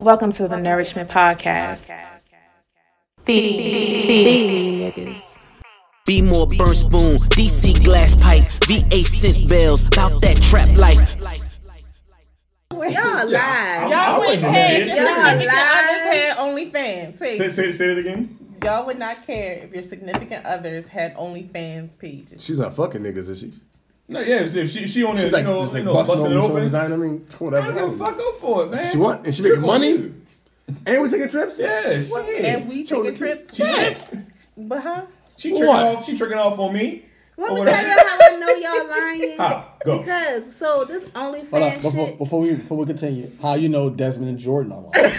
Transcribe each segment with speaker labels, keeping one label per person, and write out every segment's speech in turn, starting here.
Speaker 1: Welcome to the Nourishment Podcast. Feed me, niggas.
Speaker 2: Be more burn spoon, DC glass pipe, VA scent bells, bout that trap life.
Speaker 3: Y'all live.
Speaker 4: I
Speaker 5: Y'all went
Speaker 4: wasn't
Speaker 5: ahead.
Speaker 4: dead
Speaker 5: Y'all
Speaker 4: serious.
Speaker 5: lied. had OnlyFans.
Speaker 4: Say,
Speaker 5: Peace.
Speaker 4: say, say it again.
Speaker 5: Y'all would not care if your significant others had OnlyFans pages.
Speaker 3: She's not fucking niggas, is she?
Speaker 4: No, yeah, if, if she, she on there,
Speaker 3: She's like,
Speaker 4: you know,
Speaker 3: just like
Speaker 4: you know,
Speaker 3: busting,
Speaker 4: busting it
Speaker 3: open someone's
Speaker 4: open.
Speaker 3: vagina. I mean,
Speaker 4: I
Speaker 3: whatever.
Speaker 4: don't give a fuck, go for it, man.
Speaker 3: She want and she making
Speaker 4: Trip on
Speaker 3: money.
Speaker 4: you.
Speaker 3: And we taking trips.
Speaker 4: Yeah,
Speaker 3: What?
Speaker 4: shit.
Speaker 5: And we
Speaker 3: Show
Speaker 5: taking
Speaker 3: the-
Speaker 5: trips.
Speaker 4: She,
Speaker 5: What?
Speaker 4: yeah.
Speaker 5: But how?
Speaker 4: she tricking
Speaker 3: What?
Speaker 4: off. She tricking off on me.
Speaker 5: Let
Speaker 4: Or
Speaker 5: me tell
Speaker 4: whatever.
Speaker 5: you how I know y'all lying.
Speaker 4: How? Ah, Go.
Speaker 5: Because so this
Speaker 6: Hold on,
Speaker 5: OnlyFans
Speaker 6: before,
Speaker 5: shit.
Speaker 6: before we before we continue, how you know Desmond and Jordan are lying?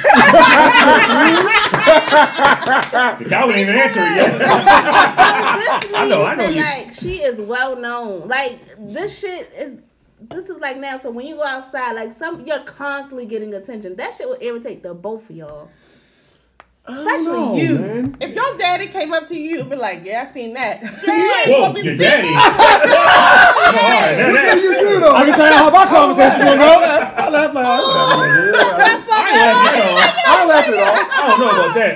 Speaker 4: The guy wouldn't even answer it yet.
Speaker 5: this means
Speaker 4: know, I know
Speaker 5: that,
Speaker 4: you-
Speaker 5: like she is well known. Like this shit is this is like now. So when you go outside, like some you're constantly getting attention. That shit would irritate the both of y'all. Especially
Speaker 3: know,
Speaker 5: you.
Speaker 3: man.
Speaker 5: If your daddy came up to you and be like, Yeah, I seen that.
Speaker 4: Whoa, your daddy. oh, all right,
Speaker 3: What
Speaker 4: that,
Speaker 3: do you do though?
Speaker 6: I can tell you how my conversation went, bro. I
Speaker 4: that,
Speaker 6: laugh like,
Speaker 4: I ain't laughing at all.
Speaker 3: I laugh it off.
Speaker 4: I don't know about that.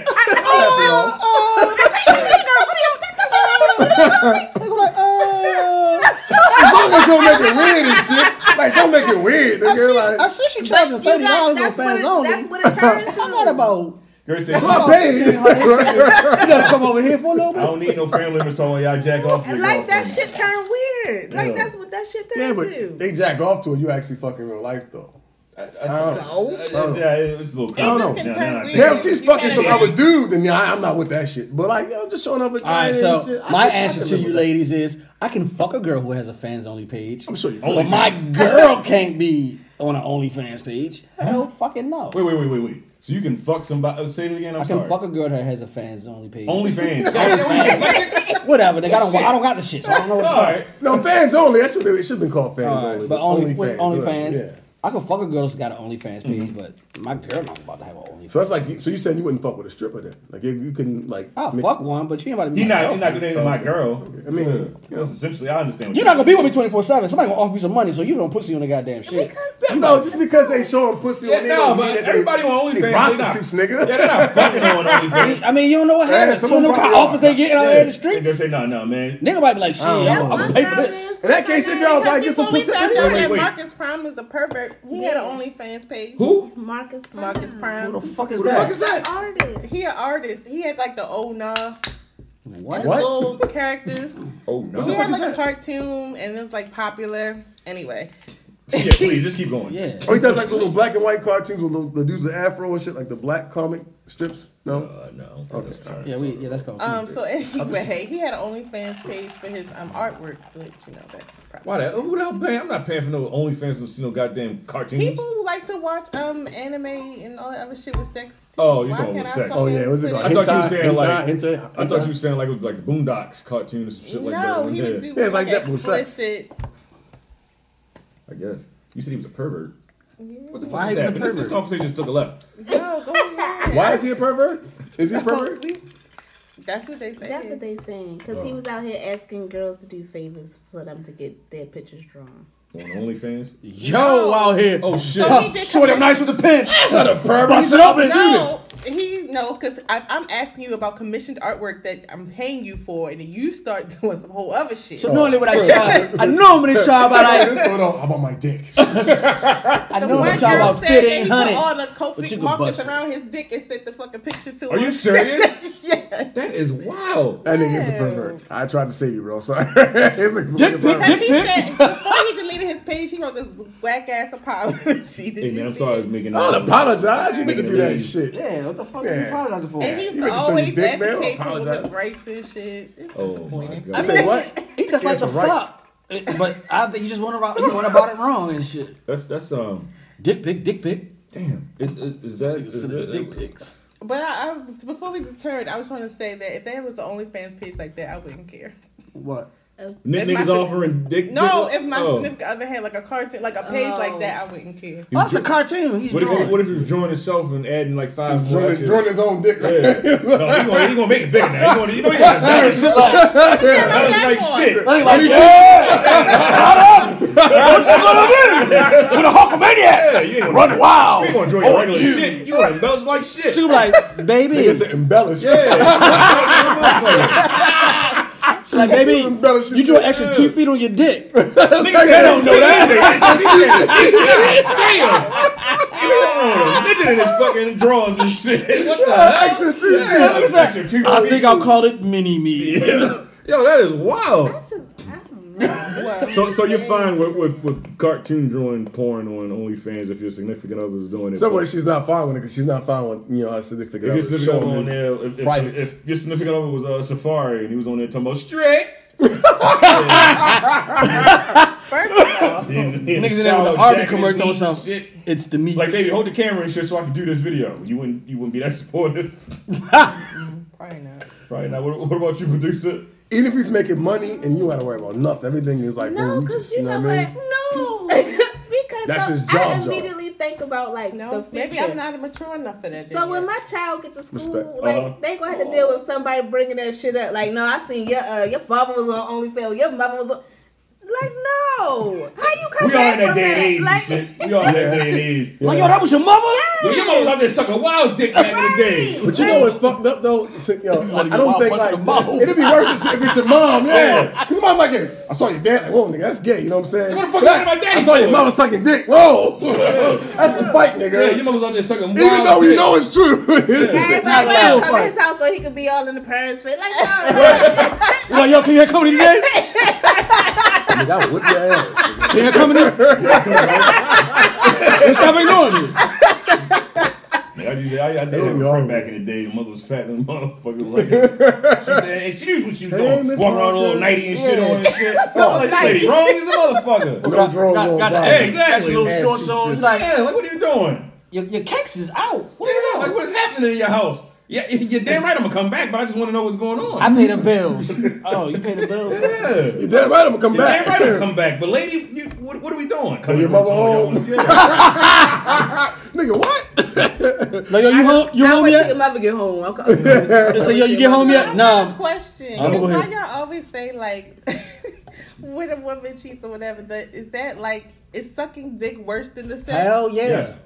Speaker 3: I
Speaker 5: Oh,
Speaker 3: laugh it off. As long as don't make it weird and shit. Like don't make it weird.
Speaker 6: I
Speaker 3: Nigga.
Speaker 6: see, I
Speaker 3: Like,
Speaker 6: see she
Speaker 5: But
Speaker 6: charging
Speaker 5: you
Speaker 6: thirty
Speaker 5: got,
Speaker 6: dollars on
Speaker 5: that's, what
Speaker 6: fans
Speaker 5: it,
Speaker 6: only.
Speaker 5: that's what it turned to.
Speaker 6: I got about
Speaker 4: Girl said,
Speaker 3: I
Speaker 4: I
Speaker 3: paid it.
Speaker 6: you gotta come over here for a little bit.
Speaker 4: don't need no family members on y'all jack off. your
Speaker 5: like that
Speaker 4: girlfriend.
Speaker 5: shit turned weird. Like
Speaker 4: Yeah.
Speaker 5: that's what that shit
Speaker 3: Yeah,
Speaker 5: turned
Speaker 3: but
Speaker 5: to.
Speaker 3: they jack off to it. You actually fucking real life though.
Speaker 4: That's- that's-
Speaker 5: So?
Speaker 4: that's- Yeah, it was a little.
Speaker 3: don't know.
Speaker 4: No, no,
Speaker 5: Turn
Speaker 4: no, I
Speaker 5: weird.
Speaker 4: think-
Speaker 3: Now if she's
Speaker 5: You
Speaker 3: fucking
Speaker 5: can't
Speaker 3: some
Speaker 5: do
Speaker 3: other
Speaker 5: that.
Speaker 3: dude, then yeah, I- I'm not with that shit. But like, yo, just showing up.
Speaker 6: All right, so my answer to you ladies is I can fuck a girl who has a fans only page.
Speaker 3: I'm sure you.
Speaker 4: Only
Speaker 6: But my girl can't be on an OnlyFans page. Hell fucking no.
Speaker 4: Wait, wait, wait, wait, wait. So you can fuck somebody? oh, Say it again. I'm
Speaker 6: I can
Speaker 4: sorry.
Speaker 6: fuck a girl that has a fans only page.
Speaker 4: OnlyFans. All
Speaker 6: Whatever, nigga. I don't, I don't got the shit, so I don't know what's going on.
Speaker 4: right.
Speaker 3: No, fans only. That should it should have been called fans
Speaker 6: Alright,
Speaker 3: only.
Speaker 6: but only with
Speaker 3: whatever,
Speaker 6: OnlyFans.
Speaker 3: Yeah.
Speaker 6: I can fuck a girl that's got an OnlyFans page, but my girl not about to have an OnlyFans.
Speaker 3: So that's like so you said you wouldn't fuck with a stripper then. Like you, you couldn't like
Speaker 4: Ah,
Speaker 6: I'll
Speaker 3: make-
Speaker 6: fuck one, but you ain't about to be.
Speaker 4: He not.
Speaker 6: my
Speaker 4: He not
Speaker 6: girlfriend.
Speaker 4: good dating my girl.
Speaker 3: I mean, you know,
Speaker 4: That's essentially. I understand.
Speaker 6: You're not gonna be with me twenty four seven. Somebody gonna offer you some money, so you don't pussy on the goddamn shit.
Speaker 3: no, just because they showing pussy
Speaker 4: Yeah,
Speaker 3: on
Speaker 4: no,
Speaker 3: there. don't mean
Speaker 4: but
Speaker 3: that they-
Speaker 4: everybody on OnlyFans.
Speaker 3: they
Speaker 4: they not-
Speaker 3: prostitutes, nigga.
Speaker 4: Yeah, they're not fucking on OnlyFans.
Speaker 6: I mean, you don't know what
Speaker 3: Yeah,
Speaker 6: happens. You
Speaker 3: someone
Speaker 6: don't know what kind of
Speaker 3: probably-
Speaker 6: offers they get out there in the
Speaker 4: They
Speaker 6: streets.
Speaker 4: say no, no, man.
Speaker 6: Nigga might be like, shit,
Speaker 3: don't
Speaker 6: I'm,
Speaker 3: know.
Speaker 6: I'm gonna pay for this.
Speaker 3: In that case, your girl probably get some pussy.
Speaker 5: Found
Speaker 4: Wait,
Speaker 5: out
Speaker 4: wait,
Speaker 5: that
Speaker 4: wait.
Speaker 5: Marcus Prime is a pervert. He had an OnlyFans page.
Speaker 3: Who?
Speaker 5: Marcus Prime. Marcus Prime.
Speaker 6: Who the fuck is
Speaker 3: Who the fuck
Speaker 6: that?
Speaker 3: is that?
Speaker 5: Artist. He an artist. He had like the old nah
Speaker 6: What?
Speaker 3: What?
Speaker 5: little characters.
Speaker 4: Oh
Speaker 3: What
Speaker 5: He
Speaker 3: the
Speaker 4: no.
Speaker 3: fuck
Speaker 5: had
Speaker 3: is
Speaker 5: like a
Speaker 3: that?
Speaker 5: cartoon and it was like popular. Anyway,
Speaker 4: Yeah, please just keep going.
Speaker 6: Yeah.
Speaker 3: Oh, he does like little black and white cartoons with little, the dudes with afro and shit, like the black comic strips. No,
Speaker 4: Uh, no.
Speaker 3: okay. all right.
Speaker 6: Yeah, we yeah, that's cool.
Speaker 5: um, so anyway, he had an OnlyFans page for his um artwork, which you know that's probably.
Speaker 4: Why that? Who the hell paying? I'm not paying for no OnlyFans to see no goddamn cartoons.
Speaker 5: People who like to watch um anime and all that other shit with sex. Too.
Speaker 4: Oh, you're
Speaker 5: Why
Speaker 4: talking
Speaker 5: can't
Speaker 4: about
Speaker 5: I
Speaker 4: sex.
Speaker 5: fucking
Speaker 3: Oh yeah, what's it
Speaker 5: put
Speaker 3: called?
Speaker 4: I thought you were
Speaker 3: Hentai,
Speaker 4: saying, like-
Speaker 3: hentai, hentai.
Speaker 4: I thought you were saying like it was like Boondocks cartoons and shit like that.
Speaker 5: No, he
Speaker 4: yeah,
Speaker 5: would do
Speaker 3: Yeah, it's like
Speaker 5: like
Speaker 3: that with sex.
Speaker 5: explicit.
Speaker 4: I guess you said he was a pervert. What the fuck
Speaker 6: Why
Speaker 4: is
Speaker 6: is he a
Speaker 4: that? This, this
Speaker 6: pervert?
Speaker 4: conversation just took a left.
Speaker 5: No, go ahead.
Speaker 3: Why is he a pervert? Is he a pervert?
Speaker 5: That's what they say.
Speaker 7: That's what they saying. Cause he was out here asking girls to do favors for them to get their pictures drawn.
Speaker 4: On OnlyFans.
Speaker 6: Yo, out here.
Speaker 4: Oh shit.
Speaker 5: So he did
Speaker 6: Short and nice with the pen.
Speaker 3: That's not a pervert.
Speaker 6: Bust it open.
Speaker 5: No, he no, because I'm asking you about commissioned artwork that I'm paying you for, and then you start doing some whole other shit.
Speaker 6: So normally when I try, I normally try about like,
Speaker 3: This photo. How about my dick?
Speaker 6: I
Speaker 5: the
Speaker 6: normally
Speaker 5: white
Speaker 6: try
Speaker 5: girl
Speaker 6: about
Speaker 5: said that he
Speaker 6: fifteen
Speaker 5: put
Speaker 6: hundred.
Speaker 5: all the
Speaker 6: But you
Speaker 5: Copic
Speaker 6: could
Speaker 5: markers
Speaker 6: bust it.
Speaker 5: around his dick and sent the fucking picture to
Speaker 4: Are
Speaker 5: him.
Speaker 4: you serious?
Speaker 5: yeah.
Speaker 4: that is wild.
Speaker 3: That nigga's a pervert. I tried to save you, bro. Sorry. This nigga's a
Speaker 6: Dick pic,
Speaker 3: pervert.
Speaker 5: Because he
Speaker 6: Dick pic.
Speaker 5: said before he deleted his page, he wrote this whack ass apology. Did
Speaker 4: Hey
Speaker 5: you
Speaker 4: man, I'm
Speaker 5: see
Speaker 4: sorry I
Speaker 5: it?
Speaker 4: was making.
Speaker 3: I don't apologize. You nigga do that
Speaker 4: Ladies.
Speaker 3: shit.
Speaker 6: Yeah, what the fuck
Speaker 3: Yeah.
Speaker 6: for?
Speaker 5: And he used
Speaker 3: You
Speaker 5: to
Speaker 3: meant to show your
Speaker 5: always
Speaker 3: dick, man.
Speaker 5: advocate for
Speaker 3: Apologize.
Speaker 5: women's rights and shit. It's
Speaker 4: Oh my
Speaker 5: disappointing.
Speaker 4: god.
Speaker 3: Say what?
Speaker 6: He just like
Speaker 3: Yes,
Speaker 6: the
Speaker 3: right.
Speaker 6: fuck. It- But I think you just went about you went about it wrong and shit.
Speaker 4: That's that's um.
Speaker 6: Dick pic, dick pic.
Speaker 4: Damn. Is, is, is that is that-
Speaker 6: dick pics.
Speaker 5: But I, I, was- before we deterred, I was trying to say that if there was an OnlyFans page like that, I wouldn't care.
Speaker 6: What?
Speaker 5: If
Speaker 4: Nick
Speaker 5: my
Speaker 4: niggas
Speaker 5: sig-
Speaker 4: offering dick.
Speaker 5: No,
Speaker 4: dick-
Speaker 5: if my
Speaker 4: oh.
Speaker 5: significant other had like a cartoon, like a page like that, I wouldn't care.
Speaker 6: Oh, that's a cartoon. He's
Speaker 4: What if he,
Speaker 6: drawing.
Speaker 4: what if he was drawing himself and adding like five more
Speaker 3: Drawing his-
Speaker 4: extras?
Speaker 3: drawing his own dick.
Speaker 4: Yeah. no, he gonna, he gonna make it bigger now. He gonna, you know he gonna
Speaker 6: Shit like,
Speaker 4: That was like shit.
Speaker 6: like, yeah. Hold up.
Speaker 8: With a
Speaker 4: Yeah, you
Speaker 8: Hulkamaniacs!
Speaker 4: ain't-
Speaker 8: Run wild!
Speaker 4: You ain't gonna draw
Speaker 8: on
Speaker 4: your regular
Speaker 8: you.
Speaker 4: shit. You gonna embellish like shit.
Speaker 6: She was like, baby.
Speaker 3: It's an embellish.
Speaker 4: Yeah.
Speaker 6: She's like, baby,
Speaker 3: Embellish
Speaker 6: you drew an extra two feet on your dick. That's
Speaker 4: Niggas that don't know that. Damn. Nigga, in his fucking drawers and shit. What the hell?
Speaker 3: Extra two
Speaker 4: Yeah,
Speaker 3: feet.
Speaker 4: that's actually two
Speaker 6: I
Speaker 4: feet.
Speaker 6: think I'll call it mini me.
Speaker 4: Yeah. Yo, that is wild.
Speaker 7: I don't know.
Speaker 4: So, so you're fine with, with, with cartoon drawing porn on OnlyFans if your significant other is doing it.
Speaker 3: Some way
Speaker 4: but
Speaker 3: she's not fine with it because she's not fine with you know her significant
Speaker 4: if
Speaker 3: other
Speaker 4: your significant other
Speaker 3: showing
Speaker 4: on
Speaker 3: this.
Speaker 4: there, if, if,
Speaker 3: privates.
Speaker 4: if your significant other was uh, Safari and he was on there talking about straight,
Speaker 7: First of all,
Speaker 4: then he in the
Speaker 6: Niggas in there with
Speaker 4: shower,
Speaker 6: the Arby's
Speaker 4: jacking
Speaker 6: commercial or
Speaker 4: his knees and
Speaker 6: something.
Speaker 4: shit.
Speaker 6: It's the meat.
Speaker 4: Like, baby, hold the camera and shit so I can do this video. You wouldn't, you wouldn't be that supportive,
Speaker 7: probably not.
Speaker 4: right? Now, what, what about you, producer?
Speaker 3: Even if he's making money and you ain't gotta worry about nothing, everything is like
Speaker 7: No,
Speaker 3: boom,
Speaker 7: because
Speaker 3: just-
Speaker 7: you know
Speaker 3: I
Speaker 7: what?
Speaker 3: mean?
Speaker 7: No, because
Speaker 3: That's
Speaker 7: so
Speaker 3: his job,
Speaker 7: I
Speaker 3: job.
Speaker 7: immediately think about like
Speaker 5: No,
Speaker 7: the future.
Speaker 5: maybe I'm not mature enough for that.
Speaker 7: So
Speaker 5: then
Speaker 7: when
Speaker 5: yet.
Speaker 7: my child get to school,
Speaker 3: Respect.
Speaker 7: like
Speaker 4: Uh-huh.
Speaker 7: they gonna have to deal with somebody bringing that shit up. Like, no, I seen your uh, your father was on OnlyFans, your mother was on. Like, no, how you come
Speaker 4: We all
Speaker 7: back
Speaker 4: in that
Speaker 7: from
Speaker 4: day and age and
Speaker 7: that? Like,
Speaker 4: shit. We all in that day and age.
Speaker 6: Like, yo, that was your mother?
Speaker 4: Yo, your mother love that sucker wild dick back in the day.
Speaker 3: But you know what's fucked up though? It's- Yo, I,
Speaker 6: wanna
Speaker 3: I
Speaker 6: get
Speaker 3: don't
Speaker 6: wild
Speaker 3: think
Speaker 6: punch in the
Speaker 3: like
Speaker 6: mouth.
Speaker 3: it'd be worse if if it's your mom, yeah.
Speaker 4: Yeah.
Speaker 3: Because mom like, hey, I saw your dad, like, whoa, nigga, that's gay. You know what I'm saying?
Speaker 4: What the fuck
Speaker 3: But
Speaker 4: you got
Speaker 3: I-
Speaker 4: my daddy
Speaker 3: I saw your
Speaker 4: for?
Speaker 3: mama sucking dick. Whoa, that's a fight, nigga.
Speaker 4: Yeah, your mother was out there sucking wild
Speaker 3: Even though you
Speaker 4: dick.
Speaker 3: know it's true.
Speaker 7: Everybody
Speaker 3: It's not
Speaker 7: wanna
Speaker 3: a
Speaker 7: come to
Speaker 3: fight.
Speaker 7: his house so he could be all in the parents' face. Like, no, no.
Speaker 6: You're like, yo, can you come in today?
Speaker 3: Nigga, I would whip your ass. nigga.
Speaker 6: Can you come in here? They stop ignoring you.
Speaker 4: Yeah, I, used to- I, I did
Speaker 3: It'll
Speaker 4: have
Speaker 3: be
Speaker 4: a
Speaker 3: all
Speaker 4: friend back
Speaker 3: right.
Speaker 4: in the day. The mother was fat and the motherfucker was like, she said, and she knew what she was
Speaker 3: Hey,
Speaker 4: doing.
Speaker 3: Miss
Speaker 4: Walking around with a little
Speaker 3: Parker.
Speaker 4: nighty and shit
Speaker 3: Yeah.
Speaker 4: on and shit. No, like, this lady wrong as a motherfucker.
Speaker 3: No drawers on.
Speaker 6: got-
Speaker 3: bro.
Speaker 6: got-
Speaker 4: Hey, exactly.
Speaker 6: Little
Speaker 3: Ass
Speaker 6: shorts
Speaker 3: cheeks
Speaker 6: on.
Speaker 3: and
Speaker 6: Like,
Speaker 4: yeah, like what are you doing?
Speaker 6: your, your case is out. What
Speaker 4: What
Speaker 6: are you
Speaker 4: are you doing? Like what is happening in your house? Yeah, you're damn right I'm gonna come back, but I just want to know what's going on.
Speaker 6: I pay the bills. oh, you pay the bills?
Speaker 4: yeah.
Speaker 3: You damn right I'm gonna come
Speaker 4: You're damn
Speaker 3: back.
Speaker 4: right I'm come back, but lady, you, what, what are we doing? Come
Speaker 3: your
Speaker 4: here,
Speaker 3: mother
Speaker 4: Tony,
Speaker 3: home?
Speaker 4: y'all wanna-
Speaker 3: Nigga, what?
Speaker 6: Like, yo, you home, you
Speaker 7: I
Speaker 6: home
Speaker 7: wait till your
Speaker 6: yet?
Speaker 7: mother get home. I'll call you.
Speaker 6: They say, yo, you get home
Speaker 5: I
Speaker 6: yet?
Speaker 5: have a
Speaker 6: No.
Speaker 5: question.
Speaker 4: Uh,
Speaker 6: Oh, go
Speaker 5: Why
Speaker 6: ahead.
Speaker 5: y'all always say like, when a woman cheats or whatever, that is that like is sucking dick worse than the sex?
Speaker 6: Hell
Speaker 4: Yeah.
Speaker 6: yes.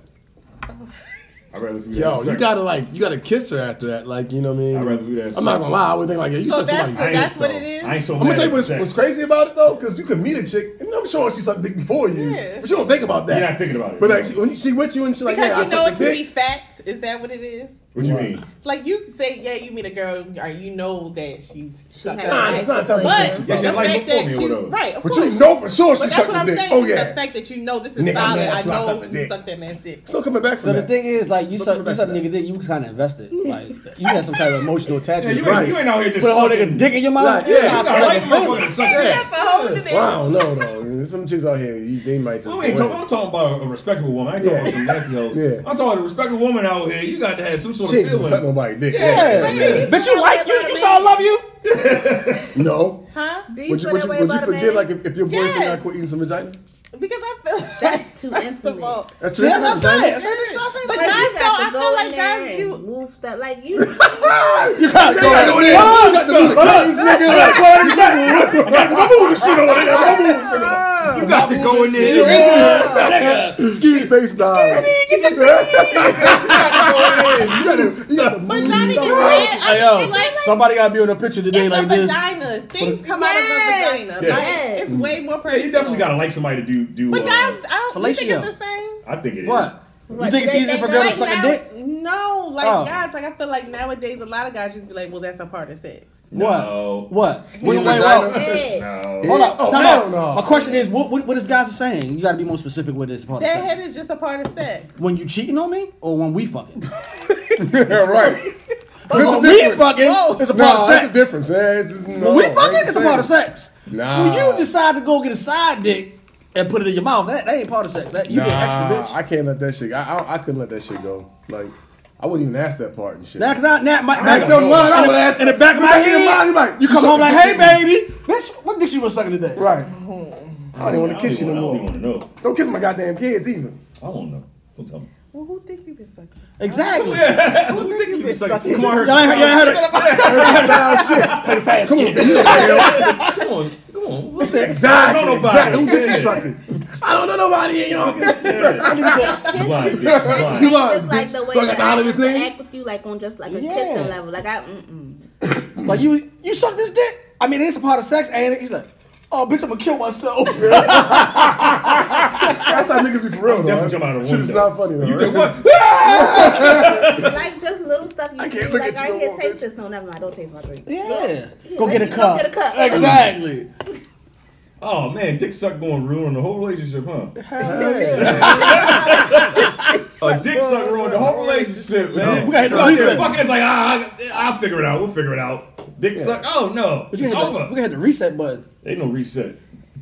Speaker 4: I'd rather you
Speaker 3: Yo,
Speaker 4: have
Speaker 3: you
Speaker 4: sex.
Speaker 3: gotta like, you gotta kiss her after that. Like, you know what I mean?
Speaker 4: I'd rather do that
Speaker 3: I'm not
Speaker 4: sex.
Speaker 3: gonna lie. I would think like, yeah, you
Speaker 5: So
Speaker 3: suck
Speaker 5: that's
Speaker 3: somebody's dick.
Speaker 5: that's what
Speaker 3: though.
Speaker 5: it is.
Speaker 4: I ain't so
Speaker 3: I'm gonna
Speaker 4: mad
Speaker 3: tell you
Speaker 4: at
Speaker 3: what's,
Speaker 4: sex.
Speaker 3: what's crazy about it though, because you can meet a chick, and I'm sure she sucked dick before you,
Speaker 5: Yeah.
Speaker 3: but you don't think about that.
Speaker 4: You're not thinking about it.
Speaker 3: But
Speaker 4: No.
Speaker 3: like, she, when you, she with you and she like,
Speaker 5: Because
Speaker 3: yeah,
Speaker 5: you
Speaker 3: I
Speaker 5: know it
Speaker 3: sucked
Speaker 5: to
Speaker 3: dick.
Speaker 5: be fact. Is that what it is?
Speaker 4: What you mean?
Speaker 5: Like you can say, yeah, you meet a girl, or you know that she's
Speaker 7: She
Speaker 5: sucking
Speaker 7: had
Speaker 3: Nah,
Speaker 5: dick.
Speaker 3: it's not telling
Speaker 5: But
Speaker 3: you.
Speaker 5: the
Speaker 4: Yeah, she had life
Speaker 5: fact
Speaker 4: before
Speaker 5: that
Speaker 4: me or
Speaker 5: she,
Speaker 4: whatever.
Speaker 5: right, of
Speaker 3: But
Speaker 5: course.
Speaker 3: you know for sure
Speaker 5: But
Speaker 3: she
Speaker 5: that's
Speaker 3: sucked
Speaker 5: what
Speaker 3: the
Speaker 5: I'm
Speaker 3: dick.
Speaker 5: saying.
Speaker 3: Oh
Speaker 5: is The
Speaker 3: yeah,
Speaker 5: fact that you know this is
Speaker 3: Nigga, I'm
Speaker 5: solid.
Speaker 3: mad
Speaker 5: I
Speaker 3: at you, I
Speaker 5: know
Speaker 3: sucked the
Speaker 5: you
Speaker 3: dick.
Speaker 5: sucked that man's dick.
Speaker 3: still coming back from
Speaker 6: So the
Speaker 3: that.
Speaker 6: thing is, like, you
Speaker 3: Look
Speaker 6: suck,
Speaker 3: at
Speaker 6: you
Speaker 3: the
Speaker 6: suck
Speaker 3: back of
Speaker 6: nigga dick, you was kind of invested. Like, you had some type of emotional
Speaker 4: Yeah,
Speaker 6: attachment.
Speaker 4: you,
Speaker 3: Right.
Speaker 4: ain't, you ain't out here just
Speaker 6: Put a whole
Speaker 4: sucking.
Speaker 6: nigga dick in your mouth?
Speaker 3: Like,
Speaker 6: You're
Speaker 3: yeah,
Speaker 6: not
Speaker 4: It's
Speaker 3: That's
Speaker 4: not right
Speaker 6: sucking
Speaker 4: for motherfucker
Speaker 6: dick.
Speaker 4: to suck
Speaker 7: Except
Speaker 4: dick.
Speaker 7: for holding it.
Speaker 3: Wow, no, no, some chicks out here, you, they might just.
Speaker 4: I ain't
Speaker 3: win.
Speaker 4: talking, I'm talking about a respectable woman. I ain't talking
Speaker 3: Yeah.
Speaker 4: about some nasty hoes.
Speaker 3: Yeah.
Speaker 4: I'm talking about a respectable woman out here. You got to have some sort of
Speaker 3: She ain't gonna suck
Speaker 4: feeling.
Speaker 3: nobody's dick.
Speaker 6: Yeah. But you like, you, you saw I love you?
Speaker 3: No.
Speaker 5: Huh?
Speaker 7: Do you
Speaker 3: Would you,
Speaker 7: feel
Speaker 3: would
Speaker 7: that
Speaker 3: you,
Speaker 7: way
Speaker 3: would you
Speaker 7: about a
Speaker 3: forgive
Speaker 7: man?
Speaker 3: like if, if your boyfriend
Speaker 5: Yes.
Speaker 3: got caught eating some vagina?
Speaker 5: Because I feel like
Speaker 7: That's too
Speaker 5: first of
Speaker 7: intimate.
Speaker 5: all-
Speaker 3: That's
Speaker 6: See, that's what I'm
Speaker 3: vagina?
Speaker 6: saying. I said this- I said
Speaker 5: But
Speaker 6: this-
Speaker 7: Like,
Speaker 5: guys
Speaker 7: you
Speaker 5: don't-
Speaker 7: got to
Speaker 5: I feel
Speaker 7: go in
Speaker 5: like guys
Speaker 7: there and
Speaker 5: do-
Speaker 7: wolf stuff. Like you.
Speaker 3: You got to go
Speaker 4: gotta
Speaker 3: in
Speaker 4: do
Speaker 3: there. You got to do the cleans, nigga.
Speaker 4: You got to go in there. You
Speaker 3: Excuse me, face dog. Excuse me,
Speaker 4: got to
Speaker 3: You got to, you got to
Speaker 5: But
Speaker 3: move
Speaker 5: not even
Speaker 3: stuff.
Speaker 5: that.
Speaker 6: Hey,
Speaker 5: I feel
Speaker 6: yo,
Speaker 5: like
Speaker 6: somebody got to be on a picture today
Speaker 5: it's a
Speaker 6: like this.
Speaker 5: vagina. Things come out of a
Speaker 7: Yes,
Speaker 5: vagina.
Speaker 7: yes.
Speaker 5: Like, it's way more
Speaker 4: go in there.
Speaker 5: personal.
Speaker 4: You definitely got to like somebody to do. do
Speaker 5: But
Speaker 4: uh,
Speaker 5: guys, I don't you think
Speaker 6: fellatio.
Speaker 5: it's the same.
Speaker 4: I think it is.
Speaker 6: What? You think it's
Speaker 7: they-
Speaker 6: easy
Speaker 7: they
Speaker 6: for
Speaker 7: go
Speaker 6: girls
Speaker 7: like
Speaker 6: to suck a
Speaker 5: now-
Speaker 6: dick?
Speaker 5: No, like
Speaker 6: Oh.
Speaker 5: guys, like I feel like nowadays a lot of guys just be like, well, that's a part of sex.
Speaker 4: No.
Speaker 6: What? What? Wait, wait, wait.
Speaker 3: vagina?
Speaker 7: Yeah.
Speaker 4: No.
Speaker 6: Hold up.
Speaker 3: Oh,
Speaker 6: time
Speaker 3: hell
Speaker 6: out.
Speaker 3: no.
Speaker 6: My question is, what, what, what is guys saying? You got to be more specific with this part. of
Speaker 5: That
Speaker 6: sex.
Speaker 5: head is just a part of sex.
Speaker 6: When you cheating on me or when we fucking?
Speaker 3: Yeah, right. There's a
Speaker 6: when we
Speaker 3: difference.
Speaker 6: fucking, it's a
Speaker 3: No, that's
Speaker 6: part of
Speaker 3: a
Speaker 6: sex.
Speaker 3: difference. Yeah, it's just, no,
Speaker 6: When we
Speaker 3: I ain't
Speaker 6: fucking, it's a
Speaker 3: saying.
Speaker 6: part of sex.
Speaker 3: Nah.
Speaker 6: When you decide to go get a side dick and put it in your mouth, that, that ain't part of sex. That you get extra
Speaker 3: Nah,
Speaker 6: bitch.
Speaker 3: I can't let that shit. I, I I couldn't let that shit go. Like I wouldn't even ask that part and shit.
Speaker 6: Now, cause I, now, my,
Speaker 3: Like,
Speaker 6: now-
Speaker 3: so mine, I
Speaker 6: in,
Speaker 3: would
Speaker 6: the,
Speaker 3: ask
Speaker 6: in the back of my
Speaker 3: in the mind,
Speaker 6: head,
Speaker 3: you like,
Speaker 6: you
Speaker 3: you
Speaker 6: come
Speaker 3: suck
Speaker 6: home
Speaker 3: a
Speaker 6: like,
Speaker 3: dick
Speaker 6: hey,
Speaker 3: today."
Speaker 6: baby, bitch, what dick you was sucking today?
Speaker 3: Right. I don't even want to
Speaker 4: I
Speaker 3: kiss you
Speaker 4: don't
Speaker 3: no
Speaker 4: even
Speaker 3: more.
Speaker 4: want to know.
Speaker 3: Don't kiss my goddamn kids either.
Speaker 4: I don't know. Don't tell me.
Speaker 5: Well, who think you been sucking?
Speaker 6: Exactly.
Speaker 5: Who think you been
Speaker 4: It's like,
Speaker 5: sucking?
Speaker 4: Come on,
Speaker 6: Y'all ain't, y'all ain't heard it.
Speaker 3: Style shit. Come on, baby.
Speaker 4: Come on, come on.
Speaker 6: Listen,
Speaker 3: Exactly.
Speaker 4: I don't know
Speaker 3: exactly.
Speaker 4: nobody.
Speaker 3: Who did you sucker? I don't know nobody in y'all.
Speaker 4: You lying, bitch. You lying.
Speaker 3: You
Speaker 7: It's
Speaker 3: lying,
Speaker 7: just like
Speaker 3: bitch.
Speaker 7: the way
Speaker 3: Do I got
Speaker 7: that
Speaker 3: the Hollywood
Speaker 7: I
Speaker 3: name?
Speaker 7: act with you, like on just like a
Speaker 6: Yeah.
Speaker 7: kissing level. Like I, mm-mm.
Speaker 6: like you, you suck this dick. I mean, it's a part of sex, ain't it? He's like, oh, bitch, I'm gonna kill myself.
Speaker 3: That's how niggas be for real, though.
Speaker 4: Definitely jump out of the
Speaker 3: Shit is
Speaker 4: window.
Speaker 3: not funny, though.
Speaker 4: You
Speaker 3: right?
Speaker 4: did what?
Speaker 7: like just little stuff you
Speaker 3: I
Speaker 7: see.
Speaker 3: can't look
Speaker 7: Like
Speaker 3: at
Speaker 7: I
Speaker 3: you no
Speaker 7: hear
Speaker 3: more,
Speaker 7: taste
Speaker 3: bitch.
Speaker 7: this. No, never mind. Don't taste my drink.
Speaker 6: yeah, go
Speaker 7: Like,
Speaker 6: get a
Speaker 7: go
Speaker 6: cup.
Speaker 7: get a cup.
Speaker 6: Exactly.
Speaker 4: Oh man, dick suck going ruin the whole relationship, huh? A dick suck ruined the whole relationship, man.
Speaker 6: We gotta hit the
Speaker 4: Fuck
Speaker 6: reset.
Speaker 4: it, fuck it. It's like ah, I, will figure it out. We'll figure it out. Dick suck. Oh no,
Speaker 6: But
Speaker 4: it's
Speaker 6: you hit the- we
Speaker 4: over.
Speaker 6: can hit the reset button.
Speaker 4: Ain't no reset.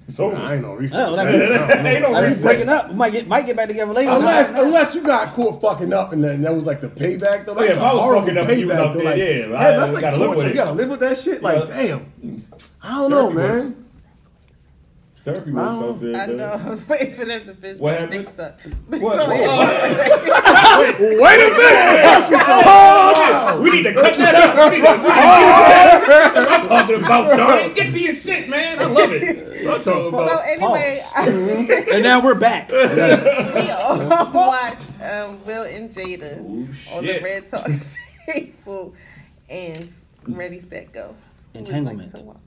Speaker 4: It's over.
Speaker 3: I ain't no reason.
Speaker 6: Oh, like-
Speaker 4: Ain't no
Speaker 6: Like, we
Speaker 4: reset.
Speaker 6: breaking up, we might get might get back together later.
Speaker 3: Unless, unless you got caught fucking up and then that was like the payback though. That's
Speaker 4: Yeah, if
Speaker 3: a
Speaker 4: I was
Speaker 3: horrible
Speaker 4: fucking up and you was
Speaker 3: payback,
Speaker 4: out
Speaker 3: though.
Speaker 4: there,
Speaker 3: Like,
Speaker 4: yeah,
Speaker 3: man,
Speaker 4: I-
Speaker 3: that's
Speaker 4: I
Speaker 3: like
Speaker 4: gotta live
Speaker 3: torture.
Speaker 4: with
Speaker 3: You
Speaker 4: it.
Speaker 3: gotta live with that shit. Like,
Speaker 4: Yeah.
Speaker 3: damn. I don't know,
Speaker 4: Therapy works.
Speaker 3: man.
Speaker 4: Therapy works out there.
Speaker 5: I
Speaker 4: man.
Speaker 5: know. I was waiting for them to finish
Speaker 4: What
Speaker 5: my
Speaker 4: happened?
Speaker 5: dick suck.
Speaker 4: What?
Speaker 5: So, yeah.
Speaker 3: Wait a minute.
Speaker 4: We need to cut that up. We need
Speaker 3: Oh,
Speaker 4: to, we need to I'm talking about Sean. Get to your shit, man. I love it. I'm talking
Speaker 5: So
Speaker 4: about.
Speaker 5: anyway, I,
Speaker 6: and now we're back.
Speaker 5: we all watched um, Will and Jada
Speaker 4: Ooh,
Speaker 5: on the
Speaker 4: Oh, shit.
Speaker 5: Red Talk table and Ready Set Go. Who would like
Speaker 6: Entanglement.
Speaker 5: to watch?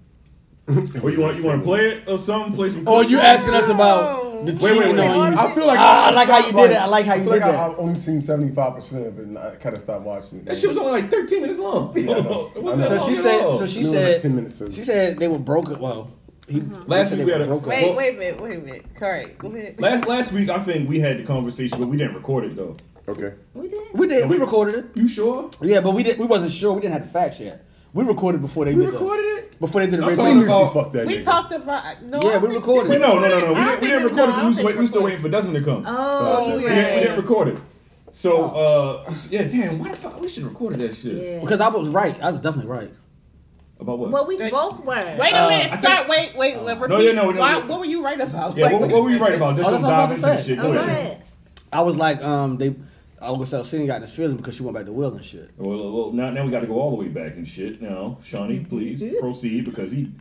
Speaker 4: What you want? You want to play it or something? Play some.
Speaker 6: Or Oh, you asking us about
Speaker 5: No.
Speaker 6: the
Speaker 5: Wait,
Speaker 4: wait,
Speaker 6: cheating
Speaker 4: wait.
Speaker 6: on you?
Speaker 3: I feel like
Speaker 6: I- I like how you did it. I like how you
Speaker 3: feel
Speaker 6: did
Speaker 3: like I,
Speaker 6: that.
Speaker 3: I've only seen seventy five percent of it, and I kind of stopped watching it.
Speaker 4: That shit was only like 13 minutes long.
Speaker 3: I know.
Speaker 4: It wasn't
Speaker 3: I know.
Speaker 4: that
Speaker 6: So
Speaker 4: long
Speaker 6: she
Speaker 4: at
Speaker 6: said.
Speaker 4: all.
Speaker 6: So she
Speaker 3: It was like
Speaker 6: said.
Speaker 3: 10 minutes in.
Speaker 6: She said they were broke. Well, he,
Speaker 4: Last
Speaker 6: he said
Speaker 4: week
Speaker 6: they
Speaker 4: we
Speaker 6: were
Speaker 4: had a-
Speaker 6: broke up.
Speaker 5: Wait,
Speaker 4: Well-
Speaker 5: wait a minute, wait a minute. Correct. Go ahead.
Speaker 4: Last last week, I think we had the conversation, but we didn't record it though.
Speaker 3: Okay.
Speaker 5: We did.
Speaker 6: We did. We recorded it.
Speaker 4: You sure?
Speaker 6: Yeah, but we didn't. We wasn't sure. We didn't have the facts yet. We recorded before they
Speaker 4: We
Speaker 6: did. the-
Speaker 4: recorded it.
Speaker 6: before they did the
Speaker 4: I'm
Speaker 3: I
Speaker 6: red
Speaker 4: talking
Speaker 3: knew she
Speaker 6: table.
Speaker 4: about-
Speaker 3: fucked that
Speaker 5: We
Speaker 3: nigga.
Speaker 5: talked about. No,
Speaker 6: Yeah,
Speaker 5: I
Speaker 6: we
Speaker 5: think-
Speaker 6: recorded.
Speaker 5: we
Speaker 4: No,
Speaker 5: I
Speaker 4: no, no, no. We didn't, we
Speaker 5: think
Speaker 4: didn't record
Speaker 5: I
Speaker 4: it.
Speaker 5: don't
Speaker 4: because We, was
Speaker 5: think
Speaker 4: wait- we were still
Speaker 5: recorded.
Speaker 4: waiting for Desmond to come.
Speaker 5: Oh,
Speaker 4: We
Speaker 3: Okay.
Speaker 4: didn't, we
Speaker 5: right. Oh.
Speaker 4: didn't record it. So uh, yeah, damn. Why the fuck we should have recorded that shit?
Speaker 7: Yeah.
Speaker 6: Because I was right. I was definitely right.
Speaker 4: About what?
Speaker 7: Well, we both were.
Speaker 5: Wait a minute.
Speaker 4: Uh, I Uh,
Speaker 5: Start. Wait, wait. let- repeat.
Speaker 4: No, yeah, no, no,
Speaker 5: Why-
Speaker 4: no.
Speaker 5: What were you right about?
Speaker 4: yeah.
Speaker 5: Like,
Speaker 4: What, what were you right about? Just
Speaker 6: Oh,
Speaker 4: don't
Speaker 6: that's what I
Speaker 4: dive
Speaker 6: was
Speaker 4: into
Speaker 6: about
Speaker 4: the shit. Go
Speaker 6: to say.
Speaker 7: Oh, go
Speaker 4: ahead.
Speaker 7: ahead.
Speaker 6: I was like, um, they. I was gonna say, Cindy got in his feelings because she went back to Will and shit.
Speaker 4: Well, well now, now we got to go all the way back and shit. Now, Shawnee, please proceed because he.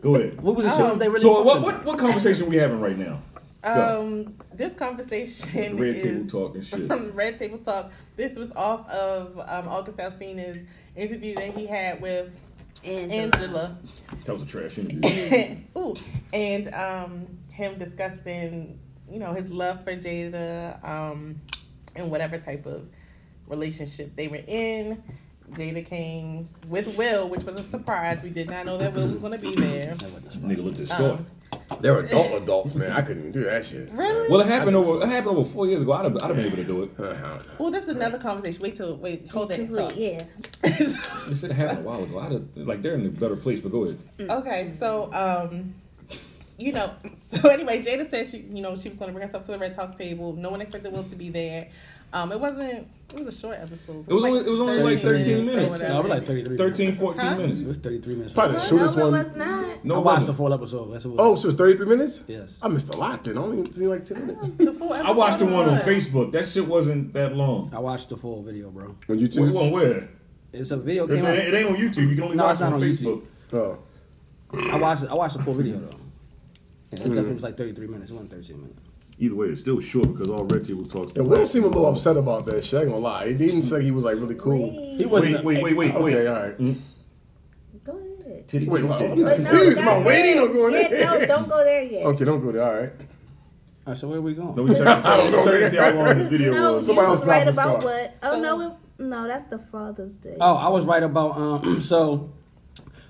Speaker 4: Go ahead.
Speaker 6: Um, What was the shit they really?
Speaker 4: So, what,
Speaker 6: fucked
Speaker 4: what what conversation we having right now? Go.
Speaker 5: Um, this
Speaker 4: The
Speaker 5: conversation
Speaker 4: Red
Speaker 5: is
Speaker 4: table talk and shit.
Speaker 5: from Red Table Talk. This was off of um, August Alsina's interview that he had with Angela.
Speaker 4: That was a trash interview.
Speaker 5: Ooh, and um, him discussing, you know, his love for Jada, um, and whatever type of relationship they were in. Jada came with Will, which was a surprise. We did not know that Will was going to be there. Um,
Speaker 4: Nigga looked distraught.
Speaker 6: Um,
Speaker 3: They were adult adults, man. I couldn't even do that shit.
Speaker 5: Really?
Speaker 4: Well, it happened over. It happened over four years ago. I'd have, I'd have been able to do it.
Speaker 3: Uh,
Speaker 5: Well, this is another conversation. Wait till wait, hold that.
Speaker 7: Because we,
Speaker 5: thought.
Speaker 7: yeah.
Speaker 4: They said it happened a while ago. I'd have, like they're in a better place. But go ahead.
Speaker 5: Okay, so um, you know, so anyway, Jada said she, you know, she was going to bring herself to the red talk table. No one expected Will to be there. Um, it wasn't. It was a short episode.
Speaker 4: It was only- it was only like 13
Speaker 5: or
Speaker 4: minutes.
Speaker 6: up.
Speaker 5: whatever.
Speaker 6: No, it was like 33.
Speaker 4: 13, 14
Speaker 5: Huh?
Speaker 4: minutes.
Speaker 6: It was 33 minutes.
Speaker 3: Probably the
Speaker 7: No,
Speaker 3: shortest
Speaker 7: it
Speaker 3: one.
Speaker 7: was not.
Speaker 4: No,
Speaker 6: I
Speaker 4: it
Speaker 6: watched the
Speaker 4: wasn't.
Speaker 6: full episode. That's what it
Speaker 3: Oh,
Speaker 6: was.
Speaker 3: so it was thirty three minutes.
Speaker 6: Yes.
Speaker 3: I missed a lot. Then I only seen like ten minutes.
Speaker 5: The full
Speaker 4: I watched the
Speaker 5: episode
Speaker 4: one on
Speaker 5: was-
Speaker 4: Facebook. That shit wasn't that long.
Speaker 6: I watched the full video, bro.
Speaker 3: On YouTube.
Speaker 4: Wait, one where?
Speaker 6: It's a video.
Speaker 4: It's-
Speaker 6: Came out.
Speaker 4: It ain't on YouTube. You can only
Speaker 6: No,
Speaker 4: watch
Speaker 6: it's
Speaker 4: it on,
Speaker 6: not on
Speaker 4: Facebook.
Speaker 6: YouTube.
Speaker 3: Oh.
Speaker 6: I watched. I watched the full video though. Yeah, it
Speaker 3: Hmm.
Speaker 6: definitely was like 33 minutes. It wasn't 13 minutes.
Speaker 4: Either way, it's still short because all Red Table talks.
Speaker 3: Yeah, Will seemed a little upset about that shit. I ain't gonna lie. He didn't say he was like really cool.
Speaker 6: He wasn't.
Speaker 4: Wait, wait, wait, wait, Mm-hmm. wait.
Speaker 3: Okay, all right.
Speaker 7: Go ahead.
Speaker 4: Titty,
Speaker 3: Wait,
Speaker 4: titty,
Speaker 3: well,
Speaker 4: titty.
Speaker 3: I'm
Speaker 7: But no,
Speaker 3: confused. Am
Speaker 7: not
Speaker 3: I waiting or going
Speaker 7: yeah,
Speaker 3: in?
Speaker 7: No, don't go there yet.
Speaker 3: Okay, don't go there. All right.
Speaker 6: All right, so where are we going?
Speaker 4: No, we checked. I don't know. to see how long the video
Speaker 7: No,
Speaker 4: was.
Speaker 7: you
Speaker 3: Somebody
Speaker 7: was
Speaker 3: else
Speaker 7: right
Speaker 3: dropped
Speaker 7: about
Speaker 3: the
Speaker 7: what? Oh no, it, no, that's the Father's Day.
Speaker 6: Oh, I was right about um. So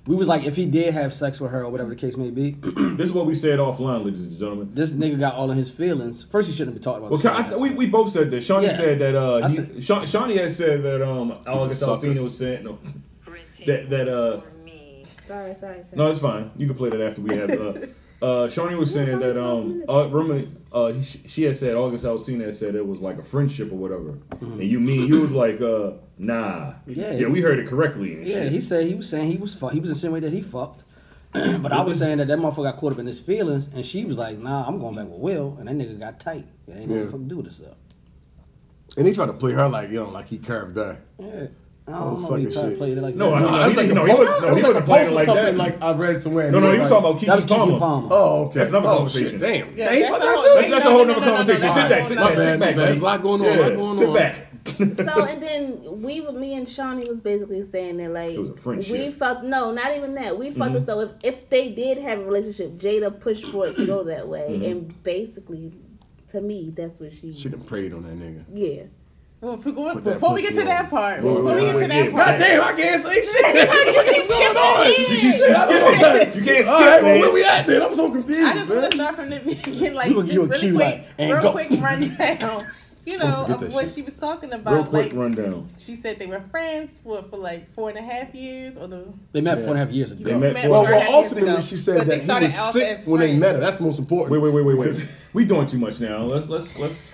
Speaker 6: we was like, if he did have sex with her or whatever the case may be,
Speaker 4: This is what we said offline, ladies and gentlemen.
Speaker 6: this nigga got all in his feelings. First, he shouldn't have been talking about.
Speaker 4: Well,
Speaker 6: this
Speaker 4: I,
Speaker 6: shit.
Speaker 4: we, we both said that. Shawnee
Speaker 6: Yeah.
Speaker 4: said that. Uh,
Speaker 6: I
Speaker 4: he,
Speaker 6: said-
Speaker 4: Sha- Shawnee had said that. Um, August
Speaker 3: sucker.
Speaker 4: Alcina was saying no. That that uh,
Speaker 7: Sorry, sorry, sorry.
Speaker 4: no, it's fine. You can play that after we have. Uh, uh, Shawnee was saying
Speaker 7: only
Speaker 4: that.
Speaker 7: 12
Speaker 4: Um,
Speaker 7: minutes.
Speaker 4: uh, remember, uh, she, she had said August Alcina had said it was like a friendship or whatever, and you mean you was like, uh, nah,
Speaker 6: Mm-hmm. Yeah.
Speaker 4: yeah, we heard it correctly. And
Speaker 6: yeah,
Speaker 4: shit.
Speaker 6: he said he was saying he was fuck. He was insinuating that he fucked. but I was saying that that motherfucker got caught up in his feelings, and she was like, "Nah, I'm going back with Will," and that nigga got tight. It ain't
Speaker 3: Yeah.
Speaker 6: gonna fuck do this up.
Speaker 3: And he tried to play her like you know, like he curved her.
Speaker 6: Yeah. I don't
Speaker 3: Oh,
Speaker 6: know. He
Speaker 3: sucker
Speaker 6: tried to
Speaker 3: shit.
Speaker 6: play it like
Speaker 4: No,
Speaker 6: that.
Speaker 4: no, he didn't- no, he wasn't- no, he wasn't playing it like that.
Speaker 3: Like I read somewhere.
Speaker 4: No, no, he was talking about Kiki,
Speaker 6: that was Kiki
Speaker 4: Palmer.
Speaker 6: Palmer.
Speaker 3: Oh, okay.
Speaker 4: That's another
Speaker 3: oh,
Speaker 4: conversation.
Speaker 3: Shit, damn.
Speaker 5: Yeah,
Speaker 3: Damn,
Speaker 5: that's
Speaker 3: fuck
Speaker 5: a
Speaker 3: that
Speaker 5: whole-
Speaker 3: too.
Speaker 4: That's, that's a
Speaker 5: No,
Speaker 4: whole
Speaker 5: no,
Speaker 4: nother
Speaker 5: no, no, no,
Speaker 4: conversation.
Speaker 5: no,
Speaker 4: sit
Speaker 5: no,
Speaker 4: back,
Speaker 5: no,
Speaker 4: sit
Speaker 5: no,
Speaker 4: back,
Speaker 5: no,
Speaker 4: sit
Speaker 3: no,
Speaker 4: back,
Speaker 3: no,
Speaker 4: buddy.
Speaker 3: there's a lot going on, a
Speaker 4: Yeah,
Speaker 3: lot going
Speaker 4: Sit
Speaker 3: on.
Speaker 4: back.
Speaker 7: so and then we me and Shawnee was basically saying that like
Speaker 4: was a friendship.
Speaker 7: we fucked no not even that we fucked us though if, if they did have a relationship Jada pushed for it to go that way and basically to me that's what she
Speaker 3: She done prayed on that nigga.
Speaker 7: yeah
Speaker 5: Well, if we go-
Speaker 3: Put that
Speaker 5: before we get
Speaker 3: pussy
Speaker 5: to that
Speaker 3: on.
Speaker 5: part,
Speaker 4: Well,
Speaker 5: before we get
Speaker 4: yeah,
Speaker 5: to
Speaker 4: yeah.
Speaker 5: that
Speaker 3: God
Speaker 5: part,
Speaker 3: damn, I can't say shit.
Speaker 5: you keep skipping ahead.
Speaker 4: You keep skipping. You can't skip,
Speaker 3: All right, well,
Speaker 4: man.
Speaker 3: where we at then? I'm so confused,
Speaker 5: I just want
Speaker 3: man.
Speaker 5: to start from the beginning, like
Speaker 6: You gonna
Speaker 5: just
Speaker 6: give a
Speaker 5: really
Speaker 6: cue,
Speaker 5: quick,
Speaker 6: like, and
Speaker 5: real
Speaker 6: go.
Speaker 5: quick rundown. You know
Speaker 3: Don't forget
Speaker 5: of
Speaker 3: that
Speaker 5: what
Speaker 3: shit.
Speaker 5: she was talking about.
Speaker 4: Real
Speaker 5: like,
Speaker 4: quick rundown.
Speaker 5: She said they were friends for for like four and a half years, or the
Speaker 6: They met four and a half years ago.
Speaker 4: They met
Speaker 5: met
Speaker 4: for-
Speaker 3: Well,
Speaker 5: four and a half
Speaker 3: well,
Speaker 5: years
Speaker 3: ultimately,
Speaker 5: ago.
Speaker 3: she said
Speaker 5: But they
Speaker 3: that he
Speaker 5: started
Speaker 3: was
Speaker 5: out
Speaker 3: sick
Speaker 5: as
Speaker 3: when they
Speaker 5: friends.
Speaker 3: met her. That's most important.
Speaker 4: Wait, wait, wait, wait,
Speaker 3: Because-
Speaker 4: wait. We doing too much now. Let's let's let's.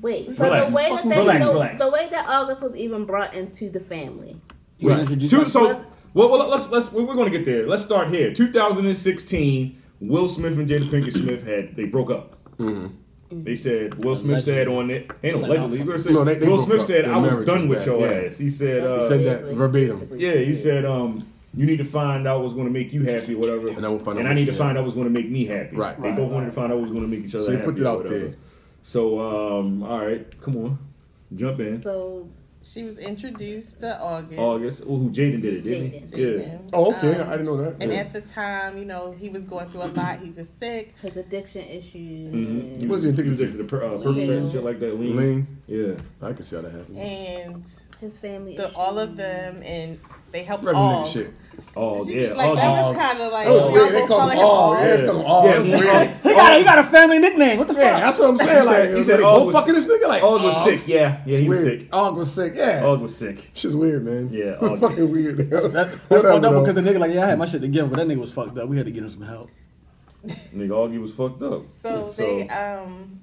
Speaker 7: wait so
Speaker 4: Relax.
Speaker 7: the way that they,
Speaker 4: Relax,
Speaker 7: the,
Speaker 4: relax.
Speaker 7: the way that August was even brought into the family
Speaker 6: He was
Speaker 4: Right.
Speaker 6: introduced
Speaker 4: Two-
Speaker 6: like-
Speaker 4: so, well, well, let's let's we're going to get there. Let's start here. 2016, Will Smith and Jada Pinkett Smith had they broke up. They said Will Smith
Speaker 6: Allegedly.
Speaker 4: said on it, ain't
Speaker 6: It's like
Speaker 4: allegedly.
Speaker 6: not-
Speaker 4: We're gonna say,
Speaker 3: No, they- they
Speaker 4: Will
Speaker 3: broke
Speaker 4: Smith
Speaker 3: up.
Speaker 4: said
Speaker 3: Their
Speaker 4: I was
Speaker 3: marriage
Speaker 4: done
Speaker 3: was
Speaker 4: with
Speaker 3: bad,
Speaker 4: your
Speaker 3: yeah.
Speaker 4: ass. He said,
Speaker 7: That was
Speaker 4: uh,
Speaker 3: Said
Speaker 7: weird.
Speaker 3: that verbatim.
Speaker 4: yeah, he said um, you need to find out what's going to make you happy, or whatever,
Speaker 3: And I will find out
Speaker 4: and I
Speaker 3: what
Speaker 4: need
Speaker 3: you
Speaker 4: to
Speaker 3: have.
Speaker 4: find out what's going to make me happy.
Speaker 3: Right.
Speaker 4: They
Speaker 3: Right,
Speaker 4: both wanted to find out what was going to make each other
Speaker 3: So they
Speaker 4: happy.
Speaker 3: put it
Speaker 4: or
Speaker 3: out
Speaker 4: whatever.
Speaker 3: there.
Speaker 4: So um, all right, come on, jump in.
Speaker 7: so
Speaker 5: She was introduced to August.
Speaker 4: August. Oh, who Jaden did it, didn't he?
Speaker 5: Jaden.
Speaker 4: Yeah.
Speaker 3: Oh, okay.
Speaker 5: Um,
Speaker 3: I didn't know that.
Speaker 5: And
Speaker 3: Yeah.
Speaker 5: at the time, you know, he was going through a lot. He was sick.
Speaker 7: his addiction issues
Speaker 4: Mhm.
Speaker 3: What's he addicted
Speaker 4: He was to? Uh, Percocet and shit like that. Lean.
Speaker 3: Lean.
Speaker 4: Yeah.
Speaker 3: I can see how that happened.
Speaker 5: And
Speaker 7: his family
Speaker 5: the,
Speaker 7: issues.
Speaker 5: all of them, and they helped
Speaker 3: Reverend
Speaker 5: all.
Speaker 3: nigga shit.
Speaker 4: Oh
Speaker 5: Did you-
Speaker 4: yeah.
Speaker 5: Like,
Speaker 4: oh,
Speaker 5: that
Speaker 4: yeah.
Speaker 5: was kind of like,
Speaker 3: That was weird.
Speaker 5: y'all
Speaker 3: They
Speaker 5: both
Speaker 3: call
Speaker 5: calling
Speaker 3: him
Speaker 5: him
Speaker 3: all.
Speaker 5: all.
Speaker 3: Yeah, it's called all.
Speaker 4: Yeah,
Speaker 3: That's
Speaker 4: yeah.
Speaker 3: weird.
Speaker 6: he got a, he got a family nickname. What the fuck?
Speaker 3: Yeah, that's what I'm
Speaker 4: He
Speaker 3: saying. Like,
Speaker 4: said- he said
Speaker 3: like,
Speaker 4: Og
Speaker 3: oh,
Speaker 4: was-
Speaker 3: fucking this nigga. Like,
Speaker 4: Og was
Speaker 3: Og.
Speaker 4: sick. Yeah. Yeah,
Speaker 3: It's
Speaker 4: he was
Speaker 3: weird.
Speaker 4: sick.
Speaker 3: Og was sick. Yeah.
Speaker 4: Og was sick.
Speaker 3: Shit's weird, man.
Speaker 4: Yeah,
Speaker 3: It's
Speaker 4: Og-
Speaker 3: fucking weird.
Speaker 6: That's
Speaker 3: Whatever,
Speaker 6: fucked up
Speaker 3: though.
Speaker 6: because the nigga like, yeah, I had my shit together, but that nigga was fucked up. We had to get him some help.
Speaker 4: Nigga, Augie was fucked up.
Speaker 5: So they, um,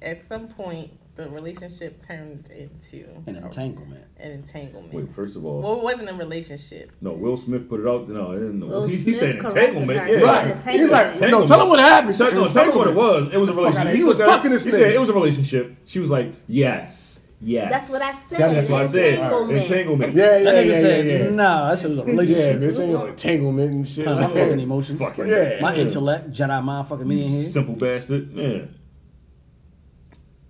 Speaker 5: at some point, the relationship turned into
Speaker 6: An
Speaker 3: Oh.
Speaker 6: entanglement.
Speaker 5: an entanglement.
Speaker 4: Wait, first of all,
Speaker 5: Well, it wasn't a relationship.
Speaker 4: no. Will Smith put it out. No, I didn't know.
Speaker 7: Will
Speaker 4: he, he
Speaker 7: Smith
Speaker 4: said
Speaker 7: corrected
Speaker 4: entanglement.
Speaker 7: her.
Speaker 4: Yeah.
Speaker 7: Right.
Speaker 3: He's like, no,
Speaker 4: Entanglement.
Speaker 3: tell him what happened.
Speaker 4: Tell, no, tell me what it was. It was a
Speaker 3: fuck outta
Speaker 4: relationship.
Speaker 3: here. He was
Speaker 4: said-
Speaker 3: fucking this
Speaker 4: He
Speaker 3: nigga.
Speaker 4: said it was a relationship. She was like, yes, yes.
Speaker 7: That's what I said,
Speaker 4: That's what I said.
Speaker 7: entanglement.
Speaker 4: Entanglement.
Speaker 3: Yeah, yeah,
Speaker 6: That nigga
Speaker 3: yeah,
Speaker 6: said,
Speaker 3: yeah, yeah.
Speaker 6: nah, that shit was a
Speaker 3: Yeah,
Speaker 6: relationship.
Speaker 3: bitch, ain't no entanglement and shit.
Speaker 6: Nah, my
Speaker 3: Like,
Speaker 6: fucking
Speaker 3: yeah.
Speaker 6: emotions.
Speaker 4: Fucking
Speaker 3: Yeah.
Speaker 6: My
Speaker 4: yeah.
Speaker 6: intellect, Jedi mind fucking me in here.
Speaker 4: Simple bastard. Yeah.
Speaker 6: Oh,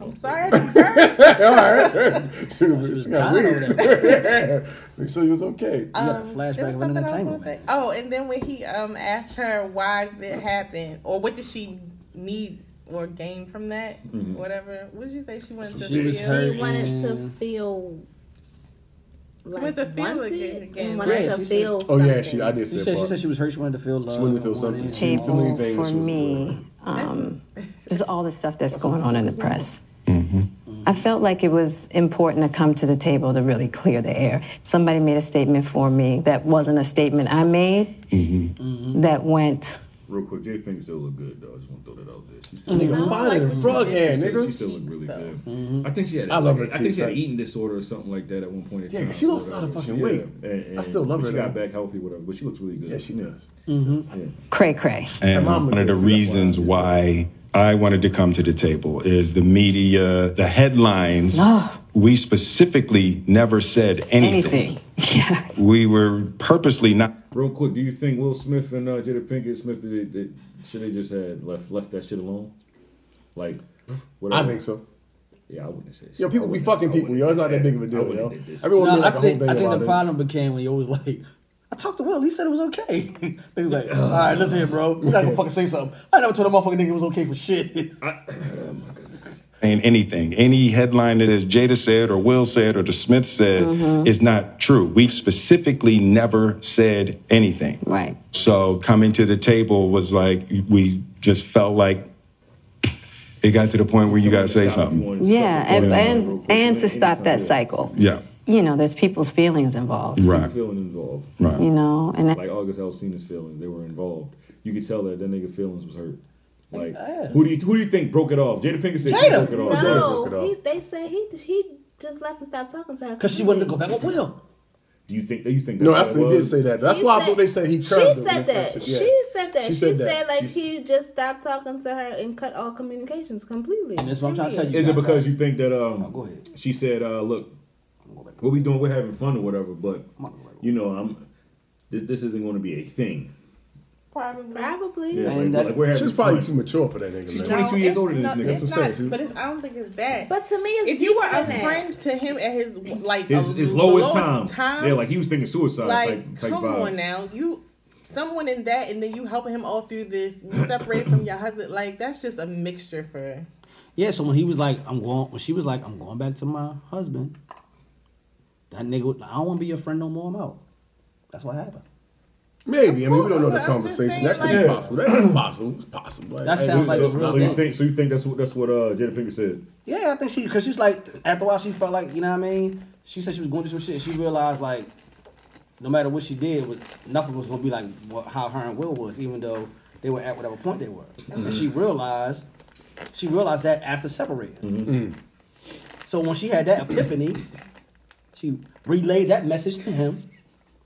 Speaker 5: I'm sorry. I didn't burn.
Speaker 3: All right. She
Speaker 6: was
Speaker 3: was- she got
Speaker 6: dying
Speaker 3: weird.
Speaker 6: over
Speaker 3: Make sure you was okay.
Speaker 6: You got a
Speaker 5: Um, there
Speaker 6: flashback
Speaker 5: was
Speaker 6: of
Speaker 5: something I
Speaker 6: an
Speaker 5: was gonna say.
Speaker 6: entanglement.
Speaker 5: Oh, and then when he um asked her why that happened or what did she need or gain from that,
Speaker 4: Mm-hmm.
Speaker 5: whatever. What did you say she wanted to
Speaker 6: She was
Speaker 5: feel?
Speaker 6: hurt.
Speaker 7: She wanted to
Speaker 6: and-
Speaker 7: feel. Like
Speaker 5: wanted to feel
Speaker 7: wanted
Speaker 5: again- again.
Speaker 7: and wanted
Speaker 6: Yeah,
Speaker 7: to
Speaker 6: she
Speaker 7: feel
Speaker 3: Oh, yeah, she,
Speaker 7: something.
Speaker 3: I did
Speaker 6: She
Speaker 3: say
Speaker 6: said, she
Speaker 3: part.
Speaker 6: said she was hurt. She wanted to feel love.
Speaker 3: wanted to feel
Speaker 6: and
Speaker 3: something.
Speaker 6: wanted-
Speaker 3: She felt
Speaker 9: table
Speaker 3: anything
Speaker 9: for
Speaker 3: that she was
Speaker 9: me. Um, just all the stuff that's going on in the press.
Speaker 10: Mm-hmm.
Speaker 9: I felt like it was important to come to the table to really clear the air. Somebody made a statement for me that wasn't a statement I made
Speaker 10: Mm-hmm.
Speaker 9: that went.
Speaker 4: Real quick, Jada Pinkett still look good though. I just want to throw that out there. She still,
Speaker 3: Nigga, fine
Speaker 5: what
Speaker 3: and
Speaker 5: she
Speaker 3: frog
Speaker 5: did.
Speaker 3: hair,
Speaker 4: she
Speaker 3: nigga.
Speaker 4: still look really good. Mm-hmm. I think she had.
Speaker 3: I love her
Speaker 4: I think
Speaker 3: cheeks,
Speaker 4: she had
Speaker 3: like-
Speaker 4: an eating disorder or something like that at one point. in
Speaker 3: Yeah, 'cause
Speaker 4: time,
Speaker 3: she lost a lot of
Speaker 4: whatever.
Speaker 3: fucking
Speaker 4: Yeah,
Speaker 3: weight.
Speaker 4: and- and
Speaker 3: I still love her,
Speaker 4: She got
Speaker 3: though.
Speaker 4: back healthy, whatever. But she looks really good.
Speaker 3: Yeah, she does.
Speaker 9: Cray cray.
Speaker 10: And
Speaker 3: mom
Speaker 10: one of the
Speaker 3: looked at you that
Speaker 10: reasons
Speaker 3: way.
Speaker 10: why I wanted to come to the table is the media, the headlines. We specifically never said anything.
Speaker 9: Oh. Anything. Yeah.
Speaker 10: We were purposely not.
Speaker 4: Real quick, do you think Will Smith and uh, Jada Pinkett Smith did, did, should they just had left left that shit alone? Like, whatever.
Speaker 3: I think so.
Speaker 4: Yeah, I wouldn't say. shit.
Speaker 3: Yo,
Speaker 4: I
Speaker 3: people be
Speaker 4: wouldn't-
Speaker 3: fucking
Speaker 4: I
Speaker 3: people, yo. It's not that big of a
Speaker 4: I
Speaker 3: deal,
Speaker 4: wouldn't
Speaker 3: yo.
Speaker 4: did this.
Speaker 3: Everyone
Speaker 6: No,
Speaker 3: made like
Speaker 6: I
Speaker 3: a whole
Speaker 6: think,
Speaker 3: thing
Speaker 6: I think
Speaker 3: about
Speaker 6: the
Speaker 3: this.
Speaker 6: problem became when you always like, I talked to Will. He said it was okay. he was like, all right, listen here, bro. We gotta go fucking say something. I never told a motherfucking nigga it was okay for shit.
Speaker 10: saying anything. Any headline that is Jada said or Will said or the Smith said
Speaker 9: Mm-hmm.
Speaker 10: is not true. We specifically never said anything.
Speaker 9: Right.
Speaker 10: So coming to the table was like we just felt like it got to the point where you got to say
Speaker 4: Stop if you
Speaker 10: something.
Speaker 4: wanted to
Speaker 9: Yeah.
Speaker 4: stop if you
Speaker 9: And,
Speaker 4: wanted real
Speaker 9: and,
Speaker 4: quick,
Speaker 9: and to
Speaker 4: ain't
Speaker 9: stop
Speaker 4: nothing
Speaker 9: that
Speaker 4: good.
Speaker 9: cycle.
Speaker 10: Yeah.
Speaker 9: You know, there's people's feelings involved.
Speaker 10: Right.
Speaker 4: Feeling involved,
Speaker 9: You
Speaker 10: Right.
Speaker 9: know, and
Speaker 4: like August Alsina's feelings, they were involved. You could tell that that nigga feelings was hurt. Like, who do you who do you think broke it off? Jada Pinkett said she
Speaker 6: Jada!
Speaker 4: broke it off. Jada broke it
Speaker 7: No,
Speaker 4: off.
Speaker 7: he, they said he he just left and stopped talking to her
Speaker 6: Because she wanted to go back with Will.
Speaker 4: Do you think that you think?
Speaker 3: No,
Speaker 4: that's what
Speaker 3: absolutely
Speaker 4: it
Speaker 3: did
Speaker 4: was?
Speaker 3: say that. That's
Speaker 7: She
Speaker 3: why I
Speaker 7: said-
Speaker 3: thought they said he
Speaker 7: She
Speaker 3: cursed him.
Speaker 7: said that.
Speaker 3: Yeah.
Speaker 7: She said that. She,
Speaker 3: that.
Speaker 7: said like he just stopped talking to her and cut all communications completely.
Speaker 6: And that's what I'm trying to tell you.
Speaker 4: Is it
Speaker 6: guys.
Speaker 4: because you think that um
Speaker 6: go Oh, ahead.
Speaker 4: she said, uh, look, what we doing, we're having fun or whatever. But
Speaker 6: on, go back.
Speaker 4: you know, I'm this this isn't going to be a thing.
Speaker 5: Probably.
Speaker 7: Probably.
Speaker 4: Yeah,
Speaker 6: And
Speaker 4: like,
Speaker 6: that-
Speaker 4: like, we're having
Speaker 3: She's probably
Speaker 4: fun.
Speaker 3: too mature for that nigga, man.
Speaker 4: 22 years
Speaker 5: it's
Speaker 4: older than
Speaker 5: not-
Speaker 4: this nigga. That's
Speaker 5: It's
Speaker 3: what I'm
Speaker 5: not,
Speaker 3: saying.
Speaker 5: but it's, I don't think it's that.
Speaker 7: But to me, it's
Speaker 5: if you were
Speaker 7: deeper
Speaker 5: a
Speaker 7: than that.
Speaker 5: friend to him at his like
Speaker 4: His,
Speaker 5: a,
Speaker 4: his
Speaker 5: the
Speaker 4: lowest, time. yeah, like
Speaker 5: like,
Speaker 4: he was thinking suicide type, type
Speaker 5: come
Speaker 4: vibe.
Speaker 5: on now, you someone in that, and then you helping him all through this. You separated from your husband, like that's just a mixture for.
Speaker 6: Yeah, so when he was like, I'm going, when she was like, I'm going back to my husband, that nigga, was- I don't want to be your friend no more. I'm out. That's what happened.
Speaker 3: Maybe. I mean, we don't know
Speaker 5: But
Speaker 3: the
Speaker 5: I'm just
Speaker 3: conversation.
Speaker 5: saying,
Speaker 3: that could
Speaker 4: like-
Speaker 3: be possible. That is possible. It's possible.
Speaker 6: That
Speaker 3: hey,
Speaker 6: sounds
Speaker 3: this
Speaker 6: like
Speaker 3: is
Speaker 6: it's
Speaker 4: so,
Speaker 6: real
Speaker 4: so you
Speaker 6: thing.
Speaker 4: think so you think that's what that's what uh Jada Pinkett said.
Speaker 6: Yeah, I think she, because she's like, after a while, she felt like, you know what I mean? She said she was going through some shit. And she realized, like, no matter what she did, was nothing was going to be like what, how her and Will was, even though they were at whatever point they were. And she realized, she realized that after separating. Mm. So when she had that epiphany, she relayed that message to him,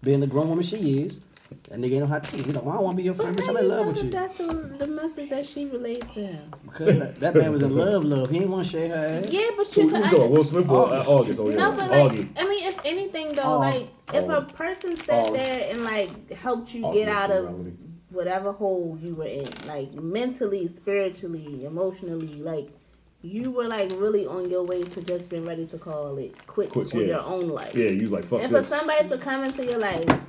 Speaker 6: being the grown woman she is. That nigga ain't know how to teach. He's like, well, I want to be your friend,
Speaker 7: But
Speaker 6: bitch.
Speaker 7: how
Speaker 6: I'm
Speaker 7: you
Speaker 6: in love
Speaker 7: know
Speaker 6: with
Speaker 7: that
Speaker 6: you.
Speaker 7: that's the, the message that she relates to him?
Speaker 6: Because that, that man was in love, love. He didn't want to share her ass.
Speaker 7: Yeah, but
Speaker 4: Who,
Speaker 7: you
Speaker 4: who
Speaker 7: could.
Speaker 4: we talking? Will Smith or uh,
Speaker 6: August.
Speaker 4: August? Oh yeah,
Speaker 7: No, but like,
Speaker 4: Augie.
Speaker 7: I mean, if anything though,
Speaker 6: Oh,
Speaker 7: like if
Speaker 3: oh,
Speaker 7: a person sat
Speaker 3: oh.
Speaker 7: there and like helped you
Speaker 3: Oh,
Speaker 7: get out of
Speaker 3: mentality.
Speaker 7: whatever hole you were in, like mentally, spiritually, emotionally, like you were like really on your way to just being ready to call it quits
Speaker 4: Quits,
Speaker 7: on
Speaker 4: yeah.
Speaker 7: your own life.
Speaker 4: yeah, you was like fuck
Speaker 7: And for
Speaker 4: this.
Speaker 7: somebody to come into your life,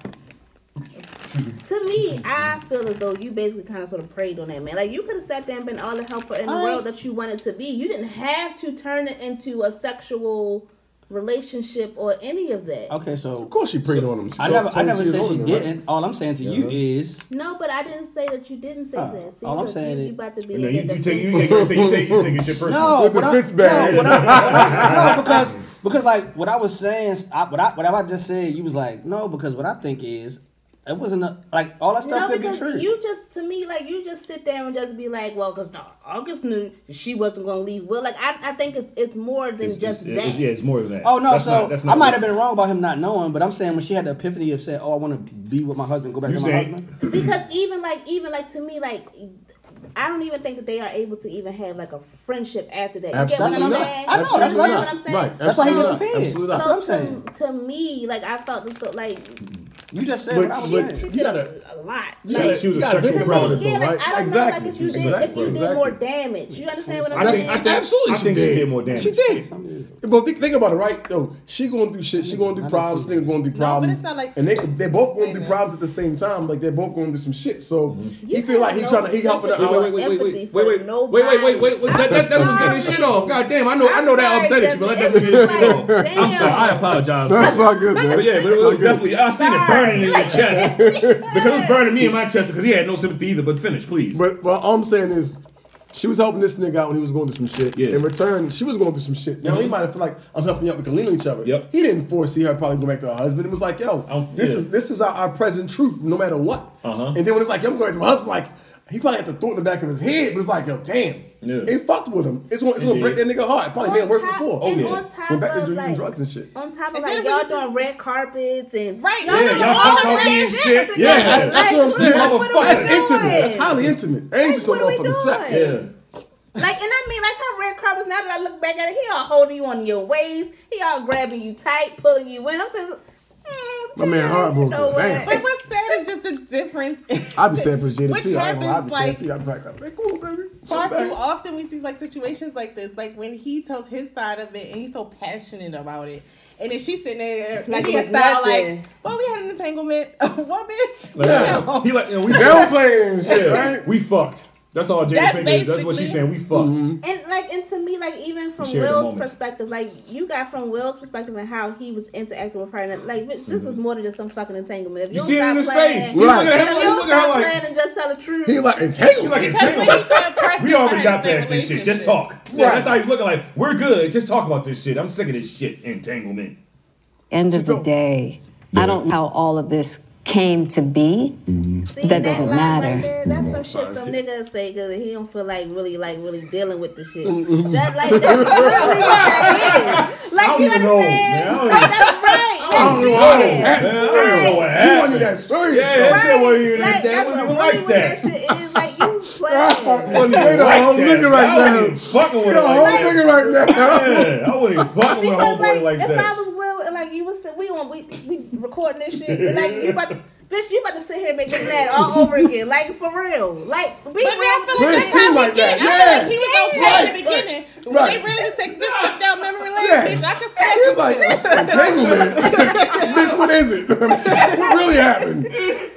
Speaker 7: to me, I feel as though you basically kind of sort of preyed on that man. Like you could have sat there and been all the helper in the
Speaker 6: I-
Speaker 7: world that you wanted to be. You didn't have to turn it into a sexual relationship or any of that.
Speaker 6: Okay, so
Speaker 3: Of course she preyed on him. She's
Speaker 6: I never, I
Speaker 3: 22
Speaker 6: never
Speaker 3: years
Speaker 6: said
Speaker 3: older
Speaker 6: she
Speaker 3: than her.
Speaker 6: didn't. All I'm saying to you is,
Speaker 7: No, but I didn't say that you didn't say
Speaker 6: Oh,
Speaker 7: that. See,
Speaker 6: all I'm
Speaker 7: look,
Speaker 6: saying
Speaker 7: you,
Speaker 6: is-
Speaker 7: you about to be
Speaker 4: You know, you,
Speaker 7: in the
Speaker 4: you take you
Speaker 7: defense
Speaker 4: take you take you take you taking shit personal.
Speaker 6: no,
Speaker 3: With the
Speaker 6: what I,
Speaker 3: fits bag.
Speaker 6: no, what I, what I- no, because because like what I was saying, I, what I what I just said, you was like no, because what I think is, it wasn't a, like all that stuff
Speaker 7: No,
Speaker 6: could be true.
Speaker 7: because you just to me like you just sit there and just be like, well, because August knew she wasn't going to leave. Well, like I, I think it's it's more than
Speaker 4: It's-
Speaker 7: just
Speaker 4: it's-
Speaker 7: that.
Speaker 4: it's- yeah, it's more than that.
Speaker 6: Oh no!
Speaker 4: That's
Speaker 6: so
Speaker 4: not- that's not
Speaker 6: I might
Speaker 4: what-
Speaker 6: have been wrong about him not knowing, but I'm saying when she had the epiphany of saying, "Oh, I want to be with my husband, go back
Speaker 4: You
Speaker 6: to my
Speaker 4: saying-
Speaker 6: husband."
Speaker 7: because even like even like to me like I don't even think that they are able to even have like a friendship after that. You
Speaker 3: Absolutely
Speaker 7: get what
Speaker 3: not.
Speaker 7: I'm saying?
Speaker 6: I know, that's
Speaker 7: you
Speaker 6: what
Speaker 7: get
Speaker 6: I-
Speaker 7: what I'm saying.
Speaker 3: Right.
Speaker 6: That's why he
Speaker 3: Absolutely not.
Speaker 6: disappeared.
Speaker 3: Absolutely
Speaker 6: That's
Speaker 3: not.
Speaker 6: what I'm
Speaker 7: So
Speaker 6: saying.
Speaker 7: to, to me, like I felt this felt like
Speaker 6: You just said
Speaker 3: But-
Speaker 6: what I was
Speaker 3: but-
Speaker 6: saying.
Speaker 3: You gotta-
Speaker 7: a lot.
Speaker 3: You
Speaker 7: Like,
Speaker 3: gotta-
Speaker 4: she was a
Speaker 3: you
Speaker 4: sexual
Speaker 3: gotta think
Speaker 7: to me,
Speaker 3: about
Speaker 4: predator,
Speaker 3: it, though,
Speaker 7: yeah,
Speaker 3: right?
Speaker 7: like I don't know,
Speaker 3: Exactly.
Speaker 7: like if you did if
Speaker 3: Exactly.
Speaker 7: you did more
Speaker 3: Exactly.
Speaker 7: damage, you understand what I'm
Speaker 4: I
Speaker 7: saying?
Speaker 4: think- I think-
Speaker 3: Absolutely,
Speaker 4: I
Speaker 3: she
Speaker 4: think she
Speaker 3: did.
Speaker 4: did more damage.
Speaker 3: She did. But think, think about it, right? Though she going through shit. She going through problems. They going through
Speaker 5: but
Speaker 3: problems.
Speaker 5: it's not like-
Speaker 3: and they they're both going
Speaker 5: Wait a
Speaker 3: through
Speaker 5: minute.
Speaker 3: problems at the same time. Like they're both going through some shit. So he
Speaker 7: You
Speaker 3: feel like he
Speaker 7: have
Speaker 3: trying
Speaker 7: no
Speaker 3: to he helping her
Speaker 7: sympathy
Speaker 3: out.
Speaker 7: or empathy for
Speaker 4: wait, wait, wait, wait, wait.
Speaker 7: nobody.
Speaker 4: That, that, that was
Speaker 7: I'm
Speaker 4: getting shit off. God damn, I know, i
Speaker 7: I'm
Speaker 4: know that
Speaker 7: sorry,
Speaker 4: upset you, but let that
Speaker 7: it's
Speaker 4: nigga get shit off.
Speaker 7: like,
Speaker 4: I'm sorry, I apologize.
Speaker 3: That's all good,
Speaker 4: But Oh, yeah, but it was definitely. I seen it burning in your chest because it was burning me in my chest because he had no sympathy either. But finish, please.
Speaker 3: But well, all I'm saying is, she was helping this nigga out when he was going through some shit.
Speaker 4: Yeah. Mm-hmm.
Speaker 3: In return, she was going through some shit. Now he might have felt like I'm helping you out. We can lean on each other.
Speaker 4: Yep.
Speaker 3: He didn't foresee her probably go back to her husband. It was like, yo,
Speaker 4: I'm-
Speaker 3: this
Speaker 4: yeah.
Speaker 3: is this is our, our present truth, no matter what.
Speaker 4: Uh-huh.
Speaker 3: And then when it's like, yo, I'm going to my husband, like he probably had the thought in the back of his head, but it's like, yo, damn,
Speaker 4: Yeah.
Speaker 3: it fucked with him. It's gonna, it's
Speaker 4: It
Speaker 3: gonna break that
Speaker 4: did.
Speaker 3: nigga heart. It probably made it worse before.
Speaker 7: and
Speaker 4: Oh, yeah.
Speaker 7: on
Speaker 3: Went
Speaker 7: top
Speaker 3: Oh, back to
Speaker 7: of
Speaker 3: doing
Speaker 7: like,
Speaker 3: drugs and shit.
Speaker 7: On top of
Speaker 5: And
Speaker 7: like
Speaker 5: then
Speaker 7: y'all
Speaker 5: we-
Speaker 7: doing red carpets and
Speaker 5: Right.
Speaker 7: y'all
Speaker 5: Yeah,
Speaker 7: doing
Speaker 5: y'all
Speaker 7: all
Speaker 5: talking
Speaker 7: of that
Speaker 4: shit.
Speaker 7: shit.
Speaker 4: Yeah,
Speaker 7: together.
Speaker 4: that's-
Speaker 3: that's
Speaker 7: Like,
Speaker 3: what I'm saying.
Speaker 7: That's what
Speaker 3: Motherfucker, that's
Speaker 7: it was doing.
Speaker 3: intimate. That's highly intimate. Ain't just no
Speaker 7: what are we
Speaker 3: motherfucking sex.
Speaker 7: doing?
Speaker 4: yeah.
Speaker 7: Like, and I mean, like her red carpets. Now that I look back at it, he all holding you on your waist. He all grabbing you tight, pulling you in. I'm saying, mm,
Speaker 3: My man
Speaker 7: Jada,
Speaker 3: heartbroken.
Speaker 7: You know
Speaker 3: Damn.
Speaker 7: what?
Speaker 5: Like what's sad is just the difference.
Speaker 3: I'd be sad for Jada
Speaker 5: Which
Speaker 3: too. I ain't gonna lie,
Speaker 5: happens,
Speaker 3: I'd be sad
Speaker 5: like,
Speaker 3: too. I'd be like, "Hey, cool, baby.
Speaker 5: Far
Speaker 3: Come back."
Speaker 5: too often we see like situations like this, like when he tells his side of it and he's so passionate about it, and then she's sitting there like
Speaker 7: it was
Speaker 5: style,
Speaker 7: nothing.
Speaker 5: like, "Well, we had an entanglement. what, bitch?
Speaker 4: Like,
Speaker 5: No.
Speaker 4: He like, you know, we
Speaker 3: Downplaying shit,
Speaker 4: Yeah,
Speaker 3: right?
Speaker 4: we fucked. That's all Jada
Speaker 5: That's
Speaker 4: Pinkett is. That's what
Speaker 5: basically-
Speaker 4: she's saying. We fucked.
Speaker 3: Mm-hmm.
Speaker 7: And like, and to me, like even from
Speaker 4: share the
Speaker 7: Will's
Speaker 4: moment.
Speaker 7: perspective, like you got from Will's perspective and how he was interacting with her, and like this was more than just some fucking entanglement. If you,
Speaker 4: Mm-hmm. You see
Speaker 7: don't
Speaker 4: it
Speaker 7: stop
Speaker 4: in his
Speaker 7: playing,
Speaker 4: face.
Speaker 7: if
Speaker 4: He
Speaker 7: you
Speaker 3: Right.
Speaker 4: looking at him, he
Speaker 7: don't
Speaker 4: looking at
Speaker 7: stop
Speaker 4: him
Speaker 7: playing
Speaker 4: like,
Speaker 7: and just tell the truth,
Speaker 3: He like
Speaker 4: he
Speaker 3: entangled.
Speaker 4: like,
Speaker 5: Because when
Speaker 4: damn.
Speaker 5: he's so impressed
Speaker 4: We
Speaker 5: with
Speaker 4: already
Speaker 5: her
Speaker 4: got
Speaker 5: in
Speaker 4: past this shit. Just
Speaker 5: relationship.
Speaker 4: talk. Yeah,
Speaker 3: Right.
Speaker 4: that's how he's looking. Like we're good. Just talk about this shit. I'm sick of this shit entanglement.
Speaker 9: End of the
Speaker 3: Go.
Speaker 9: day, I don't know how all of this came to be.
Speaker 7: See,
Speaker 9: That doesn't
Speaker 7: line
Speaker 9: matter.
Speaker 7: Right there, that's some
Speaker 4: Mm-hmm.
Speaker 7: shit some niggas say because he don't feel like really like really dealing with the shit. That like that's really what that is.
Speaker 4: Mm-hmm. I
Speaker 7: Like
Speaker 4: don't
Speaker 7: you
Speaker 4: even know,
Speaker 7: understand?
Speaker 4: man. I don't
Speaker 7: Like, that's right.
Speaker 3: I don't know how that
Speaker 7: That's
Speaker 4: Man,
Speaker 7: it.
Speaker 4: I
Speaker 3: happened.
Speaker 4: don't know what
Speaker 3: You wanted
Speaker 4: happened.
Speaker 3: that serious.
Speaker 4: Yeah, that shit wasn't even
Speaker 7: Like,
Speaker 4: that. That
Speaker 7: that's
Speaker 4: wasn't
Speaker 7: what
Speaker 4: even like
Speaker 7: really what that
Speaker 4: that.
Speaker 7: shit is. Like you playing.
Speaker 4: I wasn't even
Speaker 3: Wait a
Speaker 4: like
Speaker 3: whole
Speaker 4: that.
Speaker 3: nigga right
Speaker 4: I wasn't
Speaker 3: now.
Speaker 4: even fucking with
Speaker 3: You're
Speaker 4: her
Speaker 3: a whole
Speaker 4: like
Speaker 3: nigga
Speaker 4: that.
Speaker 3: right now.
Speaker 4: Yeah, I wasn't even fucking with a
Speaker 7: Because
Speaker 4: homeboy
Speaker 7: like,
Speaker 4: like
Speaker 7: if I
Speaker 4: that.
Speaker 7: was Will, recording this shit. And like you about to, bitch, you about to sit here and make me mad all over again. Like for real. Like be
Speaker 5: But man, I
Speaker 7: real.
Speaker 5: feel like that's how
Speaker 3: But it seemed like
Speaker 5: we get.
Speaker 3: that,
Speaker 5: I feel like he was
Speaker 3: yeah.
Speaker 5: okay
Speaker 3: Right,
Speaker 5: in the
Speaker 3: right,
Speaker 5: beginning. When
Speaker 3: right.
Speaker 5: They really just take this trip down memory lane,
Speaker 3: Yeah.
Speaker 5: bitch. I can
Speaker 3: It's
Speaker 5: say
Speaker 3: like entanglement. Bitch, what is it? what really happened?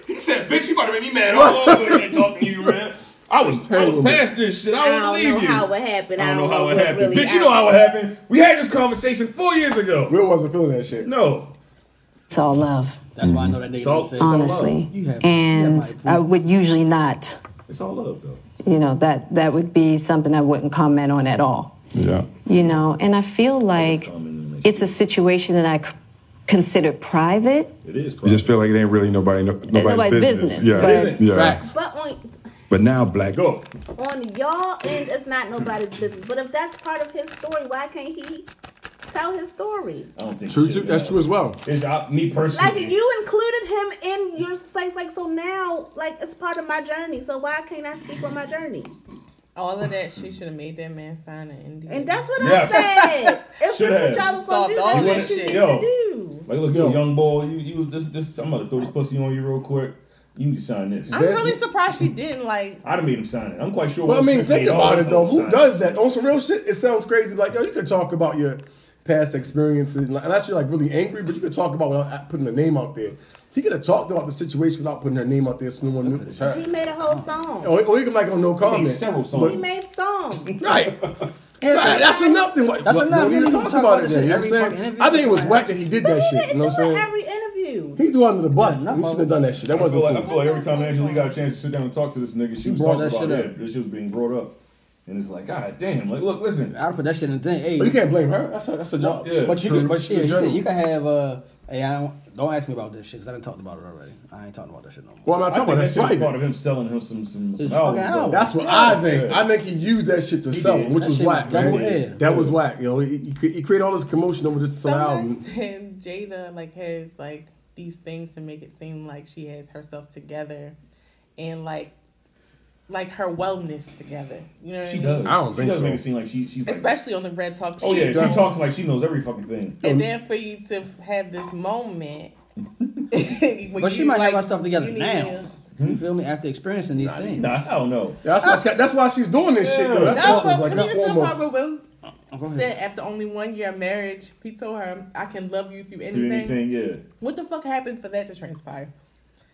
Speaker 4: He said, "Bitch, you about to make me mad all over again talking to you, man. I was, I was past this shit. I
Speaker 7: I
Speaker 4: don't
Speaker 7: don't
Speaker 4: believe
Speaker 7: know
Speaker 4: you.
Speaker 7: how it happened.
Speaker 4: I don't know how it
Speaker 7: what
Speaker 4: happened.
Speaker 7: really
Speaker 4: Bitch, you know how it happened. We had this conversation four years ago.
Speaker 3: Will wasn't feeling that shit.
Speaker 4: No,
Speaker 9: It's all love,
Speaker 6: That's why I know that nigga
Speaker 4: all-
Speaker 6: don't say
Speaker 9: honestly.
Speaker 6: You have- you
Speaker 9: and
Speaker 6: have my
Speaker 9: I would usually not,
Speaker 4: it's all love though.
Speaker 9: you know, that, that would be something I wouldn't comment on at all.
Speaker 11: Yeah.
Speaker 9: you know and i feel like it's a situation that i c- considered private
Speaker 4: It is. Probably.
Speaker 11: You just feel like it ain't really nobody, no, nobody's,
Speaker 9: Nobody's
Speaker 11: business.
Speaker 9: business,
Speaker 11: Yeah.
Speaker 9: but-
Speaker 11: yeah.
Speaker 6: Facts.
Speaker 7: But on
Speaker 11: But now black.
Speaker 4: go.
Speaker 7: on y'all end, it's not nobody's business. But if that's part of his story, why can't he tell his story?
Speaker 4: I don't think
Speaker 12: True,
Speaker 4: shit
Speaker 12: too, that's true
Speaker 4: matters.
Speaker 12: as well.
Speaker 4: It's, I, me
Speaker 7: Like
Speaker 3: Mm-hmm.
Speaker 4: personally.
Speaker 7: you included him in your sex, like so now, like it's part of my journey. So why can't I speak on my journey?
Speaker 5: all of that. She should have made that man sign an NDA.
Speaker 7: And that's what
Speaker 4: Yes.
Speaker 7: I said. if
Speaker 4: Should have.
Speaker 7: that's what y'all was gonna do,
Speaker 5: Solved all that
Speaker 7: that's what you
Speaker 5: shit.
Speaker 7: need
Speaker 4: Yo.
Speaker 7: to do.
Speaker 4: Like, look, you young boy, you, you, this, this, I'm about to throw this pussy on you real quick. You need to sign this.
Speaker 5: I'm really surprised she didn't like.
Speaker 4: I'd have made him sign it. I'm quite sure.
Speaker 3: Well, I
Speaker 4: Will
Speaker 3: mean,
Speaker 4: Smith
Speaker 3: think
Speaker 4: made all
Speaker 3: about
Speaker 4: this
Speaker 3: it though.
Speaker 4: other
Speaker 3: Who
Speaker 4: signs.
Speaker 3: does that? On some real shit, it sounds crazy. Like, yo, you could talk about your past experiences, and like, unless you're like really angry, but you could talk about without putting a name out there. He could have talked about the situation without putting her name out there so no one knew it was her.
Speaker 7: He made a whole song.
Speaker 3: Or, or he could like, oh, no
Speaker 4: He made
Speaker 3: comment.
Speaker 4: several
Speaker 7: He
Speaker 4: songs.
Speaker 7: made songs.
Speaker 3: Right. So, that's enough. Then what-
Speaker 6: That's
Speaker 3: what-
Speaker 6: enough.
Speaker 3: Don't
Speaker 6: You
Speaker 3: even
Speaker 6: don't
Speaker 3: talk,
Speaker 6: talk
Speaker 3: about
Speaker 6: about
Speaker 3: it.
Speaker 6: this
Speaker 3: Then, you know
Speaker 6: shit
Speaker 3: what I'm
Speaker 6: every
Speaker 3: saying?
Speaker 6: fucking interview.
Speaker 3: I think it was whack that he did
Speaker 7: But
Speaker 3: that
Speaker 7: he
Speaker 3: shit. You
Speaker 7: didn't
Speaker 3: know
Speaker 7: do
Speaker 3: what I'm
Speaker 7: it
Speaker 3: saying?
Speaker 7: every interview.
Speaker 3: He threw under the bus.
Speaker 6: enough
Speaker 3: We
Speaker 6: of
Speaker 3: should
Speaker 6: it.
Speaker 3: have done that shit. That
Speaker 4: I feel,
Speaker 3: wasn't
Speaker 4: like, I feel
Speaker 3: cool.
Speaker 4: like every time Angela got a chance to sit down and talk to this nigga, she was
Speaker 6: brought
Speaker 4: talking
Speaker 6: that
Speaker 4: about
Speaker 6: shit
Speaker 4: that.
Speaker 6: up.
Speaker 4: She was being brought up, and it's like, God damn! Like, look, listen.
Speaker 6: I'd put that shit in the thing. Hey,
Speaker 3: But you can't blame her. That's a, that's a job.
Speaker 4: Yeah,
Speaker 6: but you
Speaker 4: true.
Speaker 6: could, but
Speaker 3: In
Speaker 6: shit, you,
Speaker 3: general.
Speaker 6: could- you can have. Uh, hey, I don't, don't ask me about this shit because I done talked about it already. I ain't talking about that shit no more.
Speaker 3: Well, I'm not
Speaker 4: I think
Speaker 3: talking about
Speaker 4: that
Speaker 3: that's
Speaker 4: shit was part
Speaker 3: private.
Speaker 4: of him selling him some some, some
Speaker 6: It's
Speaker 4: albums,
Speaker 6: fucking
Speaker 4: though.
Speaker 6: album.
Speaker 3: That's what I think.
Speaker 4: Yeah.
Speaker 3: I think he used that shit to
Speaker 4: He
Speaker 3: sell,
Speaker 4: did.
Speaker 3: which
Speaker 6: That
Speaker 3: was
Speaker 6: shit was
Speaker 3: whack,
Speaker 6: double
Speaker 3: man.
Speaker 6: edged.
Speaker 3: That was whack. You know, he, he cre- he created all this commotion over this to sell an
Speaker 5: Someone said
Speaker 3: album.
Speaker 5: Jada like has like these things to make it seem like she has herself together, and like like her wellness together. You know what
Speaker 4: She
Speaker 5: I mean?
Speaker 4: does.
Speaker 3: I don't
Speaker 4: she
Speaker 3: think
Speaker 4: does
Speaker 3: so.
Speaker 4: make it seem like she she's. like-
Speaker 5: Especially on the red talk.
Speaker 4: oh yeah,
Speaker 5: shit.
Speaker 4: she talks like she knows every fucking thing.
Speaker 5: And then for you to have this moment.
Speaker 6: But
Speaker 5: but
Speaker 6: she might have her stuff together
Speaker 4: Oh,
Speaker 6: now. You feel me? After experiencing these things,
Speaker 4: Nah, I don't know.
Speaker 3: Yeah, That's why, that's why she's doing this shit. Though. That's,
Speaker 5: That's what
Speaker 3: awesome. like,
Speaker 5: like,
Speaker 3: that's
Speaker 5: Peter
Speaker 3: almost.
Speaker 5: Robert Wills
Speaker 6: Oh, go ahead.
Speaker 5: said after only one year of marriage, he told her, I can love you through
Speaker 4: Do
Speaker 5: anything.
Speaker 4: anything, yeah.
Speaker 5: What the fuck happened for that to transpire?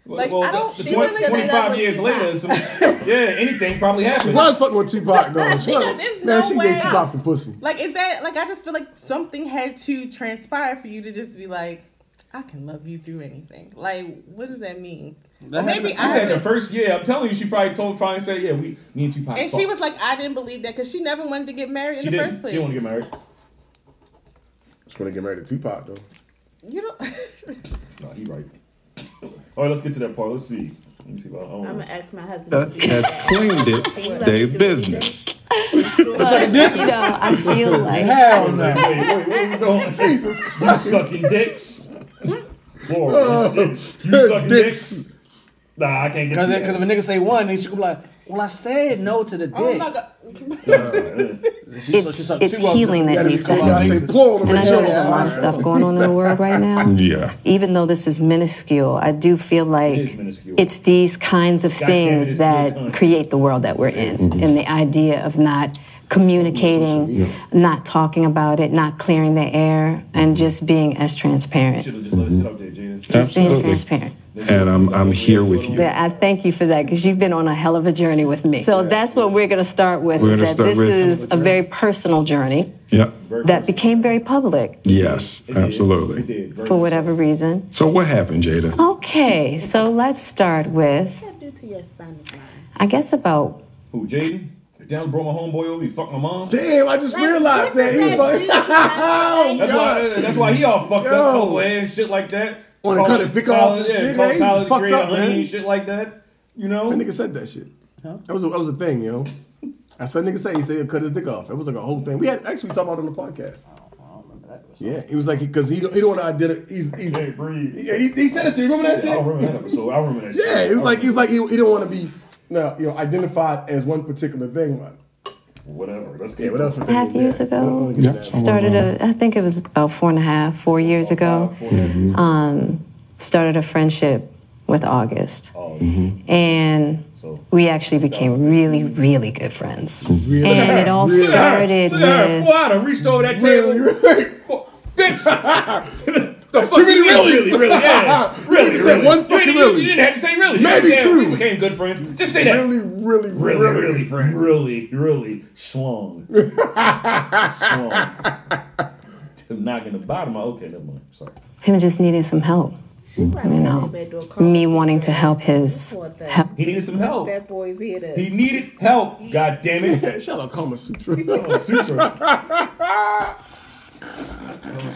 Speaker 4: Well,
Speaker 5: Like,
Speaker 4: well,
Speaker 5: I don't-
Speaker 4: the
Speaker 5: she
Speaker 4: 20
Speaker 5: really did
Speaker 4: 25
Speaker 5: that
Speaker 4: years
Speaker 5: with
Speaker 4: later, some, yeah, anything probably
Speaker 3: She
Speaker 4: happened.
Speaker 3: was fucking with Tupac though. She was,
Speaker 5: there's
Speaker 3: man,
Speaker 5: no
Speaker 3: she
Speaker 5: way
Speaker 3: gave Tupac
Speaker 5: out.
Speaker 3: some pussy.
Speaker 5: Like, is that, like, I just feel like something had to transpire for you to just be like, I can love you through anything. Like, what does that mean? Or
Speaker 6: That
Speaker 5: maybe
Speaker 6: happened-
Speaker 4: I
Speaker 5: I
Speaker 4: said the
Speaker 5: just,
Speaker 4: first year, I'm telling you, she probably told finally said, yeah, we me and Tupac.
Speaker 5: and
Speaker 4: fucked.
Speaker 5: she was like, I didn't believe that because she never wanted to get married in
Speaker 4: she
Speaker 5: the
Speaker 4: didn't.
Speaker 5: first place.
Speaker 4: She didn't want to get married.
Speaker 3: Just want to get married to Tupac though.
Speaker 5: You don't.
Speaker 4: No, he right. All right, let's get to that part. Let's see. Let me see. Well, I don't
Speaker 7: I'm
Speaker 4: know.
Speaker 7: gonna ask my husband.
Speaker 3: Uh,
Speaker 11: That has claimed it their business.
Speaker 9: you know i feel like
Speaker 6: hell no.
Speaker 4: Wait, wait, wait, where we going? Jesus Christ. You sucking dicks.
Speaker 3: Oh,
Speaker 4: Lord, you sucking dicks. Nah, I can't get
Speaker 6: Because
Speaker 4: to
Speaker 6: if a nigga say one, then she could be like, "Well, I said no to the dick."
Speaker 5: Oh my God.
Speaker 4: that.
Speaker 6: She- so she
Speaker 9: It's-
Speaker 6: sucked
Speaker 9: it's
Speaker 6: two of them.
Speaker 9: healing that
Speaker 6: Yeah,
Speaker 9: needs
Speaker 6: she
Speaker 9: to
Speaker 6: called
Speaker 9: happen.
Speaker 6: out
Speaker 3: They
Speaker 6: Jesus.
Speaker 3: pulled him
Speaker 9: and i know
Speaker 3: and
Speaker 9: there's
Speaker 3: shit.
Speaker 9: a lot of stuff going on in the world right now
Speaker 11: Yeah.
Speaker 9: even though this is minuscule i do feel like
Speaker 4: is minuscule.
Speaker 9: it's these kinds of
Speaker 4: damn it,
Speaker 9: things
Speaker 4: it's minuscule.
Speaker 9: that create the world that we're in and the idea of not communicating not talking about it not clearing the air and just being as transparent
Speaker 4: Should have just let it sit out there, Jaden.
Speaker 9: just being
Speaker 11: Absolutely.
Speaker 9: transparent
Speaker 11: And I'm I'm here with you.
Speaker 9: Yeah, I thank you for that because you've been on a hell of a journey with me. So that's what we're going to start with.
Speaker 11: We're
Speaker 9: is
Speaker 11: gonna
Speaker 9: that
Speaker 11: start
Speaker 9: this
Speaker 11: with-
Speaker 9: is a very personal journey
Speaker 11: Yep.
Speaker 9: that became very public
Speaker 11: Yes,
Speaker 4: It
Speaker 11: absolutely.
Speaker 4: did. Very
Speaker 9: for whatever reason.
Speaker 11: So what happened, Jada?
Speaker 9: Okay, so let's start with,
Speaker 7: What do to your son's mind?
Speaker 9: I guess, about
Speaker 4: Who, Jaden? Down brought my homeboy over. He fucked my mom.
Speaker 3: Damn, I just realized that. He was like, Oh,
Speaker 4: That's why. That's why he all fucked up over there and shit like that.
Speaker 3: Wanna
Speaker 4: Call-
Speaker 3: cut his dick off
Speaker 4: call-
Speaker 3: and
Speaker 4: Yeah,
Speaker 3: shit,
Speaker 4: call
Speaker 3: man. He
Speaker 4: Tyler
Speaker 3: just
Speaker 4: the
Speaker 3: fucked
Speaker 4: Creator
Speaker 3: up, man.
Speaker 4: honey and shit like that. You know.
Speaker 3: that nigga said that shit. That was a, that was a thing, yo. That's what that nigga said. He said he'll cut his dick off. It was like a whole thing. We had actually talked about it on the podcast. Yeah, he was like, because he, don't- he don't identify. He's, he's,
Speaker 4: Hey, breathe.
Speaker 3: yeah, he, he said that shit. You remember that
Speaker 4: I
Speaker 3: shit?
Speaker 4: remember that episode. I remember that. shit.
Speaker 3: Yeah,
Speaker 4: I
Speaker 3: it was like he
Speaker 4: remember-
Speaker 3: was like he, he didn't want to be no, you know identified as one particular thing. Like,
Speaker 4: whatever. Let's
Speaker 3: yeah,
Speaker 4: get
Speaker 3: what else?
Speaker 9: half years ago.
Speaker 11: Oh,
Speaker 9: Started, a, I think it was about four and a half, four years ago.
Speaker 4: Four,
Speaker 9: Um, started a friendship with August.
Speaker 10: Mm-hmm.
Speaker 9: And
Speaker 13: So-
Speaker 9: we actually became really, really good friends. And it all
Speaker 3: Really?
Speaker 9: started
Speaker 4: Look at her.
Speaker 9: with.
Speaker 4: Boy, I done reached over that table. Bitch. the fuck
Speaker 3: too
Speaker 4: you mean,
Speaker 3: many reallys.
Speaker 4: really, really, yeah. really,
Speaker 3: You
Speaker 4: really.
Speaker 3: said one fucking
Speaker 4: you, didn't- you-
Speaker 3: really.
Speaker 4: you didn't have to say really. You
Speaker 3: Maybe
Speaker 4: just said
Speaker 3: two.
Speaker 4: We became good friends. Just say that.
Speaker 3: Really, really,
Speaker 13: Really,
Speaker 3: really,
Speaker 13: really, really, really, really schlong. schlong. I'm knocking the bottom out. Okay, never mind. Sorry.
Speaker 9: him just needing some help.
Speaker 7: You
Speaker 9: know, Me wanting to help his
Speaker 7: Poor thing.
Speaker 9: help.
Speaker 4: He needed some help.
Speaker 7: That boy's here to.
Speaker 4: He needed help. God damn it.
Speaker 3: Shout out Kama Sutra.
Speaker 13: Oh, sutra.
Speaker 4: Oh,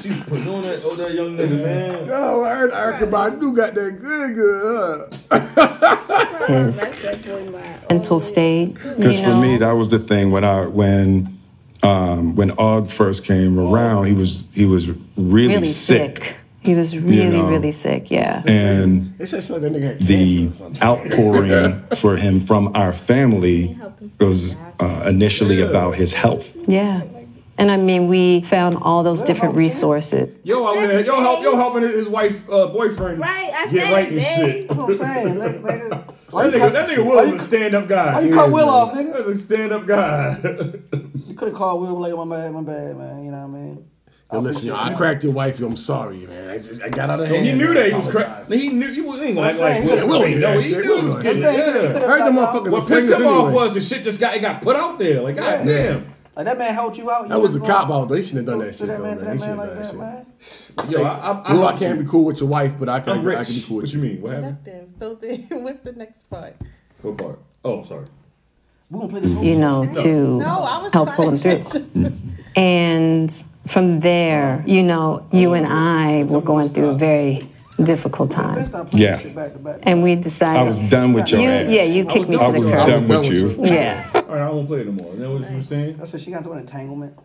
Speaker 4: She was pursuing that, oh, that young nigga, man.
Speaker 3: oh, I heard Erica Badu got that good, good, huh?
Speaker 9: his
Speaker 7: That's that boy mind.
Speaker 9: mental state.
Speaker 10: Because
Speaker 9: you know?
Speaker 10: for me, that was the thing when I when um, when Og first came around, he was he was really,
Speaker 9: Oh. really
Speaker 10: sick.
Speaker 9: sick. He was really,
Speaker 10: know.
Speaker 9: really sick. Yeah.
Speaker 10: and
Speaker 3: They said she like that nigga had
Speaker 10: the
Speaker 3: cancer or something.
Speaker 10: outpouring for him from our family was uh, initially about his health.
Speaker 9: Yeah. And I mean, we found all those different resources.
Speaker 4: Yo, out there, yo, help, yo, helping his wife, uh, boyfriend.
Speaker 7: Right, I
Speaker 4: get
Speaker 7: said
Speaker 4: right and
Speaker 7: that.
Speaker 4: shit.
Speaker 6: That's what I'm saying. Like, like, why
Speaker 4: That
Speaker 6: you
Speaker 4: nigga,
Speaker 6: cut-
Speaker 4: that nigga
Speaker 6: why
Speaker 4: Will
Speaker 6: you
Speaker 4: was a
Speaker 6: cut-
Speaker 4: stand up guy.
Speaker 6: Why you cut Will off, nigga?
Speaker 4: That's a stand up guy.
Speaker 6: You could have called Will like, my bad, my bad, man. You know what I mean?
Speaker 3: Yo, listen, yo, I cracked your wife. Yo, I'm sorry, man. I, just, I got out of hand.
Speaker 4: he knew that he was
Speaker 3: Apologize.
Speaker 4: crazy. He knew he was- he ain't gonna act
Speaker 6: I'm
Speaker 4: like
Speaker 6: saying,
Speaker 4: Will.
Speaker 6: he
Speaker 3: Will
Speaker 4: Smith.
Speaker 3: knew
Speaker 4: No,
Speaker 3: that
Speaker 4: he
Speaker 3: shit.
Speaker 4: knew
Speaker 3: Will
Speaker 4: he
Speaker 3: knew
Speaker 4: was
Speaker 3: that
Speaker 4: getting it.
Speaker 3: shit.
Speaker 6: He could've- he could've
Speaker 3: I heard them
Speaker 6: got out.
Speaker 3: motherfuckers
Speaker 4: What
Speaker 3: was
Speaker 4: pissed
Speaker 3: swingers
Speaker 4: him off
Speaker 3: anyway.
Speaker 4: was the shit just got it got put out there. Like, god damn.
Speaker 6: Like that man helped you out. You
Speaker 3: That was a
Speaker 6: just
Speaker 3: cop
Speaker 6: gonna-
Speaker 3: out. They shouldn't have done that
Speaker 6: To
Speaker 3: shit.
Speaker 6: that
Speaker 3: though,
Speaker 6: man, to
Speaker 3: man.
Speaker 6: that
Speaker 3: They
Speaker 6: man
Speaker 3: shouldn't have
Speaker 6: like
Speaker 3: done
Speaker 6: that,
Speaker 3: shit.
Speaker 6: man.
Speaker 4: Yo, I, I, I,
Speaker 3: Well, I can't be cool with your wife, but I can,
Speaker 4: I'm rich.
Speaker 3: I can be cool
Speaker 4: what
Speaker 3: with
Speaker 4: you mean? What happened?
Speaker 5: Nothing. So then, what's the next part?
Speaker 4: What part? Oh, sorry.
Speaker 6: We gonna play this whole
Speaker 9: You know, to
Speaker 5: No, I was
Speaker 9: help
Speaker 5: trying
Speaker 9: pull him
Speaker 5: to
Speaker 9: through.
Speaker 5: catch up.
Speaker 10: Mm-hmm.
Speaker 9: And from there, you know, you
Speaker 10: Oh,
Speaker 9: and I were going through a very difficult
Speaker 6: Let's
Speaker 9: time.
Speaker 6: stop playing
Speaker 10: Yeah.
Speaker 6: this shit back to back.
Speaker 9: And we
Speaker 10: I was
Speaker 9: decided,
Speaker 10: done with your
Speaker 9: you,
Speaker 10: ass.
Speaker 9: yeah, you kicked me
Speaker 10: I
Speaker 9: to the
Speaker 10: was
Speaker 3: I
Speaker 9: curb.
Speaker 10: done with you.
Speaker 9: Yeah.
Speaker 4: All right, I won't play it no more. Is that what you were saying?
Speaker 6: I said she got into an entanglement.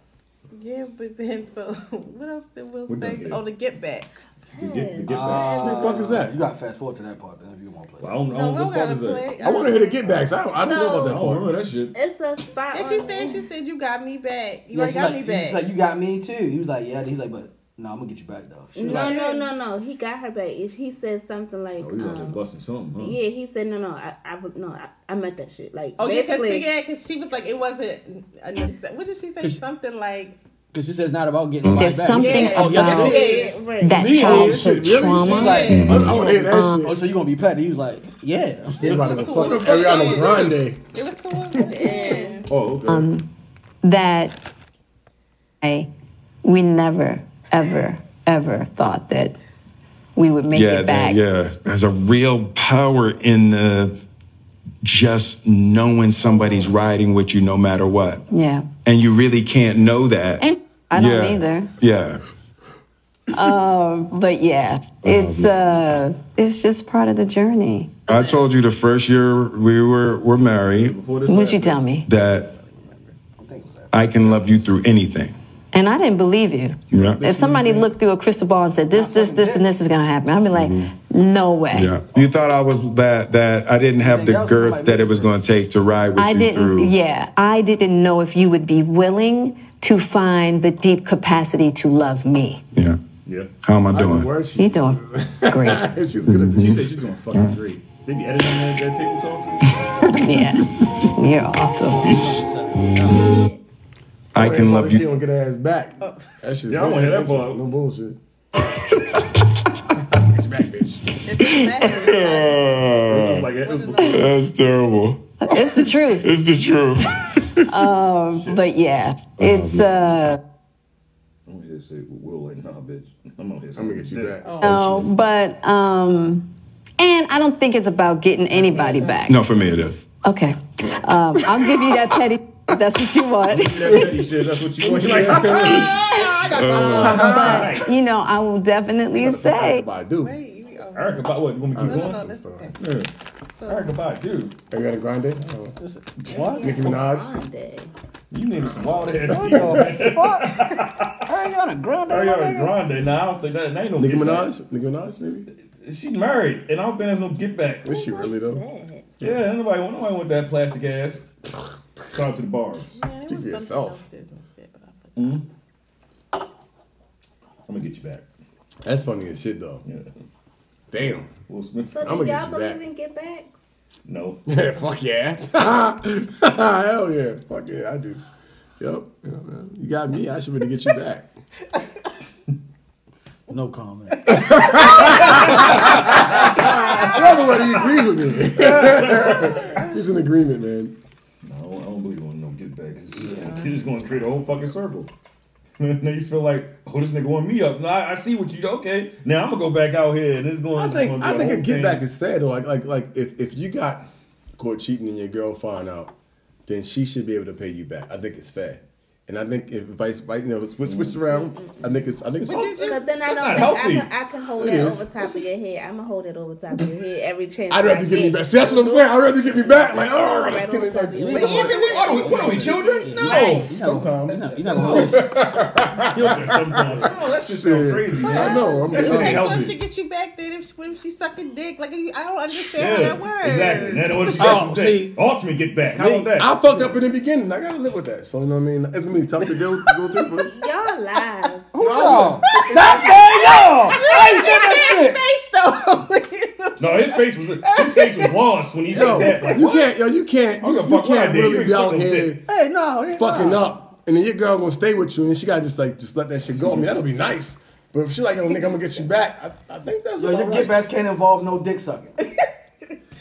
Speaker 5: Yeah, but then so what else did Will
Speaker 4: We're done
Speaker 5: say?
Speaker 4: here.
Speaker 5: Oh, the get backs.
Speaker 4: The get, the get back.
Speaker 9: Ah.
Speaker 3: What the fuck is
Speaker 6: You
Speaker 3: that?
Speaker 6: gotta fast forward to that part then if you want to
Speaker 4: I
Speaker 6: play.
Speaker 4: don't, I
Speaker 5: No,
Speaker 4: don't
Speaker 5: we
Speaker 4: know
Speaker 5: don't
Speaker 4: what part
Speaker 5: gotta
Speaker 4: is that.
Speaker 5: play.
Speaker 3: I want to hear the get backs. I don't, I don't know
Speaker 4: I
Speaker 3: about
Speaker 4: don't
Speaker 3: that part.
Speaker 4: remember that shit.
Speaker 7: Oh, It's a spot.
Speaker 5: And
Speaker 7: on
Speaker 5: she
Speaker 7: the-
Speaker 5: said, she said, you got me back. You
Speaker 6: Yeah,
Speaker 5: ain't
Speaker 6: she's
Speaker 5: got
Speaker 6: like,
Speaker 5: me
Speaker 6: He's
Speaker 5: back.
Speaker 6: like, you got me too. He was like, yeah. He's like, but no, I'm gonna get you back though. She was
Speaker 7: No,
Speaker 6: like,
Speaker 7: no,
Speaker 3: um,
Speaker 7: no, no. He got her back. He said something like,
Speaker 4: Oh, you out there
Speaker 7: um,
Speaker 4: busting something, huh?
Speaker 7: yeah. He said, no, no. I, I would no. I, I meant that shit. Like,
Speaker 5: oh yeah, because
Speaker 7: basically,
Speaker 5: she, yeah, 'cause she was like, it wasn't. A nece- what did she say? Something like
Speaker 6: because she says it's not about getting nobody
Speaker 9: There's
Speaker 6: back.
Speaker 9: something
Speaker 5: Yeah. Oh,
Speaker 6: yes, it
Speaker 9: about
Speaker 6: is.
Speaker 7: yeah, right.
Speaker 9: that
Speaker 6: Me,
Speaker 9: childhood
Speaker 3: yeah, shit,
Speaker 6: She's
Speaker 9: trauma.
Speaker 6: like,
Speaker 3: I want to hear that
Speaker 6: oh,
Speaker 3: shit.
Speaker 6: so you gonna be petty? He was like, yeah. I'm still-
Speaker 3: Think about it,
Speaker 5: This
Speaker 3: the
Speaker 5: was
Speaker 3: fucking
Speaker 5: cool.
Speaker 3: Ariana Grande.
Speaker 5: it was toward the end.
Speaker 4: Oh, okay.
Speaker 9: that I, we never, ever, ever thought that we would make
Speaker 10: yeah,
Speaker 9: it
Speaker 10: that-
Speaker 9: back.
Speaker 10: yeah. There's a real power in the just knowing somebody's riding with you no matter what.
Speaker 9: Yeah.
Speaker 10: And you really can't know that.
Speaker 9: And I don't
Speaker 10: yeah.
Speaker 9: either.
Speaker 10: Yeah. Oh,
Speaker 9: But yeah, it's uh, it's just part of the journey.
Speaker 10: I told you the first year we were, were married
Speaker 4: Before this
Speaker 9: What'd you
Speaker 4: happened-
Speaker 9: tell me?
Speaker 10: that I can love you through anything.
Speaker 9: And I didn't believe you.
Speaker 10: Yeah.
Speaker 9: If somebody looked through a crystal ball and said this, this, this, and this is gonna happen, I'd be like, no way.
Speaker 10: Mm-hmm. Yeah. You thought I was that that I didn't have the girth that it was going to take to ride with
Speaker 9: I
Speaker 10: you
Speaker 9: didn't.
Speaker 10: through.
Speaker 9: Yeah, I didn't know if you would be willing to find the deep capacity to love me.
Speaker 10: Yeah.
Speaker 4: Yeah.
Speaker 10: How am I
Speaker 3: The
Speaker 10: doing?
Speaker 3: word
Speaker 9: You
Speaker 3: she
Speaker 9: doing great?
Speaker 3: She's good at
Speaker 4: She
Speaker 3: this.
Speaker 4: said she's doing fucking great. They be editing that, that table talk.
Speaker 9: Yeah, you're awesome.
Speaker 10: I can love
Speaker 3: She
Speaker 10: you.
Speaker 3: don't get her ass back. That shit's
Speaker 4: Yeah, I wanna hear that part.
Speaker 3: No bullshit. Get your back, bitch.
Speaker 5: If it's that,
Speaker 10: Uh,
Speaker 5: it's like-
Speaker 4: It was like it was before.
Speaker 10: that's terrible.
Speaker 9: It's the truth. Um,
Speaker 10: It's the truth. Oh,
Speaker 9: But yeah, it's uh,
Speaker 4: I'm here to say, Will, like, nah, bitch. I'm out here.
Speaker 3: I'm gonna get you back.
Speaker 9: no, but um, and I don't think it's about getting anybody back.
Speaker 10: No, for me it is.
Speaker 9: Okay, um, I'll give you that petty. if That's what you want.
Speaker 4: She said, that's what you want. She's like, ha, ha, I got something.
Speaker 9: You know, I will definitely say
Speaker 3: Everybody do.
Speaker 5: Wait, oh,
Speaker 4: Erica, about what? You want me to keep
Speaker 5: no, no,
Speaker 4: going?
Speaker 5: that's okay.
Speaker 4: Yeah. Erica, about dude.
Speaker 3: Ariana Grande. Oh.
Speaker 6: What?
Speaker 3: Nicki Minaj.
Speaker 7: Monday.
Speaker 4: You named some wild ass people.
Speaker 6: Ariana Grande. my
Speaker 4: Ariana
Speaker 6: nigga?
Speaker 4: Grande. Nah, I don't think that, that ain't no
Speaker 3: Nicki
Speaker 4: get
Speaker 3: Minaj. Nicki Minaj, maybe.
Speaker 4: back. She married, and I don't think there's no get back.
Speaker 3: Is she really though?
Speaker 4: Yeah, ain't nobody, nobody want that plastic ass. Shout out to the bars.
Speaker 5: Man, it was
Speaker 3: Speak for
Speaker 5: something
Speaker 3: yourself.
Speaker 5: else Disney said, but I forgot.
Speaker 4: I'm gonna get you back.
Speaker 3: That's funny as shit though.
Speaker 4: Yeah.
Speaker 3: Damn.
Speaker 4: Will Smith.
Speaker 7: So
Speaker 3: I'ma
Speaker 7: do
Speaker 3: get
Speaker 7: y'all
Speaker 3: you
Speaker 7: believe
Speaker 3: back.
Speaker 7: in get back?
Speaker 4: No.
Speaker 3: Yeah, fuck yeah. Hell yeah. Fuck yeah, I do. Yep. Yeah, man. You got me. I should really get you back.
Speaker 6: No comment.
Speaker 3: Another one, he agrees with me. He's in agreement, man.
Speaker 4: No, I don't, I don't believe on no get back. It's- You're just going to create a whole fucking circle. now you feel like, oh, this nigga want me up. Now, I, I see what you okay. Now I'm gonna go back out here and it's going.
Speaker 3: I
Speaker 4: it's gonna
Speaker 3: think
Speaker 4: be
Speaker 3: I think
Speaker 4: whole
Speaker 3: a get back
Speaker 4: thing.
Speaker 3: is fair though. Like like like if, if you got caught cheating and your girl find out, then she should be able to pay you back. I think it's fair. And I think if vice vice you know switch switch around, I think it's I think it's
Speaker 7: Because then I
Speaker 4: That's
Speaker 7: don't
Speaker 4: not healthy.
Speaker 7: think I can, I can hold
Speaker 3: It
Speaker 7: that
Speaker 3: is.
Speaker 7: over top of your head. I'm gonna hold it over top of your head every chance.
Speaker 3: I'd
Speaker 7: I
Speaker 3: rather you get me
Speaker 7: get.
Speaker 3: back. See, that's what I'm saying. I'd rather you get me back. Like, oh,
Speaker 7: Right
Speaker 3: that's
Speaker 7: on
Speaker 3: killing
Speaker 7: top of your
Speaker 3: me.
Speaker 7: head.
Speaker 4: What are we- what are we- what are we, children? No.
Speaker 3: Sometimes.
Speaker 6: You're not going to
Speaker 13: He'll say sometimes.
Speaker 4: Oh, that's just so
Speaker 3: Shit.
Speaker 4: crazy.
Speaker 3: I know. I'm
Speaker 4: That should be
Speaker 3: sorry.
Speaker 4: healthy.
Speaker 5: So she get you back then if she, when she sucking dick. Like you, I don't understand
Speaker 4: Yeah,
Speaker 5: that word.
Speaker 4: exactly. Now, what is
Speaker 6: Oh,
Speaker 4: oh, see,
Speaker 6: see.
Speaker 4: ultimate get back. How about that?
Speaker 3: I fucked up in the beginning. I gotta live with that. So you know what I mean. It's gonna be tough to deal go through. But
Speaker 7: Y'all lies.
Speaker 6: Y'all. Stop saying y'all. I ain't said that shit.
Speaker 4: no, his face was his face was washed when he
Speaker 3: yo,
Speaker 4: said that. Like,
Speaker 3: you
Speaker 4: what?
Speaker 3: can't. Yo, you can't.
Speaker 4: I don't
Speaker 3: You,
Speaker 4: give a
Speaker 3: you
Speaker 4: fuck what I
Speaker 3: can't
Speaker 4: did. You
Speaker 3: really
Speaker 4: ain't
Speaker 3: be out
Speaker 4: sucking
Speaker 3: here
Speaker 4: dick.
Speaker 6: Hey, no. it ain't
Speaker 3: fucking
Speaker 6: nah.
Speaker 3: up, and then your girl gonna stay with you, and she gotta just like just let that shit go. I mean, that'll be nice. But if she like, yo, nigga, I'm gonna get you back. I, I think that's
Speaker 6: Yo,
Speaker 3: about
Speaker 6: your
Speaker 3: right.
Speaker 6: get backs can't involve no dick sucking.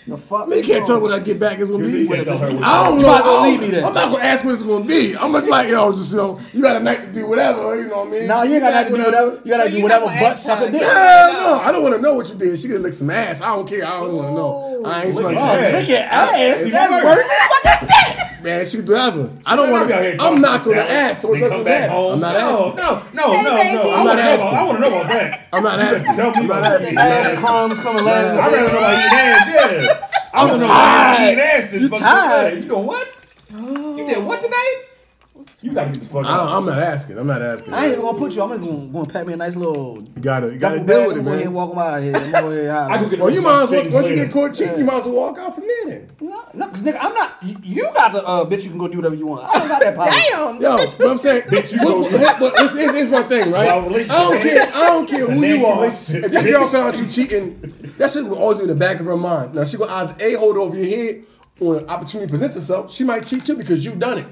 Speaker 6: the fuck?
Speaker 3: I mean, you can't tell what I get back is gonna
Speaker 4: You
Speaker 3: be.
Speaker 4: can't tell her what-
Speaker 3: I don't
Speaker 6: You
Speaker 3: know.
Speaker 6: might as well
Speaker 3: I don't-
Speaker 6: leave me there.
Speaker 3: I'm not gonna ask what it's gonna be. I'm just like, yo, just you know, you got a night to do whatever. You know what I mean?
Speaker 6: No, you gotta
Speaker 3: got
Speaker 6: do whatever. You gotta
Speaker 5: you
Speaker 6: do whatever
Speaker 5: not
Speaker 6: butt sucker dick.
Speaker 3: Hell no, I don't want to know what you did. She could lick some ass. I don't care. I don't want to know. I ain't smelling
Speaker 4: Lick ass.
Speaker 3: ass.
Speaker 6: Look at ass.
Speaker 4: That's
Speaker 6: That's
Speaker 4: worse.
Speaker 6: worse than sucking dick.
Speaker 3: Oh, Man, she could do whatever. I don't
Speaker 4: Man,
Speaker 3: want
Speaker 4: be out here
Speaker 3: to. I'm not
Speaker 4: talking
Speaker 3: gonna
Speaker 4: to salad,
Speaker 3: ask. So it
Speaker 4: then come
Speaker 3: doesn't
Speaker 4: back
Speaker 3: matter.
Speaker 4: home.
Speaker 3: I'm not
Speaker 4: no,
Speaker 3: asking.
Speaker 4: No, no, no,
Speaker 7: baby.
Speaker 4: no.
Speaker 7: I'm
Speaker 4: I'm
Speaker 3: not
Speaker 4: not asking.
Speaker 3: asking.
Speaker 4: I want to know about that.
Speaker 3: I'm not asking.
Speaker 4: Tell me
Speaker 3: I'm
Speaker 4: about
Speaker 3: not
Speaker 4: that.
Speaker 3: asking.
Speaker 6: Ass crumbs coming
Speaker 4: I'd
Speaker 6: landing.
Speaker 4: rather know about eating ass. Yeah. I want to know about
Speaker 6: tired.
Speaker 4: eating ass. than
Speaker 6: You
Speaker 4: fucking
Speaker 6: tired.
Speaker 4: that. You doing what? You did what tonight? You gotta get this fuck
Speaker 3: I,
Speaker 4: out.
Speaker 3: don't- I'm not asking. I'm not asking.
Speaker 6: I ain't
Speaker 3: You
Speaker 6: even gonna put you. I'm just gonna, gonna pat me a nice little. You
Speaker 3: gotta, you gotta deal with it,
Speaker 6: I'm
Speaker 3: man.
Speaker 6: walk him out of here. I'm over here.
Speaker 4: I go
Speaker 6: hollering.
Speaker 4: get the
Speaker 3: Well,
Speaker 4: rest of my
Speaker 3: you might as well.
Speaker 4: things
Speaker 3: Once you
Speaker 4: later.
Speaker 3: get caught cheating, you might as well walk out from there. Then.
Speaker 6: No, no, cause nigga, I'm not. You, you got the uh, bitch. You can go do whatever you want. I don't got that power.
Speaker 5: Damn.
Speaker 3: Yo, but I'm saying, but,
Speaker 4: you
Speaker 3: but, but, but it's, it's, it's my thing, right?
Speaker 4: Wild
Speaker 3: I
Speaker 4: relationship.
Speaker 3: don't care. I don't care
Speaker 4: It's a
Speaker 3: who
Speaker 4: nasty
Speaker 3: you are.
Speaker 4: relationship.
Speaker 3: If your girl found out you cheating, that shit will always be in the back of her mind. Now she gonna either a hold over your head, or an opportunity presents itself, she might cheat too because you done it.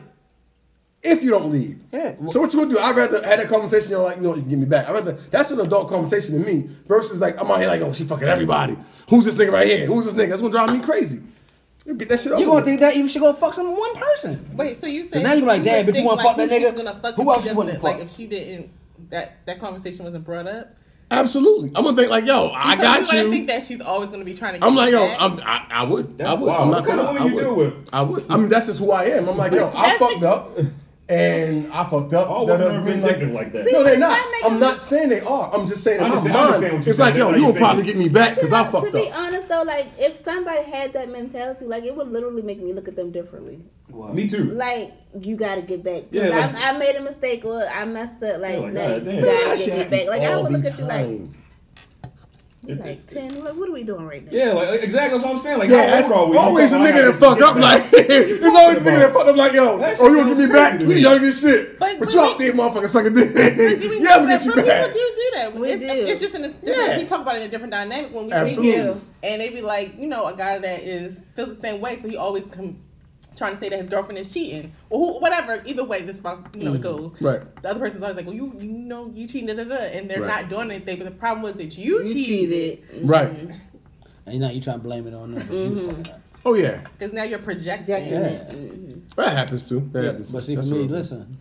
Speaker 3: If you don't leave,
Speaker 6: Yeah.
Speaker 3: So what you gonna do? I'd rather have that conversation. You're like, you know, what, you can give me back. I rather that's an adult conversation to me versus like I'm out here like, oh, she fucking everybody. Who's this nigga right here? Who's this nigga? That's gonna drive me crazy. You get that shit over.
Speaker 6: You gonna
Speaker 3: with.
Speaker 6: think that even she gonna fuck some one person?
Speaker 5: Wait, so you said
Speaker 6: Now you be like,
Speaker 5: would
Speaker 6: damn, bitch, you
Speaker 5: think,
Speaker 6: wanna
Speaker 5: like,
Speaker 6: fuck that
Speaker 5: who she's
Speaker 6: nigga?
Speaker 5: Gonna fuck
Speaker 6: Who
Speaker 5: if she
Speaker 6: else you wanna
Speaker 5: doesn't-
Speaker 6: fuck?
Speaker 5: Like if she didn't, that that conversation wasn't brought up.
Speaker 3: Absolutely. I'm gonna think like, yo, I
Speaker 5: Because
Speaker 3: got you.
Speaker 5: I think that she's always gonna be trying to. Get
Speaker 3: I'm like,
Speaker 5: you
Speaker 3: yo,
Speaker 5: back.
Speaker 3: I'm, I, I would. I
Speaker 4: That's
Speaker 3: would.
Speaker 4: wild.
Speaker 3: I'm
Speaker 4: What kind of
Speaker 3: gonna-
Speaker 4: woman you
Speaker 3: I
Speaker 4: deal
Speaker 3: would.
Speaker 4: with?
Speaker 3: I would. I mean, that's just who I am. I'm like, yo, I
Speaker 5: That's
Speaker 3: fucked
Speaker 5: the-
Speaker 3: up and I fucked up.
Speaker 4: All
Speaker 3: That
Speaker 4: women
Speaker 3: doesn't
Speaker 4: are
Speaker 3: mean, like-
Speaker 4: vindictive like that.
Speaker 3: No, they're not.
Speaker 7: that make
Speaker 3: I'm
Speaker 7: them-
Speaker 3: not saying they are. I'm just saying
Speaker 4: I
Speaker 3: in my
Speaker 4: understand- I understand
Speaker 3: mind,
Speaker 4: what you
Speaker 3: it's
Speaker 4: said.
Speaker 3: like,
Speaker 4: That's
Speaker 3: yo,
Speaker 4: how
Speaker 3: you
Speaker 4: you
Speaker 3: will probably
Speaker 4: think.
Speaker 3: get me back
Speaker 7: You
Speaker 3: because
Speaker 7: know,
Speaker 3: I fucked
Speaker 7: to be
Speaker 3: up.
Speaker 7: honest though, like if somebody had that mentality, like it would literally make me look at them differently.
Speaker 4: Me too.
Speaker 7: Like you got to get back. 'Cause
Speaker 4: Yeah, like-
Speaker 7: I, I made a mistake or I messed up. Like,
Speaker 4: Yeah, like,
Speaker 7: like,
Speaker 4: goddamn.
Speaker 7: you
Speaker 4: Man,
Speaker 7: got
Speaker 3: That
Speaker 7: to
Speaker 3: shit
Speaker 7: get me back. Like I
Speaker 3: happens
Speaker 7: would
Speaker 3: all
Speaker 7: look
Speaker 3: the
Speaker 7: at you like,
Speaker 3: time.
Speaker 7: you like ten. Like what are we doing right now?
Speaker 4: Yeah, like exactly that's what I'm saying. Like,
Speaker 3: Yeah,
Speaker 4: how
Speaker 3: that's
Speaker 4: old are we?
Speaker 3: always a
Speaker 4: You
Speaker 3: nigga
Speaker 4: talking
Speaker 3: that
Speaker 4: about
Speaker 3: fuck up. Like, there's always a nigga that fuck up. Like, yo,
Speaker 4: That shit
Speaker 3: oh, you gonna
Speaker 4: sounds
Speaker 3: give me back?
Speaker 4: crazy to
Speaker 3: We
Speaker 4: me.
Speaker 3: young as shit.
Speaker 5: But-
Speaker 3: But,
Speaker 5: but
Speaker 3: you
Speaker 5: we-
Speaker 3: out there, motherfucker, sucking dick.
Speaker 5: Do we
Speaker 3: Yeah, I'm gonna
Speaker 5: know
Speaker 3: get you
Speaker 5: that? But
Speaker 3: back.
Speaker 5: People do do that.
Speaker 7: We
Speaker 5: it's,
Speaker 7: do.
Speaker 5: it's just in this different.
Speaker 3: Yeah.
Speaker 5: We talk about it in a different dynamic when we
Speaker 3: Absolutely.
Speaker 5: do, and they be like, you know, a guy that is feels the same way, so he always come trying to say that his girlfriend is cheating or who, whatever. Either way, this box, you know, it goes.
Speaker 3: Mm-hmm. Right.
Speaker 5: The other person's always like, well, you you know, you cheating, da da da, and they're
Speaker 3: Right.
Speaker 5: not doing anything. But the problem was that you,
Speaker 7: You
Speaker 5: cheated
Speaker 7: cheated.
Speaker 3: Right.
Speaker 6: And now you trying to blame it on them. 'cause you was fucking up.
Speaker 3: Oh yeah,
Speaker 5: because now you're projecting.
Speaker 7: Jacking it.
Speaker 3: that happens too. That happens.
Speaker 6: But see, for
Speaker 3: That's
Speaker 6: me,
Speaker 3: what-
Speaker 6: listen,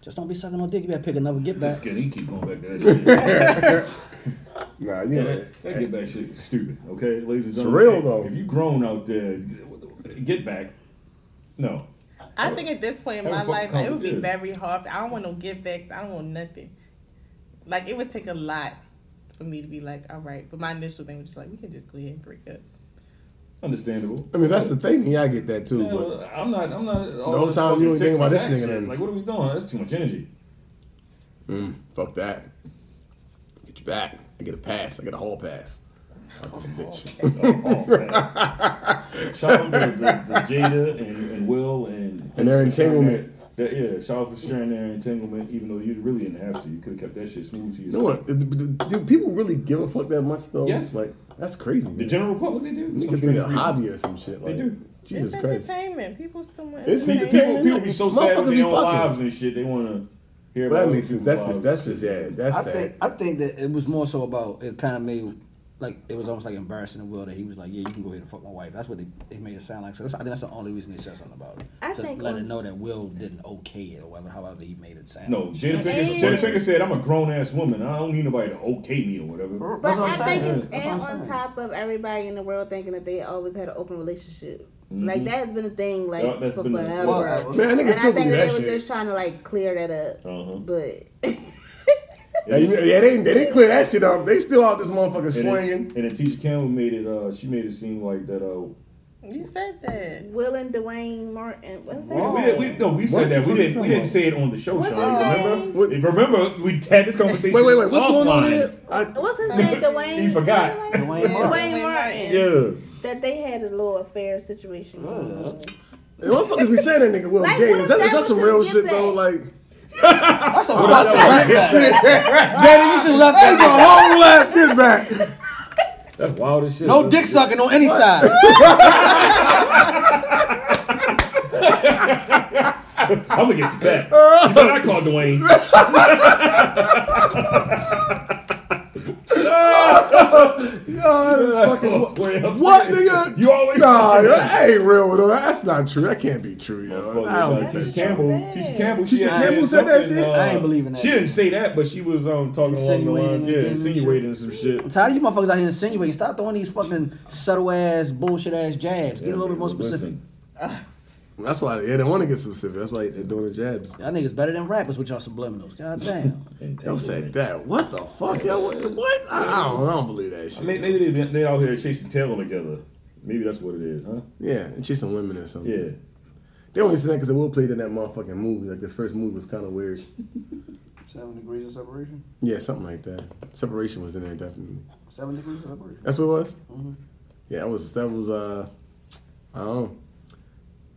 Speaker 6: just don't be sucking no dick. You better pick another get
Speaker 4: That's
Speaker 6: back.
Speaker 4: good. He keep going back to that shit.
Speaker 3: Nah, you
Speaker 4: Yeah,
Speaker 3: know.
Speaker 4: that, that get back shit is stupid. Okay, ladies and gentlemen.
Speaker 3: real,
Speaker 4: Hey,
Speaker 3: though.
Speaker 4: If you grown out there, get back. No.
Speaker 5: I think at this point in
Speaker 4: That
Speaker 5: my
Speaker 4: would fucking
Speaker 5: life, it would be
Speaker 4: complicated.
Speaker 5: very hard. I don't want no give backs. I don't want nothing. Like it would take a lot for me to be like, all right. But my initial thing was just like, we can just go ahead and break up.
Speaker 4: Understandable.
Speaker 3: I mean, that's the thing. Yeah, I get that too.
Speaker 4: Yeah,
Speaker 3: But
Speaker 4: well, I'm not. I'm not. all
Speaker 3: The whole
Speaker 4: this
Speaker 3: time you
Speaker 4: fucking
Speaker 3: ain't thinking about
Speaker 4: tick
Speaker 3: this
Speaker 4: for tack
Speaker 3: nigga
Speaker 4: shit.
Speaker 3: then.
Speaker 4: Like, what are we doing? That's too much energy.
Speaker 3: fuck that. Get you back. I get a pass. I get a hall pass. Fuck this bitch.
Speaker 4: Oh, fast. shout out to, the- the Jada and, and Will and
Speaker 3: And their entanglement.
Speaker 4: That, yeah, shout out for sharing their entanglement, even though you really didn't have to. You could have kept that shit smooth to
Speaker 3: You know
Speaker 4: yourself.
Speaker 3: what? Do do people really give a fuck that much though?
Speaker 4: Yes.
Speaker 3: Like, That's crazy.
Speaker 4: The
Speaker 3: man.
Speaker 4: general public, they do.
Speaker 3: Niggas need a hobby or some shit. Like,
Speaker 4: do.
Speaker 3: Jesus
Speaker 5: it's
Speaker 3: Christ.
Speaker 5: entertainment. People still want
Speaker 3: It's
Speaker 5: entertainment.
Speaker 4: People, people be so sad
Speaker 3: Motherfuckers
Speaker 4: with
Speaker 3: be
Speaker 4: their own
Speaker 3: fucking.
Speaker 4: lives and shit. They want to hear
Speaker 3: But
Speaker 4: about
Speaker 3: that
Speaker 4: other
Speaker 3: makes sense.
Speaker 4: people's
Speaker 3: That's
Speaker 4: lives.
Speaker 3: just, that's just, yeah, that's
Speaker 6: I
Speaker 3: sad.
Speaker 6: think I think that it was more so about it kind of made like it was almost like embarrassing the world that he was like, yeah, you can go ahead and fuck my wife. That's what they it made it sound like. So that's, I think that's the only reason they said something about it.
Speaker 7: I
Speaker 6: to
Speaker 7: think
Speaker 6: let
Speaker 7: on-
Speaker 6: it know that Will didn't okay it or whatever. However he made it sound.
Speaker 4: No, Jada Pinkett, Jada Pinkett said, I'm a grown ass woman. I don't need nobody to okay me or whatever.
Speaker 7: But
Speaker 6: That's what
Speaker 7: I
Speaker 6: I'm
Speaker 7: think
Speaker 6: saying.
Speaker 7: it's
Speaker 6: That's what
Speaker 7: and
Speaker 6: I'm
Speaker 7: on
Speaker 6: saying.
Speaker 7: top of everybody in the world thinking that they always had an open relationship. Like that has been a thing like
Speaker 4: Yeah, Mm-hmm. that's
Speaker 7: for
Speaker 4: been a-
Speaker 7: forever.
Speaker 4: Well,
Speaker 6: uh,
Speaker 3: Man, niggas
Speaker 7: and I
Speaker 3: still
Speaker 7: think
Speaker 3: believe
Speaker 7: that
Speaker 3: that
Speaker 7: they were
Speaker 3: shit.
Speaker 7: just trying to like clear that up.
Speaker 4: Uh-huh.
Speaker 7: But
Speaker 3: Yeah, you, yeah, they, they didn't clear that shit up. They still out this motherfucker
Speaker 4: And then,
Speaker 3: swinging.
Speaker 4: and then Tisha Campbell made it. Uh, she made it seem like that. Uh,
Speaker 5: You said that.
Speaker 7: Will and Dwayne Martin what's that?
Speaker 4: we, didn't- we, no, we said
Speaker 3: What?
Speaker 4: that. We
Speaker 3: What
Speaker 4: didn't. We
Speaker 3: are you talking
Speaker 4: didn't
Speaker 3: about?
Speaker 4: say it on the show,
Speaker 7: What's
Speaker 4: Sean.
Speaker 7: his
Speaker 4: Remember?
Speaker 3: name?
Speaker 4: Remember? We had this conversation.
Speaker 3: Wait, wait, wait. What's going on
Speaker 4: offline.
Speaker 3: here? I,
Speaker 7: What's his name? Dwayne
Speaker 4: You forgot.
Speaker 7: Dwayne,
Speaker 6: Dwayne
Speaker 7: Dwayne
Speaker 6: Martin.
Speaker 7: Martin.
Speaker 4: Yeah.
Speaker 7: That they had a little affair situation. going on.
Speaker 3: the motherfuckers be saying that nigga Will
Speaker 7: Like,
Speaker 3: gay.
Speaker 7: what
Speaker 3: Is
Speaker 7: if
Speaker 3: that,
Speaker 7: that
Speaker 3: is that some
Speaker 7: was
Speaker 3: real
Speaker 7: his
Speaker 3: shit
Speaker 7: get
Speaker 3: though?
Speaker 7: back?
Speaker 3: Like,
Speaker 6: That's a that's a flashback. Jada, you should have left
Speaker 3: that's a
Speaker 6: that.
Speaker 3: whole ass get back.
Speaker 4: That's wild as shit.
Speaker 6: No
Speaker 4: That's-
Speaker 6: dick sucking on any side.
Speaker 4: I'm gonna get you back. you know what I call Dwayne.
Speaker 3: Yo, that is fucking
Speaker 4: Oh, Dwayne, I'm
Speaker 3: what,
Speaker 4: serious.
Speaker 3: nigga?
Speaker 4: You always
Speaker 3: Nah, that ain't real though. That's not true. That can't be true, yo. I don't
Speaker 4: Motherfucker, Tisha
Speaker 3: think that's
Speaker 4: Campbell.
Speaker 7: said.
Speaker 4: Tisha Campbell.
Speaker 3: Tisha
Speaker 4: she had
Speaker 3: Campbell said that
Speaker 4: something,
Speaker 3: shit?
Speaker 6: I ain't believing that.
Speaker 4: She didn't say that, but she was um talking along the lines,
Speaker 6: Insinuating
Speaker 4: yeah,
Speaker 6: and things.
Speaker 4: insinuating some shit.
Speaker 6: I'm tired of you motherfuckers out here insinuating. Stop throwing these fucking subtle ass bullshit ass jabs. Get a little bit more specific.
Speaker 4: Listen,
Speaker 3: That's why yeah, they want to get specific. That's why they're doing the jabs.
Speaker 6: Y'all niggas better than rappers with y'all subliminals. God damn.
Speaker 3: Yo said that. What the fuck, yo? What? The, what? I, I don't. I don't believe that shit.
Speaker 4: I mean, maybe they they out here chasing tail together. Maybe that's what it is, huh?
Speaker 3: yeah, and she's some women or something.
Speaker 4: Yeah.
Speaker 3: They only said that because Will played in that motherfucking movie. Like his first movie was kind of weird.
Speaker 6: Seven degrees of separation.
Speaker 3: Yeah, something like that. Separation was in there definitely.
Speaker 6: Seven degrees of separation.
Speaker 3: That's what it was. Yeah, that was that was uh, I don't. know.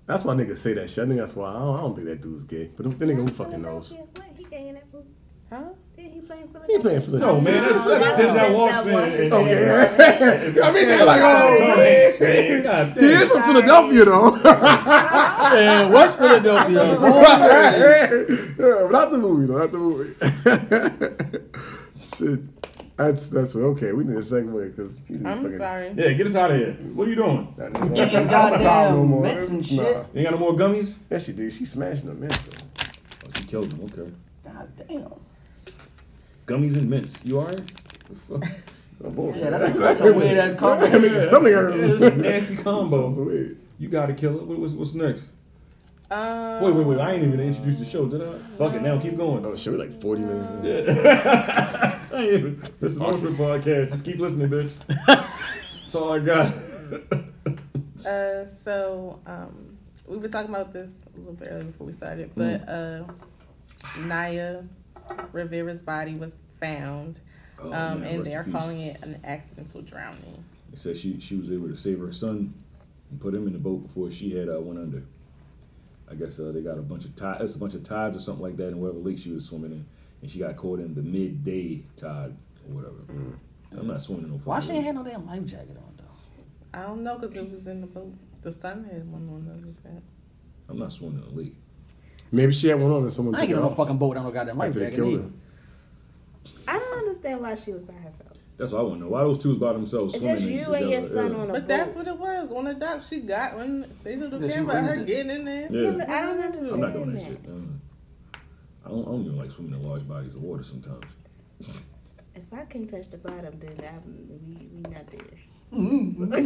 Speaker 3: That's why niggas say that shit. I think that's why I don't, I don't think that dude's gay. But the nigga who fucking knows.
Speaker 7: Philadelphia? What? He gay in that movie?
Speaker 5: Huh?
Speaker 7: Did he play in Philadelphia?
Speaker 3: He ain't playing for the
Speaker 4: No, man, that's, that's
Speaker 7: No,
Speaker 4: Denzel
Speaker 7: that's
Speaker 4: Washington.
Speaker 7: Denzel
Speaker 4: and-
Speaker 7: Washington.
Speaker 4: and-
Speaker 3: Okay. I mean, they're like, oh,
Speaker 4: Tom
Speaker 3: what
Speaker 4: Hanks,
Speaker 3: is
Speaker 4: man.
Speaker 3: it?
Speaker 4: God
Speaker 3: He is
Speaker 4: damn.
Speaker 3: from Philadelphia though.
Speaker 6: And West Philadelphia. boy.
Speaker 3: yeah, not the movie though. Not the movie. Shit, that's that's what. Okay, we need a segue because
Speaker 5: I'm sorry.
Speaker 4: Yeah, get us out of here. What are you doing?
Speaker 6: Goddamn mitts and shit.
Speaker 4: You ain't got no more gummies?
Speaker 3: Yeah, she did. She smashed them in. though.
Speaker 4: Oh, she killed them. Okay.
Speaker 6: God damn.
Speaker 4: Gummies and mints. You are?
Speaker 3: Oh, bullshit.
Speaker 6: Yeah, that's, that's a weird ass
Speaker 3: That
Speaker 6: comment.
Speaker 3: makes your stomach hurt.
Speaker 4: That's a nasty
Speaker 3: Sounds
Speaker 4: combo.
Speaker 3: weird.
Speaker 4: You gotta kill it. What, what's, what's next?
Speaker 5: Um,
Speaker 4: Wait, wait, wait. I ain't even introduced the show, did I? Fuck it. Now keep going.
Speaker 3: Oh shit, we like forty minutes. In.
Speaker 4: I ain't even. This is Oxford podcast. Just keep listening, bitch. That's all I got.
Speaker 5: Uh, so um, we were talking about this a little bit earlier before we
Speaker 7: Mm.
Speaker 5: started, but uh, Naya Rivera's body was found, um,
Speaker 4: Oh, man,
Speaker 5: and
Speaker 4: rest
Speaker 5: they
Speaker 4: in
Speaker 5: are
Speaker 4: peace.
Speaker 5: calling it an accidental drowning.
Speaker 4: It said she she was able to save her son and put him in the boat before she had uh, went under. I guess uh, they got a bunch of tides, it's a bunch of tides or something like that in whatever lake she was swimming in, and she got caught in the midday tide or whatever. I'm not swimming in no.
Speaker 6: Why she
Speaker 4: fucking
Speaker 6: ain't
Speaker 4: lake.
Speaker 6: had no damn life jacket on though?
Speaker 5: I don't know because it was in the boat. The sun had one on the other side.
Speaker 4: I'm not swimming in a lake.
Speaker 3: Maybe she had one on and someone
Speaker 6: I ain't
Speaker 3: took it
Speaker 6: getting on no
Speaker 3: off
Speaker 6: fucking boat without no goddamn life
Speaker 3: after they
Speaker 6: jacket.
Speaker 3: killed
Speaker 6: either.
Speaker 3: her.
Speaker 7: I don't understand why she was by herself.
Speaker 4: That's what I want to know. Why those two is by themselves
Speaker 7: It's
Speaker 4: swimming
Speaker 7: just
Speaker 4: in
Speaker 7: you and your son on a boat.
Speaker 5: But that's what it was on the dock. She got when they took the
Speaker 6: Yeah, she
Speaker 5: camera
Speaker 6: went
Speaker 5: her
Speaker 6: in the-
Speaker 5: getting in there.
Speaker 4: Yeah.
Speaker 7: But I don't understand
Speaker 4: I'm not doing that
Speaker 7: that.
Speaker 4: shit. Mm. I don't, I don't even like swimming in large bodies of water sometimes.
Speaker 7: If I can touch the bottom, then I'm, we we not there.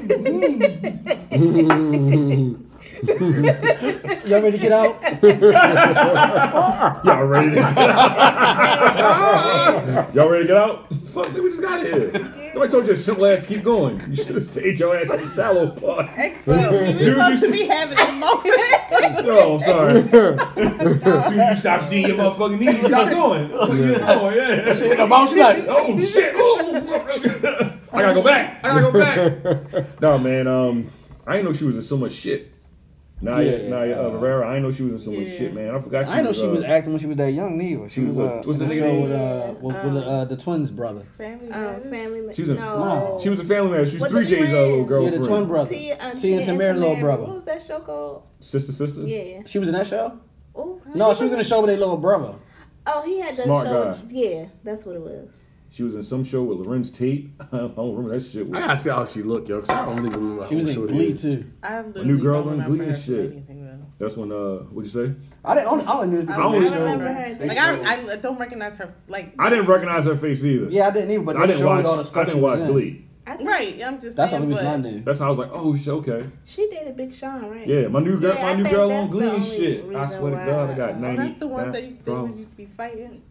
Speaker 6: Y'all ready to get out?
Speaker 4: Y'all ready to get out? Y'all ready to get out? Fuck, nigga, we just got here. Nobody told you to simple ass keep going. You should have stayed your ass in the shallow part.
Speaker 5: Excuse me,
Speaker 4: Juju-
Speaker 5: we supposed to be having a moment.
Speaker 4: No, I'm sorry. as soon as you stop seeing your motherfucking knees, y'all going. Oh, yeah.
Speaker 6: Get the boat, she like,
Speaker 4: Oh shit! Oh, I gotta go back. I gotta go back. no man, um, I didn't know she was in so much shit. Naya,
Speaker 6: Yeah,
Speaker 4: Naya uh,
Speaker 6: uh,
Speaker 4: Rivera. I didn't know she was in some weird
Speaker 5: yeah.
Speaker 4: shit, man. I forgot. She
Speaker 6: I didn't know
Speaker 4: was,
Speaker 6: she was
Speaker 4: uh,
Speaker 6: acting when she was that young neither. She,
Speaker 4: she
Speaker 6: was
Speaker 4: was,
Speaker 6: uh,
Speaker 4: uh, what's
Speaker 6: in
Speaker 4: the nigga
Speaker 6: the show
Speaker 4: name?
Speaker 6: with, uh, with, with the, uh, the twins brother.
Speaker 5: Family
Speaker 7: Um, family. Ma-
Speaker 4: She was a-
Speaker 7: no.
Speaker 4: She was a family man. She was
Speaker 7: What
Speaker 4: three
Speaker 7: did he
Speaker 4: J's old little
Speaker 7: win?
Speaker 6: Yeah,
Speaker 4: girlfriend.
Speaker 6: the twin brother.
Speaker 7: T uh,
Speaker 6: T and Tamara, little
Speaker 7: What
Speaker 6: brother.
Speaker 7: was that show called?
Speaker 4: Sister, sister.
Speaker 7: Yeah.
Speaker 6: She was in that show?
Speaker 7: Oh,
Speaker 6: No, she was in the show with their little brother.
Speaker 7: Oh, he had that
Speaker 4: Smart
Speaker 7: show.
Speaker 4: guy.
Speaker 7: with- Yeah, that's what it was.
Speaker 4: She was in some show with Lorenz Tate. I don't remember that shit. Was.
Speaker 3: I gotta see how she look, yo, because I don't even remember
Speaker 4: Oh,
Speaker 6: She was in Glee too.
Speaker 5: I literally
Speaker 4: new girl
Speaker 5: don't
Speaker 4: on
Speaker 5: remember
Speaker 4: Glee
Speaker 5: her
Speaker 4: and
Speaker 5: from
Speaker 4: shit.
Speaker 5: anything though.
Speaker 4: That's when uh, what'd you say?
Speaker 6: I didn't. I only knew.
Speaker 5: I
Speaker 4: only
Speaker 6: the
Speaker 5: don't
Speaker 4: showed-
Speaker 5: remember her.
Speaker 6: they
Speaker 5: Like I,
Speaker 6: showed-
Speaker 5: I don't recognize her. Like
Speaker 4: I didn't recognize her face either.
Speaker 6: Yeah, I didn't even. But
Speaker 4: I
Speaker 6: they
Speaker 4: didn't
Speaker 6: showed
Speaker 4: watch.
Speaker 6: all the
Speaker 4: I
Speaker 6: stuff
Speaker 4: didn't
Speaker 6: she was
Speaker 4: watch
Speaker 6: in.
Speaker 4: Glee.
Speaker 7: I think
Speaker 5: right. I'm just
Speaker 6: That's the
Speaker 5: saying,
Speaker 6: only reason I
Speaker 5: but-
Speaker 6: knew.
Speaker 4: That's how I was like, oh shit, okay.
Speaker 7: She dated Big Sean, right?
Speaker 4: Yeah, my new girl,
Speaker 7: Yeah,
Speaker 4: my
Speaker 7: I
Speaker 4: new
Speaker 7: think
Speaker 4: girl on
Speaker 7: that's the
Speaker 4: Glee and
Speaker 7: only
Speaker 4: shit. I
Speaker 7: reason
Speaker 4: swear to
Speaker 7: why
Speaker 4: God, I got
Speaker 5: Oh,
Speaker 4: ninety.
Speaker 5: that's the one that you they
Speaker 4: bro.
Speaker 5: was used to be fighting.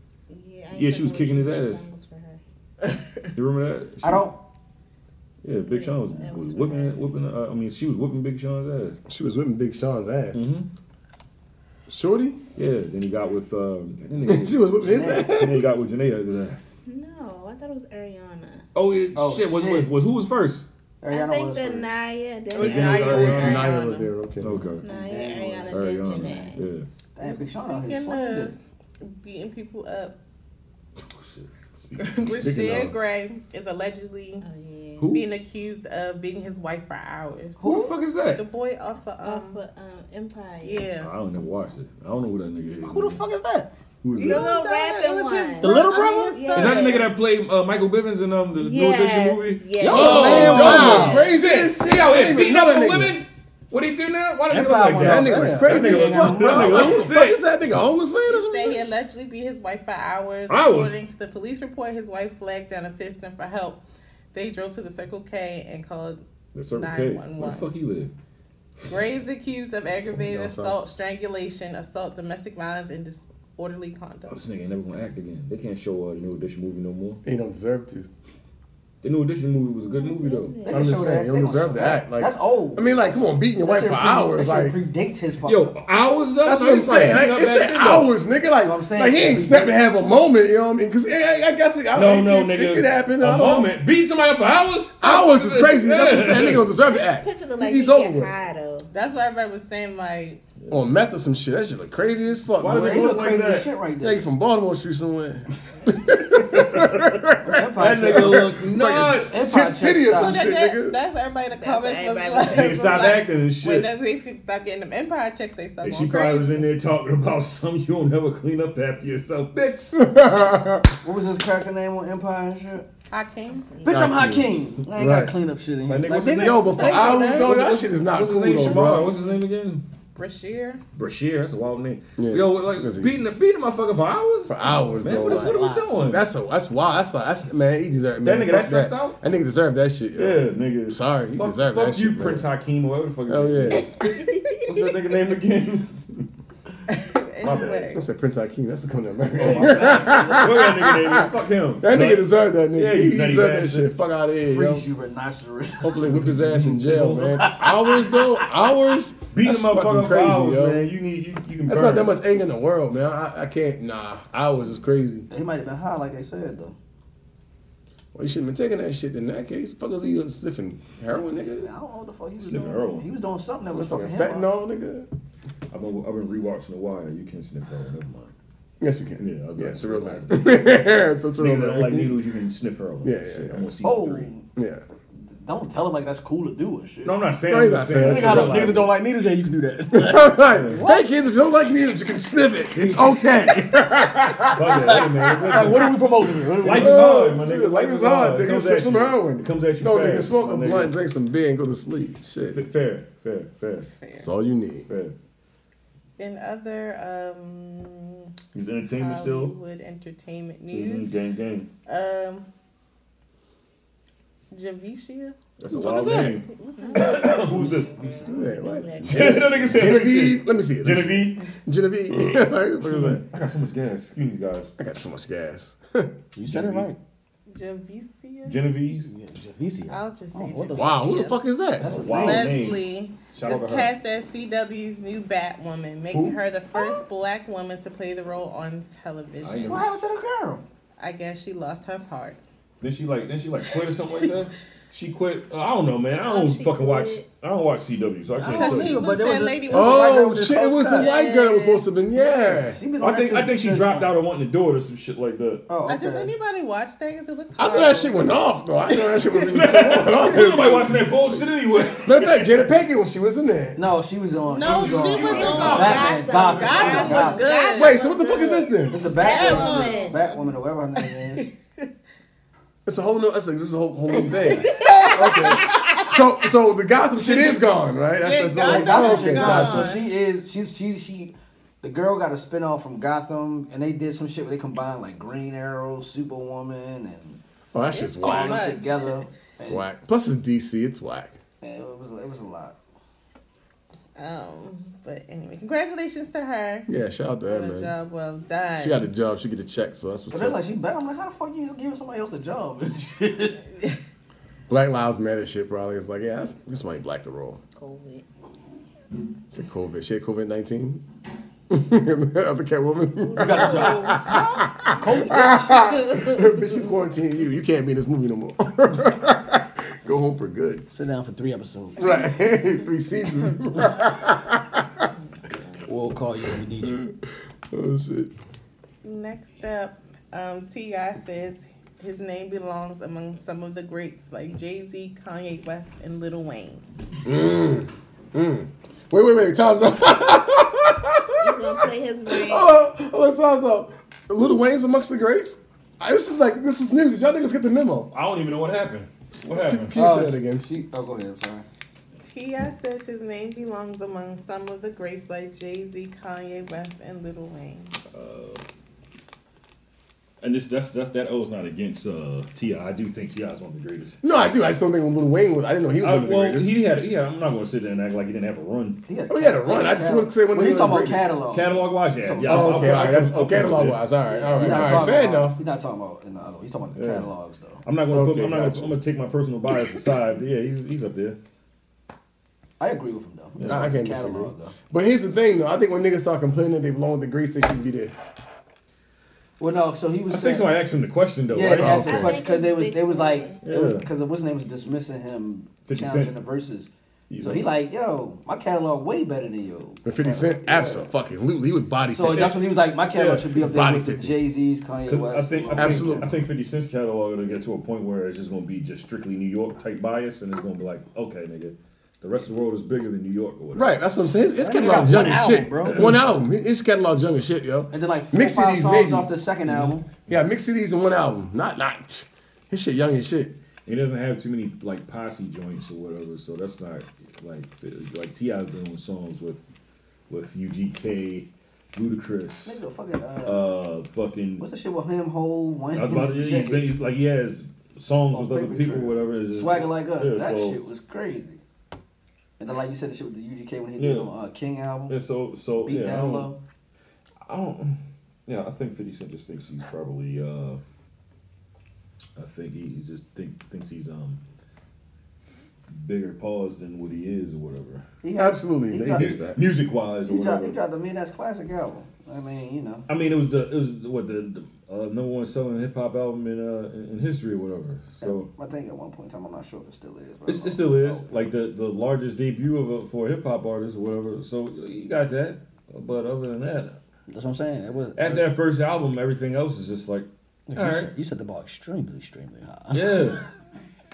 Speaker 7: Yeah, I ain't
Speaker 4: Yeah, she was
Speaker 7: fucking
Speaker 4: kicking his
Speaker 7: with you.
Speaker 4: ass. You remember that? She,
Speaker 6: I don't.
Speaker 4: Yeah, Big Sean was, was whipping, whipping. Uh, I mean, she was whipping Big Sean's ass.
Speaker 3: She was whipping Big Sean's ass.
Speaker 6: Mm-hmm.
Speaker 4: Mhm.
Speaker 3: Shorty?
Speaker 4: Yeah. Then he got with. Um, that nigga-
Speaker 3: she was whipping his ass.
Speaker 4: then he got with Janae after that.
Speaker 7: No, I thought it was Ariana.
Speaker 4: Oh, yeah,
Speaker 6: Oh,
Speaker 4: shit. Was,
Speaker 6: shit.
Speaker 4: was, was who was first?
Speaker 6: Ariana
Speaker 7: I think
Speaker 6: was
Speaker 7: that
Speaker 6: first.
Speaker 7: Naya, then
Speaker 5: Okay.
Speaker 7: Naya,
Speaker 3: Oh, it's
Speaker 5: Ariana.
Speaker 3: Nyla there, okay.
Speaker 4: Okay.
Speaker 7: Naya,
Speaker 6: Ariana.
Speaker 7: Ariana, then Janae.
Speaker 4: Ariana. Yeah.
Speaker 6: Damn, Big Sean out here
Speaker 5: Speaking
Speaker 6: slanging
Speaker 5: of
Speaker 6: it.
Speaker 5: beating people up,
Speaker 4: Oh, shit. Speak-
Speaker 3: Speaking
Speaker 5: Rashad
Speaker 3: of-
Speaker 5: Gray is allegedly
Speaker 7: Oh, yeah.
Speaker 4: Who?
Speaker 5: being accused of beating his wife for hours.
Speaker 4: Who the fuck is
Speaker 5: The
Speaker 4: that?
Speaker 5: boy off of
Speaker 7: Off
Speaker 5: um,
Speaker 7: of um, Empire.
Speaker 4: I
Speaker 5: yeah.
Speaker 4: don't never watched it. I don't know who that nigga is.
Speaker 6: Who the fuck is that?
Speaker 4: Who is
Speaker 7: The
Speaker 4: that?
Speaker 7: little
Speaker 5: that? It
Speaker 7: rapping
Speaker 5: was his
Speaker 7: one.
Speaker 6: The little brother?
Speaker 7: Yeah.
Speaker 4: Is that the nigga that played uh, Michael Bivins in um, the new edition
Speaker 7: Yes,
Speaker 4: movie?
Speaker 7: yes.
Speaker 4: Yo,
Speaker 6: Oh,
Speaker 4: man,
Speaker 6: yo,
Speaker 4: wow.
Speaker 3: crazy.
Speaker 4: Shit, He out here beating up on
Speaker 3: Another nigga.
Speaker 4: women. What he do now? Why did he
Speaker 6: That
Speaker 4: look like
Speaker 6: guy
Speaker 4: that?
Speaker 3: That nigga
Speaker 6: Yeah.
Speaker 3: was crazy.
Speaker 4: That nigga was
Speaker 3: Fuck,
Speaker 4: fucking- that nigga
Speaker 3: bro.
Speaker 4: was
Speaker 3: What the fuck
Speaker 4: sick.
Speaker 3: is that nigga? Homeless man? That's
Speaker 5: Say he
Speaker 3: what-
Speaker 5: allegedly beat his wife for hours.
Speaker 4: Hours?
Speaker 5: According to the police report, his wife flagged down a citizen for help. They drove to the Circle K and called
Speaker 4: The Circle K. Where the
Speaker 5: 911.
Speaker 4: fuck he live?
Speaker 5: Gray's accused of aggravated
Speaker 3: outside.
Speaker 5: assault, strangulation, assault, domestic violence, and disorderly
Speaker 4: Oh,
Speaker 5: conduct.
Speaker 4: this nigga ain't never gonna act again. They can't show uh, the new edition movie no more.
Speaker 3: He don't deserve to.
Speaker 4: The new edition movie was a good movie though.
Speaker 6: They
Speaker 3: I'm just
Speaker 6: just showed
Speaker 3: saying,
Speaker 6: that.
Speaker 3: you
Speaker 6: They
Speaker 3: don't
Speaker 6: gonna
Speaker 3: deserve
Speaker 6: show
Speaker 3: to
Speaker 6: that.
Speaker 3: act. Like
Speaker 6: That's old.
Speaker 3: I mean, like, come on, beating your wife
Speaker 6: shit
Speaker 3: for
Speaker 6: pre-
Speaker 3: hours,
Speaker 6: that
Speaker 3: like.
Speaker 6: shit predates his fucking.
Speaker 4: Yo, hours up.
Speaker 3: That's
Speaker 4: Now
Speaker 3: what I'm
Speaker 4: he's like beating
Speaker 3: saying. Like,
Speaker 4: up
Speaker 3: it
Speaker 4: that
Speaker 3: said
Speaker 4: bitch, though.
Speaker 3: hours, nigga. Like,
Speaker 6: what I'm saying?
Speaker 3: like he ain't stepping to have a moment. You know what I mean? Because I, I guess it, I
Speaker 4: No,
Speaker 3: don't
Speaker 4: no,
Speaker 3: it,
Speaker 4: nigga.
Speaker 3: It could happen. I
Speaker 4: A
Speaker 3: don't know.
Speaker 4: moment. Beat somebody up for hours?
Speaker 3: Hours is crazy. That's what I'm saying. Nigga don't deserve to act.
Speaker 7: Picture the like
Speaker 3: He's
Speaker 7: he
Speaker 3: over
Speaker 7: get
Speaker 3: with.
Speaker 7: high though.
Speaker 5: That's why everybody was saying like
Speaker 3: On meth or some shit. That shit look crazy as fuck.
Speaker 4: Why do
Speaker 3: boy.
Speaker 4: they
Speaker 6: They look
Speaker 4: Look like
Speaker 6: crazy
Speaker 4: that.
Speaker 6: as shit right
Speaker 3: Yeah,
Speaker 6: there.
Speaker 3: you from Baltimore Street somewhere.
Speaker 6: That
Speaker 4: That
Speaker 6: probably
Speaker 4: nigga
Speaker 6: took-
Speaker 4: look nuts.
Speaker 6: that
Speaker 3: Tit
Speaker 6: probably
Speaker 3: city
Speaker 6: took
Speaker 3: or some
Speaker 6: stock.
Speaker 5: that,
Speaker 3: shit,
Speaker 5: that-
Speaker 3: nigga.
Speaker 5: that's everybody in the comments was
Speaker 7: everybody.
Speaker 5: like,
Speaker 4: Nigga
Speaker 5: was
Speaker 4: stop
Speaker 5: like,
Speaker 4: acting and
Speaker 5: When
Speaker 4: shit.
Speaker 5: they f- stop getting them empire checks, they stop going
Speaker 4: And she
Speaker 5: crazy.
Speaker 4: probably was in there talking about something you'll never clean up after yourself, bitch.
Speaker 6: What was his character name on Empire and shit?
Speaker 5: I came.
Speaker 6: Bitch, I'm Hakeem. I
Speaker 3: Right.
Speaker 6: ain't got clean up shit in here.
Speaker 4: nigga, what's
Speaker 6: they
Speaker 4: his
Speaker 6: got-
Speaker 3: Yo, but for
Speaker 6: they got
Speaker 3: hours
Speaker 6: that.
Speaker 3: though, that shit is not
Speaker 4: What's
Speaker 3: cool
Speaker 4: his name?
Speaker 3: though,
Speaker 4: Shamar.
Speaker 3: bro.
Speaker 4: What's his name again?
Speaker 5: Brashear.
Speaker 4: Brasheer. That's a wild name.
Speaker 3: Yeah.
Speaker 4: Yo, like
Speaker 3: Is he-
Speaker 4: beating the beating the motherfucker for hours.
Speaker 3: For hours
Speaker 4: Man,
Speaker 3: though.
Speaker 4: what, is, what
Speaker 3: like,
Speaker 4: are we doing?
Speaker 3: That's a, that's wild. That's like that's man. He deserved
Speaker 4: That
Speaker 3: man,
Speaker 4: nigga
Speaker 3: fuck
Speaker 4: that stressed out?
Speaker 3: That nigga deserved that shit.
Speaker 4: yeah,
Speaker 3: yo.
Speaker 4: nigga.
Speaker 3: Sorry, he
Speaker 4: fuck,
Speaker 3: deserved
Speaker 4: fuck
Speaker 3: that
Speaker 4: you,
Speaker 3: shit, man.
Speaker 4: Prince Hakeem, or whatever the fuck. his
Speaker 3: Oh
Speaker 4: name
Speaker 3: yeah.
Speaker 4: is. What's that nigga name again?
Speaker 5: Anyway.
Speaker 3: I said Prince Hakeem. That's the coming to America.
Speaker 4: Oh, Whatever that nigga name is. Fuck him.
Speaker 3: That nigga
Speaker 4: Nut-
Speaker 3: deserved that nigga.
Speaker 4: Yeah,
Speaker 3: he
Speaker 4: you nutty
Speaker 3: deserved that
Speaker 4: bastard.
Speaker 3: shit. Fuck out of here, yo.
Speaker 6: Freeze you rhinoceros.
Speaker 3: Hopefully whip his ass in jail, man. Hours though, hours.
Speaker 4: Beating the
Speaker 3: That's fucking
Speaker 4: motherfucker for
Speaker 3: crazy,
Speaker 4: hours,
Speaker 3: yo.
Speaker 4: man. You need you, you can
Speaker 3: That's
Speaker 4: burn.
Speaker 3: not that much anger in the world, man. I, I can't. Nah, hours is crazy.
Speaker 6: He might have been high, like they said though.
Speaker 3: Well, you shouldn't been taking that shit in that case. Fuck was he sniffing heroin,
Speaker 6: I
Speaker 3: nigga?
Speaker 6: don't know what the fuck he was
Speaker 4: Sniffing
Speaker 6: doing.
Speaker 4: heroin.
Speaker 6: He was doing something that was fucking
Speaker 3: Fucking
Speaker 6: him. up.
Speaker 3: fentanyl, nigga.
Speaker 4: I've been, I've been rewatching The Wire. You can't sniff heroin. Never mind.
Speaker 3: Yes, you can.
Speaker 4: Yeah, I'll do
Speaker 3: yeah,
Speaker 4: it.
Speaker 3: it's a real nice. it's a real
Speaker 4: Niggas that don't like
Speaker 3: nice.
Speaker 4: needles, you can sniff heroin.
Speaker 3: Yeah, yeah,
Speaker 4: Shit,
Speaker 3: yeah.
Speaker 4: I'm on season
Speaker 6: Oh,
Speaker 4: three.
Speaker 3: Yeah.
Speaker 6: don't tell him like that's cool to do and shit.
Speaker 4: No, I'm not saying.
Speaker 3: No,
Speaker 4: I'm
Speaker 3: he's
Speaker 4: just
Speaker 3: not saying
Speaker 4: it's
Speaker 3: that.
Speaker 4: a real
Speaker 3: Niggas that
Speaker 4: life.
Speaker 6: like needles, yeah, you can do that.
Speaker 3: right. Hey kids, if you don't like needles, you can sniff it. It's okay.
Speaker 4: Fuck it, hey, man. Listen,
Speaker 6: what are we promoting here? What are we-
Speaker 4: Life is
Speaker 3: Oh,
Speaker 4: hard, my
Speaker 3: shit,
Speaker 4: nigga.
Speaker 3: Life is hard.
Speaker 4: It
Speaker 3: Nigga,
Speaker 4: comes
Speaker 3: sniff
Speaker 4: at
Speaker 3: some
Speaker 4: you.
Speaker 3: heroin.
Speaker 4: It comes at you
Speaker 3: No, nigga,
Speaker 4: fast,
Speaker 3: smoke
Speaker 4: my
Speaker 3: a
Speaker 4: nigga.
Speaker 3: blunt, drink some beer, and go to sleep. Shit.
Speaker 4: F- Fair, fair, fair,
Speaker 3: That's all you need.
Speaker 4: fair.
Speaker 5: In other um,
Speaker 4: He's entertainment
Speaker 3: Uh,
Speaker 4: still.
Speaker 5: Hollywood entertainment
Speaker 4: hmm
Speaker 5: news,
Speaker 4: Gang, gang.
Speaker 5: um,
Speaker 4: Mm-hmm.
Speaker 5: Javicia.
Speaker 4: That's a
Speaker 3: Who the fuck
Speaker 4: wild
Speaker 3: is that?
Speaker 4: name. Who's this?
Speaker 3: Yeah, what?
Speaker 4: that nigga said.
Speaker 3: Genevieve. Let me see it. Let me see
Speaker 4: Genevieve.
Speaker 3: it. Genevieve. Like, what was that?
Speaker 4: I got so much gas. Excuse me, guys.
Speaker 3: I got so much gas.
Speaker 6: You said it right.
Speaker 5: Javicia.
Speaker 4: Genevieve.
Speaker 6: Javicia.
Speaker 5: I'll
Speaker 4: Oh,
Speaker 5: just say
Speaker 6: what the
Speaker 5: Javicia.
Speaker 3: Wow, who the fuck is
Speaker 6: That's a
Speaker 3: that?
Speaker 4: Wild name.
Speaker 5: Leslie
Speaker 4: Shout out
Speaker 5: was
Speaker 4: to her.
Speaker 5: cast as CW's new Batwoman, making
Speaker 4: Who?
Speaker 5: her the first black woman to play the role on
Speaker 4: I ain't
Speaker 5: television.
Speaker 4: never-
Speaker 6: What happened to the girl?
Speaker 5: I guess she lost her part.
Speaker 4: Then she like, then she like quit or something like that. She quit. Uh, I don't know, man.
Speaker 3: Oh,
Speaker 4: I don't
Speaker 7: she
Speaker 4: fucking watch.
Speaker 7: quit.
Speaker 4: I don't watch CW, so I
Speaker 6: I
Speaker 4: can't.
Speaker 6: don't
Speaker 4: tell
Speaker 6: see
Speaker 4: you.
Speaker 6: her, but there
Speaker 5: that
Speaker 6: was a-
Speaker 5: lady
Speaker 6: there was a white girl
Speaker 3: Oh
Speaker 6: with this
Speaker 3: shit! It was the
Speaker 6: postcard.
Speaker 3: white girl that was supposed to be. Yeah.
Speaker 6: She been on
Speaker 4: I
Speaker 6: that
Speaker 4: think I
Speaker 6: since-
Speaker 4: think she
Speaker 6: since-
Speaker 4: dropped out of wanting a daughter or some shit like that.
Speaker 6: Oh,
Speaker 5: Like, does
Speaker 6: okay.
Speaker 5: anybody watch that? 'Cause it looks.
Speaker 3: I thought
Speaker 5: horrible.
Speaker 3: that shit went off though. I didn't know that shit was even going on.
Speaker 4: Ain't Nobody watching that bullshit anyway.
Speaker 3: Matter of fact, Jada Pinkett when she was in there.
Speaker 6: No, she was on.
Speaker 7: No,
Speaker 6: she was on.
Speaker 7: she was on
Speaker 6: Batman. Gotham.
Speaker 7: Gotham. Gotham
Speaker 6: Gotham.
Speaker 7: was good.
Speaker 3: Wait, so what the fuck is this
Speaker 6: It's
Speaker 3: then?
Speaker 6: the Batwoman.
Speaker 7: Batwoman.
Speaker 6: shit. Batwoman or whatever her name is.
Speaker 3: It's a whole new. It's like this is a whole whole new thing. Okay. So so the Gotham shit is gone, right? That's, that's not like
Speaker 6: Gotham
Speaker 3: okay,
Speaker 6: shit, nah,
Speaker 3: gotcha.
Speaker 6: so she is she's she she the girl got a spin-off from Gotham and they did some shit where they combined like Green Arrow, Superwoman and
Speaker 3: Oh, that shit's
Speaker 6: all
Speaker 3: whack.
Speaker 6: them together.
Speaker 3: It's
Speaker 6: And,
Speaker 3: whack. Plus it's DC. It's whack.
Speaker 6: and it was it was a lot.
Speaker 5: Um, but anyway, congratulations to her.
Speaker 3: Yeah, shout out to her,
Speaker 5: Good
Speaker 3: man.
Speaker 5: job, well done.
Speaker 3: She got a job. She get a check. So that's
Speaker 6: But
Speaker 3: what's
Speaker 6: that's
Speaker 3: up.
Speaker 6: like she bad. I'm like, how the fuck you just giving somebody else the job? That's
Speaker 3: Black Lives Matter shit probably is like, yeah, that's, this might black the role. It's a COVID. She had COVID 19. Other Catwoman. You got a job. bitch, we quarantine you. You can't be in this movie no more. Go home for good.
Speaker 6: Sit down for three episodes.
Speaker 3: Right. Three seasons.
Speaker 6: We'll call you when we need you.
Speaker 3: oh, shit.
Speaker 5: Next up, um, T.I. says his name belongs among some of the greats like Jay Z, Kanye West, and Lil Wayne.
Speaker 3: Wait, wait, wait. Time's up.
Speaker 7: He's gonna play his ring.
Speaker 3: Hold on. Hold on. Time's up. Little Wayne's amongst the greats? I- This is like, this is news. Did y'all niggas get the memo?
Speaker 4: I don't even know what happened. What happened?
Speaker 3: Can you say that again?
Speaker 6: She oh go ahead, I'm sorry.
Speaker 5: T.I. says his name belongs among some of the greats like Jay Z, Kanye West, and Lil Wayne.
Speaker 4: And this that's that's that O's not against uh, Ti. I do think Ti is one of the greatest.
Speaker 3: No, I do. I just don't think Little Wayne was. I didn't know he was
Speaker 4: I,
Speaker 3: one of the
Speaker 4: Uh, well,
Speaker 3: greatest.
Speaker 4: he had yeah. I'm not going to sit there and act like he didn't have a run.
Speaker 6: He had
Speaker 3: Oh, he had a run. I just wouldn't say when
Speaker 6: well,
Speaker 3: he
Speaker 6: he's
Speaker 3: was
Speaker 6: talking
Speaker 3: the
Speaker 6: about
Speaker 3: greatest.
Speaker 6: catalog.
Speaker 4: Catalog wise, yeah. yeah
Speaker 3: Oh,
Speaker 4: I- I-
Speaker 3: okay,
Speaker 4: I-
Speaker 3: all right. That's,
Speaker 4: I-
Speaker 3: okay, catalog wise. All right, all
Speaker 6: He's
Speaker 3: right,
Speaker 6: not
Speaker 3: all right.
Speaker 6: talking
Speaker 3: Fair
Speaker 6: about-
Speaker 3: enough.
Speaker 6: He's not talking about in the other one. He's talking about the
Speaker 4: Yeah.
Speaker 6: catalogs though.
Speaker 4: I'm not going to
Speaker 3: Okay,
Speaker 4: put. I'm not.
Speaker 3: gotcha.
Speaker 4: Gonna, I'm going to take my personal bias aside. but Yeah, he's, he's up there.
Speaker 6: I agree with him though. That's
Speaker 3: Nah, I
Speaker 6: why
Speaker 3: can't
Speaker 6: it's
Speaker 3: disagree.
Speaker 6: catalog, though.
Speaker 3: But here's the thing, though. I think when niggas start complaining that they belong with the greats, they shouldn't be there.
Speaker 6: Well, no. So he was.
Speaker 4: I
Speaker 6: saying,
Speaker 4: think somebody asked him the question though.
Speaker 6: Yeah,
Speaker 4: right?
Speaker 6: they asked him
Speaker 4: Okay.
Speaker 6: a question because they was they was like
Speaker 4: Yeah.
Speaker 6: because what's his name was dismissing him
Speaker 4: 50
Speaker 6: challenging
Speaker 4: Cent.
Speaker 6: the verses.
Speaker 4: He's
Speaker 6: So
Speaker 4: like-
Speaker 6: he like, yo, my catalog way better than you.
Speaker 3: But 50 Cent, absolutely. He would body
Speaker 6: So
Speaker 3: fit.
Speaker 6: that's when he was like, my
Speaker 4: Yeah.
Speaker 6: catalog should be up there
Speaker 3: Body
Speaker 6: with the
Speaker 3: fifty.
Speaker 6: Jay Z's, Kanye
Speaker 4: 'Cause
Speaker 6: West.
Speaker 4: I think, I think,
Speaker 3: Absolutely.
Speaker 4: I think 50 Cent's catalog will get to a point where it's just going to be just strictly New York type bias, and it's going to be like, okay, nigga, the rest of the world is bigger than New York or whatever.
Speaker 3: Right, that's what I'm saying. It's
Speaker 6: nigga
Speaker 3: catalog
Speaker 6: got
Speaker 3: young
Speaker 6: one
Speaker 3: as
Speaker 6: album,
Speaker 3: shit.
Speaker 6: bro.
Speaker 3: One album. It's catalog young as shit, yo.
Speaker 6: and then like four
Speaker 3: Mix
Speaker 6: or five
Speaker 3: CDs,
Speaker 6: songs
Speaker 3: maybe.
Speaker 6: off the second
Speaker 4: Mm-hmm.
Speaker 6: album.
Speaker 3: Yeah, mix CDs in one album. Not, not. His shit young as shit.
Speaker 4: He doesn't have too many like posse joints or whatever, so that's not like like Ti has been on songs with with UGK,
Speaker 6: Nigga,
Speaker 4: Ludacris,
Speaker 6: the fucking uh,
Speaker 4: uh, fucking.
Speaker 6: what's the shit with him, Hole, Wayne,
Speaker 4: I was about to, he's been,
Speaker 6: Jay,
Speaker 4: he's, like he has songs
Speaker 6: Oh,
Speaker 4: with other
Speaker 6: Paper
Speaker 4: people, or
Speaker 6: Trail.
Speaker 4: whatever. It's just-
Speaker 6: Swagger Like Us.
Speaker 4: yeah,
Speaker 6: that
Speaker 4: so-
Speaker 6: shit was crazy. And then like you said, the shit with the UGK when he did
Speaker 4: Yeah.
Speaker 6: on uh, King album,
Speaker 4: Yeah, so so
Speaker 6: beat
Speaker 4: yeah, I
Speaker 6: down
Speaker 4: don't-
Speaker 6: low.
Speaker 4: I don't. Yeah, I think Fifty Cent just thinks he's probably. uh I think he, he just think thinks he's um bigger paws than what he is or whatever.
Speaker 6: He had-
Speaker 3: Absolutely.
Speaker 6: he
Speaker 3: They
Speaker 6: got-
Speaker 3: do that.
Speaker 4: Music wise or
Speaker 6: He dropped, he
Speaker 4: whatever.
Speaker 6: dropped the Midnight's classic album. I mean, you know.
Speaker 4: I mean, it was the it was the- what the, the uh, number one selling hip hop album in uh in in history or whatever. So
Speaker 6: I think at one point in time, I'm not sure if it still is. But I
Speaker 4: it's,
Speaker 6: don't
Speaker 4: it still
Speaker 6: know.
Speaker 4: is like the the largest debut of a, for a hip hop artist or whatever. So you got that, but other than that,
Speaker 6: That's what I'm saying. It was
Speaker 4: after that first album, everything else is just like
Speaker 6: you,
Speaker 4: all right.
Speaker 6: set, you set the bar extremely, extremely high.
Speaker 4: Yeah.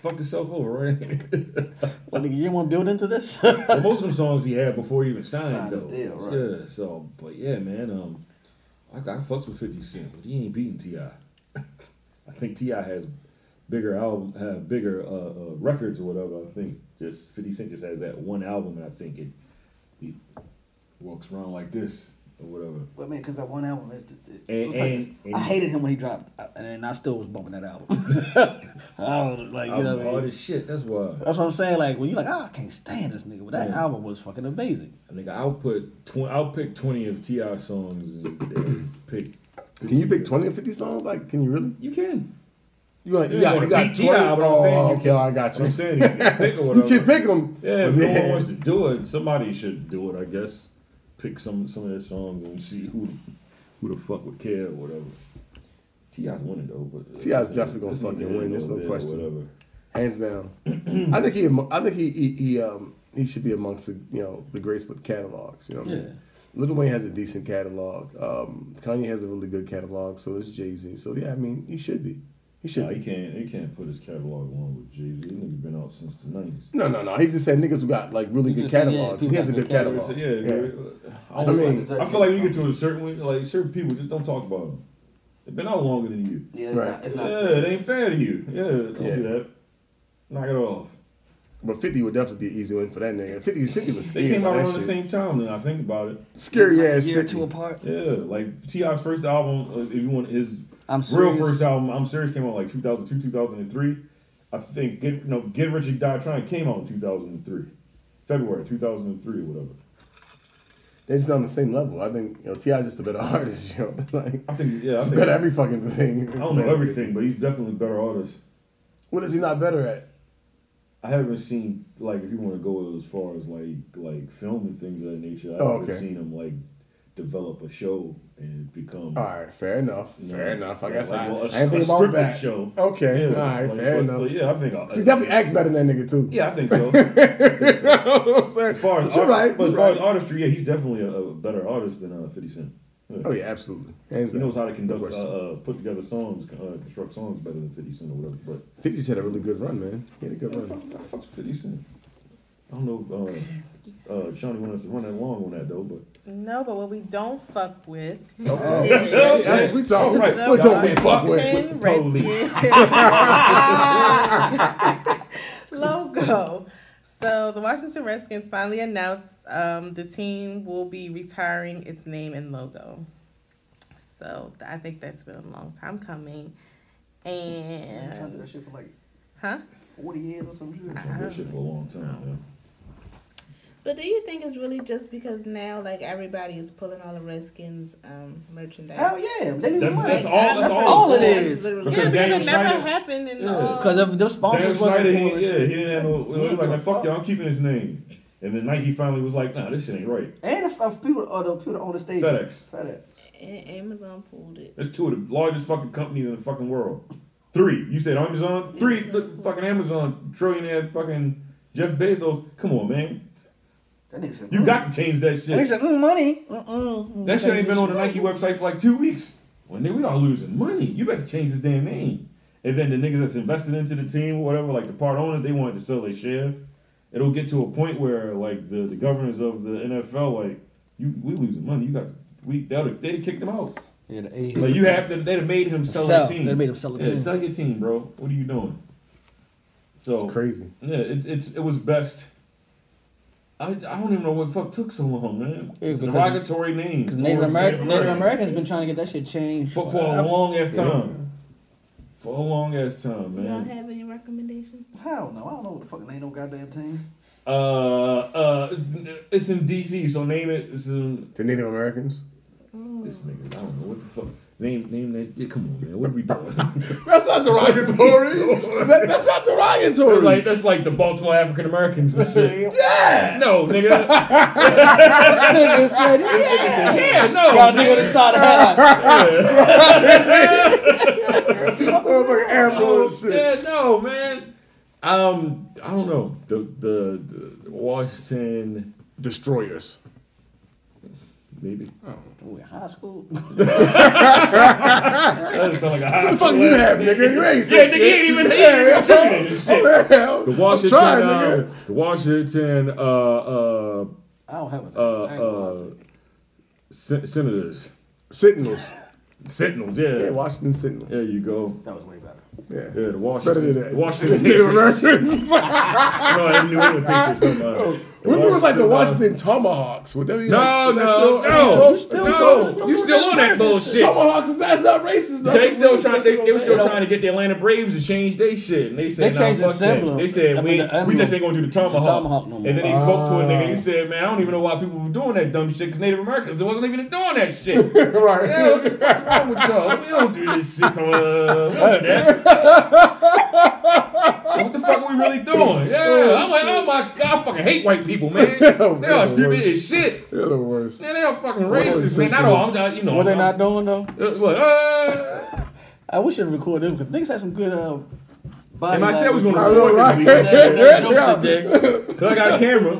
Speaker 4: Fucked himself over, right?
Speaker 6: It's like, nigga, you didn't want to build into this.
Speaker 4: well, most of them songs he had before he even signed,
Speaker 6: Signed
Speaker 4: though.
Speaker 6: his deal, right.
Speaker 4: Yeah, so, but yeah, man, um, I, I fucks with 50 Cent, but he ain't beating T.I. I think T.I. has bigger album, have bigger uh, uh, records or whatever. I think just 50 Cent just has that one album, and I think it, he walks around like this or whatever.
Speaker 6: Well, man, because that one album is. It,
Speaker 4: And-
Speaker 6: looked like
Speaker 4: and-
Speaker 6: this.
Speaker 4: and-
Speaker 6: I hated him when he dropped, uh, and I still was bumping that album. I was like, you
Speaker 4: Album
Speaker 6: know what I
Speaker 4: hard
Speaker 6: mean?
Speaker 4: as shit, that's why.
Speaker 6: That's what I'm saying. Like, when you're like, ah, I can't stand this nigga, but that
Speaker 4: Yeah.
Speaker 6: album was fucking amazing.
Speaker 4: I think I'll put, tw- I'll pick 20 of T.I. songs and, and pick.
Speaker 3: Can you pick 20 or 50 songs? Like, can you really?
Speaker 4: You can.
Speaker 3: You, got- you
Speaker 4: Yeah,
Speaker 3: got, you got
Speaker 4: beat
Speaker 3: 20?
Speaker 4: T.I., but I'm
Speaker 3: Oh,
Speaker 4: saying you
Speaker 3: okay,
Speaker 4: can-
Speaker 3: I got
Speaker 4: That's
Speaker 3: you.
Speaker 4: what I'm saying. You can pick or
Speaker 3: You
Speaker 4: whatever.
Speaker 3: can pick them.
Speaker 4: Yeah, if no one wants to do it, somebody should do it, I guess. Pick some some of their songs and see who who the fuck would care or whatever. Ti's winning though, but uh,
Speaker 3: T.I.'s definitely gonna
Speaker 4: It's
Speaker 3: fucking
Speaker 4: either
Speaker 3: win, there's no
Speaker 4: or or
Speaker 3: question.
Speaker 4: Whatever.
Speaker 3: hands down. I think he, I think he, he, he, um, he should be amongst the, you know, the greats with catalogs. You know what I mean? Lil Wayne has a decent catalog. Um, Kanye has a really good catalog. So does Jay Z. So yeah, I mean, he should be. He should
Speaker 4: Nah,
Speaker 3: be.
Speaker 4: he can't. He can't put his catalog along with Jay Z. He nigga been out since the nineties.
Speaker 3: No, no, no. He just said niggas who got like really
Speaker 6: He
Speaker 3: good
Speaker 6: just said, yeah,
Speaker 3: catalogs.
Speaker 6: people
Speaker 3: he has a
Speaker 6: got
Speaker 3: good
Speaker 6: good
Speaker 4: So,
Speaker 3: catalog.
Speaker 4: yeah,
Speaker 3: Yeah.
Speaker 4: I,
Speaker 3: I
Speaker 4: don't
Speaker 3: mean-
Speaker 4: like- I feel like when you get to a certain way, like certain people just don't talk about them. They've been out longer than you.
Speaker 6: Yeah,
Speaker 3: Right.
Speaker 6: it's
Speaker 4: Yeah,
Speaker 6: not. It's not
Speaker 4: it ain't fair to you. Yeah, don't
Speaker 3: Yeah.
Speaker 4: do that. Knock it off.
Speaker 3: But 50 would definitely be an easy win for that nigga. 50, 50 was
Speaker 4: They
Speaker 3: scary.
Speaker 4: came out
Speaker 3: about
Speaker 4: around
Speaker 3: that
Speaker 4: the
Speaker 3: shit.
Speaker 4: same time. Then I think about it.
Speaker 3: Scary ass
Speaker 6: a year or
Speaker 3: 50.
Speaker 6: two apart.
Speaker 4: Yeah, like Ti's first album, uh, if you want his
Speaker 6: I'm
Speaker 4: real
Speaker 6: serious.
Speaker 4: first album, I'm serious, came out like 2002, 2003. I think get no get rich or die trying came out in 2003, February 2003 or whatever.
Speaker 3: They're just on the same level. I think, you know, T.I. just a better artist, yo. like,
Speaker 4: I think yeah, I
Speaker 3: he's
Speaker 4: think
Speaker 3: better at every fucking thing.
Speaker 4: I don't know everything, but he's definitely a better artist.
Speaker 3: What is he not better at?
Speaker 4: I haven't seen like if you want to go as far as like like film and things of that nature. I've
Speaker 3: Oh,
Speaker 4: never
Speaker 3: okay.
Speaker 4: seen him like develop a show and become.
Speaker 3: All right, fair enough. Fair enough. I
Speaker 4: Yeah,
Speaker 3: guess I,
Speaker 4: well,
Speaker 3: I ain't think about
Speaker 4: scripted
Speaker 3: that.
Speaker 4: Show.
Speaker 3: Okay,
Speaker 4: Yeah,
Speaker 3: all right,
Speaker 4: like,
Speaker 3: fair
Speaker 4: but-
Speaker 3: enough.
Speaker 4: but yeah, I think. uh, I,
Speaker 3: She definitely acts better than that nigga, too.
Speaker 4: Yeah, I think so. as
Speaker 3: you know what I'm saying?
Speaker 4: far as
Speaker 3: But you're
Speaker 4: art-
Speaker 3: right.
Speaker 4: but as
Speaker 3: you're
Speaker 4: far as
Speaker 3: right.
Speaker 4: artistry, yeah, he's definitely a, a better artist than uh, Fifty Cent. Yeah.
Speaker 3: Oh, yeah, absolutely. Hands
Speaker 4: He
Speaker 3: down.
Speaker 4: knows how to conduct,
Speaker 3: No
Speaker 4: uh,
Speaker 3: question.
Speaker 4: uh, put together songs, uh, construct songs better than Fifty Cent or whatever. But
Speaker 3: 50's had a really good run, man. He had a good
Speaker 4: I
Speaker 3: run.
Speaker 4: fuck- I fucks with 50 Cent. I don't know if uh, uh, Shawnee wanted to run that long on that though, but
Speaker 5: No, but what we don't fuck with
Speaker 3: Hey,
Speaker 5: is
Speaker 3: Oh, that's what we talking
Speaker 4: Alright.
Speaker 3: about. What don't we fuck with?
Speaker 5: Washington
Speaker 4: Police.
Speaker 5: Redskins logo. So the Washington Redskins finally announced um, the team will be retiring its name and logo. So th- I think that's been a long time coming.
Speaker 6: Trying to do
Speaker 5: And
Speaker 6: that shit for like
Speaker 5: huh?
Speaker 6: 40 years or something.
Speaker 4: I've that shit for a long time. Yeah.
Speaker 7: But do you think it's really just because now, like everybody is pulling all the Redskins um, merchandise?
Speaker 6: Hell yeah. They need the
Speaker 4: That's,
Speaker 6: money.
Speaker 4: that's all. That's,
Speaker 6: That's all it
Speaker 4: it's for.
Speaker 6: is.
Speaker 7: Literally.
Speaker 4: Because
Speaker 5: Oh, Yeah,
Speaker 4: Daniel
Speaker 5: because it never
Speaker 4: Snyder-
Speaker 5: happened in
Speaker 4: Yeah.
Speaker 5: the old-
Speaker 6: Because if those
Speaker 4: Dan
Speaker 6: sponsors wasn't
Speaker 4: Snyder, he,
Speaker 6: pulling
Speaker 4: yeah, he
Speaker 6: shit.
Speaker 4: didn't have no. He was
Speaker 6: Yeah,
Speaker 4: like,
Speaker 6: the
Speaker 4: "Man, fuck
Speaker 6: fuck.
Speaker 4: you, I'm keeping his name. And then Nike finally was like, nah, this shit ain't right.
Speaker 6: And if, if people, or the people that own the stage.
Speaker 4: FedEx.
Speaker 6: FedEx.
Speaker 7: A- Amazon pulled it.
Speaker 4: That's two of the largest fucking companies in the fucking world. Three. You said Amazon? Three. Look, fucking Amazon, trillionaire fucking Jeff Bezos. Come on, man.
Speaker 6: That nigga said,
Speaker 4: You
Speaker 6: mm.
Speaker 4: got to change that
Speaker 6: That nigga
Speaker 4: shit.
Speaker 6: said, mm, money. Mm-mm.
Speaker 4: That shit ain't been on the Nike website for like two weeks. Well, nigga, we are losing money. You better change this damn name. And then the niggas that's invested into the team, whatever, like the part owners, they wanted to sell their share. It'll get to a point where like the, the governors of the NFL, like you, we losing money. You got we they'd have, they'd have kicked him out.
Speaker 6: Yeah, the A.
Speaker 4: Like you have to, they'd have made him sell,
Speaker 6: Sell.
Speaker 4: the team.
Speaker 6: They'd made him sell the
Speaker 4: yeah,
Speaker 6: team.
Speaker 4: Sell your team, bro. What are you doing? So
Speaker 3: It's crazy.
Speaker 4: yeah, it, it's it was best. I, I don't even know what fuck took so long, man.
Speaker 6: It was
Speaker 4: It's a
Speaker 6: because-
Speaker 4: derogatory name.
Speaker 6: Because Native,
Speaker 4: towards
Speaker 6: Ameri- Native
Speaker 4: Americans.
Speaker 6: Americans been trying to get that shit changed.
Speaker 4: For, for a long ass time. For a long ass time,
Speaker 7: Y'all
Speaker 4: man.
Speaker 7: have any recommendations?
Speaker 6: Hell no, I don't know what the fuck name no goddamn team.
Speaker 4: Uh, uh, it's in DC, so name it. It's in,
Speaker 3: The Native Americans.
Speaker 4: this nigga, I don't know what the fuck. Name, name that. Yeah, come on, man. What are we doing?
Speaker 3: That's not derogatory. that, that's not derogatory.
Speaker 4: that's like that's like the Baltimore African Americans and shit.
Speaker 3: yeah.
Speaker 4: No, nigga. that-
Speaker 6: This nigga said, yeah!
Speaker 4: Yeah, no.
Speaker 6: Got a nigga on the side of the head.
Speaker 3: Motherfucking Afro and shit.
Speaker 4: Yeah, no, man. Um, I don't know. The the, the Washington,
Speaker 3: Destroyers.
Speaker 4: maybe.
Speaker 6: We in high school.
Speaker 4: That doesn't sound like a high
Speaker 3: What the fuck
Speaker 4: school
Speaker 3: you
Speaker 4: ass
Speaker 3: have, nigga? You ain't
Speaker 4: Yeah,
Speaker 3: said
Speaker 4: nigga, he
Speaker 3: shit.
Speaker 4: ain't even. He ain't even
Speaker 3: Yeah,
Speaker 4: contributing to this
Speaker 3: I'm,
Speaker 4: shit.
Speaker 3: I'm,
Speaker 4: The
Speaker 3: I'm
Speaker 4: Washington,
Speaker 3: trying,
Speaker 4: uh,
Speaker 3: nigga.
Speaker 4: the Washington, uh, uh,
Speaker 6: I don't have
Speaker 4: uh,
Speaker 6: a I ain't gonna lie to
Speaker 4: uh,
Speaker 6: you.
Speaker 4: sen- senators,
Speaker 3: Sentinels.
Speaker 4: sentinels. Yeah,
Speaker 3: Yeah, Washington Sentinels.
Speaker 4: there you go.
Speaker 6: That was way better.
Speaker 3: Yeah.
Speaker 4: Yeah, the
Speaker 3: Better
Speaker 4: Washington,
Speaker 3: than that.
Speaker 4: The Washington
Speaker 3: Native
Speaker 4: Patriots.
Speaker 3: Americans.
Speaker 4: no, them New England Patriots. Never
Speaker 3: Oh,
Speaker 4: mind. The
Speaker 3: When it was like the
Speaker 4: uh,
Speaker 3: Washington Tomahawks. Would that be
Speaker 4: No,
Speaker 3: like, that's
Speaker 4: no,
Speaker 3: still-
Speaker 4: no,
Speaker 3: that's still-
Speaker 4: no. You still on that bullshit?
Speaker 3: Tomahawks is that's not racist. That's
Speaker 4: They still
Speaker 3: real-
Speaker 4: trying.
Speaker 3: that's
Speaker 4: They,
Speaker 3: real
Speaker 4: they were still
Speaker 3: bad.
Speaker 4: trying to get the Atlanta Braves to change their shit, and they said
Speaker 6: They
Speaker 4: nah,
Speaker 6: changed the
Speaker 4: fuck that."
Speaker 6: emblem.
Speaker 4: They said
Speaker 6: I
Speaker 4: we,
Speaker 6: mean, the
Speaker 4: we just
Speaker 6: emblem.
Speaker 4: ain't gonna do the tomahawk.
Speaker 6: tomahawk no
Speaker 4: and
Speaker 6: more. Ah.
Speaker 4: then they spoke to a nigga. He said, "Man, I don't even know why people were doing that dumb shit because Native Americans there wasn't even doing that shit."
Speaker 3: Right.
Speaker 4: Yeah, what the fuck's wrong with y'all? We don't do this shit. Uh, we don't do that. what the fuck are we really doing? Yeah, I'm like, oh my god, I fucking hate white people, man. They are stupid as shit.
Speaker 3: They're the worst.
Speaker 4: Man, they are fucking
Speaker 3: What are they
Speaker 4: uh, racist, man. Not all, I'm not, you know.
Speaker 6: What they
Speaker 4: I'm-
Speaker 6: not doing though?
Speaker 4: uh, what? Uh,
Speaker 6: I wish I'd recorded this because niggas had some good. Uh, body
Speaker 13: And I said we was
Speaker 6: language.
Speaker 13: gonna record this.
Speaker 6: Yeah,
Speaker 13: we gonna-
Speaker 6: jokes today.
Speaker 4: Cause I got a camera.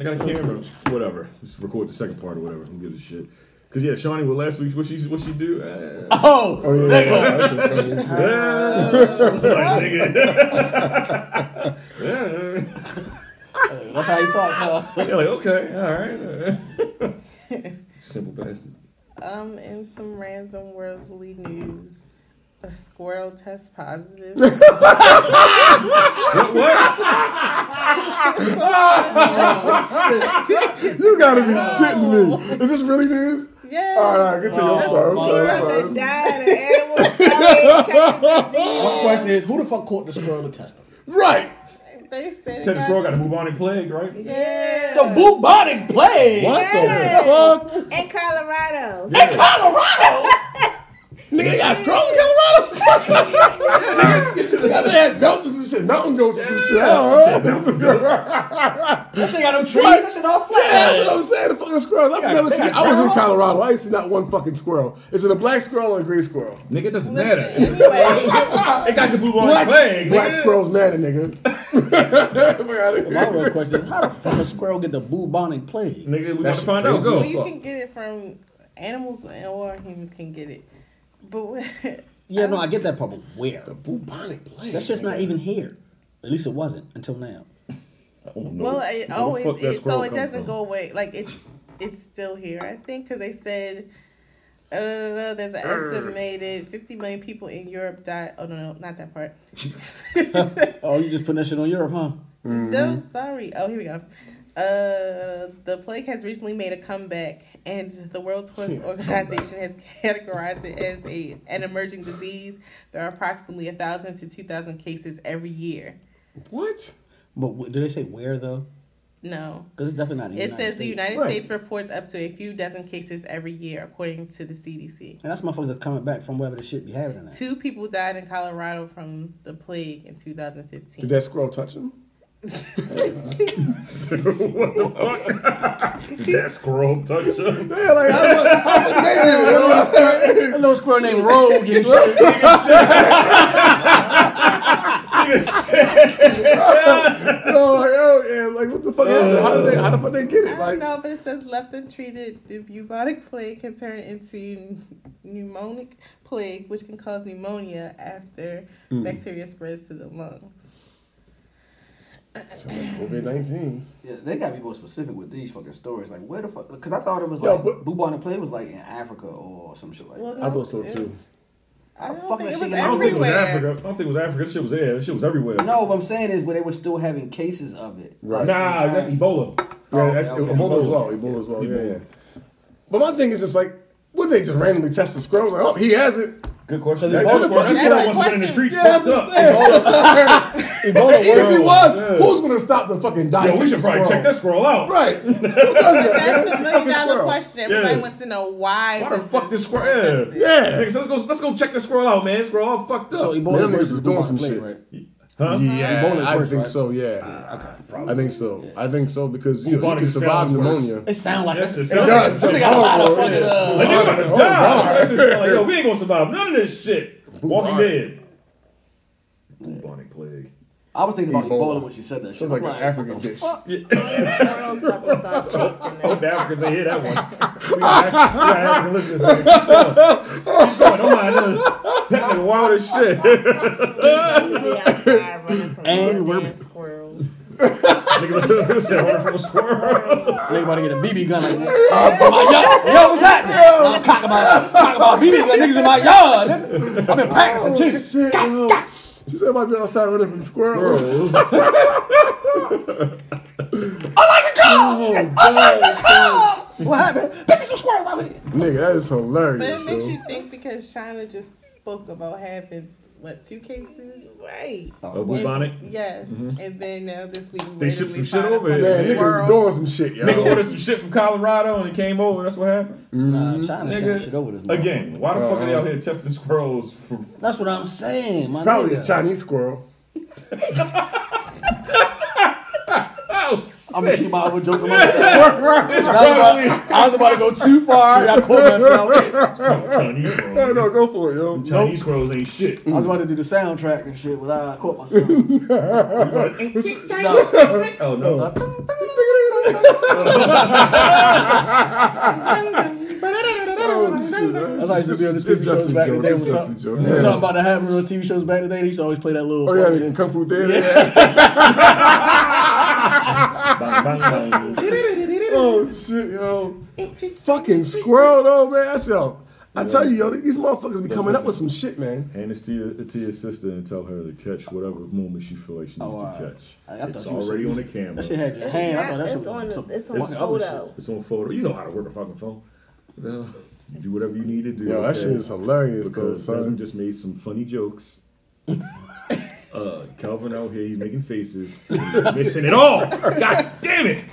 Speaker 4: I got a camera. Whatever. Just record the second part or whatever. Who gives a shit? Cause yeah, Shawnee, with last week's what she what she do? Uh,
Speaker 6: Oh, nigga.
Speaker 4: like, nigga. yeah.
Speaker 6: that's how you talk. huh?
Speaker 4: Yeah, like okay, all right. Simple bastard.
Speaker 5: Um, in some random worldly news, a squirrel test positive.
Speaker 4: What? what?
Speaker 3: You gotta be shitting me. Is this really news?
Speaker 5: yes.
Speaker 3: All right, continue.
Speaker 4: Oh,
Speaker 3: I'm sorry. I'm sorry. I'm
Speaker 5: Squirrel
Speaker 3: sorry.
Speaker 5: that died of animal disease.
Speaker 6: My question is, who the fuck caught the squirrel to test them?
Speaker 3: Right.
Speaker 5: They said,
Speaker 4: Said the squirrel got
Speaker 5: it.
Speaker 4: a bubonic plague, right?
Speaker 5: Yeah.
Speaker 6: The bubonic plague.
Speaker 3: What
Speaker 5: Yes.
Speaker 3: the fuck?
Speaker 5: in Colorado.
Speaker 6: In Colorado.
Speaker 3: Nigga, they got squirrels in Colorado. they got they had mountains and shit. Mountain goats and some shit. I don't know.
Speaker 6: That shit got them trees. That shit all flat.
Speaker 3: That's what I'm saying. The fucking squirrels. I've
Speaker 6: got-
Speaker 3: never
Speaker 6: they
Speaker 3: seen. I
Speaker 6: got
Speaker 3: was in
Speaker 6: groundhogs.
Speaker 3: Colorado. I ain't seen not one fucking squirrel. Is it a black squirrel or a gray squirrel?
Speaker 4: Nigga, it doesn't matter. It's a-
Speaker 5: Anyway,
Speaker 4: It got the bubonic
Speaker 3: Black,
Speaker 4: plague.
Speaker 3: black
Speaker 4: nigga.
Speaker 3: squirrels mad at nigga. We're outta
Speaker 6: My
Speaker 3: here.
Speaker 6: real question is, how the fuck a squirrel get the bubonic plague?
Speaker 4: Nigga, we got to
Speaker 3: That shit
Speaker 4: find out.
Speaker 3: crazy
Speaker 4: Go.
Speaker 3: as
Speaker 5: well, you
Speaker 3: fuck.
Speaker 5: can get it from animals or humans can get it. But
Speaker 6: Yeah, no, I get that part, but where?
Speaker 3: Bubonic plague.
Speaker 6: That shit's not even here. At least it wasn't until now.
Speaker 5: well, it
Speaker 4: Oh, Where the
Speaker 5: always
Speaker 4: fuck that
Speaker 5: is,
Speaker 4: squirrel
Speaker 5: so it
Speaker 4: come
Speaker 5: doesn't
Speaker 4: from?
Speaker 5: go away. Like it's it's still here, I think, because they said. Uh, there's an estimated 50 million people in Europe die. Oh no, no, not that part.
Speaker 6: Oh, you just putting that shit on Europe, huh?
Speaker 5: No, sorry. Oh, here we go. Uh, the plague has recently made a comeback, and the World Health Organization has categorized it as a an emerging disease. There are approximately a thousand to two thousand cases every year.
Speaker 3: What?
Speaker 6: But wh- do they say where though?
Speaker 5: No,
Speaker 6: Because it's definitely not. In
Speaker 5: it says the
Speaker 6: States.
Speaker 5: United
Speaker 3: Right.
Speaker 5: States reports up to a few dozen cases every year, according to the CDC.
Speaker 6: And that's motherfuckers that's coming back from wherever the shit be happening. At.
Speaker 5: Two people died in Colorado from the plague in
Speaker 3: Did
Speaker 5: 2015.
Speaker 3: that squirrel touch him?
Speaker 4: That squirrel touch up.
Speaker 3: Yeah, like I don't know.
Speaker 6: A little squirrel named Rogue and shit.
Speaker 3: No, like, oh, yeah, like what the fuck? happened? how did they? How the fuck they get
Speaker 5: I
Speaker 3: it?
Speaker 5: don't
Speaker 3: Like,
Speaker 5: know, but it says left untreated, the bubonic plague can turn into pneumonic plague, which can cause pneumonia after bacteria spreads to the lungs.
Speaker 3: COVID nineteen.
Speaker 6: Yeah, they gotta be more specific with these fucking stories. Like where the fuck? Because I thought it was
Speaker 3: Yo,
Speaker 6: like
Speaker 3: but-
Speaker 6: bubonic plague was like in Africa or some shit like
Speaker 5: Well,
Speaker 6: that.
Speaker 3: I thought so too.
Speaker 5: I don't
Speaker 6: Fuck
Speaker 5: think
Speaker 6: that
Speaker 5: it
Speaker 6: shit,
Speaker 5: was
Speaker 6: I
Speaker 4: I don't think it was Africa.
Speaker 5: everywhere.
Speaker 4: I don't think it was Africa. That shit was there. That shit was everywhere.
Speaker 6: No, what I'm saying is where they were still having cases of it.
Speaker 3: Right.
Speaker 4: Nah, that's Ebola.
Speaker 3: Yeah,
Speaker 6: Oh,
Speaker 3: that's
Speaker 6: okay, okay.
Speaker 3: Ebola as well. Ebola as well. Yeah,
Speaker 4: Ebola.
Speaker 3: yeah. But my thing is just like, wouldn't they just randomly test the squirrels? Like, oh, he has it.
Speaker 4: Good question.
Speaker 3: That-
Speaker 4: That, that
Speaker 3: what the
Speaker 4: squirrel,
Speaker 3: fuck
Speaker 4: that squirrel
Speaker 3: is that
Speaker 4: must have been in the
Speaker 5: question?
Speaker 4: streets.
Speaker 3: Yeah, that's
Speaker 4: fucked
Speaker 3: what
Speaker 4: up.
Speaker 3: I'm saying.
Speaker 6: Ebola
Speaker 3: Even if he
Speaker 6: world.
Speaker 3: was,
Speaker 4: Yeah.
Speaker 3: who's gonna stop the fucking die?
Speaker 4: Yo, we should probably check that squirrel out.
Speaker 3: Right. Who does that? man?
Speaker 5: That's the
Speaker 3: It's a
Speaker 5: million
Speaker 3: fucking
Speaker 5: dollar
Speaker 3: squirrel.
Speaker 5: question. Everybody
Speaker 4: Yeah.
Speaker 5: wants to know why.
Speaker 4: Why the
Speaker 5: was
Speaker 4: fuck this squirrel? Yeah.
Speaker 3: Yeah.
Speaker 4: Niggas, let's go. Let's go check this squirrel out, man. Squirrel all fucked up.
Speaker 6: So
Speaker 3: They
Speaker 6: Ebola
Speaker 3: don't
Speaker 6: versus
Speaker 3: even do
Speaker 6: bubonic
Speaker 3: some
Speaker 6: plague,
Speaker 3: shit.
Speaker 6: right?
Speaker 4: huh?
Speaker 3: Yeah,
Speaker 6: Ebola is
Speaker 3: I
Speaker 6: worse,
Speaker 3: think
Speaker 6: right? Uh,
Speaker 3: so. Yeah, I think so. I think so because you, know, you
Speaker 4: Bubonic
Speaker 3: can survive
Speaker 4: sounds worse.
Speaker 3: pneumonia.
Speaker 6: It sound like
Speaker 4: That's
Speaker 6: it.
Speaker 4: just-
Speaker 6: It
Speaker 4: that's
Speaker 6: does. This
Speaker 4: just
Speaker 6: shit got a lot of
Speaker 3: horrible,
Speaker 6: fucking.
Speaker 3: yeah.
Speaker 6: Uh,
Speaker 4: Like, they about to die. That's just like, yo, we ain't gonna survive none of this shit. Walking Dead. Bubonic plague.
Speaker 6: I was thinking about
Speaker 3: Ebola.
Speaker 6: Ebola when she said that. shit.
Speaker 3: Sounds like
Speaker 6: I'm
Speaker 3: an African dish.
Speaker 5: Squirrels fucking stop chasing
Speaker 4: Oh,
Speaker 5: them.
Speaker 4: the Africans, they hear that one. We got, we got African listeners. Keep going. Keep going. Don't mind us. That nigga wild as shit.
Speaker 5: Be outside running from
Speaker 6: And
Speaker 5: all
Speaker 6: we're-
Speaker 5: damn squirrels.
Speaker 4: Nigga, said, "Wonderful squirrel."
Speaker 6: They about to get a BB gun like that. So my yard- yo, what's happening? I'm talking about, talking about BB gun niggas in my yard. nigga. I've been practicing
Speaker 3: Oh,
Speaker 6: too.
Speaker 3: shit, yo. She said I might be outside running from squirrels.
Speaker 6: Oh, oh, my God. What happened? Bitch, there's some squirrels out here.
Speaker 3: Nigga, that is
Speaker 5: But
Speaker 3: hilarious.
Speaker 5: it makes you
Speaker 3: yo.
Speaker 5: think because China just spoke about having what two cases, right?
Speaker 4: Oh, bubonic.
Speaker 5: Yes, and then now this week
Speaker 4: Mm-hmm. They shipped some shit over here.
Speaker 3: Man,
Speaker 4: Man,
Speaker 3: niggas doing some shit, yo.
Speaker 4: Nigga ordered some shit from Colorado and it came over. That's what happened.
Speaker 6: Nah, China sending
Speaker 4: Nigga,
Speaker 6: shit over this month.
Speaker 4: again, why the fuck are they out here testing squirrels? For,
Speaker 6: That's what I'm saying, my
Speaker 3: Probably
Speaker 6: nigga.
Speaker 3: a Chinese squirrel.
Speaker 6: I'm gonna keep my other jokes to myself. I, was about, I was about to go too far, and I caught myself.
Speaker 13: Chinese squirrels.
Speaker 3: Oh,
Speaker 10: No, no, go for it, yo.
Speaker 13: Chinese squirrels ain't shit.
Speaker 6: I was about to do the soundtrack and shit, but I caught myself. No.
Speaker 13: Oh no.
Speaker 6: That's how I used to be on the
Speaker 10: It's
Speaker 6: TV shows
Speaker 10: just a
Speaker 6: back
Speaker 10: joke,
Speaker 6: in the day
Speaker 10: it's just
Speaker 6: when
Speaker 10: a
Speaker 6: something,
Speaker 10: joke.
Speaker 6: when something about to happen on the TV shows back in the day. They used to always play that little.
Speaker 3: Oh yeah, in Kung Fu Theater.
Speaker 13: Bang, bang, bang.
Speaker 3: Oh shit, yo. Fucking squirrel though, man. That's yo. I tell you, yo, these motherfuckers be coming up with some shit, man.
Speaker 4: Hand this to your, to your sister and tell her to catch whatever moment she feel like she needs
Speaker 6: wow.
Speaker 4: to catch.
Speaker 6: Oh, I- I thought
Speaker 4: it's
Speaker 6: you was-
Speaker 4: already on the camera.
Speaker 6: That shit had your hand. I thought that's
Speaker 7: It's
Speaker 6: some-
Speaker 7: on the-
Speaker 6: some
Speaker 7: it's on
Speaker 6: fucking other shit.
Speaker 7: photo.
Speaker 4: It's on photo. You know how to work a fucking phone. Well, you do whatever you need to do.
Speaker 3: Yo, that
Speaker 4: okay?
Speaker 3: shit is hilarious though,
Speaker 4: because Desmond
Speaker 3: son.
Speaker 4: just made some funny jokes. uh, Calvin out here, he's making faces, He's missing it all. God damn it!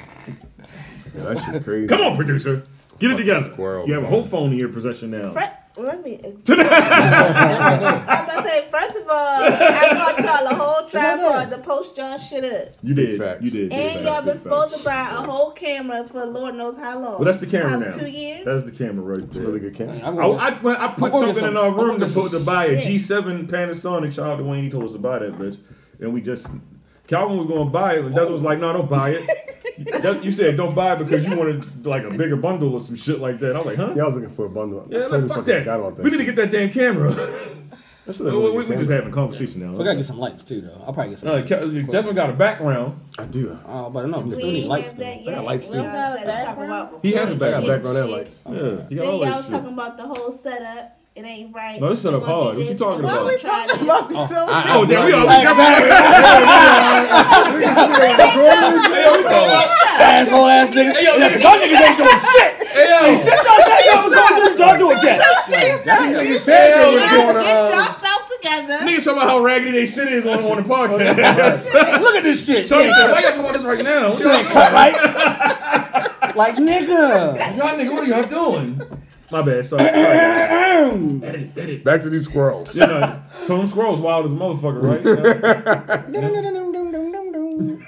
Speaker 3: Yeah, that shit crazy.
Speaker 4: Come on, producer, get it together.
Speaker 10: squirrel,
Speaker 4: you have a whole phone in your possession now.
Speaker 7: Fir- Let me. Explain. I'm gonna say first of all, I bought y'all a whole tripod to post y'all shit up,
Speaker 4: You did,
Speaker 3: facts.
Speaker 4: you did, big
Speaker 7: and
Speaker 4: facts,
Speaker 7: y'all been
Speaker 4: big
Speaker 7: supposed
Speaker 4: facts.
Speaker 7: to buy a whole camera for Lord knows how long.
Speaker 4: Well, that's the camera
Speaker 7: About
Speaker 4: now.
Speaker 7: Two years.
Speaker 4: That's the camera right there.
Speaker 3: Really good camera.
Speaker 6: I'm
Speaker 4: I,
Speaker 6: gonna-
Speaker 4: I, well, I put
Speaker 6: gonna get
Speaker 4: something in
Speaker 6: some-
Speaker 4: our
Speaker 6: I'm gonna
Speaker 4: room
Speaker 6: get
Speaker 4: to,
Speaker 6: some-
Speaker 4: put, to buy a G7 Panasonic. Shout out to Wayne. He told us to buy that bitch, and we just Calvin was going to buy it, and Desmond was like, "No, don't buy it." Des- you said don't buy it because you wanted like a bigger bundle or some shit like that. I was like, "Huh?"
Speaker 3: Yeah, I was looking for a bundle.
Speaker 4: Yeah,
Speaker 3: I totally
Speaker 4: like, fuck
Speaker 3: fucking forgot
Speaker 4: that.
Speaker 3: about
Speaker 4: We need to get that damn camera.
Speaker 3: That's a
Speaker 4: we,
Speaker 3: really
Speaker 4: we-
Speaker 3: good
Speaker 4: we
Speaker 3: camera.
Speaker 4: just having a conversation now.
Speaker 6: We gotta get some lights too, though. I'll probably get some.
Speaker 4: Uh,
Speaker 6: lights.
Speaker 4: Cal- Desmond got a background.
Speaker 3: I do.
Speaker 6: Oh, but I know we
Speaker 7: we
Speaker 6: still need
Speaker 7: ain't
Speaker 6: lights.
Speaker 7: have
Speaker 6: though.
Speaker 7: that yet.
Speaker 3: lights
Speaker 7: We
Speaker 3: too.
Speaker 7: got that talking about.
Speaker 4: He has a
Speaker 3: I got
Speaker 4: background.
Speaker 3: background and
Speaker 6: Uh,
Speaker 3: lights.
Speaker 4: Yeah, he got
Speaker 7: Then
Speaker 4: all
Speaker 7: y'all
Speaker 4: that shit.
Speaker 7: talking about the whole setup. It ain't right.
Speaker 4: No, this set up
Speaker 7: You wanna
Speaker 4: hard.
Speaker 7: do
Speaker 4: What you
Speaker 7: this,
Speaker 4: talking
Speaker 7: wanna
Speaker 4: about?
Speaker 7: try this.
Speaker 4: Oh, damn, we all
Speaker 6: Asshole ass niggas. Hey, yo, niggas, y'all niggas ain't doing shit. Hey, shit, y'all say y'all was gonna do. Don't do it yet.
Speaker 3: You said
Speaker 4: Hell
Speaker 3: they was
Speaker 4: yeah.
Speaker 3: going to,
Speaker 7: Let's get
Speaker 3: uh,
Speaker 7: yourself together.
Speaker 4: Niggas talking about how raggedy they shit is on, on the podcast.
Speaker 6: Look at this shit.
Speaker 4: Tony
Speaker 6: Yeah,
Speaker 4: said, "Why y'all talking about this right now? What
Speaker 6: shit ain't cut right. Like nigga.
Speaker 4: Y'all nigga, what are y'all doing? My bad, sorry. sorry guys. edit, edit.
Speaker 3: Back to these squirrels.
Speaker 4: You know, so them squirrels wild as a motherfucker, right? You know?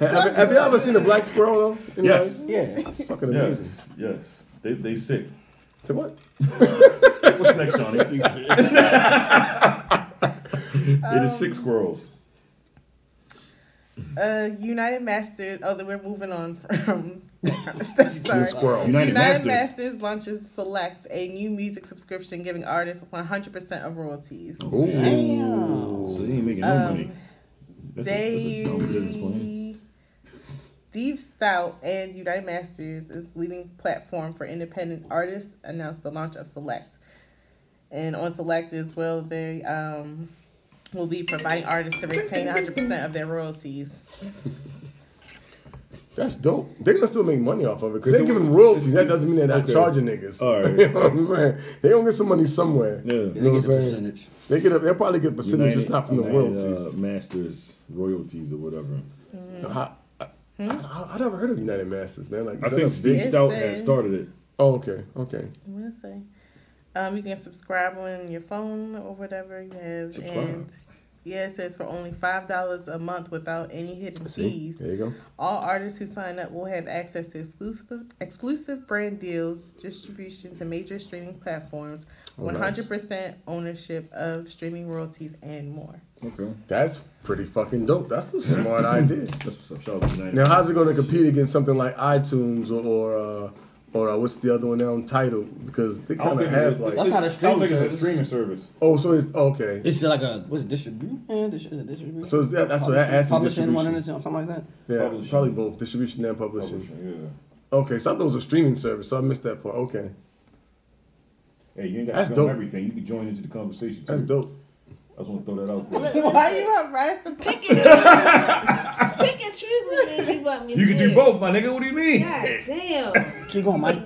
Speaker 3: Have, have you ever seen a black squirrel though? Anybody?
Speaker 4: Yes,
Speaker 6: Yeah.
Speaker 3: Fucking
Speaker 4: yes,
Speaker 3: amazing.
Speaker 4: yes. They they sick.
Speaker 3: To what?
Speaker 4: What's next, Johnny? it is six squirrels.
Speaker 5: Uh, United Masters. Oh, then we're moving on from.
Speaker 3: The
Speaker 5: Sorry.
Speaker 3: squirrels.
Speaker 4: United,
Speaker 5: United
Speaker 4: Masters.
Speaker 5: Masters launches Select, a new music subscription giving artists 100% of royalties.
Speaker 4: So they ain't making no money. That's, a, that's a dumb business plan.
Speaker 5: They Steve Stout and United Masters is leading platform for independent artists announced the launch of Select. And on Select is well they um will be providing artists to retain 100% of their royalties.
Speaker 3: That's dope. They're gonna still make money off of it because they're giving royalties. That doesn't mean they're not
Speaker 4: Okay.
Speaker 3: charging niggas.
Speaker 4: All right.
Speaker 3: you know what I'm saying? They gonna get some money somewhere.
Speaker 4: Yeah.
Speaker 3: You
Speaker 4: They
Speaker 3: know what
Speaker 6: Get
Speaker 3: I'm
Speaker 6: the
Speaker 3: saying?
Speaker 6: percentage.
Speaker 3: They get a, they'll probably get percentage, just
Speaker 4: United-
Speaker 3: not from the
Speaker 4: United,
Speaker 3: royalties.
Speaker 4: Uh, masters, royalties, or whatever.
Speaker 3: I, I, I, I never heard of United Masters, man. Like,
Speaker 4: Hmm? I
Speaker 3: that
Speaker 4: think
Speaker 3: was big.
Speaker 4: Steve Stout
Speaker 5: Listen.
Speaker 4: had started it.
Speaker 3: Oh, okay, okay.
Speaker 5: I'm gonna say, um, you can subscribe on your phone or whatever you have,
Speaker 3: Subscribe.
Speaker 5: and yeah, it says for only five dollars a month without any hidden fees.
Speaker 3: There you go.
Speaker 5: All artists who sign up will have access to exclusive exclusive brand deals, distribution to major streaming platforms,
Speaker 4: Oh,
Speaker 5: one
Speaker 3: nice.
Speaker 5: hundred percent ownership of streaming royalties, and more.
Speaker 4: Okay.
Speaker 3: That's pretty fucking dope. That's a smart idea.
Speaker 4: That's what's up. Shout out to United.
Speaker 3: Now, how's it gonna compete against something like iTunes or or, uh, or uh, what's the other one now? Title because they
Speaker 4: I don't think it's
Speaker 3: kind of
Speaker 4: a-
Speaker 3: have
Speaker 4: it's-
Speaker 3: like.
Speaker 6: That's not a
Speaker 4: I don't think
Speaker 6: streaming
Speaker 4: it's a streaming service.
Speaker 3: Oh, so it's okay.
Speaker 6: It's like a what's it, distribute? Yeah, dis- is it distribute?
Speaker 3: So it's- that- that's what that- that's the
Speaker 6: publishing one and
Speaker 3: distribution.
Speaker 6: something like that.
Speaker 3: Yeah,
Speaker 4: Publishing.
Speaker 3: probably both distribution and publishing.
Speaker 4: Yeah.
Speaker 3: Okay, so I thought it was a streaming service, so I missed that part. Okay,
Speaker 4: Hey, you ain't got
Speaker 3: That's
Speaker 4: to film
Speaker 3: dope.
Speaker 4: everything. You can join into the conversation. Too.
Speaker 3: that's dope.
Speaker 4: I just want to throw that out there.
Speaker 5: Why you harassed the
Speaker 7: Pick and choose. Pick and choose what it is you want me to
Speaker 4: You can do
Speaker 7: do.
Speaker 4: both, my nigga. What do you mean?
Speaker 7: God damn.
Speaker 6: Keep going, Mike.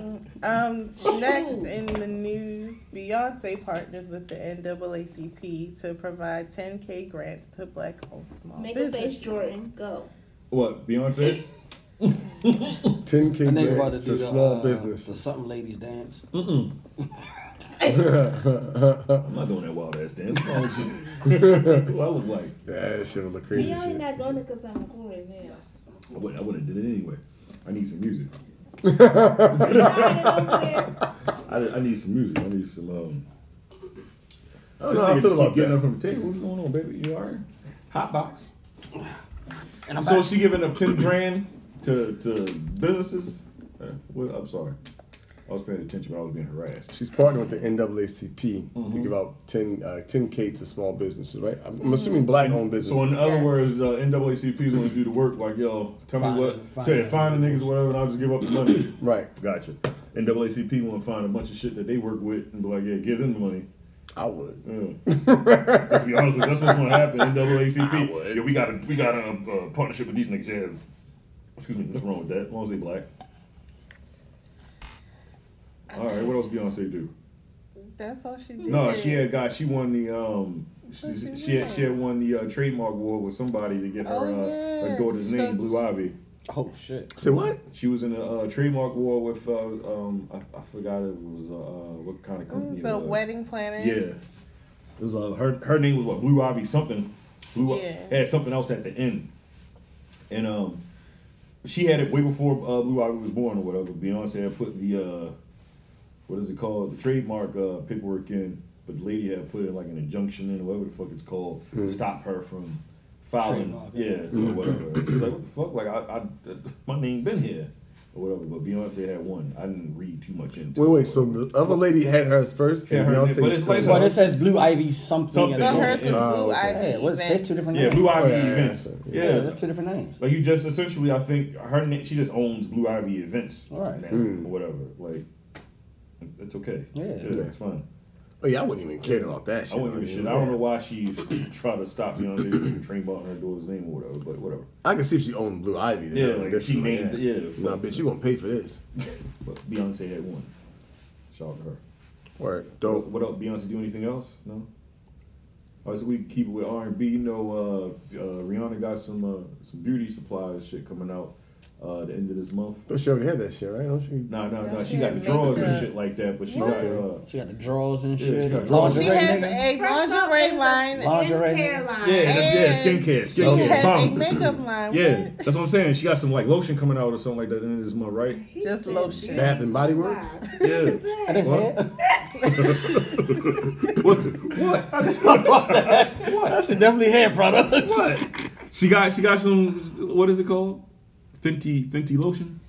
Speaker 5: Um, next in the news, Beyonce partners with the NAACP to provide 10K grants to black owned small
Speaker 7: Make a face,
Speaker 5: businesses.
Speaker 7: Jordan. Go.
Speaker 4: What, Beyonce?
Speaker 3: Ten k
Speaker 6: I think about to
Speaker 3: grants
Speaker 6: do
Speaker 3: to
Speaker 6: the
Speaker 3: small
Speaker 6: uh,
Speaker 3: business.
Speaker 6: the something ladies dance.
Speaker 4: I'm not doing that wild ass dance. What's wrong with you? What I look like?
Speaker 3: Yeah, that shit would look
Speaker 7: He
Speaker 3: crazy. as
Speaker 7: only
Speaker 3: shit.
Speaker 7: not going because I'm cool right now.
Speaker 4: I wouldn't, I wouldn't have did it anyway. I need some music. I, I need some music. I need some. Um, I was
Speaker 3: No, I
Speaker 4: thinking
Speaker 3: feel
Speaker 4: just
Speaker 3: about
Speaker 4: keep getting
Speaker 3: that.
Speaker 4: up from the table. What's going on, baby? You all right? Hot box.
Speaker 6: And I'm
Speaker 4: So
Speaker 6: back.
Speaker 4: she giving up ten grand to to businesses. Uh, well, I'm sorry. I was paying attention, but I was being harassed.
Speaker 3: She's partnering with the NAACP
Speaker 4: Mm-hmm.
Speaker 3: to give out 10, uh, 10K to small businesses, right? I'm,
Speaker 6: Mm-hmm.
Speaker 3: I'm assuming black owned businesses.
Speaker 4: So in other words, uh, NAACP is going to do the work. Like, yo, tell
Speaker 6: Find-
Speaker 4: me what,
Speaker 6: find
Speaker 4: tell you,
Speaker 6: the
Speaker 4: find the niggas, or whatever, and I'll just give up the money.
Speaker 3: right.
Speaker 4: Gotcha. NAACP want to find a bunch of shit that they work with and be like, yeah, give them the money.
Speaker 3: I would.
Speaker 4: Yeah. Let's Mm. be honest with you, that's what's gonna happen.
Speaker 3: I
Speaker 4: NAACP.
Speaker 3: would.
Speaker 4: Yeah, we got a we got a uh, partnership with these niggas. Yeah. Excuse me, what's wrong with that? As long as they black. All right, what else Beyonce do?
Speaker 7: That's all she did.
Speaker 4: No, she had got she won the um she,
Speaker 7: she
Speaker 4: she had she had won the uh, trademark war with somebody to get her
Speaker 7: Oh,
Speaker 4: uh, her
Speaker 7: yeah.
Speaker 4: daughter's
Speaker 7: So-
Speaker 4: name Blue Ivy.
Speaker 6: Oh shit.
Speaker 3: Say what?
Speaker 4: She was in a uh, trademark war with uh, um I, I forgot it was uh, uh, what kind of company
Speaker 5: Who's the
Speaker 4: was.
Speaker 5: wedding planner?
Speaker 4: Yeah. It was uh, her her name was what Blue Ivy something. Blue
Speaker 5: Yeah.
Speaker 4: it had something else at the end. And um she had it way before uh, Blue Ivy was born or whatever. Beyonce had put the uh what is it called? The trademark uh, paperwork in, but the lady had put in like an injunction in or whatever the fuck it's called
Speaker 3: Hmm.
Speaker 4: to stop her from filing.
Speaker 6: Trademark,
Speaker 4: yeah, or whatever. She was like, what the fuck? Like I, I my name been here. Or whatever, but Beyonce had one. I didn't read too much into
Speaker 3: Wait,
Speaker 4: it.
Speaker 3: wait. So the other lady had hers first,
Speaker 4: Yeah,
Speaker 3: and
Speaker 4: her name-
Speaker 3: Beyonce.
Speaker 4: but it's like-
Speaker 6: Well, this says Blue Ivy something.
Speaker 4: Something.
Speaker 6: at
Speaker 5: So
Speaker 6: the
Speaker 5: hers was
Speaker 6: moment.
Speaker 4: Oh,
Speaker 5: Blue
Speaker 3: okay.
Speaker 5: Ivy.
Speaker 6: Yeah, what's that's
Speaker 5: Events.
Speaker 6: two different
Speaker 4: Yeah,
Speaker 6: names.
Speaker 4: Blue Ivy
Speaker 3: Oh, yeah, yeah,
Speaker 4: events.
Speaker 3: yeah.
Speaker 4: Yeah.
Speaker 6: Yeah, that's two different names.
Speaker 4: Like you just essentially, I think her na- she just owns Blue Ivy events,
Speaker 6: All right.
Speaker 4: now, or whatever. Like, it's okay.
Speaker 6: Yeah.
Speaker 4: it's fine.
Speaker 3: oh, yeah, I wouldn't even care about that shit.
Speaker 4: I wouldn't give a shit. I don't know why she's trying to stop you know from train on her daughter's name or whatever, but whatever.
Speaker 3: I can see if she owned Blue Ivy. then
Speaker 4: Yeah,
Speaker 3: that would
Speaker 4: like,
Speaker 3: be
Speaker 4: if she
Speaker 3: different,
Speaker 4: named it, yeah,
Speaker 3: Nah,
Speaker 4: fuck.
Speaker 3: bitch, you gonna pay for this.
Speaker 4: But Beyonce had one. Shout out to her.
Speaker 3: Word.
Speaker 4: What,
Speaker 3: Dope.
Speaker 4: what else? Beyonce do anything else? No. All right, so we can keep it with R and B. You know, uh, uh, Rihanna got some uh, some beauty supplies shit coming out uh, the end of this month.
Speaker 3: Don't she already had that shit, right? Don't she?
Speaker 4: No, no, no.
Speaker 5: No,
Speaker 4: She
Speaker 5: she
Speaker 4: got the
Speaker 5: had
Speaker 4: drawers and
Speaker 5: makeup.
Speaker 4: shit like that, but she got
Speaker 3: Okay.
Speaker 4: uh,
Speaker 6: She got the drawers and
Speaker 4: Yeah, she
Speaker 6: shit.
Speaker 4: got
Speaker 6: the
Speaker 4: drawers.
Speaker 7: She
Speaker 6: lingerie,
Speaker 7: has
Speaker 6: nigga.
Speaker 7: a
Speaker 5: First up is
Speaker 7: lingerie
Speaker 5: a
Speaker 7: line,
Speaker 6: lingerie
Speaker 7: skincare line.
Speaker 4: Yeah, that's, yeah,
Speaker 7: and
Speaker 4: skincare,
Speaker 5: She
Speaker 4: skincare,
Speaker 5: has a
Speaker 4: bomb.
Speaker 5: makeup line.
Speaker 4: Yeah, that's what I'm saying. She got some like lotion coming out or something like that in this month, right?
Speaker 5: What? Just lotion.
Speaker 3: Bath and Body Works.
Speaker 4: Yeah.
Speaker 6: And then
Speaker 4: What?
Speaker 6: head.
Speaker 4: what? What? I just- what?
Speaker 6: That's definitely hair products.
Speaker 4: What? She got she got some what is it called? Fenty Fenty lotion.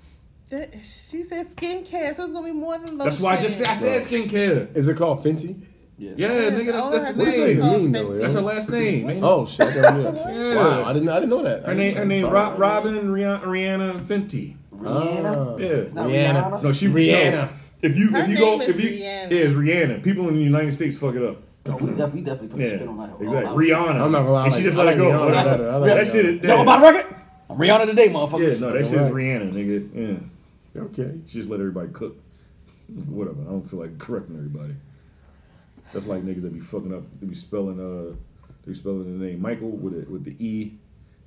Speaker 5: That- She said skincare, so it's gonna be more than lotion.
Speaker 4: That's why I just said I said skincare.
Speaker 3: Is it called Fenty?
Speaker 4: Yeah, nigga, that's,
Speaker 5: all
Speaker 4: that's
Speaker 5: her
Speaker 4: the
Speaker 3: What does that
Speaker 4: name.
Speaker 3: even mean,
Speaker 5: Fenty.
Speaker 3: though? yo?
Speaker 4: That's her last name. Man.
Speaker 3: Oh shit! I never knew that.
Speaker 4: Yeah.
Speaker 3: Wow, I didn't. I didn't know that.
Speaker 4: Her name her name Rob, Robin Rihanna, Rihanna Fenty.
Speaker 3: Ah.
Speaker 6: Rihanna.
Speaker 4: Yeah.
Speaker 6: It's not
Speaker 3: Rihanna.
Speaker 6: Rihanna.
Speaker 4: No, she
Speaker 3: Rihanna.
Speaker 4: no. If you
Speaker 5: Her
Speaker 4: if you go
Speaker 5: name
Speaker 4: if
Speaker 5: is
Speaker 4: you
Speaker 5: Rihanna.
Speaker 4: yeah, it's Rihanna. People in the United States fuck it up.
Speaker 6: No, we definitely, definitely put
Speaker 4: Yeah,
Speaker 6: a spin on that.
Speaker 4: exactly.
Speaker 6: Oh, I-
Speaker 4: Rihanna.
Speaker 3: I'm not gonna lie,
Speaker 4: And she
Speaker 3: I like-
Speaker 4: just
Speaker 3: I
Speaker 4: let it go.
Speaker 3: like Rihanna
Speaker 4: That-
Speaker 3: better, I like
Speaker 4: that
Speaker 3: Rihanna.
Speaker 4: shit is.
Speaker 6: Y'all about the record? I'm Rihanna today, motherfuckers.
Speaker 4: yeah, no, that shit is
Speaker 3: Right.
Speaker 4: Rihanna, nigga. Yeah,
Speaker 3: Okay.
Speaker 4: she just let everybody cook. Whatever. I don't feel like correcting everybody. That's like niggas that be fucking up. They be spelling uh, they be spelling the name Michael with it with the e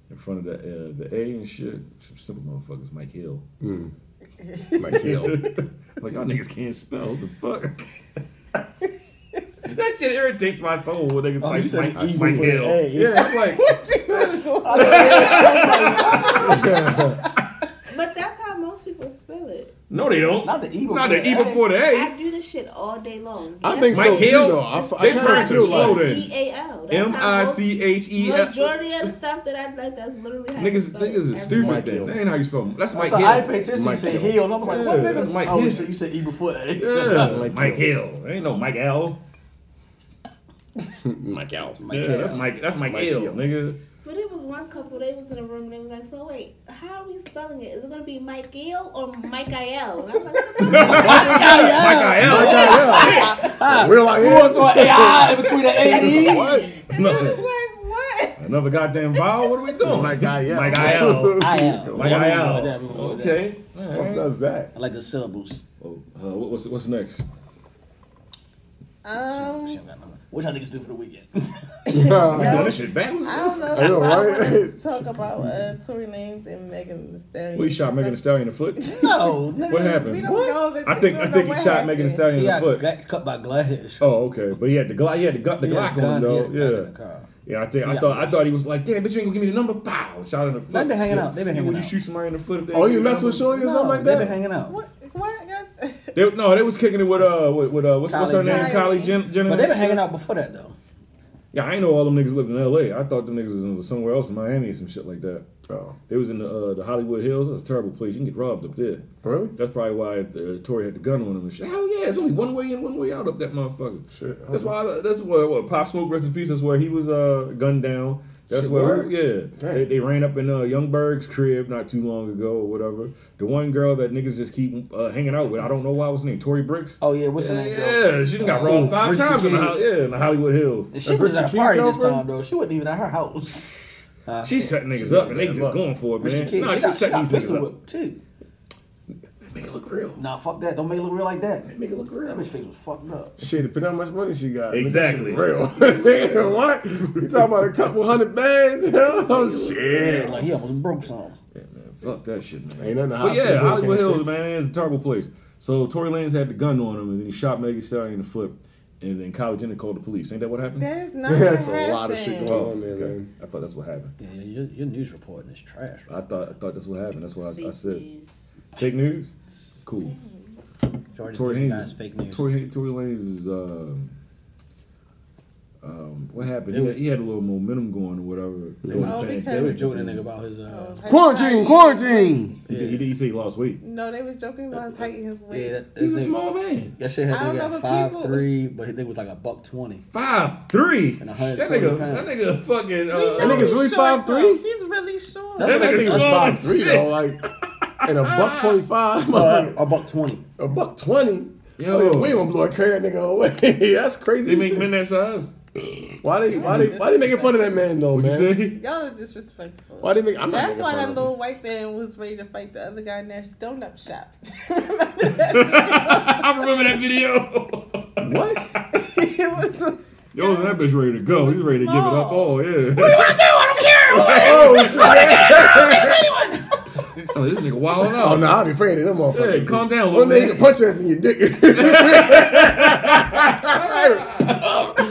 Speaker 4: in front of the uh, the a and shit. Some simple motherfuckers, Mike Hill.
Speaker 3: Like hell.
Speaker 4: Like y'all niggas can't spell. What the fuck. That shit irritates my soul when niggas
Speaker 6: Oh, you
Speaker 4: like
Speaker 6: said
Speaker 4: Mike,
Speaker 6: the E
Speaker 4: Mike
Speaker 6: before the
Speaker 4: Hill.
Speaker 6: A.
Speaker 4: Yeah, I'm like,
Speaker 7: But that's how most people spell it.
Speaker 4: no, they don't.
Speaker 6: Not the E before
Speaker 4: Not the
Speaker 6: the
Speaker 4: E
Speaker 6: A.
Speaker 4: before the A.
Speaker 7: I do this shit all day long.
Speaker 3: I think
Speaker 4: Mike
Speaker 3: so
Speaker 4: Hill?
Speaker 3: too. Though I, f- I
Speaker 4: They
Speaker 3: kinda
Speaker 4: parents are
Speaker 3: feel
Speaker 4: slow then.
Speaker 7: E A L.
Speaker 4: M I C H E L.
Speaker 7: Majority of the stuff that I like, that's literally how you
Speaker 4: Niggas,
Speaker 7: spell it.
Speaker 4: niggas is
Speaker 7: Every-
Speaker 4: stupid.
Speaker 3: Mike
Speaker 4: Then.
Speaker 3: Hill.
Speaker 4: That ain't how you spell. Them. That's Mike
Speaker 6: So
Speaker 4: Hill.
Speaker 6: I didn't pay attention when
Speaker 3: Mike
Speaker 6: you said
Speaker 3: Hill.
Speaker 6: heel, and I'm like,
Speaker 4: Yeah,
Speaker 6: what
Speaker 4: that's
Speaker 6: nigga?
Speaker 4: Mike
Speaker 6: Oh,
Speaker 4: Hill.
Speaker 6: shit, you said E before that.
Speaker 4: yeah, Mike, Hill. Ain't no Mike L.
Speaker 3: Mike Al.
Speaker 4: yeah, that's Mike. That's Mike,
Speaker 3: Mike
Speaker 4: Hill,
Speaker 3: Hill.
Speaker 4: nigga.
Speaker 7: But it was one couple, they was in a room and they was like, so wait, how are we spelling it? Is it going to be Michael or Michael? And I'm like, what the fuck?
Speaker 4: Mike
Speaker 3: Real like
Speaker 6: You want to throw an AI in between the A and E?
Speaker 4: L. No,
Speaker 7: Like, what?
Speaker 4: another goddamn vowel. What are we doing?
Speaker 3: Mike Al.
Speaker 4: Mike Al.
Speaker 6: I am.
Speaker 4: Mike L.
Speaker 6: Yeah, we going with that, we going with that.
Speaker 4: Okay. All
Speaker 3: What
Speaker 4: right.
Speaker 3: does that?
Speaker 6: I like the syllables.
Speaker 4: Oh, uh, what- what's what's next?
Speaker 5: Um,
Speaker 6: Shit, I got nothing. What y'all niggas do for the weekend?
Speaker 4: Doing this shit backwards.
Speaker 5: I don't know.
Speaker 3: I know,
Speaker 5: I
Speaker 3: right?
Speaker 5: wanna Talk about uh, Tory Lanez and Megan Thee Stallion.
Speaker 4: We shot Megan Thee Stallion in the foot.
Speaker 6: no, nigga.
Speaker 4: What
Speaker 5: Oh. We
Speaker 4: happened?
Speaker 5: don't know that.
Speaker 4: I think
Speaker 5: we
Speaker 4: I
Speaker 5: don't
Speaker 4: think
Speaker 5: know
Speaker 4: he
Speaker 5: what
Speaker 4: shot Megan Thee
Speaker 5: happened.
Speaker 4: Stallion
Speaker 6: She
Speaker 4: in the
Speaker 6: got
Speaker 4: foot.
Speaker 6: got cut by Glass.
Speaker 4: Oh, okay. But he had the Glock. He had the, Glock- the
Speaker 6: Yeah,
Speaker 4: Glock on
Speaker 6: gun,
Speaker 4: him though.
Speaker 6: yeah, gun in the
Speaker 4: Yeah.
Speaker 6: car.
Speaker 4: Yeah, I think I
Speaker 6: Yeah.
Speaker 4: thought I thought he was like, damn, bitch, you ain't gonna give me the number. Pow, shot in the foot.
Speaker 6: They been hanging
Speaker 4: Shit.
Speaker 6: out. They been
Speaker 4: Yeah,
Speaker 6: hanging
Speaker 4: When
Speaker 6: out.
Speaker 4: you shoot somebody in the foot, if they
Speaker 3: Oh,
Speaker 4: ain't
Speaker 3: you
Speaker 4: give the
Speaker 3: mess with
Speaker 4: number-
Speaker 3: Shorty or something like
Speaker 6: they been
Speaker 3: that?
Speaker 6: hanging out.
Speaker 5: What? What? God-
Speaker 4: They, no, they was kicking it with uh with, with uh what's, what's her
Speaker 6: Kylie
Speaker 4: name?
Speaker 6: Jenner.
Speaker 4: Kylie Jen- Jenner.
Speaker 6: But they been hanging out before that though.
Speaker 4: Yeah, I ain't know all them niggas lived in L.A. I thought them niggas was somewhere else in Miami or some shit like that.
Speaker 3: Oh,
Speaker 4: They was in the uh, the Hollywood Hills. That's a terrible place. You can get robbed up there.
Speaker 3: really?
Speaker 4: That's probably why uh, Tory had the gun on him and shit. Hell yeah, it's only one way in, one way out up that motherfucker.
Speaker 3: Shit, I
Speaker 4: That's
Speaker 3: don't
Speaker 4: why. That's where what, Pop Smoke rest in peace. That's where he was uh, gunned down. That's
Speaker 3: Shit,
Speaker 4: where
Speaker 3: word?
Speaker 4: yeah.
Speaker 3: Damn.
Speaker 4: They, they ran up in uh, Youngberg's crib not too long ago or whatever. The one girl that niggas just keep uh, hanging out with. I don't know why. What's her name? Tory Bricks.
Speaker 6: Oh yeah, what's in that girl?
Speaker 4: Yeah, she done
Speaker 3: Oh,
Speaker 4: got
Speaker 6: Uh,
Speaker 4: robbed five
Speaker 6: Bricks the
Speaker 4: times in the,
Speaker 6: Kid.
Speaker 4: Hol- yeah, in the Hollywood Hills.
Speaker 6: And she was
Speaker 3: Brickie
Speaker 6: at a
Speaker 3: Key
Speaker 6: party this
Speaker 3: girlfriend?
Speaker 6: time though. She wasn't even at her house. Uh,
Speaker 4: She's setting niggas up and they
Speaker 3: Yeah,
Speaker 4: just
Speaker 3: look.
Speaker 4: going for it, man.
Speaker 6: Mr. Kid,
Speaker 4: Nah,
Speaker 6: she
Speaker 4: she's
Speaker 6: got, she
Speaker 4: setting
Speaker 6: got
Speaker 4: these niggas
Speaker 6: pistol
Speaker 4: up.
Speaker 6: whipped too.
Speaker 4: Make it look real.
Speaker 6: Nah, fuck that. Don't make it look real like that. That
Speaker 4: Make it look real.
Speaker 6: bitch face was fucked up.
Speaker 3: Shit, depending on how much money she got.
Speaker 4: Exactly.
Speaker 3: Nigga, shit real. what? You talking about a couple hundred bags? oh, shit.
Speaker 6: Like he almost broke something.
Speaker 4: Yeah, man, fuck that shit, man.
Speaker 3: Ain't nothing the
Speaker 4: But
Speaker 3: hospital
Speaker 4: yeah,
Speaker 3: bill
Speaker 4: Hollywood
Speaker 3: can't
Speaker 4: Hills,
Speaker 3: fix.
Speaker 4: man, it's a terrible place. So Tory Lanez had the gun on him, and then he shot Megan Thee Stallion in the foot, and then Kylie Jenner called the police. Ain't that what happened?
Speaker 5: That's not
Speaker 3: That's
Speaker 5: what
Speaker 3: a lot of shit
Speaker 5: happened.
Speaker 3: going on there, man.
Speaker 4: I thought that's what happened.
Speaker 6: Yeah, yeah, your, your news reporting is trash. Right?
Speaker 4: I thought I thought that's what happened. That's why I, I said fake news. Cool. Tory
Speaker 6: Jordan Peele
Speaker 4: Lanez
Speaker 6: guys,
Speaker 4: is
Speaker 6: fake news.
Speaker 4: Tory, Tory Lanez is um, um, what happened? He
Speaker 6: They
Speaker 4: had, he had a little momentum going or whatever. during the
Speaker 5: Oh,
Speaker 4: pandemic.
Speaker 5: because-
Speaker 6: they were joking that nigga about his. Uh,
Speaker 5: Oh,
Speaker 3: Quarantine, quarantine.
Speaker 4: He, did, he, did, he said he lost weight.
Speaker 5: No, they was joking about his height and his weight.
Speaker 6: yeah, that,
Speaker 4: He's a
Speaker 6: that nigga-
Speaker 4: small man.
Speaker 6: That shit had
Speaker 5: I don't
Speaker 6: nigga
Speaker 5: know,
Speaker 6: at
Speaker 5: but
Speaker 6: five
Speaker 5: people-
Speaker 6: three, but his nigga was like a buck twenty.
Speaker 4: Five three.
Speaker 6: And
Speaker 4: That
Speaker 6: 120
Speaker 4: nigga,
Speaker 6: pounds.
Speaker 4: that nigga, fucking. Uh,
Speaker 3: That nigga's really
Speaker 5: Short,
Speaker 3: 5'3"?
Speaker 5: though. He's really short.
Speaker 6: That-
Speaker 3: That
Speaker 4: nigga's
Speaker 3: nigga was
Speaker 4: small as
Speaker 3: five three
Speaker 4: shit.
Speaker 3: though, like, and a buck twenty five,
Speaker 6: Uh, a buck twenty.
Speaker 3: a buck twenty.
Speaker 4: Yo.
Speaker 3: Oh, yeah, we gonna blow a crack that nigga away. That's crazy.
Speaker 4: They make
Speaker 3: shit.
Speaker 4: men that size.
Speaker 3: why they why they why they making fun of that man though,
Speaker 4: Would you
Speaker 3: man?
Speaker 4: say?
Speaker 5: Y'all are disrespectful.
Speaker 3: Why they make? I'm not
Speaker 5: That's
Speaker 3: making
Speaker 5: why
Speaker 3: fun
Speaker 5: that
Speaker 3: of
Speaker 5: little
Speaker 3: him.
Speaker 5: white man was ready to fight the other guy in Nash Donut Shop.
Speaker 4: I remember that video.
Speaker 3: What?
Speaker 5: it was
Speaker 4: Yo, that bitch ready to go. He's ready to give it up. Oh yeah.
Speaker 3: oh shit!
Speaker 4: Oh, this nigga wilding out.
Speaker 3: oh no, I'll be afraid of them motherfuckers.
Speaker 4: Hey, calm down,
Speaker 3: One
Speaker 4: little
Speaker 3: nigga
Speaker 4: man.
Speaker 3: punch your ass in your dick.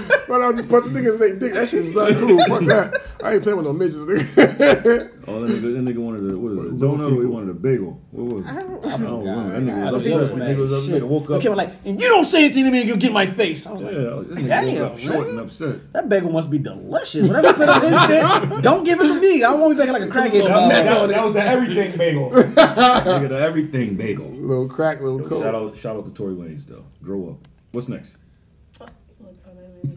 Speaker 3: Right, I was just punching niggas in their dick. That shit's not cool. Fuck that. I ain't playing with no midgets, nigga.
Speaker 4: Oh, that nigga, that nigga wanted a what is it?
Speaker 3: Little
Speaker 4: Donut. or He
Speaker 3: people.
Speaker 4: wanted a bagel. What was it? I don't, remember. That
Speaker 6: I
Speaker 4: nigga
Speaker 6: don't
Speaker 4: was upset. That
Speaker 6: know,
Speaker 4: nigga was
Speaker 6: man.
Speaker 4: up.
Speaker 6: Shit.
Speaker 4: Nigga woke
Speaker 6: Okay,
Speaker 4: up.
Speaker 6: I'm like, and you don't say anything to me and you get my face. I was like,
Speaker 4: Yeah, this nigga
Speaker 6: Damn,
Speaker 4: woke up short
Speaker 6: man.
Speaker 4: and upset.
Speaker 6: that bagel must be delicious. Whatever you put on this shit, don't give it to me. I want me back like a crackhead. dog.
Speaker 4: was the everything bagel. nigga, the everything bagel.
Speaker 3: little crack, little
Speaker 4: Shout
Speaker 3: coke.
Speaker 4: out, shout out to Tory Lanez though. Grow up. What's next?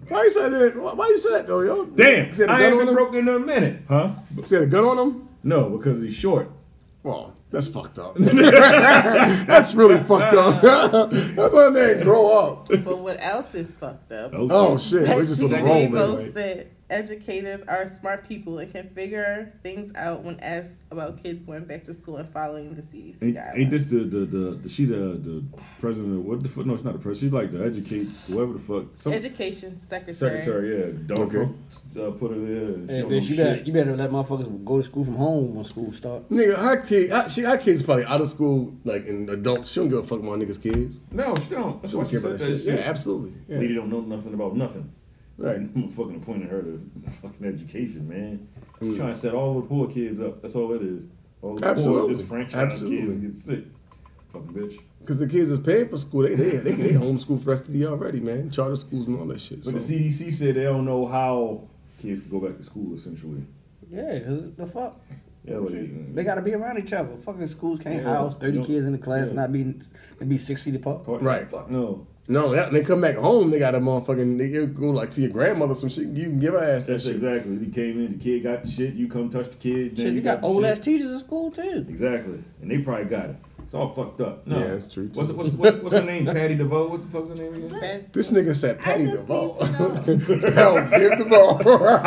Speaker 3: Why you say that? Why, why you say that though, yo?
Speaker 4: Damn,
Speaker 3: Is that a
Speaker 4: I
Speaker 3: gun
Speaker 4: ain't
Speaker 3: on
Speaker 4: been
Speaker 3: him?
Speaker 4: broken in a minute, huh?
Speaker 3: She had a gun on him?
Speaker 4: No, because he's short.
Speaker 3: Well, that's fucked up. that's really fucked up. that's why they ain't grow up.
Speaker 5: But what else is fucked up?
Speaker 3: Oh shit, we're just on the roll, man.
Speaker 5: Bezos said educators are smart people and can figure things out when asked about kids going back to school and following the CDC
Speaker 4: Ain't,
Speaker 5: guidelines.
Speaker 4: ain't this the the, the the she the the president of what the fuck? No, it's not the president. She like to educate whoever the fuck. Some
Speaker 5: Education secretary.
Speaker 4: secretary, yeah. Don't
Speaker 3: Okay.
Speaker 4: uh, put her there.
Speaker 6: Hey, bitch, you better, you better let motherfuckers go to school from home when school start.
Speaker 3: Nigga, her kid, her, she, her kid's probably out of school, like in adults. She don't give a fuck about niggas' kids.
Speaker 4: No, she don't. That's
Speaker 3: She
Speaker 4: why
Speaker 3: don't
Speaker 4: she
Speaker 3: care
Speaker 4: said
Speaker 3: about that
Speaker 4: that
Speaker 3: shit.
Speaker 4: shit.
Speaker 3: Yeah, absolutely.
Speaker 4: Lady
Speaker 3: Yeah.
Speaker 4: don't know nothing about nothing.
Speaker 3: Right.
Speaker 4: I'm fucking appointing her to fucking education, man.
Speaker 3: Hmm.
Speaker 4: She's trying to set all the poor kids up. That's all it is. All the poor
Speaker 3: Absolutely.
Speaker 4: disenfranchised
Speaker 3: Absolutely.
Speaker 4: kids get sick. Fucking bitch.
Speaker 3: Because the kids is paying for school. They they they, they homeschool for the rest of the year already, man. Charter schools and all that shit.
Speaker 4: But
Speaker 3: so.
Speaker 4: the CDC said they don't know how kids can go back to school essentially.
Speaker 6: Yeah, cause the fuck,
Speaker 4: Yeah, like,
Speaker 6: they gotta be around each other. Fucking schools can't
Speaker 4: Yeah.
Speaker 6: house thirty
Speaker 4: You know-
Speaker 6: kids in the class,
Speaker 4: yeah.
Speaker 6: and not be and be six feet apart.
Speaker 4: Part-
Speaker 3: Right.
Speaker 4: Fuck no.
Speaker 3: no, that, they come back home. They got a motherfucking. They you go like to your grandmother or some shit. You can give her ass that
Speaker 4: That's
Speaker 3: shit.
Speaker 4: exactly. You came in, the kid got the shit. You come touch the kid. then
Speaker 6: Shit, you got
Speaker 4: the
Speaker 6: old
Speaker 4: shit.
Speaker 6: ass teachers in school too.
Speaker 4: Exactly, and they probably got it. It's all fucked up. No.
Speaker 3: Yeah, that's true, too.
Speaker 4: What's, what's, what's, what's her name? Patty DeVoe. What the fuck's her name again?
Speaker 5: That's-
Speaker 3: This nigga said Patty
Speaker 5: just
Speaker 3: DeVoe.
Speaker 5: need to
Speaker 3: Hell, give the ball.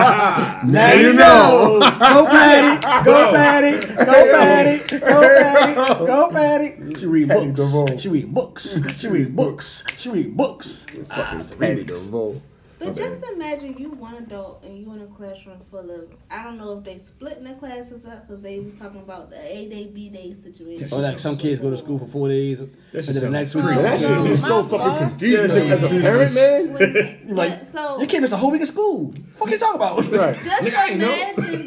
Speaker 3: now you know.
Speaker 6: go Patty, go Patty, go Patty, go Patty, go Patty. She read
Speaker 3: Patty
Speaker 6: books.
Speaker 3: DeVoe.
Speaker 14: Ah,
Speaker 6: She read books. She read books. She read books.
Speaker 3: Fucking Patty DeVoe.
Speaker 7: But just imagine you one adult and you in a classroom full of I don't know if they splitting the classes up because they was talking about the A day B day situation.
Speaker 6: Or Oh, like some kids go to school for four days, and
Speaker 4: shit
Speaker 6: then the
Speaker 4: sounds
Speaker 6: next week.
Speaker 14: Man, that shit is so fucking confusing as a parent, man.
Speaker 7: But so
Speaker 6: Your kid missed a whole week of school. What are you talking about?
Speaker 14: Right.
Speaker 7: just
Speaker 13: Nigga, I ain't know.
Speaker 7: imagine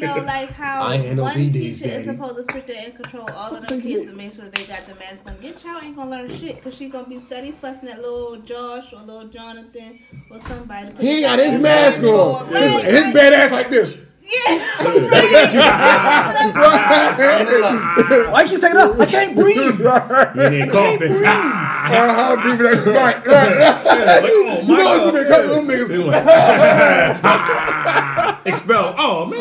Speaker 7: though, like how
Speaker 14: I ain't no
Speaker 7: one
Speaker 14: B days,
Speaker 7: teacher is
Speaker 14: daddy.
Speaker 7: supposed to sit there and control all of the kids and make sure they got the mask on. Your child ain't gonna learn shit because she gonna be study fussing at little Josh or little Jonathan or somebody.
Speaker 14: He ain't got his mask on. His, his bad ass like this.
Speaker 7: Yeah.
Speaker 6: Why you keep taking it up? I can't breathe.
Speaker 13: And then coughing. Ah,
Speaker 14: Uh-huh, breathing like, right, right, right.
Speaker 13: like, oh
Speaker 14: You
Speaker 13: my
Speaker 14: know it's gonna be a
Speaker 13: god.
Speaker 14: couple of them niggas.
Speaker 13: They like, expel. Oh man.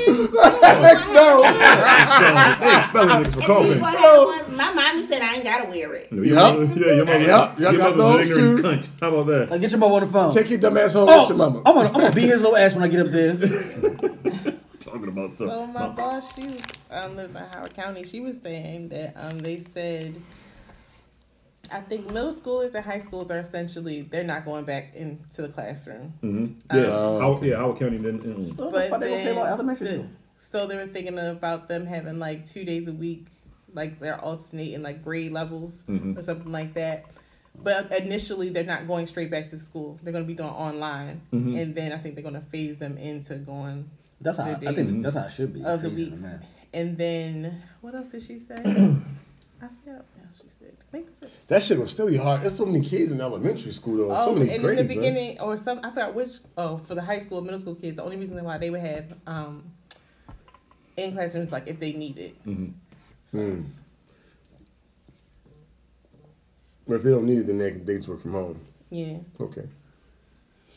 Speaker 14: Next
Speaker 5: "Oh."
Speaker 14: battle.
Speaker 13: They expelling niggas for coughing.
Speaker 7: What happened was my mommy said I ain't gotta wear it.
Speaker 13: No,
Speaker 14: Yup.
Speaker 13: mother- yeah, your mother,
Speaker 14: Yup, y'all
Speaker 13: your
Speaker 14: got
Speaker 13: mother's
Speaker 14: those
Speaker 13: an ignorant
Speaker 14: two.
Speaker 13: cunt. How about that?
Speaker 6: Like, get your mom on the phone.
Speaker 14: Take your dumb ass home
Speaker 6: oh,
Speaker 14: with your mama.
Speaker 6: I'm gonna, I'm gonna beat his little ass when I get up there.
Speaker 13: Talking about something.
Speaker 5: So my boss, she um, lives in Howard County. She was saying that um, they said, I think middle schoolers and high schools are essentially they're not going back into the classroom.
Speaker 13: yeah, Howard, yeah, Howard County didn't. mm.
Speaker 6: What the
Speaker 5: But
Speaker 6: fuck they gonna say
Speaker 5: then
Speaker 6: about elementary
Speaker 5: the-
Speaker 6: school?
Speaker 5: So they were thinking about them having like two days a week, like they're alternating like grade levels or something like that. But initially, they're not going straight back to school. They're going to be doing online, and then I think they're going to phase them into going
Speaker 6: That's how I, I think that's how it should be.
Speaker 5: of the
Speaker 6: Yeah,
Speaker 5: week.
Speaker 6: man.
Speaker 5: And then what else did she say? I forgot. No, she said. I think that's it.
Speaker 14: That shit was
Speaker 3: Still be hard. There's so many kids in elementary school though. so
Speaker 5: Oh,
Speaker 3: many
Speaker 5: and
Speaker 3: grades,
Speaker 5: in the
Speaker 3: man.
Speaker 5: beginning, or some I forgot which. Oh, for the high school, middle school kids, the only reason why they would have um in classrooms like if they need it.
Speaker 4: Mm.
Speaker 3: But if they don't need it, then they can they can work from home.
Speaker 5: Yeah.
Speaker 3: Okay.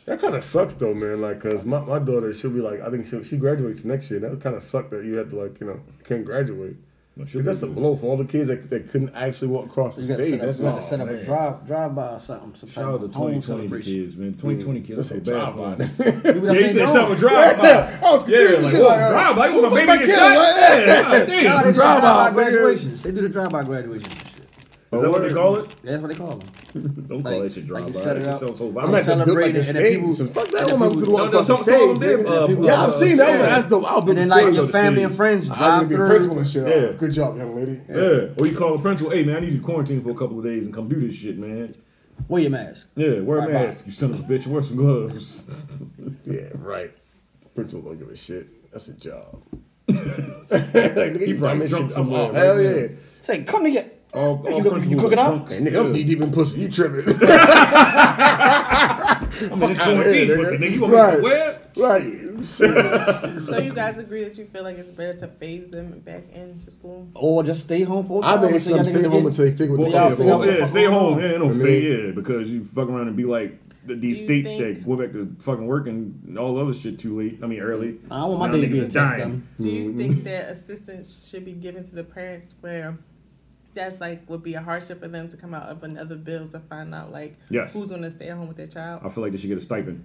Speaker 3: That kind of sucks though, man. Like, cause my, my daughter, she'll be like, I think she she graduates next year. That kind of suck that you had to like, you know, can't graduate.
Speaker 4: No, she'll
Speaker 3: Dude, that's a
Speaker 4: graduate.
Speaker 3: blow for all the kids that, that couldn't actually walk across the
Speaker 6: You gotta
Speaker 3: stage.
Speaker 6: set up,
Speaker 3: That's
Speaker 6: you gotta
Speaker 3: just,
Speaker 6: set up a drive, drive by or something. Some
Speaker 4: Shout
Speaker 6: type
Speaker 4: out to
Speaker 6: of home
Speaker 4: 2020
Speaker 6: celebration.
Speaker 4: kids, man. 2020 kids are so
Speaker 3: a
Speaker 4: bad for
Speaker 3: drive-by.
Speaker 4: them.
Speaker 6: Maybe that's
Speaker 13: Yeah,
Speaker 6: what
Speaker 13: he
Speaker 6: they
Speaker 13: said
Speaker 6: doing.
Speaker 13: something drive by.
Speaker 14: I was
Speaker 13: Yeah,
Speaker 14: confused.
Speaker 13: like,
Speaker 14: Shit,
Speaker 13: oh,
Speaker 14: like,
Speaker 13: drive by. You want my
Speaker 14: my
Speaker 13: baby to
Speaker 14: kid?
Speaker 13: get shot?
Speaker 14: Like,
Speaker 13: Yeah, God
Speaker 6: Nah,
Speaker 13: damn.
Speaker 6: they
Speaker 13: Is
Speaker 6: drive
Speaker 14: drive-by,
Speaker 6: by
Speaker 14: nigga.
Speaker 6: graduations. They do the drive by graduations. and shit.
Speaker 13: that what they call it?
Speaker 6: That's what they call them.
Speaker 4: Don't call that shit drive
Speaker 6: like you
Speaker 4: by.
Speaker 6: set it up.
Speaker 4: sounds so
Speaker 3: I'm
Speaker 4: violent.
Speaker 3: not that built like
Speaker 6: celebrating
Speaker 3: the
Speaker 6: and then
Speaker 3: stage.
Speaker 6: people-
Speaker 3: and Fuck
Speaker 6: and
Speaker 3: that
Speaker 6: then
Speaker 3: one. I'm
Speaker 6: people-
Speaker 3: gonna walk
Speaker 13: No, no,
Speaker 3: across the
Speaker 13: some- some of
Speaker 3: stage.
Speaker 13: them did, uh,
Speaker 3: nigga. Yeah,
Speaker 13: uh,
Speaker 3: I've seen that.
Speaker 13: yeah.
Speaker 3: That's dope. I'll build
Speaker 6: And
Speaker 3: the
Speaker 6: then like
Speaker 3: stage.
Speaker 6: your
Speaker 3: though.
Speaker 6: family and friends
Speaker 3: I'm
Speaker 6: drive
Speaker 3: gonna be
Speaker 6: through.
Speaker 3: principal and shit.
Speaker 13: Yeah.
Speaker 3: Good job, young lady.
Speaker 4: Yeah, or you call the principal, hey man, I need you to quarantine for a couple of days and come do this shit, man.
Speaker 6: Wear your mask.
Speaker 4: Yeah, wear a
Speaker 6: Bye-bye.
Speaker 4: mask, you son of a bitch, wear some gloves.
Speaker 3: Yeah, right. Principal don't give a shit. That's a job. like, nigga,
Speaker 4: probably
Speaker 3: you dumb as
Speaker 4: drunk
Speaker 3: shit.
Speaker 4: somewhere
Speaker 3: Oh,
Speaker 4: right
Speaker 3: hell
Speaker 4: now.
Speaker 3: yeah.
Speaker 6: Say, come to get.
Speaker 4: All, all
Speaker 6: You cook- you cooking up?
Speaker 4: I
Speaker 3: Hey, nigga, I'm knee deep in pussy. You tripping?
Speaker 4: mean, it's quarantine,
Speaker 3: here,
Speaker 4: pussy,
Speaker 3: nigga.
Speaker 4: nigga. You want me
Speaker 3: Right.
Speaker 4: to wear?
Speaker 3: right.
Speaker 5: So you guys agree that you feel like it's better to phase them back into school?
Speaker 6: Or just stay home for a
Speaker 3: I
Speaker 6: time.
Speaker 3: think
Speaker 6: until
Speaker 3: it's gonna
Speaker 6: y'all
Speaker 3: stay
Speaker 6: niggas
Speaker 3: home
Speaker 6: get-
Speaker 3: until they figure what
Speaker 6: y'all
Speaker 3: they
Speaker 6: stay
Speaker 3: doing.
Speaker 6: home.
Speaker 4: yeah, stay home. Yeah, no
Speaker 3: I mean-
Speaker 4: fair. Yeah, because you fuck around and be like the, these
Speaker 5: Do you
Speaker 4: states
Speaker 5: think-
Speaker 4: that go back to fucking work and all the other shit too late. I mean early.
Speaker 6: I don't want my
Speaker 4: Now
Speaker 6: baby
Speaker 4: niggas
Speaker 6: to be
Speaker 4: are
Speaker 6: a test dummy.
Speaker 5: Do you
Speaker 4: Mm-hmm.
Speaker 5: think that assistance should be given to the parents where that's like would be a hardship for them to come out of another bill to find out like
Speaker 4: Yes.
Speaker 5: who's going to stay at home with their child?
Speaker 4: I feel like they should get a stipend.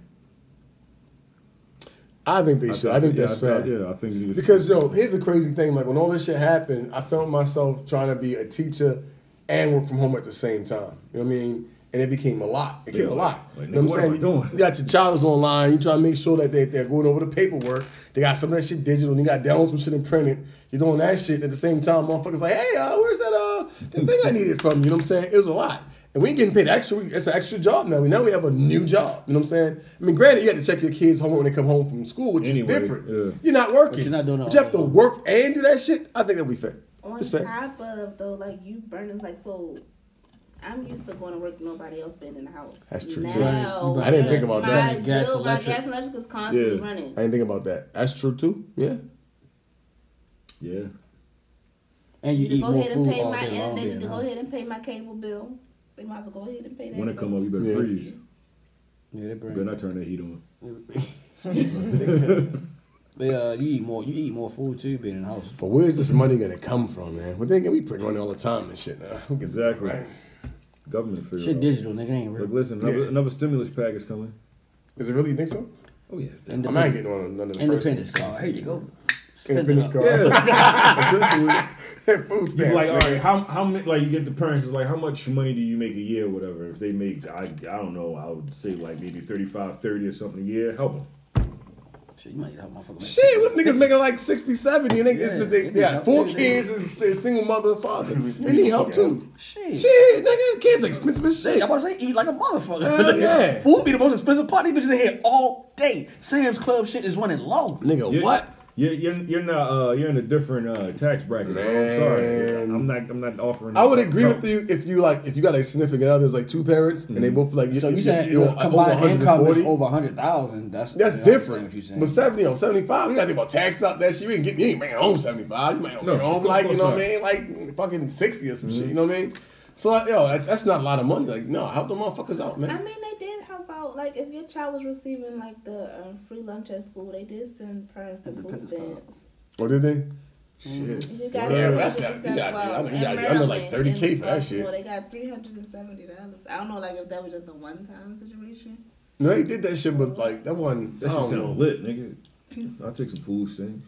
Speaker 3: I think they should. I think
Speaker 4: yeah,
Speaker 3: that's
Speaker 4: I,
Speaker 3: fair.
Speaker 4: Yeah, I think you need to-
Speaker 3: Because yo, here's the crazy thing. Like when all this shit happened, I found myself trying to be a teacher and work from home at the same time. You know what I mean? And it became a lot. It became
Speaker 4: Yeah,
Speaker 3: a lot.
Speaker 4: like,
Speaker 3: you know what
Speaker 4: what
Speaker 3: I'm
Speaker 4: am
Speaker 3: saying?
Speaker 4: I doing?
Speaker 3: You got your child is online. You try to make sure that they, they're going over the paperwork. They got some of that shit digital. And you got download some shit and print it. You're doing that shit at the same time. Motherfuckers like, hey, uh, where's that uh that thing I needed from? You You know what I'm saying? It was a lot. And we ain't getting paid extra. We- It's an extra job now. We Now we have a new job. You know what I'm saying? I mean, granted, you had to check your kids' homework when they come home from school, which
Speaker 4: Anyway,
Speaker 3: is different.
Speaker 4: yeah.
Speaker 3: You're not working.
Speaker 6: But you're not doing it
Speaker 3: But you
Speaker 6: all
Speaker 3: have
Speaker 6: the
Speaker 3: to
Speaker 6: time.
Speaker 3: work and do that shit. I think that'd be fair.
Speaker 7: On
Speaker 3: It's fair.
Speaker 7: top of though, like you burning like so. I'm used to going to work, nobody else being in the house.
Speaker 3: That's true, too.
Speaker 7: Now,
Speaker 3: I didn't think about
Speaker 7: my
Speaker 3: that.
Speaker 7: Bill,
Speaker 6: Gas,
Speaker 7: my
Speaker 6: electric.
Speaker 7: gas and electric is constantly
Speaker 4: Yeah.
Speaker 7: running.
Speaker 3: I didn't think about that. That's true too. Yeah.
Speaker 4: yeah.
Speaker 6: And you
Speaker 7: To
Speaker 6: eat
Speaker 7: go
Speaker 6: more
Speaker 7: ahead and
Speaker 6: food
Speaker 7: pay
Speaker 6: all
Speaker 7: my
Speaker 6: day long.
Speaker 7: internet,
Speaker 6: then,
Speaker 7: to go
Speaker 6: huh?
Speaker 7: ahead and pay my cable bill. They might as well go ahead and pay that.
Speaker 4: When it come up, you better
Speaker 3: Yeah.
Speaker 4: freeze.
Speaker 6: Yeah, they
Speaker 4: You better
Speaker 6: bring.
Speaker 4: not turn that heat on.
Speaker 6: They, uh, you eat more. You eat more food too, being in the house.
Speaker 3: But where's this money gonna come from, man? We're thinking we put money all the time and shit now. Who gives a fuck,
Speaker 4: Exactly.
Speaker 3: right?
Speaker 4: Government figure it
Speaker 6: Shit,
Speaker 4: out.
Speaker 6: digital, nigga, ain't real.
Speaker 4: Look, listen, another,
Speaker 3: Yeah.
Speaker 4: another stimulus package coming.
Speaker 3: Is it really you think so?
Speaker 4: Oh yeah,
Speaker 3: I'm
Speaker 6: Independent,
Speaker 3: not getting on none of the
Speaker 6: independence card. Here you go.
Speaker 3: in a business card.
Speaker 4: Yeah.
Speaker 3: And food stamps.
Speaker 4: It's like, all
Speaker 3: nigga.
Speaker 4: right, how how many? Like, you get the parents it's like, how much money do you make a year, or whatever? If they make, I I don't know, I would say like maybe 35, 30 or something a year. Help them.
Speaker 6: Shit, you might help motherfucker. make-
Speaker 3: Shit, what niggas making like 60, 70, and they, yeah, they, they got four
Speaker 6: Yeah.
Speaker 3: kids and s- a single mother and father. They need help too.
Speaker 6: Shit.
Speaker 3: Shit, nigga, kids expensive as shit.
Speaker 6: I want to say eat like a motherfucker.
Speaker 3: Hell yeah.
Speaker 6: Food be the most expensive part. These bitches in here all day. Sam's Club shit is running low.
Speaker 3: Nigga,
Speaker 4: You're-
Speaker 3: what?
Speaker 4: You're, you're, you're not uh, you're in a different uh, tax bracket. bro. I'm sorry,
Speaker 3: Man.
Speaker 4: I'm not I'm not offering.
Speaker 3: I would
Speaker 4: that.
Speaker 3: agree
Speaker 4: No.
Speaker 3: with you if you like if you got a significant other that's like two parents and
Speaker 4: Mm-hmm.
Speaker 3: they both like
Speaker 6: So you saying your combined income is over hundred thousand? That's
Speaker 3: That's
Speaker 6: I understand
Speaker 3: different.
Speaker 6: What you saying?
Speaker 3: But 70 on 75, you gotta think about tax out that shit. You ain't getting you ain't bringing home 75. You might
Speaker 4: No,
Speaker 3: bring home
Speaker 4: of
Speaker 3: like, you
Speaker 4: course
Speaker 3: know what I
Speaker 4: not. Mm-hmm.
Speaker 3: mean? Like fucking 60 or some shit, you know what I mean? So like, yo, that- that's not a lot of money. Like, no, help the motherfuckers out,
Speaker 7: I
Speaker 3: man.
Speaker 7: mean, they did help out. Like, if your child was receiving like the um, free lunch at school, they did send parents to food
Speaker 6: Independence Club.
Speaker 7: stamps.
Speaker 3: Or did they? Shit.
Speaker 7: You got
Speaker 3: Yeah, but
Speaker 7: three
Speaker 3: that's-
Speaker 7: hundred and
Speaker 3: you
Speaker 7: seven-
Speaker 3: gotta be- I
Speaker 7: well,
Speaker 3: mean,
Speaker 7: in
Speaker 3: you gotta be under, like,
Speaker 7: Maryland,
Speaker 3: 30K
Speaker 7: in
Speaker 3: for that shit.
Speaker 7: Baltimore, They got three hundred and seventy dollars. I don't know, like if that was just a one time situation.
Speaker 3: No, they did that shit, but like that one,
Speaker 4: That
Speaker 3: I
Speaker 4: shit
Speaker 3: don't
Speaker 4: sound
Speaker 3: know.
Speaker 4: lit, nigga. I'll take some food stamps.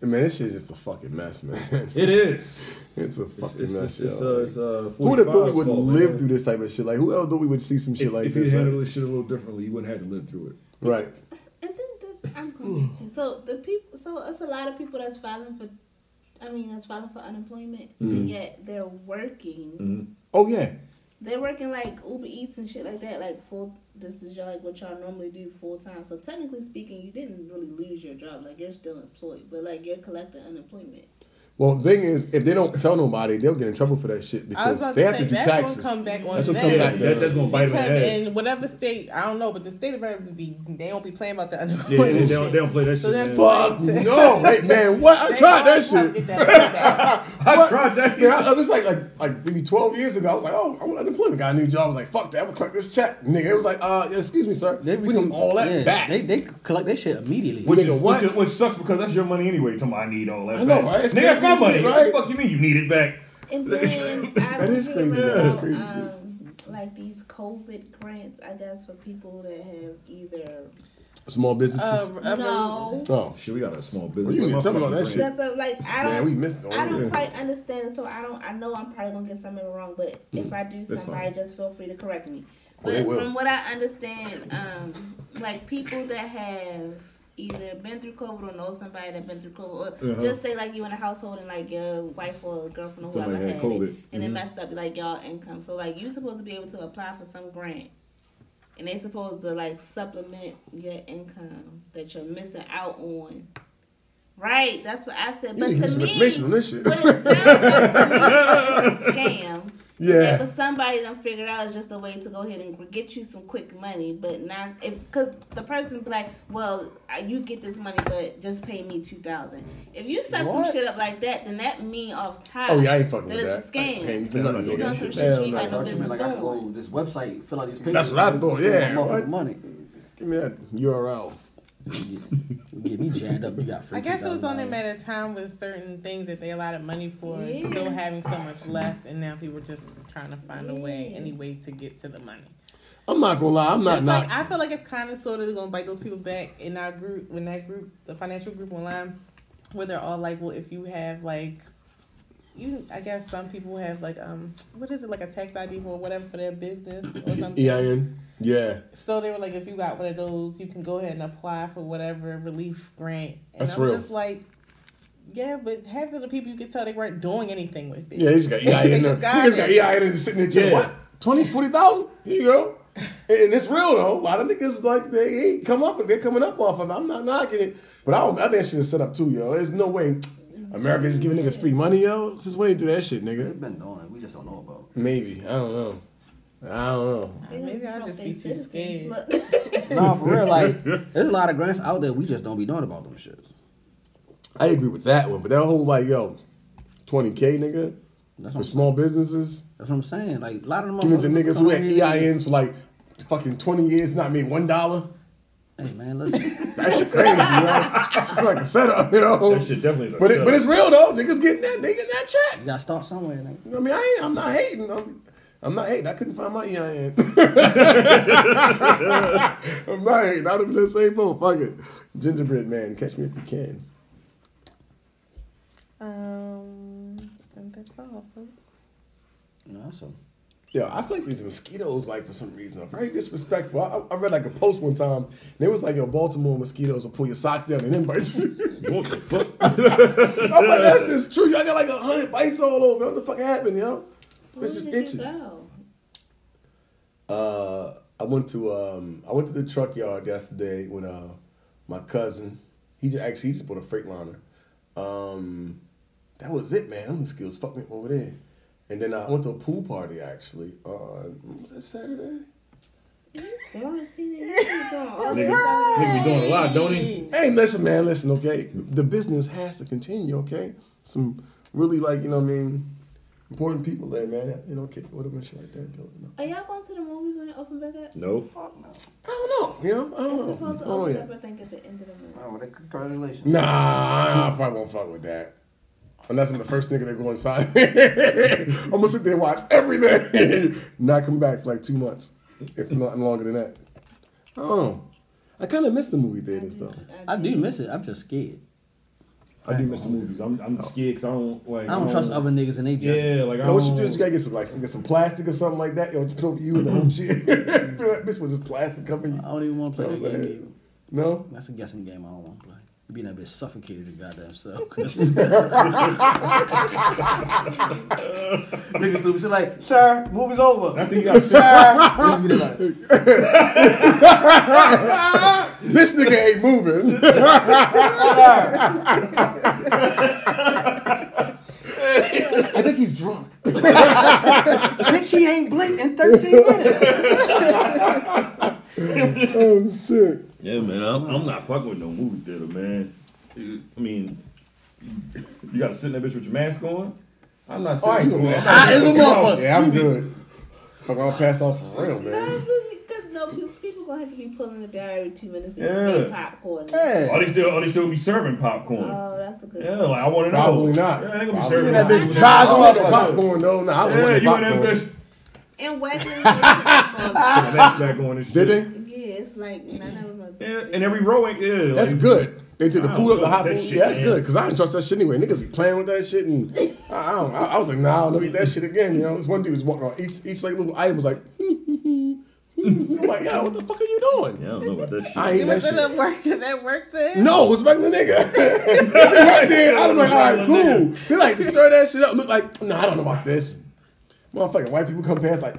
Speaker 3: Man, this shit is just a fucking mess, man.
Speaker 4: It is.
Speaker 3: it's a
Speaker 4: It's
Speaker 3: fucking
Speaker 4: it's it's,
Speaker 3: mess,
Speaker 4: it's,
Speaker 3: yo.
Speaker 4: uh, it's uh,
Speaker 3: Who would have thought we
Speaker 4: 45's
Speaker 3: would
Speaker 4: fault,
Speaker 3: live
Speaker 4: man.
Speaker 3: through this type of shit? Like, who ever thought we would see some shit
Speaker 4: If,
Speaker 3: like
Speaker 4: if he
Speaker 3: this?
Speaker 4: handled
Speaker 3: Right?
Speaker 4: this shit a little differently, he wouldn't have to live through it.
Speaker 3: right.
Speaker 7: And then this, I'm
Speaker 3: Hmm.
Speaker 7: confused too. So the people, so it's a lot of people that's filing for, I mean, that's filing for unemployment, and yet they're working.
Speaker 3: Oh yeah.
Speaker 7: They're working like Uber Eats and shit like that, like full. This is your, like what y'all normally do full time. So technically speaking, you didn't really lose your job. Like you're still employed, but like you're collecting unemployment.
Speaker 3: Well, the thing is, if they don't tell nobody, they'll get in trouble for that shit
Speaker 5: I was
Speaker 3: because
Speaker 5: about
Speaker 3: they
Speaker 5: to
Speaker 3: have
Speaker 5: say
Speaker 3: to do
Speaker 5: that's
Speaker 3: taxes.
Speaker 5: gonna come back on
Speaker 3: That's what
Speaker 5: them.
Speaker 3: come
Speaker 4: Yeah,
Speaker 3: back
Speaker 4: that, that's gonna bite him in
Speaker 5: Because
Speaker 4: the ass.
Speaker 5: in whatever state, I don't know, but the state of Maryland be they don't be playing about the unemployment.
Speaker 4: Yeah, they, they don't,
Speaker 5: shit.
Speaker 4: they don't play that
Speaker 5: So then
Speaker 4: shit. man.
Speaker 3: Fuck no, hey man, what? I
Speaker 5: They
Speaker 3: tried that
Speaker 5: always try to get
Speaker 3: shit.
Speaker 5: that shit back.
Speaker 4: I tried that.
Speaker 3: Man, I, I was like, like, like maybe twelve years ago. I was like, oh, I want unemployment. Got a new job. I was like, fuck that. I'm gonna collect this check, nigga. It was like, uh, yeah, excuse me, sir.
Speaker 6: They
Speaker 3: we need
Speaker 6: become-
Speaker 3: all that
Speaker 6: yeah,
Speaker 3: back.
Speaker 6: They they collect their shit immediately.
Speaker 4: Which,
Speaker 3: Nigga,
Speaker 4: is,
Speaker 3: what?
Speaker 4: which, is, which sucks because that's your money anyway. Tell me I need all that
Speaker 3: I know,
Speaker 4: back.
Speaker 3: right? It's
Speaker 4: Nigga, that's my
Speaker 3: crazy
Speaker 4: money.
Speaker 3: shit,
Speaker 4: What
Speaker 3: right?
Speaker 4: the fuck you mean you need it back?
Speaker 7: And then I
Speaker 3: That is
Speaker 7: was
Speaker 3: crazy,
Speaker 7: hearing
Speaker 3: though. That's
Speaker 7: about,
Speaker 3: crazy.
Speaker 7: um, like these COVID grants, I guess, for people that have either
Speaker 3: Small businesses.
Speaker 5: Uh, uh,
Speaker 7: no.
Speaker 3: oh shit.
Speaker 4: Shit, we got a small business.
Speaker 3: Well, you
Speaker 4: Where
Speaker 3: need to
Speaker 4: my
Speaker 3: tell me about
Speaker 4: fucking
Speaker 3: that
Speaker 4: brand?
Speaker 7: That's the, like I don't.
Speaker 3: Man, we missed all
Speaker 7: I don't
Speaker 3: that.
Speaker 7: quite understand, so I don't. I know I'm probably gonna get something wrong, but if I do,
Speaker 4: that's
Speaker 7: somebody
Speaker 4: fine.
Speaker 7: just feel free to correct me.
Speaker 3: Hmm. Well, they
Speaker 7: But
Speaker 3: will.
Speaker 7: from what I understand, um, like people that have either been through COVID or know somebody that been through COVID, or
Speaker 4: Uh-huh.
Speaker 7: just say like you in a household and like your wife or girlfriend or whoever
Speaker 4: Somebody
Speaker 7: had,
Speaker 4: had
Speaker 7: it,
Speaker 4: COVID.
Speaker 7: and it
Speaker 3: Mm-hmm.
Speaker 7: messed up like y'all income. So like you supposed to be able to apply for some grant. And they supposed to like supplement your income that you're missing out on. Right, that's what I said.
Speaker 3: You
Speaker 7: But
Speaker 3: need to
Speaker 7: to
Speaker 3: get some
Speaker 7: me,
Speaker 3: information on this shit.
Speaker 7: what it sounds like to me is a scam.
Speaker 3: Yeah.
Speaker 7: But somebody done figured out it's just a way to go ahead and get you some quick money, but not if because the person be like, well, I- you get this money, but just pay me two thousand. If you set some
Speaker 6: What?
Speaker 7: shit up like that, then that mean off top.
Speaker 3: Oh yeah, I ain't fucking
Speaker 7: that
Speaker 3: with that.
Speaker 7: it's a scam.
Speaker 3: I ain't
Speaker 4: Yeah,
Speaker 3: paying
Speaker 4: I'm
Speaker 3: you
Speaker 4: not
Speaker 3: for
Speaker 4: doing that
Speaker 3: nothing, nigga.
Speaker 4: shit.
Speaker 3: Hell
Speaker 7: Like,
Speaker 3: no.
Speaker 7: don't
Speaker 6: Like, you mean, like I can go to this website, fill out these papers.
Speaker 3: That's what I
Speaker 6: and
Speaker 3: thought,
Speaker 6: send my
Speaker 3: yeah,
Speaker 6: motherfucking
Speaker 3: right?
Speaker 6: Money.
Speaker 3: Give me that URL.
Speaker 6: Get me jammed up. You got free.
Speaker 5: I guess it was only a
Speaker 6: $2,000.
Speaker 5: matter of time with certain things that they allotted money for, and
Speaker 7: Yeah.
Speaker 5: still having so much left, and now people just trying to find a way, any way to get to the money.
Speaker 3: I'm not gonna lie. I'm not
Speaker 5: It's
Speaker 3: not.
Speaker 5: like I feel like it's kind of sort of gonna bite those people back in our group when that group, the financial group online, where they're all like, well, if you have like, you, I guess some people have like, um, what is it like a tax ID or whatever for their business or something.
Speaker 3: EIN. E Yeah.
Speaker 5: So they were like, if you got one of those, you can go ahead and apply for whatever relief grant. And
Speaker 3: That's
Speaker 5: I'm
Speaker 3: real.
Speaker 5: just like, yeah, but half of the people you could tell they weren't doing anything with it.
Speaker 3: Yeah, he's got E EIN.
Speaker 5: They
Speaker 3: He's
Speaker 5: just got
Speaker 3: got
Speaker 5: it.
Speaker 3: EIN and just sitting there chilling.
Speaker 4: Yeah.
Speaker 3: What? 20, 40,000? Here you go. And and it's real though. A lot of niggas like they ain't come up and they're coming up off of it. I'm not knocking it. But I don't I think shit is set up too, yo. There's no way America is giving niggas free money, yo. Since when they do that shit, nigga?
Speaker 6: They've been doing it. We just don't know about.
Speaker 3: Maybe. I don't know. I don't know.
Speaker 5: Maybe I'll just be too scared.
Speaker 6: it. Nah, for real. Like, there's a lot of grants out there. We just don't be knowing about them shits.
Speaker 3: I agree with that one, but that whole like, yo, 20K nigga
Speaker 6: That's what
Speaker 3: for
Speaker 6: I'm-
Speaker 3: small businesses.
Speaker 6: That's what I'm saying. Like, a lot of them.
Speaker 3: Give it to niggas who E had
Speaker 6: motherfuckers come in here-
Speaker 3: EINs for like fucking 20 years, not made one dollar.
Speaker 6: Hey man, listen.
Speaker 3: That shit crazy, yo. It's like a setup, you know.
Speaker 4: That shit definitely is a
Speaker 3: But it, but
Speaker 4: setup.
Speaker 3: it's real though. Niggas getting that. They getting that check.
Speaker 6: You gotta start somewhere. Like,
Speaker 3: I mean, I ain't, I'm not hating. I'm, I'm not hating. I couldn't find my EIN. I'm not hating. I'd have been the same boat. Fuck it. Gingerbread man, catch me if you can.
Speaker 5: Um, and that's all, folks.
Speaker 6: No, so
Speaker 3: Yo, I feel like these mosquitoes, like for some reason, are very disrespectful. I, I read like a post one time, and it was like, "Yo, Baltimore mosquitoes will pull your socks down and then bite you."
Speaker 4: What the fuck?
Speaker 3: I'm like, that's just true. Y'all got like a hundred bites all over. What the fuck happened, yo?
Speaker 7: Where
Speaker 3: It's just
Speaker 7: did you
Speaker 3: itching.
Speaker 7: go?
Speaker 3: Uh, I went to um, I went to the truck yard yesterday with uh, my cousin. He just actually he just bought a Freightliner. Um, that was it, man. Them skills fucked me up over there. And then I went to a pool party actually. Uh, was that Saturday?
Speaker 7: Florence, he didn't go.
Speaker 4: Nigga, nigga be doing a lot, don't he?
Speaker 3: Hey, listen, man, listen, okay? The business has to continue, okay? Some really, like, you know what I mean, important people there, man. You know, okay, what a mission like that, yo, you know.
Speaker 7: Are y'all going to the movies when it open back up?
Speaker 4: No.
Speaker 3: I don't know, you know? I
Speaker 7: It's
Speaker 3: don't know.
Speaker 7: supposed to
Speaker 3: Oh,
Speaker 7: open
Speaker 3: yeah.
Speaker 7: up, I think, at the end of the month.
Speaker 6: oh, well, congratulations.
Speaker 3: Nah, I probably won't fuck with that. Unless I'm the first nigga to go inside. I'm gonna sit there and watch everything. Not come back for like two months, if not longer than that. I don't know. I kind of miss the movie theaters, though.
Speaker 6: I do miss it. I'm just scared.
Speaker 4: I do miss the movies. I'm, I'm scared because I don't like. um,
Speaker 6: I don't trust other niggas and they just
Speaker 4: Oh. Yeah, like I
Speaker 3: You know
Speaker 4: don't.
Speaker 3: what you do is you gotta get some like get some plastic or something like that. Yo, just put over you and the whole shit. That bitch was just plastic covering you.
Speaker 6: I don't even want to play
Speaker 3: That
Speaker 6: that
Speaker 3: was
Speaker 6: game.
Speaker 3: like-
Speaker 6: either.
Speaker 3: No,
Speaker 6: That's a guessing game I don't want to play. You being that bitch suffocated your goddamn self. Niggas do be like, sir, movie's over.
Speaker 4: I think you got
Speaker 6: Niggas be like,
Speaker 3: this nigga ain't moving.
Speaker 14: I think he's drunk.
Speaker 6: bitch, he ain't blinked in 13 minutes.
Speaker 3: oh shit!
Speaker 4: Yeah, man, I'm, I'm not fucking with no movie theater, man. I mean, you gotta sit in that bitch with your mask on. I'm not
Speaker 3: Oh, I ain't
Speaker 4: sitting
Speaker 3: doing
Speaker 4: with
Speaker 3: that.
Speaker 4: my
Speaker 3: I am good. Yeah, I'm good. Fuck, I'll pass off for real, man.
Speaker 7: Because no, because people gonna have to be pulling the diary two minutes and
Speaker 4: Yeah.
Speaker 7: eating popcorn.
Speaker 4: Are they still? Are they still be serving popcorn?
Speaker 7: Oh, that's a good.
Speaker 4: yeah, like I want to know.
Speaker 3: Uh, Probably not.
Speaker 4: Yeah, they gonna be
Speaker 3: Probably
Speaker 4: serving popcorn.
Speaker 3: not. I don't want no popcorn though. Nah, I don't
Speaker 4: Yeah,
Speaker 3: want
Speaker 4: you
Speaker 3: no
Speaker 4: and that
Speaker 3: popcorn.
Speaker 4: bitch.
Speaker 7: And Wesley, yeah,
Speaker 4: Mask back on and shit.
Speaker 3: Did they?
Speaker 7: it's like none of them. Are
Speaker 4: Yeah, and every row ain't. Yeah,
Speaker 3: That's
Speaker 4: like-
Speaker 3: good. They took the
Speaker 4: I
Speaker 3: food
Speaker 4: don't
Speaker 3: up the hot
Speaker 4: fuck with
Speaker 3: food.
Speaker 4: that shit,
Speaker 3: yeah, that's
Speaker 4: man.
Speaker 3: good. Cause I didn't trust that shit anyway. Niggas be playing with that shit, and I, I don't. I, I was like, nah, let me eat that shit again. You know, this one dude was walking on each each like little item was like, I'm like, yo, what the fuck are you doing?
Speaker 4: Yeah, I don't know about that shit.
Speaker 3: I ain't that
Speaker 5: Was
Speaker 3: shit.
Speaker 5: it a work? Did that work then?
Speaker 3: No, it was regular nigga. Right there, I'm like, all right, cool. They like to stir that shit up. Look like, no, I don't know about this. Motherfucking white people come past like,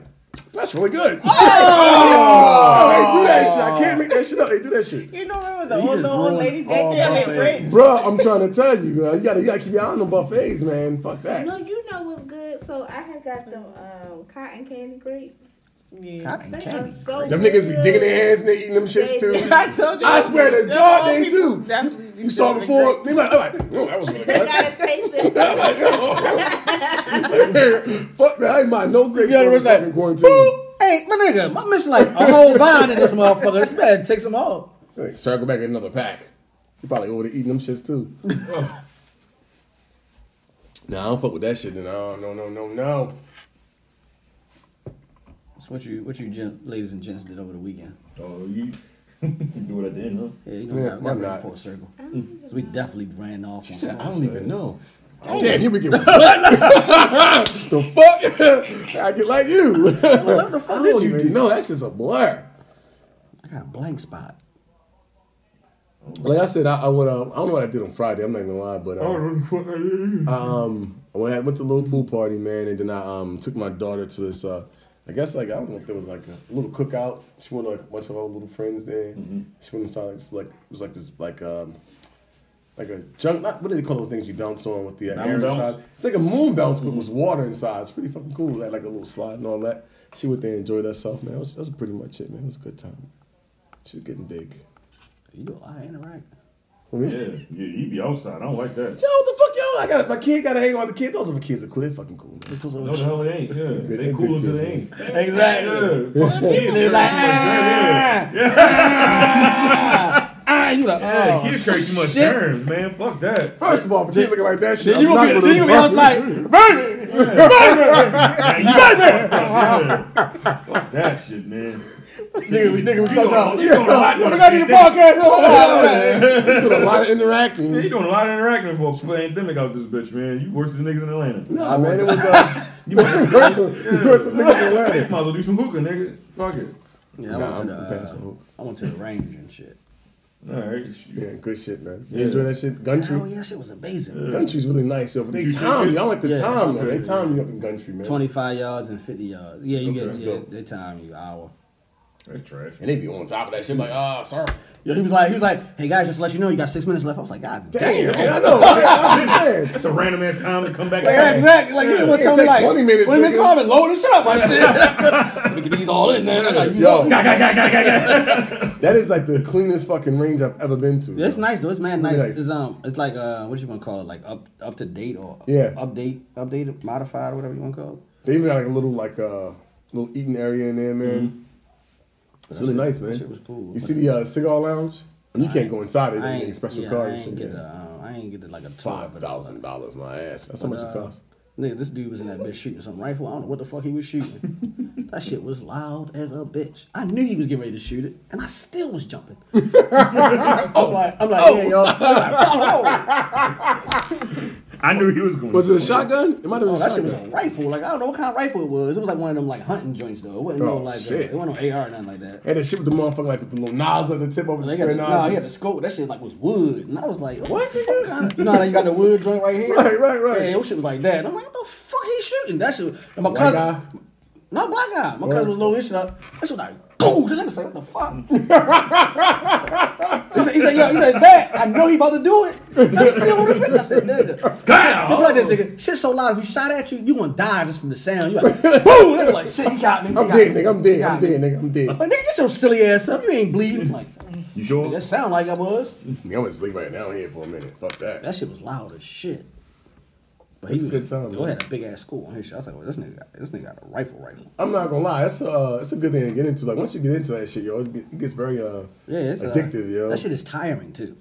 Speaker 3: that's really good. Oh, they do
Speaker 4: Oh.
Speaker 3: that shit. I can't make that shit up. They do that shit.
Speaker 5: You know, remember the
Speaker 6: You
Speaker 5: old,
Speaker 6: just
Speaker 5: old
Speaker 6: ruined
Speaker 5: ladies
Speaker 6: all
Speaker 5: back there
Speaker 6: my
Speaker 5: that rich?
Speaker 3: Bro, I'm trying to tell you, man. You gotta, you gotta keep your eye on them buffets, man. Fuck that.
Speaker 7: No, you know what's good. So I had got them um, cotton candy grapes.
Speaker 5: Yeah.
Speaker 7: They are so
Speaker 3: Them niggas be
Speaker 7: good.
Speaker 3: digging their hands and they eating them shits too.
Speaker 5: I told you.
Speaker 3: I swear to
Speaker 5: Them
Speaker 3: God
Speaker 5: old
Speaker 3: they
Speaker 5: people
Speaker 3: do.
Speaker 5: definitely be
Speaker 3: You saw it
Speaker 5: doing
Speaker 3: before? They like, I'm like, oh, that was really
Speaker 7: They
Speaker 3: good.
Speaker 7: gotta taste it.
Speaker 3: Fuck that. I ain't mind no great.
Speaker 6: gotta realize that.
Speaker 3: quarantine.
Speaker 6: Hey, my nigga, my miss like a whole vine in this motherfucker. You better take some off.
Speaker 3: Like, circle back in another pack. You probably over there eating them shits too. nah, I don't fuck with that shit. Then no, no, no, no, no.
Speaker 6: That's what you, what you gen- ladies and gents did over the weekend.
Speaker 4: Oh, you you do it at the end, huh?
Speaker 6: Yeah, you know,
Speaker 3: Yeah,
Speaker 6: yeah,
Speaker 3: why
Speaker 6: got, got
Speaker 3: not?
Speaker 6: full circle. So we definitely ran off.
Speaker 3: She
Speaker 6: on
Speaker 3: said,
Speaker 6: that.
Speaker 3: I don't even know. Damn, you weekend was lit. the fuck? I get like you. what the fuck did you do? No, that's just a blur.
Speaker 6: I got a blank spot.
Speaker 3: Like I said, I, I went. Um, I don't know what I did on Friday. I'm not even gonna lie, but um, um, I went, I went to a little pool party, man, and then I um took my daughter to this. Uh, I guess like I don't know if there was like a little cookout. She went like a bunch of our little friends there.
Speaker 4: Mm-hmm.
Speaker 3: She went inside like, this, like it was like this like um like a junk. Not, what do they call those things you bounce on with the uh,
Speaker 4: Mountain
Speaker 3: air
Speaker 4: bounce? Mm-hmm.
Speaker 3: inside? It's like a moon bounce, but it was water inside. It's pretty fucking cool. Had like a little slide and all that. She went there and enjoyed herself, man. That was, that was pretty much it, man. It was a good time. She's getting big.
Speaker 6: You do a lot of interact.
Speaker 3: I mean,
Speaker 4: Yeah, yeah, you be outside. I don't like that.
Speaker 3: Yo, what the fuck, yo? I got my kid. Got to hang out with the kids. Those other kids are cool. They fucking cool. Man.
Speaker 4: No, the hell it ain't. Yeah, they
Speaker 3: Good
Speaker 4: cool until they ain't.
Speaker 3: individuals,
Speaker 6: Exactly.
Speaker 13: "Ah."
Speaker 4: Yeah, fuck kids.
Speaker 6: Like, ah,
Speaker 4: Yeah,
Speaker 6: I and you like,
Speaker 13: Yeah,
Speaker 6: oh,
Speaker 13: kids create too much
Speaker 6: shit.
Speaker 13: terms, man. Fuck that.
Speaker 3: First of all, if you looking like that shit,
Speaker 6: Then you
Speaker 3: I'm
Speaker 6: gonna
Speaker 3: not
Speaker 6: be, then you
Speaker 3: gonna
Speaker 6: gonna be, I was like, baby,
Speaker 13: Yeah, you better. Fuck that shit, man.
Speaker 3: nigga, we nigga, we
Speaker 13: You
Speaker 3: talking
Speaker 13: doing-
Speaker 3: about.
Speaker 13: you doing a lot
Speaker 6: we
Speaker 13: of-
Speaker 6: gotta do the podcast.
Speaker 3: Yeah, man. We doing a lot of
Speaker 13: Yeah, you
Speaker 3: interacting.
Speaker 13: doing a lot of interacting for a pandemic out this bitch, man. You worse than niggas in Atlanta.
Speaker 3: Nah, man, it was. Uh,
Speaker 13: You might, yeah.
Speaker 3: worse than- worse than niggas in
Speaker 13: You might as
Speaker 3: Atlanta.
Speaker 13: well do some hookah, nigga. Fuck it.
Speaker 6: Yeah, I
Speaker 3: Nah,
Speaker 6: went
Speaker 3: I'm
Speaker 6: to
Speaker 3: passing
Speaker 6: the, uh,
Speaker 3: hope.
Speaker 6: I went to the range and shit.
Speaker 13: All right.
Speaker 3: Yeah, good shit, man. You enjoy that shit? Gumtree?
Speaker 6: Oh yeah, shit was amazing.
Speaker 3: Gumtree's really nice, yo. But they
Speaker 13: You-
Speaker 3: time you. I went
Speaker 6: Yeah,
Speaker 3: to time,
Speaker 6: it's
Speaker 3: though. They time you up in Gumtree, man.
Speaker 6: Twenty five yards and fifty yards. Yeah, you get
Speaker 3: that's
Speaker 6: yeah,
Speaker 3: dope.
Speaker 6: they time you hour.
Speaker 13: That's trash.
Speaker 3: And they be on top of that shit, like, ah, oh, sorry.
Speaker 6: Yeah, he was like, he was like, hey guys, just to let you know, you got six minutes left. I was like, God damn.
Speaker 3: Damn, man, I know. man, I'm saying.
Speaker 13: That's a random ass time to come back.
Speaker 6: Yeah, exactly. Like you didn't want to
Speaker 3: Yeah,
Speaker 6: tell
Speaker 3: it
Speaker 6: me
Speaker 3: said
Speaker 6: like
Speaker 3: 20 minutes,
Speaker 6: Twenty minutes.
Speaker 3: nigga.
Speaker 6: oh, I've been loading shit up. I shit. Nigga, these all in there. Like, you
Speaker 3: Yo.
Speaker 6: know,
Speaker 3: That is like the cleanest fucking range I've ever been to.
Speaker 6: it's
Speaker 3: yo.
Speaker 6: nice though. It's man nice.
Speaker 3: nice.
Speaker 6: It's um, it's like uh, what you want to call it? Like up up to date or
Speaker 3: Yeah.
Speaker 6: update, updated, modified, or whatever you want to call it.
Speaker 3: They even got like a little like uh, little eating area in there, man. It's really nice, man.
Speaker 6: Mm-hmm. that shit was cool.
Speaker 3: You see the uh, cigar lounge? And you can't go inside it.
Speaker 6: I
Speaker 3: They
Speaker 6: ain't
Speaker 3: ain't special
Speaker 6: yeah,
Speaker 3: card.
Speaker 6: I
Speaker 3: and
Speaker 6: ain't
Speaker 3: shit,
Speaker 6: get
Speaker 3: yeah.
Speaker 6: the, uh, I ain't get the, like a tour.
Speaker 3: Five
Speaker 6: but,
Speaker 3: thousand dollars, my ass. That's how much it costs.
Speaker 6: Nigga, this dude was in that bitch shooting some rifle. I don't know what the fuck he was shooting. that shit was loud as a bitch. I knew he was getting ready to shoot it, and I still was jumping. I'm like, I'm like, yeah, y'all. I'm like, oh,
Speaker 13: I knew he was going.
Speaker 3: Was it a shotgun? It might have been
Speaker 6: oh,
Speaker 3: a
Speaker 6: that shit was a
Speaker 3: shotgun.
Speaker 6: rifle. Like, I don't know what kind of rifle it was. It was like one of them like hunting joints though. It wasn't no
Speaker 3: Oh,
Speaker 6: like, uh,
Speaker 3: shit.
Speaker 6: it wasn't no AR or nothing like that.
Speaker 3: and that shit with the motherfucker like with the little nozzle at the tip over the
Speaker 6: They got the,
Speaker 3: spinning
Speaker 6: nah,
Speaker 3: nozzle.
Speaker 6: he had the scope. That shit like was wood, and I was like, what? the fuck kind of, you know how you got the wood joint right here?
Speaker 3: Right, right, right.
Speaker 6: Yeah, it shit was like that. And I'm like, what the fuck he shooting? That shit. And my
Speaker 3: White
Speaker 6: cousin,
Speaker 3: guy?
Speaker 6: not black guy. My
Speaker 3: Word.
Speaker 6: cousin was low his shit up. That shit was like, boom. And I'm just like, what the fuck? he said, he said, yo, he said, it's bad. I know he about to do it. I'm still on this bitch. I said, nigga.
Speaker 13: Damn!
Speaker 6: Look like this nigga. Shit so loud. If he shot at you, you gonna die just from the sound. You like, boom. They were like, shit, he got me. He
Speaker 3: I'm
Speaker 6: got
Speaker 3: dead,
Speaker 6: me.
Speaker 3: nigga. I'm
Speaker 6: He
Speaker 3: dead.
Speaker 6: got
Speaker 3: I'm
Speaker 6: me.
Speaker 3: dead, nigga. I'm dead.
Speaker 6: Like, nigga, get your silly ass up. You ain't bleeding. Like,
Speaker 13: You sure?
Speaker 6: that sound like I was.
Speaker 3: Nigga, I'm asleep right now here for a minute. Fuck that.
Speaker 6: That shit was loud as shit. But
Speaker 3: That's a good time,
Speaker 6: Yo,
Speaker 3: Oh, man.
Speaker 6: had a big ass school on his shit. I was like, well, this nigga, got, this nigga got a rifle, rifle.
Speaker 3: I'm not gonna lie, that's a uh, it's a good thing to get into. Like once you get into that shit, yo, it get- it gets very uh
Speaker 6: Yeah, it's uh,
Speaker 3: addictive, yo.
Speaker 6: That shit is tiring too.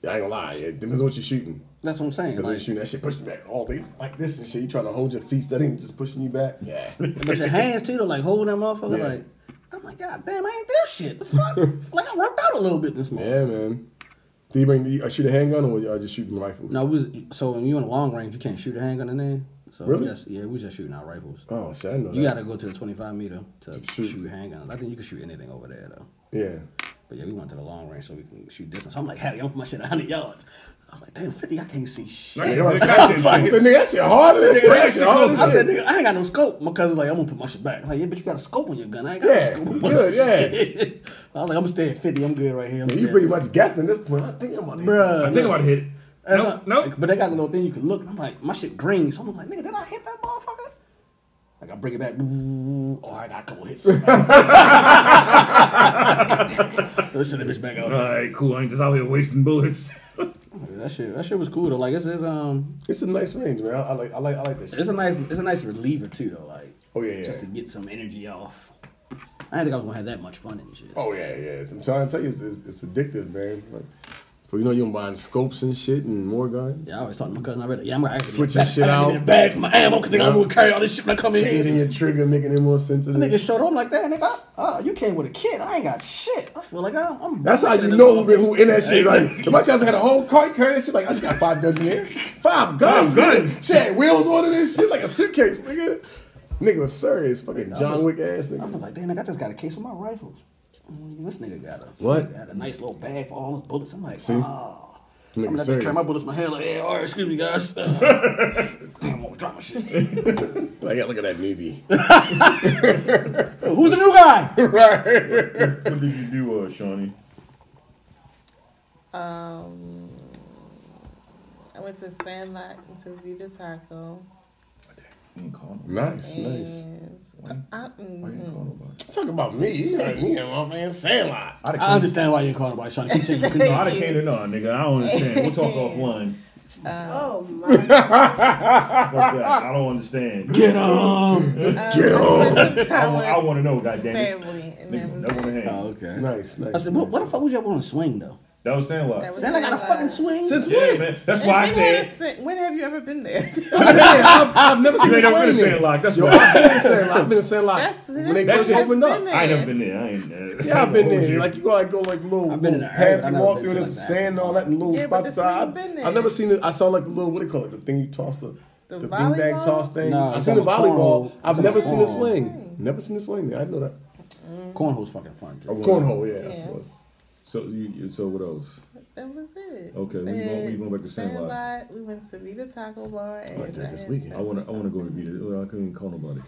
Speaker 3: Yeah, I ain't gonna lie, it depends on what you're shooting.
Speaker 6: That's what I'm saying.
Speaker 3: Because
Speaker 6: Like,
Speaker 3: you're shooting that shit, pushing back all day like this and shit. You trying to hold your feet steady and just pushing you back. Yeah,
Speaker 6: but your hands too, though, like holding that motherfucker.
Speaker 3: Yeah.
Speaker 6: Like, I'm like, god damn, I ain't do shit. The fuck? like I worked out a little bit this morning.
Speaker 3: yeah, man. Do you bring? I shoot a handgun or y'all just shooting rifles?
Speaker 6: No, we was, so when you in the long range, you can't shoot a handgun in there. So
Speaker 3: Really?
Speaker 6: we just, yeah, we just shooting our rifles.
Speaker 3: Oh shit, I know
Speaker 6: you
Speaker 3: that.
Speaker 6: gotta go to the 25 meter to
Speaker 3: shoot.
Speaker 6: shoot. handguns. I think you can shoot anything over there though.
Speaker 3: yeah.
Speaker 6: But yeah, we went to the long range so we can shoot distance. So I'm like, hell, I'm my shit 100 yards. I was like, damn, 50, I can't see shit.
Speaker 3: Nigga, I'm like, I said, nigga, that shit hard. as- Nigga, that shit hard. as
Speaker 6: I said,
Speaker 3: shit.
Speaker 6: nigga, I ain't got no scope. My cousin's like, I'm gonna put my shit back. I'm like, yeah, but you got a scope on your gun. I ain't got
Speaker 3: Yeah,
Speaker 6: no scope on my
Speaker 3: good, yeah.
Speaker 6: shit. I was like, I'm gonna stay at 50. I'm good right here. I'm
Speaker 3: Man, you
Speaker 6: staying-
Speaker 3: pretty much guessing at this point. I think I'm about to.
Speaker 6: Bruh.
Speaker 13: I think I'm about to hit it.
Speaker 6: That's
Speaker 13: No,
Speaker 6: not-
Speaker 13: no.
Speaker 6: But they got a little thing you can look. And I'm like, my shit green. So I'm like, nigga, did I hit that motherfucker? Like, I bring it back. Ooh, oh, I got a couple hits. Listen to this back
Speaker 13: All
Speaker 6: out.
Speaker 13: right, cool. I ain't just out here wasting bullets.
Speaker 6: That shit, that shit was cool though. Like, it's, it's um,
Speaker 3: It's a nice range, man. I, I like, I like, I like that shit.
Speaker 6: It's a nice, it's a nice reliever too, though. Like,
Speaker 3: Oh, yeah, yeah.
Speaker 6: just to get some energy off. I didn't think I was gonna have that much fun and shit.
Speaker 3: Oh yeah, yeah. I'm trying to tell you, it's, it's, it's addictive, man. Like, for you know, you're buying scopes and shit and more guns.
Speaker 6: Yeah, I always talk to my cousin. I read it. Yeah, I'm gonna actually
Speaker 3: Switching shit
Speaker 6: Get a
Speaker 3: out,
Speaker 6: bag for my ammo because
Speaker 3: Yeah.
Speaker 6: I'm gonna carry all this shit when I come
Speaker 3: changing
Speaker 6: in.
Speaker 3: your trigger, making it more
Speaker 6: Nigga
Speaker 3: sensitive.
Speaker 6: showed up I'm like that, nigga. Uh, you came with a kid. I ain't got shit. I feel like I'm. I'm
Speaker 3: That's how you know who been who in that shit. Like, if my cousin had a whole cart carrying that shit, like I just got five guns in here, five guns,
Speaker 13: guns.
Speaker 3: nigga. Shit, had wheels on it and shit, like a suitcase, nigga. Nigga was serious, fucking John Wick ass
Speaker 6: I was
Speaker 3: nigga.
Speaker 6: like, damn, nigga, I just got a case of my rifles. Mm, This nigga got a this
Speaker 3: What?
Speaker 6: nigga Got a nice little bag for all his bullets. I'm like, oh. I'm
Speaker 3: Nigga
Speaker 6: gonna have to carry
Speaker 3: serious.
Speaker 6: my bullets in my hand like, hey, all right, excuse me, guys. Uh, damn, I'm gonna drop my shit.
Speaker 3: Like, yeah, look at that newbie.
Speaker 6: Who's the new guy?
Speaker 13: What did you do, uh, Shawnee?
Speaker 5: Um, I went to Sandlot and to Vita Taco.
Speaker 13: You didn't call nobody.
Speaker 3: Nice, nice.
Speaker 5: And I,
Speaker 13: Why
Speaker 5: mm,
Speaker 13: you didn't call nobody?
Speaker 3: Talk about me, you know me and my man Sandlot.
Speaker 13: I'd
Speaker 6: I
Speaker 13: have came,
Speaker 6: understand why you ain't calling nobody Sean. Continue, continue.
Speaker 13: I'd have came to know, nigga. Oh, I don't understand. We'll talk offline.
Speaker 1: Oh my.
Speaker 13: Fuck that. I don't understand.
Speaker 6: Get him.
Speaker 3: Get on.
Speaker 13: I want, I want to know, goddamn it.
Speaker 5: family, and that
Speaker 13: Niggas
Speaker 5: was
Speaker 13: never
Speaker 5: it.
Speaker 3: Oh,
Speaker 13: want to hang.
Speaker 6: okay.
Speaker 3: Nice, nice.
Speaker 6: I said, what, what the fuck was y'all want to swing though?
Speaker 4: That was Sandlot.
Speaker 5: That was
Speaker 6: Sound like I got a
Speaker 5: Sandlot.
Speaker 6: fucking swing.
Speaker 3: Since
Speaker 4: yeah,
Speaker 3: when?
Speaker 4: man. That's
Speaker 5: And
Speaker 4: why I
Speaker 5: when had
Speaker 4: said.
Speaker 5: a sen- when have you ever been there?
Speaker 3: I've, I've never seen
Speaker 4: You
Speaker 3: a
Speaker 4: ain't never been to
Speaker 3: swing there.
Speaker 4: Sandlot. That's
Speaker 3: Yo,
Speaker 4: why.
Speaker 3: I've been in Sandlot. I've been in Sandlot
Speaker 5: That's-
Speaker 3: when they
Speaker 4: that's
Speaker 3: first
Speaker 4: it.
Speaker 3: opened up.
Speaker 4: I ain't never been there. I ain't. Uh,
Speaker 3: Yeah, I've been there. Like
Speaker 4: you
Speaker 3: you go, like go, like little,
Speaker 6: I've been
Speaker 3: little
Speaker 6: in the area,
Speaker 3: path
Speaker 6: I've
Speaker 3: you
Speaker 6: never
Speaker 3: walk
Speaker 6: been
Speaker 3: through,
Speaker 6: to
Speaker 3: and
Speaker 6: like
Speaker 3: it's
Speaker 6: that.
Speaker 3: sand and all that, and little
Speaker 5: Yeah, but
Speaker 3: spots.
Speaker 5: the
Speaker 3: So I've,
Speaker 5: swing's been there.
Speaker 3: I've never seen it. I saw like the little, what do you call it, the thing you toss the,
Speaker 5: The
Speaker 3: the beanbag
Speaker 5: volleyball?
Speaker 3: toss thing.
Speaker 6: Nah,
Speaker 3: I
Speaker 6: it's
Speaker 3: seen the
Speaker 6: on the
Speaker 3: volleyball.
Speaker 6: cornhole.
Speaker 3: I've
Speaker 6: It's on
Speaker 3: never
Speaker 6: the
Speaker 3: seen a
Speaker 6: cornhole.
Speaker 3: swing. Never seen a swing there. I know that.
Speaker 6: Cornhole's fucking fun. too.
Speaker 3: Oh, cornhole, yeah, I
Speaker 5: Yeah.
Speaker 3: suppose.
Speaker 4: So you, you. So what else?
Speaker 5: That was it.
Speaker 4: Okay, we
Speaker 5: Said
Speaker 4: going- we going back to Sandlot.
Speaker 5: Sandlot, We went to Vita Taco Bar. And
Speaker 3: like that this
Speaker 5: had
Speaker 3: weekend.
Speaker 4: I want to. I want to go to Vita. Well, I couldn't even call nobody.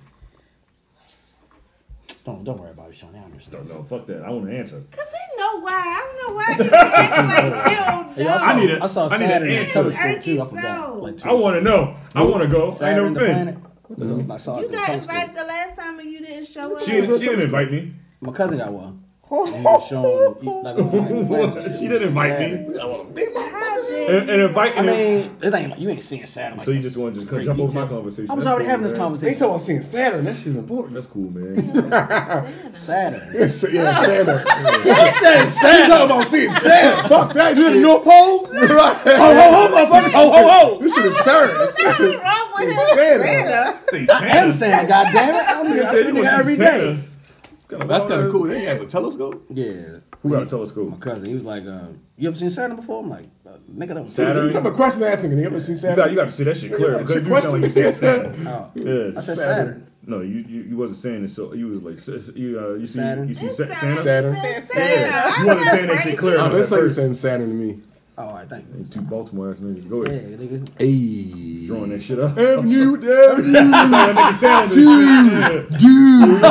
Speaker 6: Don't don't worry about it, Sean. I
Speaker 4: Don't
Speaker 6: understand.
Speaker 4: know. Fuck that. I want to answer.
Speaker 7: Cause he know why. I don't know why. He acting like
Speaker 6: Hey, I,
Speaker 7: he don't
Speaker 6: saw,
Speaker 7: know.
Speaker 4: need a-
Speaker 6: I
Speaker 4: I
Speaker 6: saw
Speaker 4: need an
Speaker 6: Saturday
Speaker 4: answer.
Speaker 6: at Telescope
Speaker 7: Erky
Speaker 6: too. I forgot.
Speaker 7: Soul.
Speaker 6: Like, two
Speaker 4: I want to know. I want to go. I ain't
Speaker 6: Saturday
Speaker 4: never
Speaker 6: the
Speaker 4: been.
Speaker 6: Planet. Mhm. I saw it
Speaker 7: You
Speaker 6: at the
Speaker 7: got
Speaker 6: telescope.
Speaker 7: invited the last time and you didn't show up.
Speaker 4: She didn't, she didn't invite me.
Speaker 6: My cousin got one. And he was showing, he- like, on, like, plants and shit.
Speaker 4: She didn't invite me.
Speaker 3: I want a big
Speaker 4: And, and invite
Speaker 6: I
Speaker 4: me.
Speaker 6: mean, it ain't like you ain't seeing Saturday.
Speaker 4: so you just want to just jump over my conversation.
Speaker 6: I was
Speaker 4: That's
Speaker 6: already
Speaker 4: cool,
Speaker 6: having this
Speaker 4: man.
Speaker 3: They
Speaker 6: conversation.
Speaker 3: talk about seeing Saturn. That shit's important.
Speaker 4: That's cool, man.
Speaker 6: Saturday.
Speaker 3: It's, yeah, Saturn. She said Saturn. You talking about seeing Saturn? Fuck that shit. The North Pole? right. Ho ho ho, motherfuckers. Ho ho ho. This shit is Saturn.
Speaker 7: What's wrong with him?
Speaker 3: Santa.
Speaker 4: Say
Speaker 6: I
Speaker 4: Santa.
Speaker 6: am saying, God damn it, I don't even
Speaker 4: They
Speaker 6: see
Speaker 4: said you
Speaker 6: nigga
Speaker 4: want to
Speaker 6: every
Speaker 4: see
Speaker 6: day.
Speaker 4: Santa. Kinda
Speaker 3: That's kind
Speaker 4: wild.
Speaker 3: of cool. They has a telescope.
Speaker 6: Yeah.
Speaker 4: Who got a
Speaker 6: My
Speaker 4: telescope?
Speaker 6: cousin, he was like, uh, "You ever seen Saturn before?" I'm like, uh, "Nigga, that was
Speaker 4: Saturn?
Speaker 3: You talking about question asking? You ever seen
Speaker 4: You got,
Speaker 3: Saturn?
Speaker 4: you got to see that shit clear.
Speaker 3: Yeah,
Speaker 4: Because
Speaker 3: she
Speaker 4: you sound like you said
Speaker 3: questioned
Speaker 4: Santa.
Speaker 6: Oh.
Speaker 4: Yeah,
Speaker 6: I said
Speaker 4: Santa.
Speaker 6: Saturn.
Speaker 4: No, you, you you wasn't saying it. So you was like s- s- you uh, you see
Speaker 6: Saturn.
Speaker 4: you see
Speaker 7: It's
Speaker 4: Sa-
Speaker 7: Saturn.
Speaker 4: Santa.
Speaker 3: Saturn.
Speaker 4: Yeah. You wasn't saying that shit clear.
Speaker 3: Oh,
Speaker 4: enough
Speaker 3: this
Speaker 4: at
Speaker 3: lady
Speaker 4: first.
Speaker 3: saying Saturn to me.
Speaker 6: Oh, all right, thank you.
Speaker 4: Two Baltimore ass niggas. Go
Speaker 6: Yeah,
Speaker 4: ahead.
Speaker 6: nigga.
Speaker 3: Hey.
Speaker 4: Drawing that shit up.
Speaker 3: Avenue, Avenue,
Speaker 4: That's how that nigga sounded. Yeah.
Speaker 3: dude.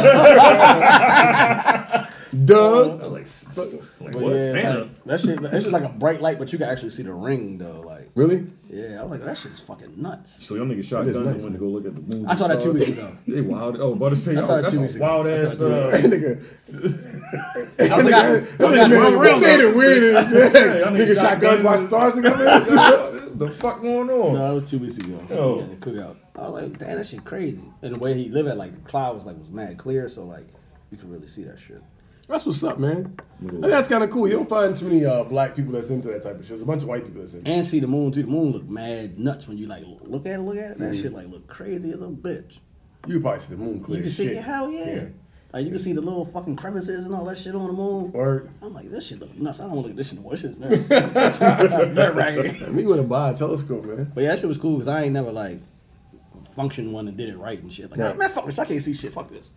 Speaker 3: Duh.
Speaker 4: I was like, s- s- like
Speaker 6: But
Speaker 4: what?
Speaker 6: yeah,
Speaker 4: Santa?
Speaker 6: like, that shit. It's just like a bright light, but you can actually see the ring though. Like,
Speaker 3: Really?
Speaker 6: yeah, I was like, that shit's fucking nuts.
Speaker 4: So y'all niggas shot
Speaker 3: That is
Speaker 4: guns
Speaker 3: nice.
Speaker 4: and went to go look at the moon.
Speaker 6: I saw that two
Speaker 4: stars.
Speaker 6: weeks ago.
Speaker 4: They wild. Oh, about to say,
Speaker 6: I saw
Speaker 4: oh,
Speaker 6: that
Speaker 4: that's
Speaker 6: two
Speaker 4: a
Speaker 6: weeks ago.
Speaker 4: wild
Speaker 6: I saw
Speaker 4: ass.
Speaker 6: that two weeks
Speaker 4: Uh,
Speaker 3: That nigga.
Speaker 6: I forgot.
Speaker 3: That nigga made, that made it weird.
Speaker 4: y'all
Speaker 3: Nigga,
Speaker 4: niggas
Speaker 3: nigga shot
Speaker 4: shot
Speaker 3: guns
Speaker 4: guns.
Speaker 3: by stars together.
Speaker 4: uh, the fuck going on?
Speaker 6: No, that was two weeks ago.
Speaker 4: Oh.
Speaker 6: Oh. Yeah, the cookout. I was like, damn, that shit crazy. And the way he lived at, like, the cloud was like was mad clear, so like you could really see that shit.
Speaker 3: that's what's up, man. I think that's kind of cool. You don't find too many uh, black people that's into that type of shit. There's a bunch of white people that's into it.
Speaker 6: And see the moon too. The moon look mad nuts when you like look at it, look at it. That shit like look crazy as a bitch.
Speaker 3: You could probably see the moon clear
Speaker 6: You can
Speaker 3: as
Speaker 6: see
Speaker 3: shit.
Speaker 6: it, hell yeah. Like you can see the little fucking crevices and all that shit on the moon.
Speaker 3: Word.
Speaker 6: I'm like, this shit look nuts. I don't want to look at this shit no more. This shit's nervous. nerve wracking.
Speaker 3: Me want to buy a telescope, man.
Speaker 6: But yeah, that shit was cool because I ain't never like functioned one and did it right and shit. Like,
Speaker 3: Right.
Speaker 6: man, fuck this. I can't see shit. Fuck this.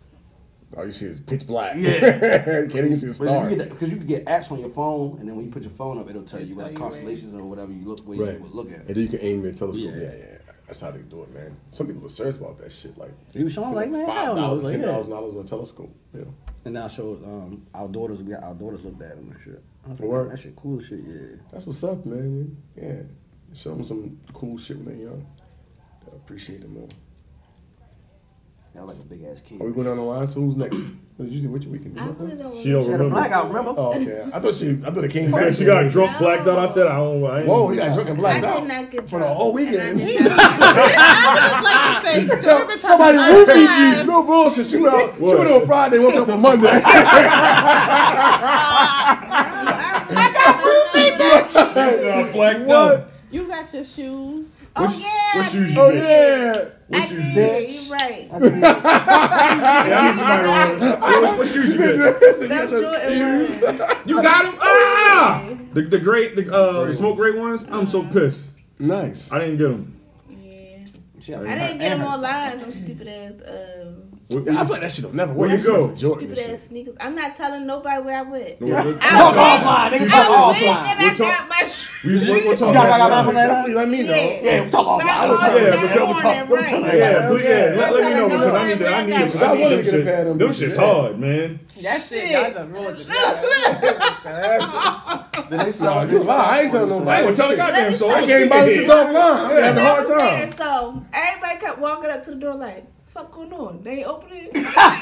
Speaker 3: All you see is pitch black.
Speaker 6: Yeah.
Speaker 3: Can't even see a star.
Speaker 6: Because you can get apps on your phone, and then when you put your phone up, it'll tell you
Speaker 5: It'll
Speaker 6: like
Speaker 5: tell you where-
Speaker 6: constellations or whatever you look where
Speaker 3: Right.
Speaker 6: you would look at.
Speaker 3: And then you can aim your telescope. Yeah.
Speaker 6: Yeah.
Speaker 3: yeah, That's how they do it, man. Some people are serious about that shit. Like,
Speaker 6: He was showing Oh, like, man,
Speaker 3: five
Speaker 6: hell no.
Speaker 3: thousand,
Speaker 6: Like,
Speaker 3: ten
Speaker 6: yeah.
Speaker 3: thousand dollars on a telescope. Yeah.
Speaker 6: And I showed um, our daughters. We got our daughters looked at them and shit. I was like,
Speaker 3: Word.
Speaker 6: "Man, that shit cool as shit. Yeah.
Speaker 3: That's what's up, man. Yeah. Show them some cool shit when they're young. I appreciate it more.
Speaker 6: That was like a big ass kid.
Speaker 3: Are we going down the line? So who's next? What did you do? What you weekend?
Speaker 7: I really
Speaker 3: do?
Speaker 7: don't
Speaker 4: She don't
Speaker 6: She had a
Speaker 4: remember.
Speaker 6: blackout. Remember?
Speaker 3: Oh, okay. I thought you. I thought it came
Speaker 4: Said
Speaker 3: back.
Speaker 4: she got drunk, blacked out. I said, I don't. I ain't,
Speaker 3: Whoa, you got drunk and
Speaker 7: I
Speaker 3: blacked out
Speaker 7: did not get drunk.
Speaker 3: for the whole weekend.
Speaker 7: And I did not-
Speaker 5: I was like to say, Jordan
Speaker 3: Somebody
Speaker 5: Thomas-
Speaker 3: roofied you. No bullshit. She went out. She went on Friday. Woke up on Monday.
Speaker 4: got blacked out.
Speaker 3: what?
Speaker 5: You got your shoes.
Speaker 7: Oh yeah.
Speaker 4: What shoes you
Speaker 3: Oh
Speaker 4: oh, yeah.
Speaker 3: yeah.
Speaker 7: I
Speaker 4: What shoes you
Speaker 7: did.
Speaker 6: bitch?
Speaker 7: You're right.
Speaker 4: Yeah, I need somebody on. Yo, What shoes you got?
Speaker 7: Them Jordan ones.
Speaker 4: You got them? Ah! The, the great, the, uh, the smoke gray ones? I'm so pissed.
Speaker 3: Nice.
Speaker 4: I didn't get them.
Speaker 7: Yeah.
Speaker 6: She had
Speaker 7: I
Speaker 6: her-
Speaker 7: didn't get
Speaker 6: and
Speaker 7: them
Speaker 6: her-
Speaker 7: online. No stupid ass, um,
Speaker 4: What,
Speaker 3: Yeah, I feel like that shit will never work.
Speaker 4: Where you
Speaker 3: That shit
Speaker 4: go?
Speaker 3: for Jordan
Speaker 7: stupid
Speaker 3: and shit.
Speaker 7: ass sneakers. I'm not telling nobody where I went.
Speaker 4: what- what-
Speaker 7: I went-
Speaker 6: Offline, nigga, talk offline.
Speaker 7: I went and I
Speaker 4: We're
Speaker 7: got my shoes.
Speaker 4: we, we, we're talking
Speaker 6: You got
Speaker 4: about
Speaker 6: my phone
Speaker 4: that.
Speaker 6: like that?
Speaker 3: Let me know.
Speaker 7: Yeah.
Speaker 6: Yeah, talk offline. I
Speaker 7: Not
Speaker 6: was
Speaker 7: on
Speaker 6: telling
Speaker 4: yeah, but
Speaker 7: that
Speaker 4: don't
Speaker 7: morning,
Speaker 6: talk- don't
Speaker 7: right.
Speaker 6: tell her.
Speaker 4: Yeah, please, yeah. Let,
Speaker 7: Don't
Speaker 4: let me know
Speaker 7: tell her
Speaker 4: because I
Speaker 7: no
Speaker 4: need to. I need to. I
Speaker 7: more
Speaker 3: I wanted
Speaker 4: need
Speaker 3: to get a
Speaker 4: them shit.
Speaker 3: pair of them
Speaker 4: Them
Speaker 3: bitches,
Speaker 4: shit's
Speaker 3: yeah.
Speaker 4: hard, man.
Speaker 5: That's it.
Speaker 7: Shit.
Speaker 5: Y'all done ruined it.
Speaker 6: her- Then they saw
Speaker 3: Nah, you a lie. I ain't telling nobody.
Speaker 4: I ain't gonna tell the goddamn soul.
Speaker 3: I can't buy this shit offline. I'm gonna have a hard
Speaker 7: Upstairs,
Speaker 3: time.
Speaker 7: So everybody kept walking up to the door like, fuck going on? They ain't opening. so everybody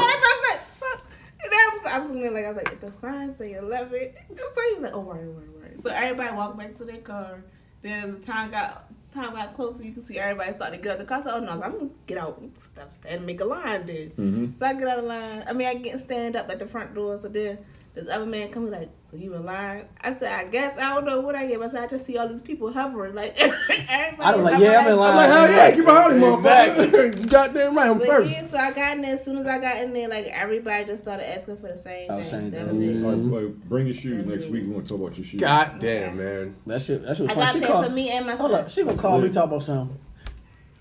Speaker 7: was like, fuck. And I was, I was looking like, I was like, the sign say 11. So he was like, oh, right, right, right. So everybody walked back to their car. Then the time got time got closer, you can see everybody starting to get out the car. So, oh no, so I'm gonna get out,
Speaker 6: Mm-hmm.
Speaker 7: stop standing, make a line then. So I get out of line. I mean, I get stand up at the front door. So then This other man coming like, so you were lying? I said, I guess I don't know what I am. I said, I just see all these people hovering, like everybody.
Speaker 6: I don't like,
Speaker 7: hovering.
Speaker 6: yeah, I've been lying.
Speaker 3: I'm like, hell yeah, keep it hiding, motherfucker.
Speaker 6: Exactly.
Speaker 3: you goddamn right, I'm
Speaker 7: But
Speaker 3: first.
Speaker 7: yeah, so I got in there. As soon as I got in there, like everybody just started asking for the same
Speaker 6: Oh,
Speaker 7: thing.
Speaker 6: same
Speaker 7: that
Speaker 6: thing.
Speaker 7: was it.
Speaker 4: All right, all right, bring your shoes next week. We want to talk about your shoes.
Speaker 3: God damn, man.
Speaker 6: That shit, that shit was
Speaker 7: I
Speaker 6: funny.
Speaker 7: got
Speaker 6: She
Speaker 7: paid
Speaker 6: called
Speaker 7: for me and my
Speaker 6: Hold
Speaker 7: son.
Speaker 6: up, she gonna call me
Speaker 4: lit.
Speaker 6: talk about something.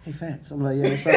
Speaker 6: Hey, fans. I'm like, yeah, what's up?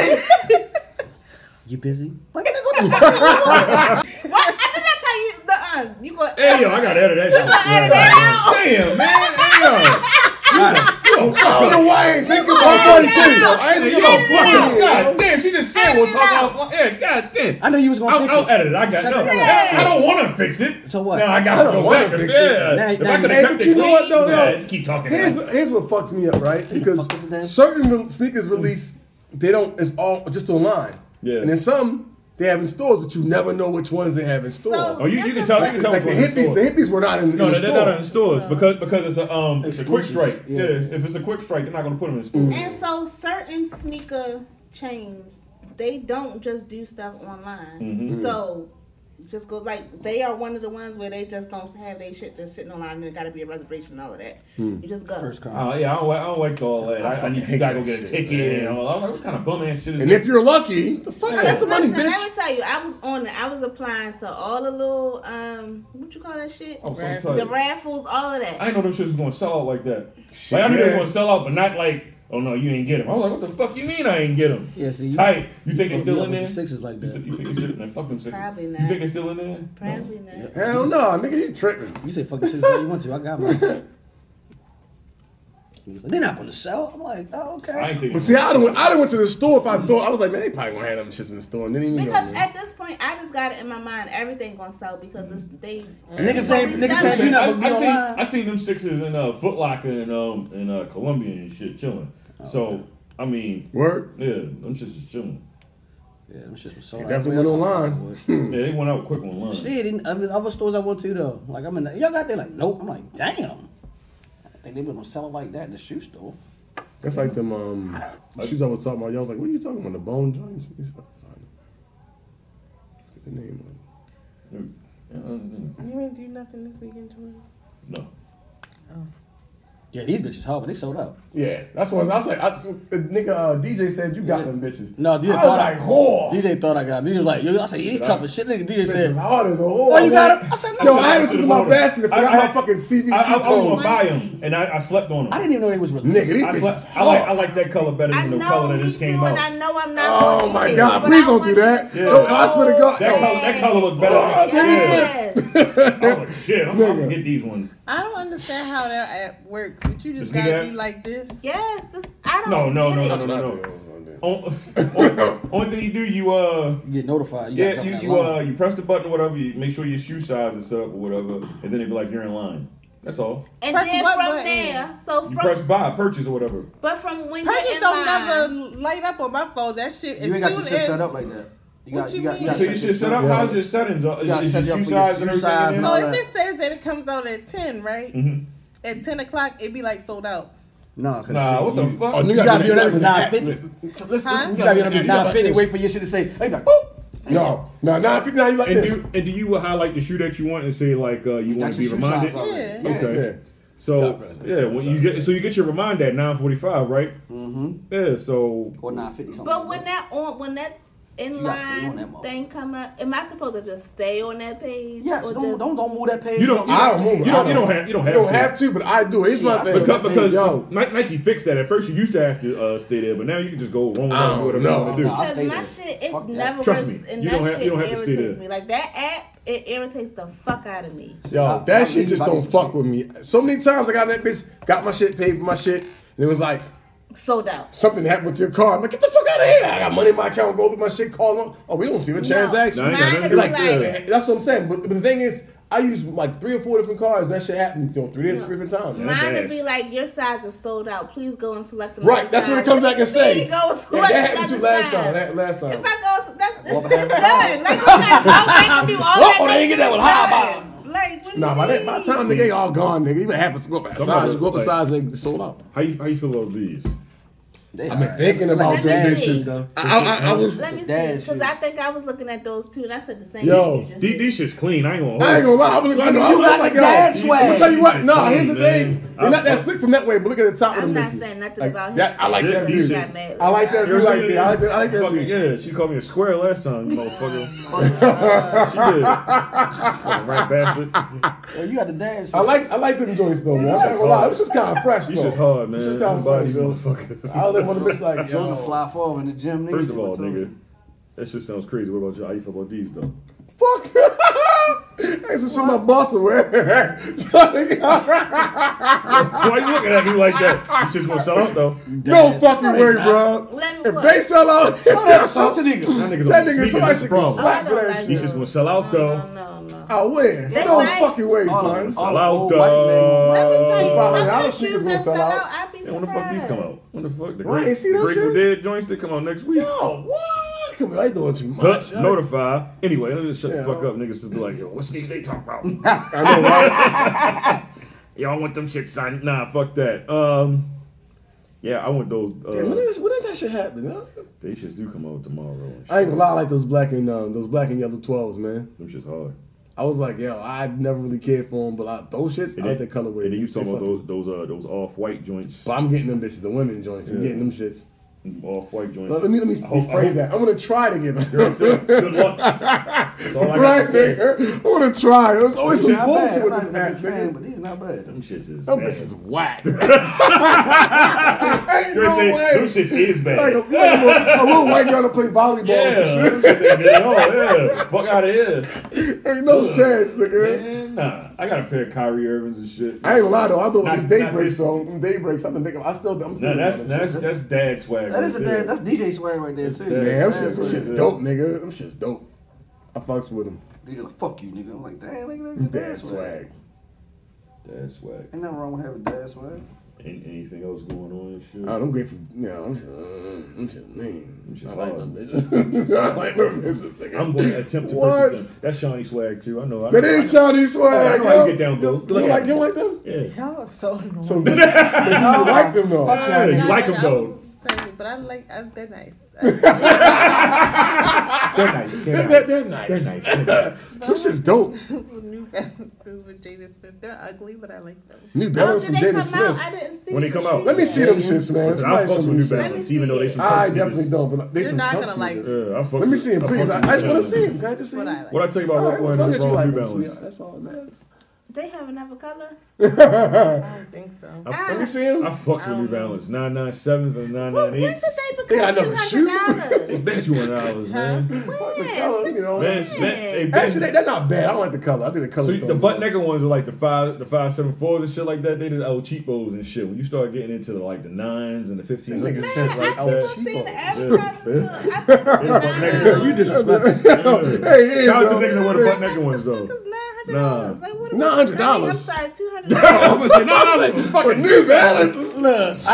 Speaker 6: you busy? Like, nigga, what the fuck?
Speaker 7: What? I did not tell you the um. You go.
Speaker 4: Hey yo, I gotta edit that shit.
Speaker 7: edit that out.
Speaker 4: Damn, man. Damn.
Speaker 3: I don't know why I ain't thinking about
Speaker 4: I ain't even fucking God damn, she just said we'll talk about yeah, god damn.
Speaker 6: I knew you was gonna
Speaker 4: I'll,
Speaker 6: fix
Speaker 4: I'll
Speaker 6: it.
Speaker 4: edit it. I got
Speaker 6: Shut
Speaker 4: no.
Speaker 6: the hell
Speaker 4: I don't want to fix it.
Speaker 6: So what?
Speaker 4: Now I
Speaker 3: I
Speaker 4: got to
Speaker 3: don't
Speaker 4: go
Speaker 3: wanna
Speaker 4: back. and-
Speaker 3: fix it.
Speaker 4: Yeah.
Speaker 6: Now-
Speaker 4: if
Speaker 6: now-
Speaker 4: I could
Speaker 6: Hey,
Speaker 4: have kept
Speaker 3: but
Speaker 4: it
Speaker 3: you know
Speaker 4: clean,
Speaker 3: what, though,
Speaker 4: yeah,
Speaker 3: yo?
Speaker 4: just keep talking.
Speaker 3: Here's,
Speaker 4: like-
Speaker 3: here's what fucks me up, right? Because
Speaker 6: fuck with that.
Speaker 3: certain re- sneakers release, they don't. It's all just online.
Speaker 4: Yeah.
Speaker 3: And then some they have in stores, but you never know which ones they have in store.
Speaker 4: oh, you, you can tell. You
Speaker 3: like,
Speaker 4: can tell.
Speaker 3: like the
Speaker 4: what's in
Speaker 3: hippies,
Speaker 4: store.
Speaker 3: the hippies were not in,
Speaker 4: No,
Speaker 3: in
Speaker 4: no,
Speaker 3: the
Speaker 4: they're
Speaker 3: store.
Speaker 4: not in stores because because it's a um it's a quick
Speaker 6: Exclusive,
Speaker 4: strike.
Speaker 6: yeah.
Speaker 4: Yeah. if it's a quick strike, they're not gonna put them in stores.
Speaker 7: And so certain sneaker chains, they don't just do stuff online. So just go like they are one of the ones where they just don't have their shit just sitting online and it got to be a reservation and all of that. You just go.
Speaker 6: First call.
Speaker 4: Oh yeah, I don't, like- I don't like all that.
Speaker 3: I
Speaker 4: I, I,
Speaker 3: fucking
Speaker 4: need you
Speaker 3: hate
Speaker 4: gotta go
Speaker 3: that
Speaker 4: get a
Speaker 3: shit,
Speaker 4: ticket.
Speaker 3: man.
Speaker 4: And I'm like, oh, what kind of bum ass shit is
Speaker 3: And
Speaker 4: this?
Speaker 3: if you're lucky, the fuck,
Speaker 4: Yeah.
Speaker 3: that's the money,
Speaker 7: Listen, let
Speaker 3: bitch.
Speaker 7: me tell you, I was on it. I was applying to all the little um, what you call that shit?
Speaker 4: Oh, so
Speaker 7: the
Speaker 4: tight.
Speaker 7: raffles, all of
Speaker 4: I
Speaker 7: that.
Speaker 4: didn't know them shits was gonna sell out like that. Like I knew they were
Speaker 3: yeah.
Speaker 4: gonna sell out, but not like, oh no, you ain't get them. I was like, what the fuck you mean I ain't get them?
Speaker 6: Yeah, see, you-
Speaker 4: tight. You, think
Speaker 6: fucked
Speaker 4: it's
Speaker 6: me
Speaker 4: still
Speaker 6: up
Speaker 4: in
Speaker 6: with
Speaker 4: there?
Speaker 6: the sixes like
Speaker 4: You
Speaker 6: that.
Speaker 4: think- You think it's still in there? Fuck them sixes.
Speaker 7: Probably
Speaker 4: You
Speaker 7: not.
Speaker 4: think it's still in there?
Speaker 7: Probably not.
Speaker 3: Hell no, nigga, you tripping.
Speaker 6: You say fucking shit how you want to. I got mine. He was like, They're not gonna sell. I'm like, oh
Speaker 4: I
Speaker 6: okay.
Speaker 4: ain't thinking.
Speaker 3: But see, I done went, I done went to the store if I thought I was like, man, they probably gonna have them shits in the store, and then even go,
Speaker 7: Because
Speaker 3: man.
Speaker 7: at this point, I just got it in my mind. Everything gonna sell because it's they.
Speaker 6: Niggas say,
Speaker 7: Well,
Speaker 6: niggas
Speaker 7: we
Speaker 6: say you
Speaker 7: selling-
Speaker 6: not
Speaker 4: I,
Speaker 6: gonna be
Speaker 4: I, seen,
Speaker 6: online.
Speaker 4: I seen them sixes in uh, Foot Locker and um in uh, Columbia and shit chilling. So I mean,
Speaker 3: word.
Speaker 4: yeah, them shits is chilling.
Speaker 6: Yeah, them shit was sold.
Speaker 3: It
Speaker 6: out
Speaker 3: definitely
Speaker 6: fast.
Speaker 3: went online.
Speaker 6: I would.
Speaker 3: Hmm.
Speaker 4: Yeah, they went out quick online.
Speaker 6: Shit, in other, other stores I went to though, like I'm in, the, y'all got there like, nope. I'm like, damn. I think they been gonna sell it like that in the shoe store.
Speaker 3: That's like them um shoes I was talking about. Y'all was like, what are you talking about? The bone joints? Let's fucking find them. Let's get the name on. it.
Speaker 4: No,
Speaker 5: You ain't do nothing this weekend, Jordan.
Speaker 6: Yeah, these bitches hard, but they sold out.
Speaker 3: Yeah, that's what I was like. I, the nigga uh, DJ said you got them bitches.
Speaker 6: No, DJ
Speaker 3: I was
Speaker 6: thought
Speaker 3: like, whore.
Speaker 6: DJ thought I got. him. DJ was like, yo, I said he's tough as shit. Nigga, DJ
Speaker 3: Bitch is
Speaker 6: said,
Speaker 3: hard as a whore.
Speaker 6: Oh, you got
Speaker 3: boy.
Speaker 6: 'em? I said,
Speaker 3: Yo,
Speaker 6: no.
Speaker 3: I haven't seen my basket. I forgot my fucking CVC
Speaker 4: I, I, I was
Speaker 3: code.
Speaker 4: gonna buy them, and I, I slept on them.
Speaker 6: I didn't even know they was
Speaker 3: Nigga,
Speaker 6: released.
Speaker 3: these
Speaker 4: I,
Speaker 3: bitches
Speaker 4: slept, I
Speaker 3: hard.
Speaker 4: like I like that color better
Speaker 7: I
Speaker 4: than the color
Speaker 7: know
Speaker 4: that
Speaker 7: me
Speaker 4: just
Speaker 7: too,
Speaker 4: came out.
Speaker 7: and I know I'm not.
Speaker 3: Oh
Speaker 7: gonna
Speaker 3: my
Speaker 7: eat it,
Speaker 3: God!
Speaker 7: but
Speaker 3: Please
Speaker 7: I
Speaker 3: don't
Speaker 7: want
Speaker 3: do
Speaker 7: it
Speaker 3: that.
Speaker 7: so
Speaker 3: No, I swear to God.
Speaker 4: that color that color looked better.
Speaker 3: Oh,
Speaker 4: than- yeah.
Speaker 3: take
Speaker 7: bad.
Speaker 4: I was like, shit, I'm, I'm gonna get these ones.
Speaker 5: I don't understand how that app works. But you just
Speaker 4: Just do
Speaker 5: gotta
Speaker 4: that.
Speaker 5: be like this.
Speaker 7: Yes, this, I don't.
Speaker 4: No, no,
Speaker 7: get
Speaker 4: no, no,
Speaker 7: it.
Speaker 4: no, no.
Speaker 3: That's what I did. That's what I
Speaker 4: On-
Speaker 3: did.
Speaker 4: on- Only thing you do, you uh,
Speaker 6: You get notified. You
Speaker 4: yeah,
Speaker 6: gotta jump
Speaker 4: you
Speaker 6: in that
Speaker 4: you,
Speaker 6: line.
Speaker 4: uh, you press the button or whatever. You make sure your shoe size is up or whatever, and then it be like you're in line. That's all.
Speaker 7: And
Speaker 5: Press
Speaker 7: then
Speaker 5: what
Speaker 7: from
Speaker 5: button?
Speaker 7: there, so
Speaker 4: You
Speaker 7: from
Speaker 4: press buy, purchase or whatever.
Speaker 7: but from when
Speaker 5: I
Speaker 7: you're
Speaker 5: just
Speaker 7: in
Speaker 5: don't
Speaker 7: line,
Speaker 5: never light up on my phone. That shit.
Speaker 6: You ain't got your
Speaker 5: soon
Speaker 6: shit
Speaker 5: as-
Speaker 6: set up like that. You
Speaker 5: What
Speaker 6: got,
Speaker 5: you
Speaker 6: you got,
Speaker 5: mean?
Speaker 6: you got
Speaker 4: So you should set up.
Speaker 6: Yeah.
Speaker 4: How's your settings? Uh,
Speaker 6: gotta
Speaker 4: Is, is
Speaker 6: set it
Speaker 4: your
Speaker 6: up
Speaker 4: shoe
Speaker 6: for your
Speaker 4: size and
Speaker 6: shoe size
Speaker 4: everything? in
Speaker 6: and all
Speaker 5: So
Speaker 4: there?
Speaker 6: that.
Speaker 5: if it says that it comes out at ten, right?
Speaker 4: Mhm.
Speaker 5: At ten o'clock, it be like sold out.
Speaker 6: Nah, cause
Speaker 4: Nah,
Speaker 6: shit,
Speaker 4: what the
Speaker 6: you,
Speaker 4: fuck?
Speaker 3: Oh, nigga,
Speaker 6: You gotta be
Speaker 3: that
Speaker 6: on that
Speaker 3: with
Speaker 6: nine
Speaker 3: an app.
Speaker 6: fifty.
Speaker 3: Listen, listen,
Speaker 5: Huh?
Speaker 3: you
Speaker 6: You gotta be on
Speaker 3: an
Speaker 6: that
Speaker 3: app.
Speaker 6: nine fifty. Wait for your shit to say. Hey, like, boop.
Speaker 3: No, no, nine fifty nine. You like
Speaker 4: And
Speaker 3: this?
Speaker 4: do, and do you highlight the shoe that you want and say like uh, you want
Speaker 6: That's
Speaker 4: to be
Speaker 6: your shoe size
Speaker 4: reminded?
Speaker 6: already.
Speaker 5: Yeah.
Speaker 4: Okay.
Speaker 3: Yeah.
Speaker 4: So
Speaker 6: Top president.
Speaker 4: yeah, when you get so you get your reminder at nine forty five, right? Mm-hmm. Yeah. So
Speaker 6: Or nine fifty something.
Speaker 7: but when that on when that in
Speaker 6: You gotta stay on
Speaker 7: line
Speaker 6: that motherfucker.
Speaker 7: thing come up, am I supposed to just stay on that page?
Speaker 6: yes,
Speaker 7: or
Speaker 6: don't,
Speaker 7: just-
Speaker 6: don't don't move that page.
Speaker 4: you don't. You
Speaker 3: I
Speaker 4: don't,
Speaker 3: don't move it.
Speaker 4: You don't,
Speaker 3: I
Speaker 4: you
Speaker 3: don't.
Speaker 4: don't have. You don't
Speaker 3: You
Speaker 4: have.
Speaker 3: don't
Speaker 4: to.
Speaker 3: have to, but I do. Here's my
Speaker 6: Yeah,
Speaker 3: thing.
Speaker 4: Because, because
Speaker 3: yo,
Speaker 4: Ni- Nike fixed that. At first, you used to have to uh, stay there, but now you can just go roam
Speaker 3: I
Speaker 4: around, do whatever
Speaker 3: don't
Speaker 4: you want to do.
Speaker 6: know. I'll
Speaker 7: Because
Speaker 6: stay
Speaker 7: my
Speaker 6: there.
Speaker 7: shit, it
Speaker 6: Fuck that.
Speaker 7: never
Speaker 4: Trust
Speaker 7: works,
Speaker 4: me,
Speaker 7: and
Speaker 4: you
Speaker 7: that
Speaker 4: don't have-
Speaker 7: shit
Speaker 4: you don't have to stay
Speaker 7: irritates
Speaker 4: there.
Speaker 7: me. Like that app, it irritates the fuck out of me.
Speaker 3: yo,
Speaker 6: Not-
Speaker 3: that
Speaker 6: not
Speaker 3: shit just
Speaker 6: anybody.
Speaker 3: don't fuck with me. So many times I got in that bitch, got my shit paid for my shit, and it was like
Speaker 7: Sold out.
Speaker 3: something happened with your car. I'm like, get the fuck out of here! I got money in my account. Go through my shit. Call them. Oh, we don't see the transaction.
Speaker 4: No, I ain't got nothing
Speaker 3: You're
Speaker 4: to
Speaker 3: like,
Speaker 4: do with
Speaker 7: Like-
Speaker 4: that.
Speaker 3: that's what I'm saying. But, but the thing is, I use like three or four different cars. That shit happened, you know, three different, different times.
Speaker 4: That's
Speaker 7: Mine would
Speaker 4: ass.
Speaker 7: be like your size is sold out. Please go and select the
Speaker 3: Right, that's what it comes back and say.
Speaker 7: Please go and
Speaker 3: Yeah,
Speaker 7: select
Speaker 3: that happened to
Speaker 7: another
Speaker 3: you last
Speaker 7: size.
Speaker 3: time. That last time.
Speaker 7: If I go, that's it's,
Speaker 6: Well,
Speaker 7: it's
Speaker 6: but
Speaker 7: done. Like, I'm do all that.
Speaker 3: Oh, they
Speaker 7: that
Speaker 3: get
Speaker 7: shit
Speaker 3: that with
Speaker 7: is
Speaker 3: high
Speaker 7: done. Like, what do
Speaker 3: Nah,
Speaker 7: you
Speaker 3: by that
Speaker 7: mean?
Speaker 3: by the time nigga ain't all gone, nigga, you even half a go up a size, you go up a
Speaker 4: like-
Speaker 3: size, nigga, sold out.
Speaker 4: How you how you feel about these?
Speaker 3: They I've been alright. thinking about
Speaker 7: Let
Speaker 3: them
Speaker 7: me
Speaker 3: bitches
Speaker 7: see.
Speaker 3: though. I- I- I was-
Speaker 7: Let me see,
Speaker 3: That
Speaker 7: because
Speaker 3: shit.
Speaker 7: I think I was looking at those two, and I said the same.
Speaker 4: Yo,
Speaker 7: thing.
Speaker 4: these these shit's clean. I ain't gonna. Hold
Speaker 3: I ain't gonna lie, I believe I know. I
Speaker 4: You
Speaker 3: was
Speaker 4: got
Speaker 3: like,
Speaker 4: the
Speaker 3: yo,
Speaker 4: dad
Speaker 3: I'm
Speaker 4: swag.
Speaker 3: tell you what, no,
Speaker 4: Jesus,
Speaker 3: here's the
Speaker 4: man.
Speaker 3: thing. They're not that
Speaker 4: I'm-
Speaker 3: slick from that way, but look at the top of
Speaker 7: I'm
Speaker 3: them
Speaker 7: not
Speaker 3: bitches.
Speaker 7: saying nothing
Speaker 3: Like,
Speaker 7: about him.
Speaker 3: that, I like
Speaker 4: This
Speaker 3: that
Speaker 4: piece
Speaker 3: view.
Speaker 4: is-
Speaker 3: I like that view like that. I like that. I like that
Speaker 4: Fucking,
Speaker 3: view.
Speaker 4: yeah, she called me a square last time, you motherfucker. she did. Fucking right bastard.
Speaker 6: Yo, you got the dance.
Speaker 3: I like I like them joints though, man. I'm not gonna lie, it was just kind of fresh though.
Speaker 4: This is hard, man.
Speaker 3: It's just kind of fresh though. I was one of the bitch like,
Speaker 6: Yo,
Speaker 3: yo,
Speaker 6: fly forward in the gym. nigga.
Speaker 4: First of all,
Speaker 6: What's up?
Speaker 4: nigga, that shit sounds crazy. What about you? How you feel about these though?
Speaker 3: fuck. Hey, some shit my boss will wear.
Speaker 4: Why you looking at me like that? You just gonna sell out though.
Speaker 3: No fucking way, bro.
Speaker 7: Let me
Speaker 3: If they sell out,
Speaker 6: Shut up, to nigga.
Speaker 4: That
Speaker 3: That
Speaker 4: nigga,
Speaker 3: nigga, somebody should get
Speaker 4: problem.
Speaker 3: slapped for that
Speaker 4: He's
Speaker 3: shit.
Speaker 4: just gonna sell out though.
Speaker 7: No, no.
Speaker 3: I win.
Speaker 7: They
Speaker 3: No
Speaker 7: right.
Speaker 3: fucking way,
Speaker 4: Oh,
Speaker 6: All
Speaker 3: son.
Speaker 6: the- all
Speaker 4: Sell
Speaker 6: the
Speaker 4: out
Speaker 3: Oh,
Speaker 6: old white men gonna-
Speaker 7: Let me tell you,
Speaker 4: though.
Speaker 3: Uh, Five hundred
Speaker 7: some of
Speaker 3: dollars
Speaker 7: those shoes
Speaker 3: niggas
Speaker 7: that
Speaker 3: gonna
Speaker 7: sell
Speaker 3: sell
Speaker 7: out,
Speaker 3: out.
Speaker 7: I'd be
Speaker 4: And when the fuck these come out?
Speaker 7: surprised.
Speaker 4: When the fuck the,
Speaker 3: Right,
Speaker 4: great,
Speaker 3: see them
Speaker 4: the Grateful
Speaker 3: shits?
Speaker 4: Dead joints that come out next week?
Speaker 3: Yo, what? Come on, I doing too
Speaker 4: oh. Huh,
Speaker 3: much. yo.
Speaker 4: notify. Anyway, let me shut
Speaker 3: Yeah.
Speaker 4: the fuck up. Niggas to be like, yo, what sneaks they talking about?
Speaker 3: I know, right?
Speaker 4: Y'all want them shit signed? Nah, fuck that. Um, yeah, I want those. Uh,
Speaker 3: Damn, when, did, this- when did that shit happen? Huh?
Speaker 4: they shits do come out tomorrow. And shit.
Speaker 3: I ain't gonna lie, I like those black and um, those black and yellow twelves, man.
Speaker 4: Them shits hard.
Speaker 3: I was like, yo, I never really cared for them, but I, those shits, I like the colorway.
Speaker 4: And then you talking
Speaker 3: They
Speaker 4: about
Speaker 3: fucking-
Speaker 4: those those uh those off white joints?
Speaker 3: But I'm getting them bitches, the women joints. I'm
Speaker 4: Yeah.
Speaker 3: getting them shits.
Speaker 4: Off white joints.
Speaker 3: Let me let me
Speaker 4: I hope- I
Speaker 3: rephrase
Speaker 4: hope-
Speaker 3: that. I'm gonna try to get them.
Speaker 4: You know what I'm saying? Good luck. That's all I
Speaker 3: right
Speaker 4: got to say.
Speaker 3: there. I'm gonna try. There's always some
Speaker 6: Not bad.
Speaker 3: bullshit
Speaker 6: I'm
Speaker 3: with this
Speaker 6: not a
Speaker 3: act,
Speaker 6: big fan,
Speaker 3: nigga.
Speaker 6: But these not bad.
Speaker 4: Them shits is
Speaker 3: Them
Speaker 4: bad.
Speaker 3: bitches whack. ain't
Speaker 4: You're
Speaker 3: no
Speaker 4: saying them
Speaker 3: way.
Speaker 4: shits is
Speaker 3: Like,
Speaker 4: bad.
Speaker 3: a, like a, little, a little white girl to play volleyball
Speaker 4: yeah,
Speaker 3: or some
Speaker 4: them shits ain't good at all, oh, yeah. Fuck out of here.
Speaker 3: shit. Ain't no chance, nigga.
Speaker 4: Man, nah. I got a pair of Kyrie Irvings and shit.
Speaker 3: I ainain't gonna lie though. I thought
Speaker 4: Not-
Speaker 3: these day
Speaker 4: not
Speaker 3: breaks
Speaker 4: this-
Speaker 3: though. Them day breaks. I've been thinking. I still. I'm still.
Speaker 4: Nah, that's
Speaker 3: thinking about
Speaker 4: that's
Speaker 3: that
Speaker 4: that's dad swag.
Speaker 6: That is a
Speaker 4: right
Speaker 6: dad.
Speaker 4: there.
Speaker 6: That's DJ swag right there too.
Speaker 4: Damn,
Speaker 3: shit. Man, them
Speaker 4: that's-
Speaker 3: shit's, them
Speaker 4: that's-
Speaker 3: shit's dope, nigga. Them shit's dope. I fucks with them.
Speaker 6: Nigga, like, fuck you, nigga. I'm like, damn, nigga, that's dad,
Speaker 3: Dad
Speaker 6: swag.
Speaker 3: swag.
Speaker 4: Dad swag.
Speaker 6: Ain't nothing wrong with having dad swag.
Speaker 4: And anything else going on and shit.
Speaker 3: I'm grateful. You know, I'm just, uh, I'm just man.
Speaker 4: just
Speaker 3: I like
Speaker 4: hard.
Speaker 3: them bitches. I like them bitches. Nigga.
Speaker 4: I'm going to attempt to
Speaker 3: What?
Speaker 4: purchase them. That's Shawnee swag too. I know. I
Speaker 3: That
Speaker 4: know-
Speaker 3: is Shawnee swag.
Speaker 4: I know how
Speaker 3: yo.
Speaker 4: you get down, Bill.
Speaker 3: You,
Speaker 4: Look at
Speaker 3: like
Speaker 4: it.
Speaker 3: you like them?
Speaker 4: Yeah.
Speaker 5: Y'all are so annoying.
Speaker 3: So but you like them though.
Speaker 4: Yeah, you like them though.
Speaker 5: though. But I like, I, they're nice.
Speaker 4: They're nice. They're,
Speaker 3: They're-
Speaker 4: nice.
Speaker 3: they're nice.
Speaker 4: They're nice. They're nice.
Speaker 3: Them shit's dope.
Speaker 5: Oh, New Balances with Jada Smith. They're ugly, but I like them.
Speaker 3: New
Speaker 7: Oh,
Speaker 3: Balance
Speaker 7: did
Speaker 3: from Jada
Speaker 7: they come out?
Speaker 3: Smith.
Speaker 7: I didn't see.
Speaker 4: When they
Speaker 7: the
Speaker 4: come out.
Speaker 7: shoes
Speaker 3: Let me
Speaker 7: yet.
Speaker 3: see them shits, man.
Speaker 4: But I
Speaker 3: Somebody
Speaker 4: fucks
Speaker 3: show
Speaker 4: with
Speaker 3: me
Speaker 4: New
Speaker 3: some shit.
Speaker 4: Balance,
Speaker 5: see
Speaker 4: even though they
Speaker 5: it.
Speaker 4: some
Speaker 3: I
Speaker 4: fucks
Speaker 3: definitely
Speaker 4: niggas.
Speaker 3: don't, but they
Speaker 5: You're
Speaker 3: some
Speaker 5: not
Speaker 3: tough
Speaker 5: gonna
Speaker 3: shit.
Speaker 5: like
Speaker 3: niggas.
Speaker 4: Yeah, I fucks
Speaker 3: Let me
Speaker 4: with-
Speaker 3: see him,
Speaker 4: I
Speaker 3: please.
Speaker 4: fucks
Speaker 3: I, I
Speaker 4: with
Speaker 3: just
Speaker 4: New
Speaker 3: want to
Speaker 4: Balance.
Speaker 3: see him. Can I just see
Speaker 5: What I
Speaker 3: him?
Speaker 5: like.
Speaker 4: What I tell you
Speaker 3: All
Speaker 4: about
Speaker 3: right,
Speaker 4: what
Speaker 3: as long as you
Speaker 4: wrong
Speaker 3: like
Speaker 4: with New
Speaker 3: them, sweetheart,
Speaker 4: Balance?
Speaker 3: that's all that matters.
Speaker 7: They have another color.
Speaker 5: I don't think so.
Speaker 4: I
Speaker 3: Let me
Speaker 4: fucks-
Speaker 3: see him.
Speaker 4: I fucks with New Balance. Nine nine sevens and nine
Speaker 7: Well,
Speaker 4: nine
Speaker 7: when did
Speaker 4: eights.
Speaker 7: they
Speaker 3: They got
Speaker 7: become two
Speaker 3: another shoe.
Speaker 7: hundred
Speaker 4: They
Speaker 7: dollars?
Speaker 4: been two hundred dollars, man.
Speaker 3: Fuck the
Speaker 7: Yeah,
Speaker 3: color, you know.
Speaker 4: Man, man, they been-
Speaker 3: Actually, they- they're not bad. I don't like the color. I think the
Speaker 4: So
Speaker 3: color's
Speaker 4: you- the
Speaker 3: dope.
Speaker 4: butt naked ones are like the five, the five seven fours and shit like that. They did old cheapos and shit. When you start getting into the like the nines and the fifteen,
Speaker 3: Niggas
Speaker 4: hundreds,
Speaker 3: says like,
Speaker 4: shit
Speaker 3: I
Speaker 4: like
Speaker 3: was
Speaker 4: that.
Speaker 7: I've seen the
Speaker 3: cheap.
Speaker 7: advertisements for. I think it's nine.
Speaker 4: you disrespectful.
Speaker 3: Hey,
Speaker 4: Shout out to
Speaker 3: bro.
Speaker 4: niggas that wear the butt naked ones
Speaker 7: What the
Speaker 4: though.
Speaker 7: fuck is nine hundred dollars? Like what? am I-
Speaker 3: $900.
Speaker 7: I mean, I'm sorry, two hundred dollars.
Speaker 3: For New Balance, nah.
Speaker 6: I ain't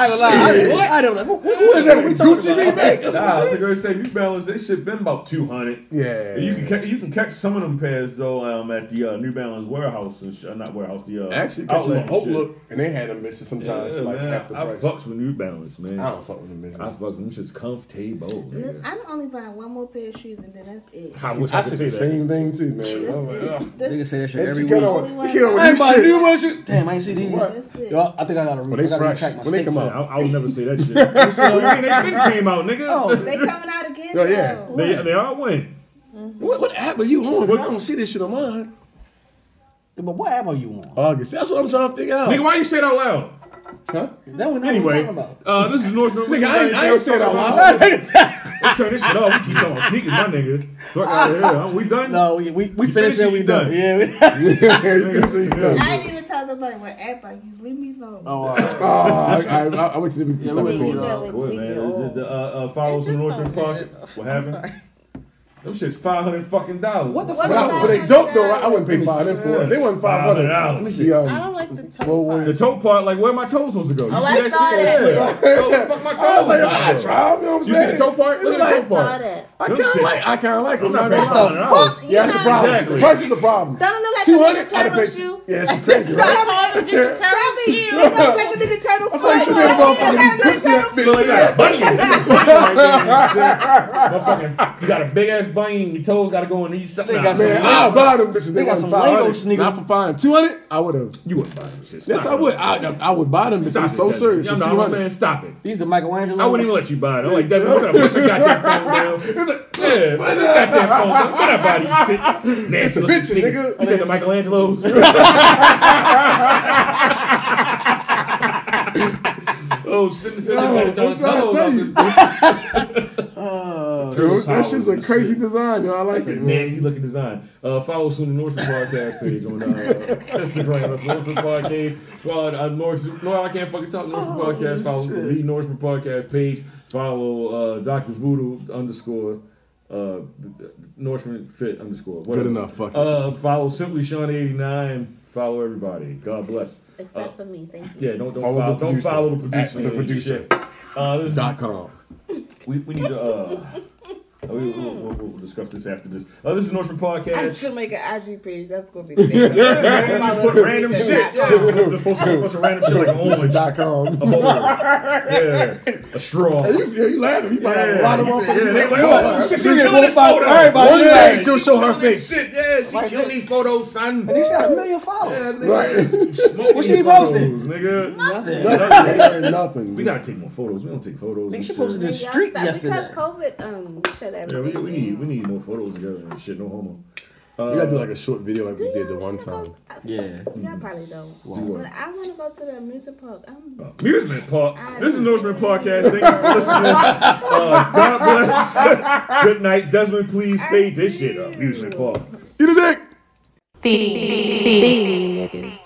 Speaker 6: gonna lie. I, I don't know.
Speaker 3: Who is that? Gucci remake? That's
Speaker 4: Nah, I
Speaker 3: some
Speaker 4: think
Speaker 3: shit.
Speaker 4: they say New Balance. They shit been about two hundred.
Speaker 3: Yeah.
Speaker 4: You can catch, you can catch some of them pairs though um, at the uh, New Balance warehouse and sh- uh, not warehouse the uh,
Speaker 3: Actually, catch them
Speaker 4: outlet
Speaker 3: on
Speaker 4: and shit.
Speaker 3: Outlook, and they had them bitches sometimes
Speaker 4: Yeah,
Speaker 3: for like
Speaker 4: man,
Speaker 3: half the
Speaker 4: I
Speaker 3: price.
Speaker 4: fucks with New Balance, man.
Speaker 3: I don't fuck with them
Speaker 4: I
Speaker 3: bitches.
Speaker 4: fuck with them shits comfortable. nigga.
Speaker 7: I'm only buying one more pair of shoes and then that's it.
Speaker 4: I wish I,
Speaker 3: I
Speaker 4: could
Speaker 3: said
Speaker 4: say that.
Speaker 3: the same thing too, man. I'm like, ugh.
Speaker 6: Nigga
Speaker 7: This,
Speaker 6: say that shit
Speaker 3: That's
Speaker 6: every
Speaker 3: you
Speaker 6: week.
Speaker 3: get
Speaker 7: on-
Speaker 3: on, you get on
Speaker 7: Hey,
Speaker 3: with new
Speaker 6: Everybody
Speaker 3: shit.
Speaker 6: do one shit. Damn, I ain't see these.
Speaker 7: That's it.
Speaker 6: Yo, I think I gotta re-
Speaker 3: Well, they
Speaker 6: I gotta
Speaker 3: fresh.
Speaker 6: retract my
Speaker 3: When they
Speaker 6: statement.
Speaker 3: come out.
Speaker 4: I, I would never say that shit. Well, they, they came out, nigga.
Speaker 7: They coming out again.
Speaker 3: Oh, yeah.
Speaker 7: though.
Speaker 4: They, they all went.
Speaker 3: What, what app are you on? 'Cause I don't see this shit on mine.
Speaker 6: But what app are you on?
Speaker 3: August. That's what I'm trying to figure out.
Speaker 4: Nigga, why you say it out loud?
Speaker 6: That one.
Speaker 4: Anyway, uh, this is North North.
Speaker 3: Nigga, I ain't- I ain't say it out loud.
Speaker 4: Turn this shit off. We keep talking about sneakers, my nigga. Fuck out of here. huh? We done?
Speaker 6: No, we we, we
Speaker 4: You finished
Speaker 6: finished
Speaker 4: it,
Speaker 6: it. We
Speaker 4: you
Speaker 6: done.
Speaker 4: done.
Speaker 6: Yeah. we-
Speaker 4: Nigga,
Speaker 7: I didn't even tell nobody what app I use. Leave me alone.
Speaker 6: Oh, all right.
Speaker 3: Oh, I, I, I, I went to the
Speaker 6: Yeah,
Speaker 3: stop
Speaker 6: we-
Speaker 3: recording.
Speaker 6: you know,
Speaker 7: Wait till
Speaker 4: Cool,
Speaker 7: we get
Speaker 4: man.
Speaker 7: old.
Speaker 4: Uh, uh, follow us on North North Pocket. What happened? Them shit's five hundred fucking dollars. What
Speaker 3: the fuck? But, I- but they dope though. right? I wouldn't pay five hundred for it. If They wasn't five hundred.
Speaker 4: $500.
Speaker 5: I don't like the toe.
Speaker 4: The toe part, like where my toes supposed to go? You
Speaker 5: Oh, I
Speaker 4: see that
Speaker 5: saw
Speaker 4: shit?
Speaker 5: that.
Speaker 4: Yeah. Yo, the fuck my toes.
Speaker 3: I was like,
Speaker 4: supposed to
Speaker 3: I
Speaker 4: go?
Speaker 3: try 'em, you know what I'm
Speaker 4: You see
Speaker 3: saying?
Speaker 4: the toe part? Look at
Speaker 3: Like,
Speaker 4: the toe
Speaker 3: I saw
Speaker 4: part.
Speaker 7: that.
Speaker 3: I
Speaker 4: Them
Speaker 3: kind of
Speaker 4: shit-
Speaker 3: like. I kind of like
Speaker 4: I'm
Speaker 3: them.
Speaker 4: not
Speaker 3: Not gonna
Speaker 4: paying
Speaker 3: lie.
Speaker 4: $500.
Speaker 3: Yeah, that's the problem.
Speaker 4: Exactly.
Speaker 3: Price is the problem.
Speaker 7: Don't it look like a
Speaker 3: Two hundred.
Speaker 7: Ninja Turtle shoe?
Speaker 3: Yeah, it's crazy, right?
Speaker 5: Ninja
Speaker 3: Yeah.
Speaker 5: Turtle
Speaker 7: Tell me, you look like a Ninja Turtle
Speaker 3: I thought you should be
Speaker 7: foot.
Speaker 3: motherfucking Pepsi that bitch.
Speaker 4: Look like that bunny. Motherfucking- you got a big ass bunny and your toes gotta go in each side.
Speaker 6: They got
Speaker 4: Nah,
Speaker 3: Man,
Speaker 6: some-
Speaker 3: I'll buy them bitches. They,
Speaker 6: They got
Speaker 3: wasn't
Speaker 6: some
Speaker 3: 500.
Speaker 6: Lego sneakers.
Speaker 3: Not for fine. Two hundred. I would have.
Speaker 4: You wouldn't buy them shit.
Speaker 3: Yes, I would. I, I, I would buy them bitches.
Speaker 4: Stop
Speaker 3: I'm
Speaker 4: it,
Speaker 3: so
Speaker 4: Desmond.
Speaker 3: serious.
Speaker 4: Y'all
Speaker 3: For
Speaker 4: know,
Speaker 3: two hundred.
Speaker 4: man, stop it.
Speaker 6: These the Michelangelo.
Speaker 4: I wouldn't even let you buy it. I'm like, Desmond, put that put your goddamn phone down. Yeah, put that goddamn phone down. Put that body, you shit. Nasty
Speaker 3: a
Speaker 4: little
Speaker 3: bitch, nigga.
Speaker 4: You said the Michelangelo's? oh, shit, shit,
Speaker 3: No,
Speaker 4: shit,
Speaker 3: I'm trying to tell you. Yo, that shit's a crazy design, yo. I like
Speaker 4: It's a
Speaker 3: it, man.
Speaker 4: nasty looking design. Uh, follow us on the Northwood Podcast page on uh, Instagram. That's Northwood Podcast. Well, uh, North, no, I can't fucking talk Northwood
Speaker 3: Oh,
Speaker 4: Podcast. Follow the Northwood Podcast page. Follow uh, Dr. Voodoo underscore uh, Norseman Fit underscore. whatever.
Speaker 3: enough, fuck it.
Speaker 4: Uh, follow Simply Sean eighty nine. Follow everybody. God bless. Uh,
Speaker 7: Except for me, thank you.
Speaker 4: yeah, don't don't
Speaker 3: Follow the
Speaker 4: follow, don't follow
Speaker 3: producer.
Speaker 4: the
Speaker 3: Act
Speaker 4: producer.
Speaker 3: as a producer.
Speaker 4: Shit. Uh, this is
Speaker 3: Dot com.
Speaker 4: we, we need to. Uh, we, will we'll, we'll discuss this after this. Uh, this is Northman
Speaker 7: I
Speaker 4: Podcast.
Speaker 7: should make an IG page. That's gonna be the thing. My little
Speaker 4: Random
Speaker 7: picture.
Speaker 4: shit. Yeah, we're supposed to post a bunch of random shit like an orange, a
Speaker 3: Dot com.
Speaker 4: bowl, yeah, a straw.
Speaker 3: You, yeah, you laughing. You probably have a lot of motherfuckers.
Speaker 4: yeah, they like,
Speaker 3: Fuck.
Speaker 4: oh, shit,
Speaker 3: She
Speaker 4: she
Speaker 3: get
Speaker 4: killing
Speaker 3: one
Speaker 4: this
Speaker 3: photo.
Speaker 4: photo.
Speaker 3: Everybody, one
Speaker 4: Yeah.
Speaker 3: day she'll show her face.
Speaker 4: yeah, she killed these photos, son.
Speaker 6: And she got a million followers.
Speaker 3: Right.
Speaker 6: What she posted?
Speaker 4: nigga?
Speaker 3: Nothing.
Speaker 4: We gotta take more photos. We don't take photos.
Speaker 6: Nigga,
Speaker 4: and
Speaker 6: she
Speaker 4: shit.
Speaker 6: posted in the
Speaker 7: Y'all
Speaker 6: street
Speaker 7: stop-
Speaker 6: yesterday.
Speaker 7: Because COVID, um, shut
Speaker 4: Yeah, we,
Speaker 7: everything.
Speaker 4: we need we need more photos together and shit. No homo.
Speaker 3: You gotta do like a short video like we did the one time.
Speaker 6: Yeah.
Speaker 7: Y'all probably don't. But I want to go to the amusement park. I'm
Speaker 4: Amusement Park. This is Norseman Podcast. Thank you for listening. Uh, God bless. Good night. Desmond, please fade this shit up. Amusement Park.
Speaker 3: Eat a dick.
Speaker 15: Feed me niggas.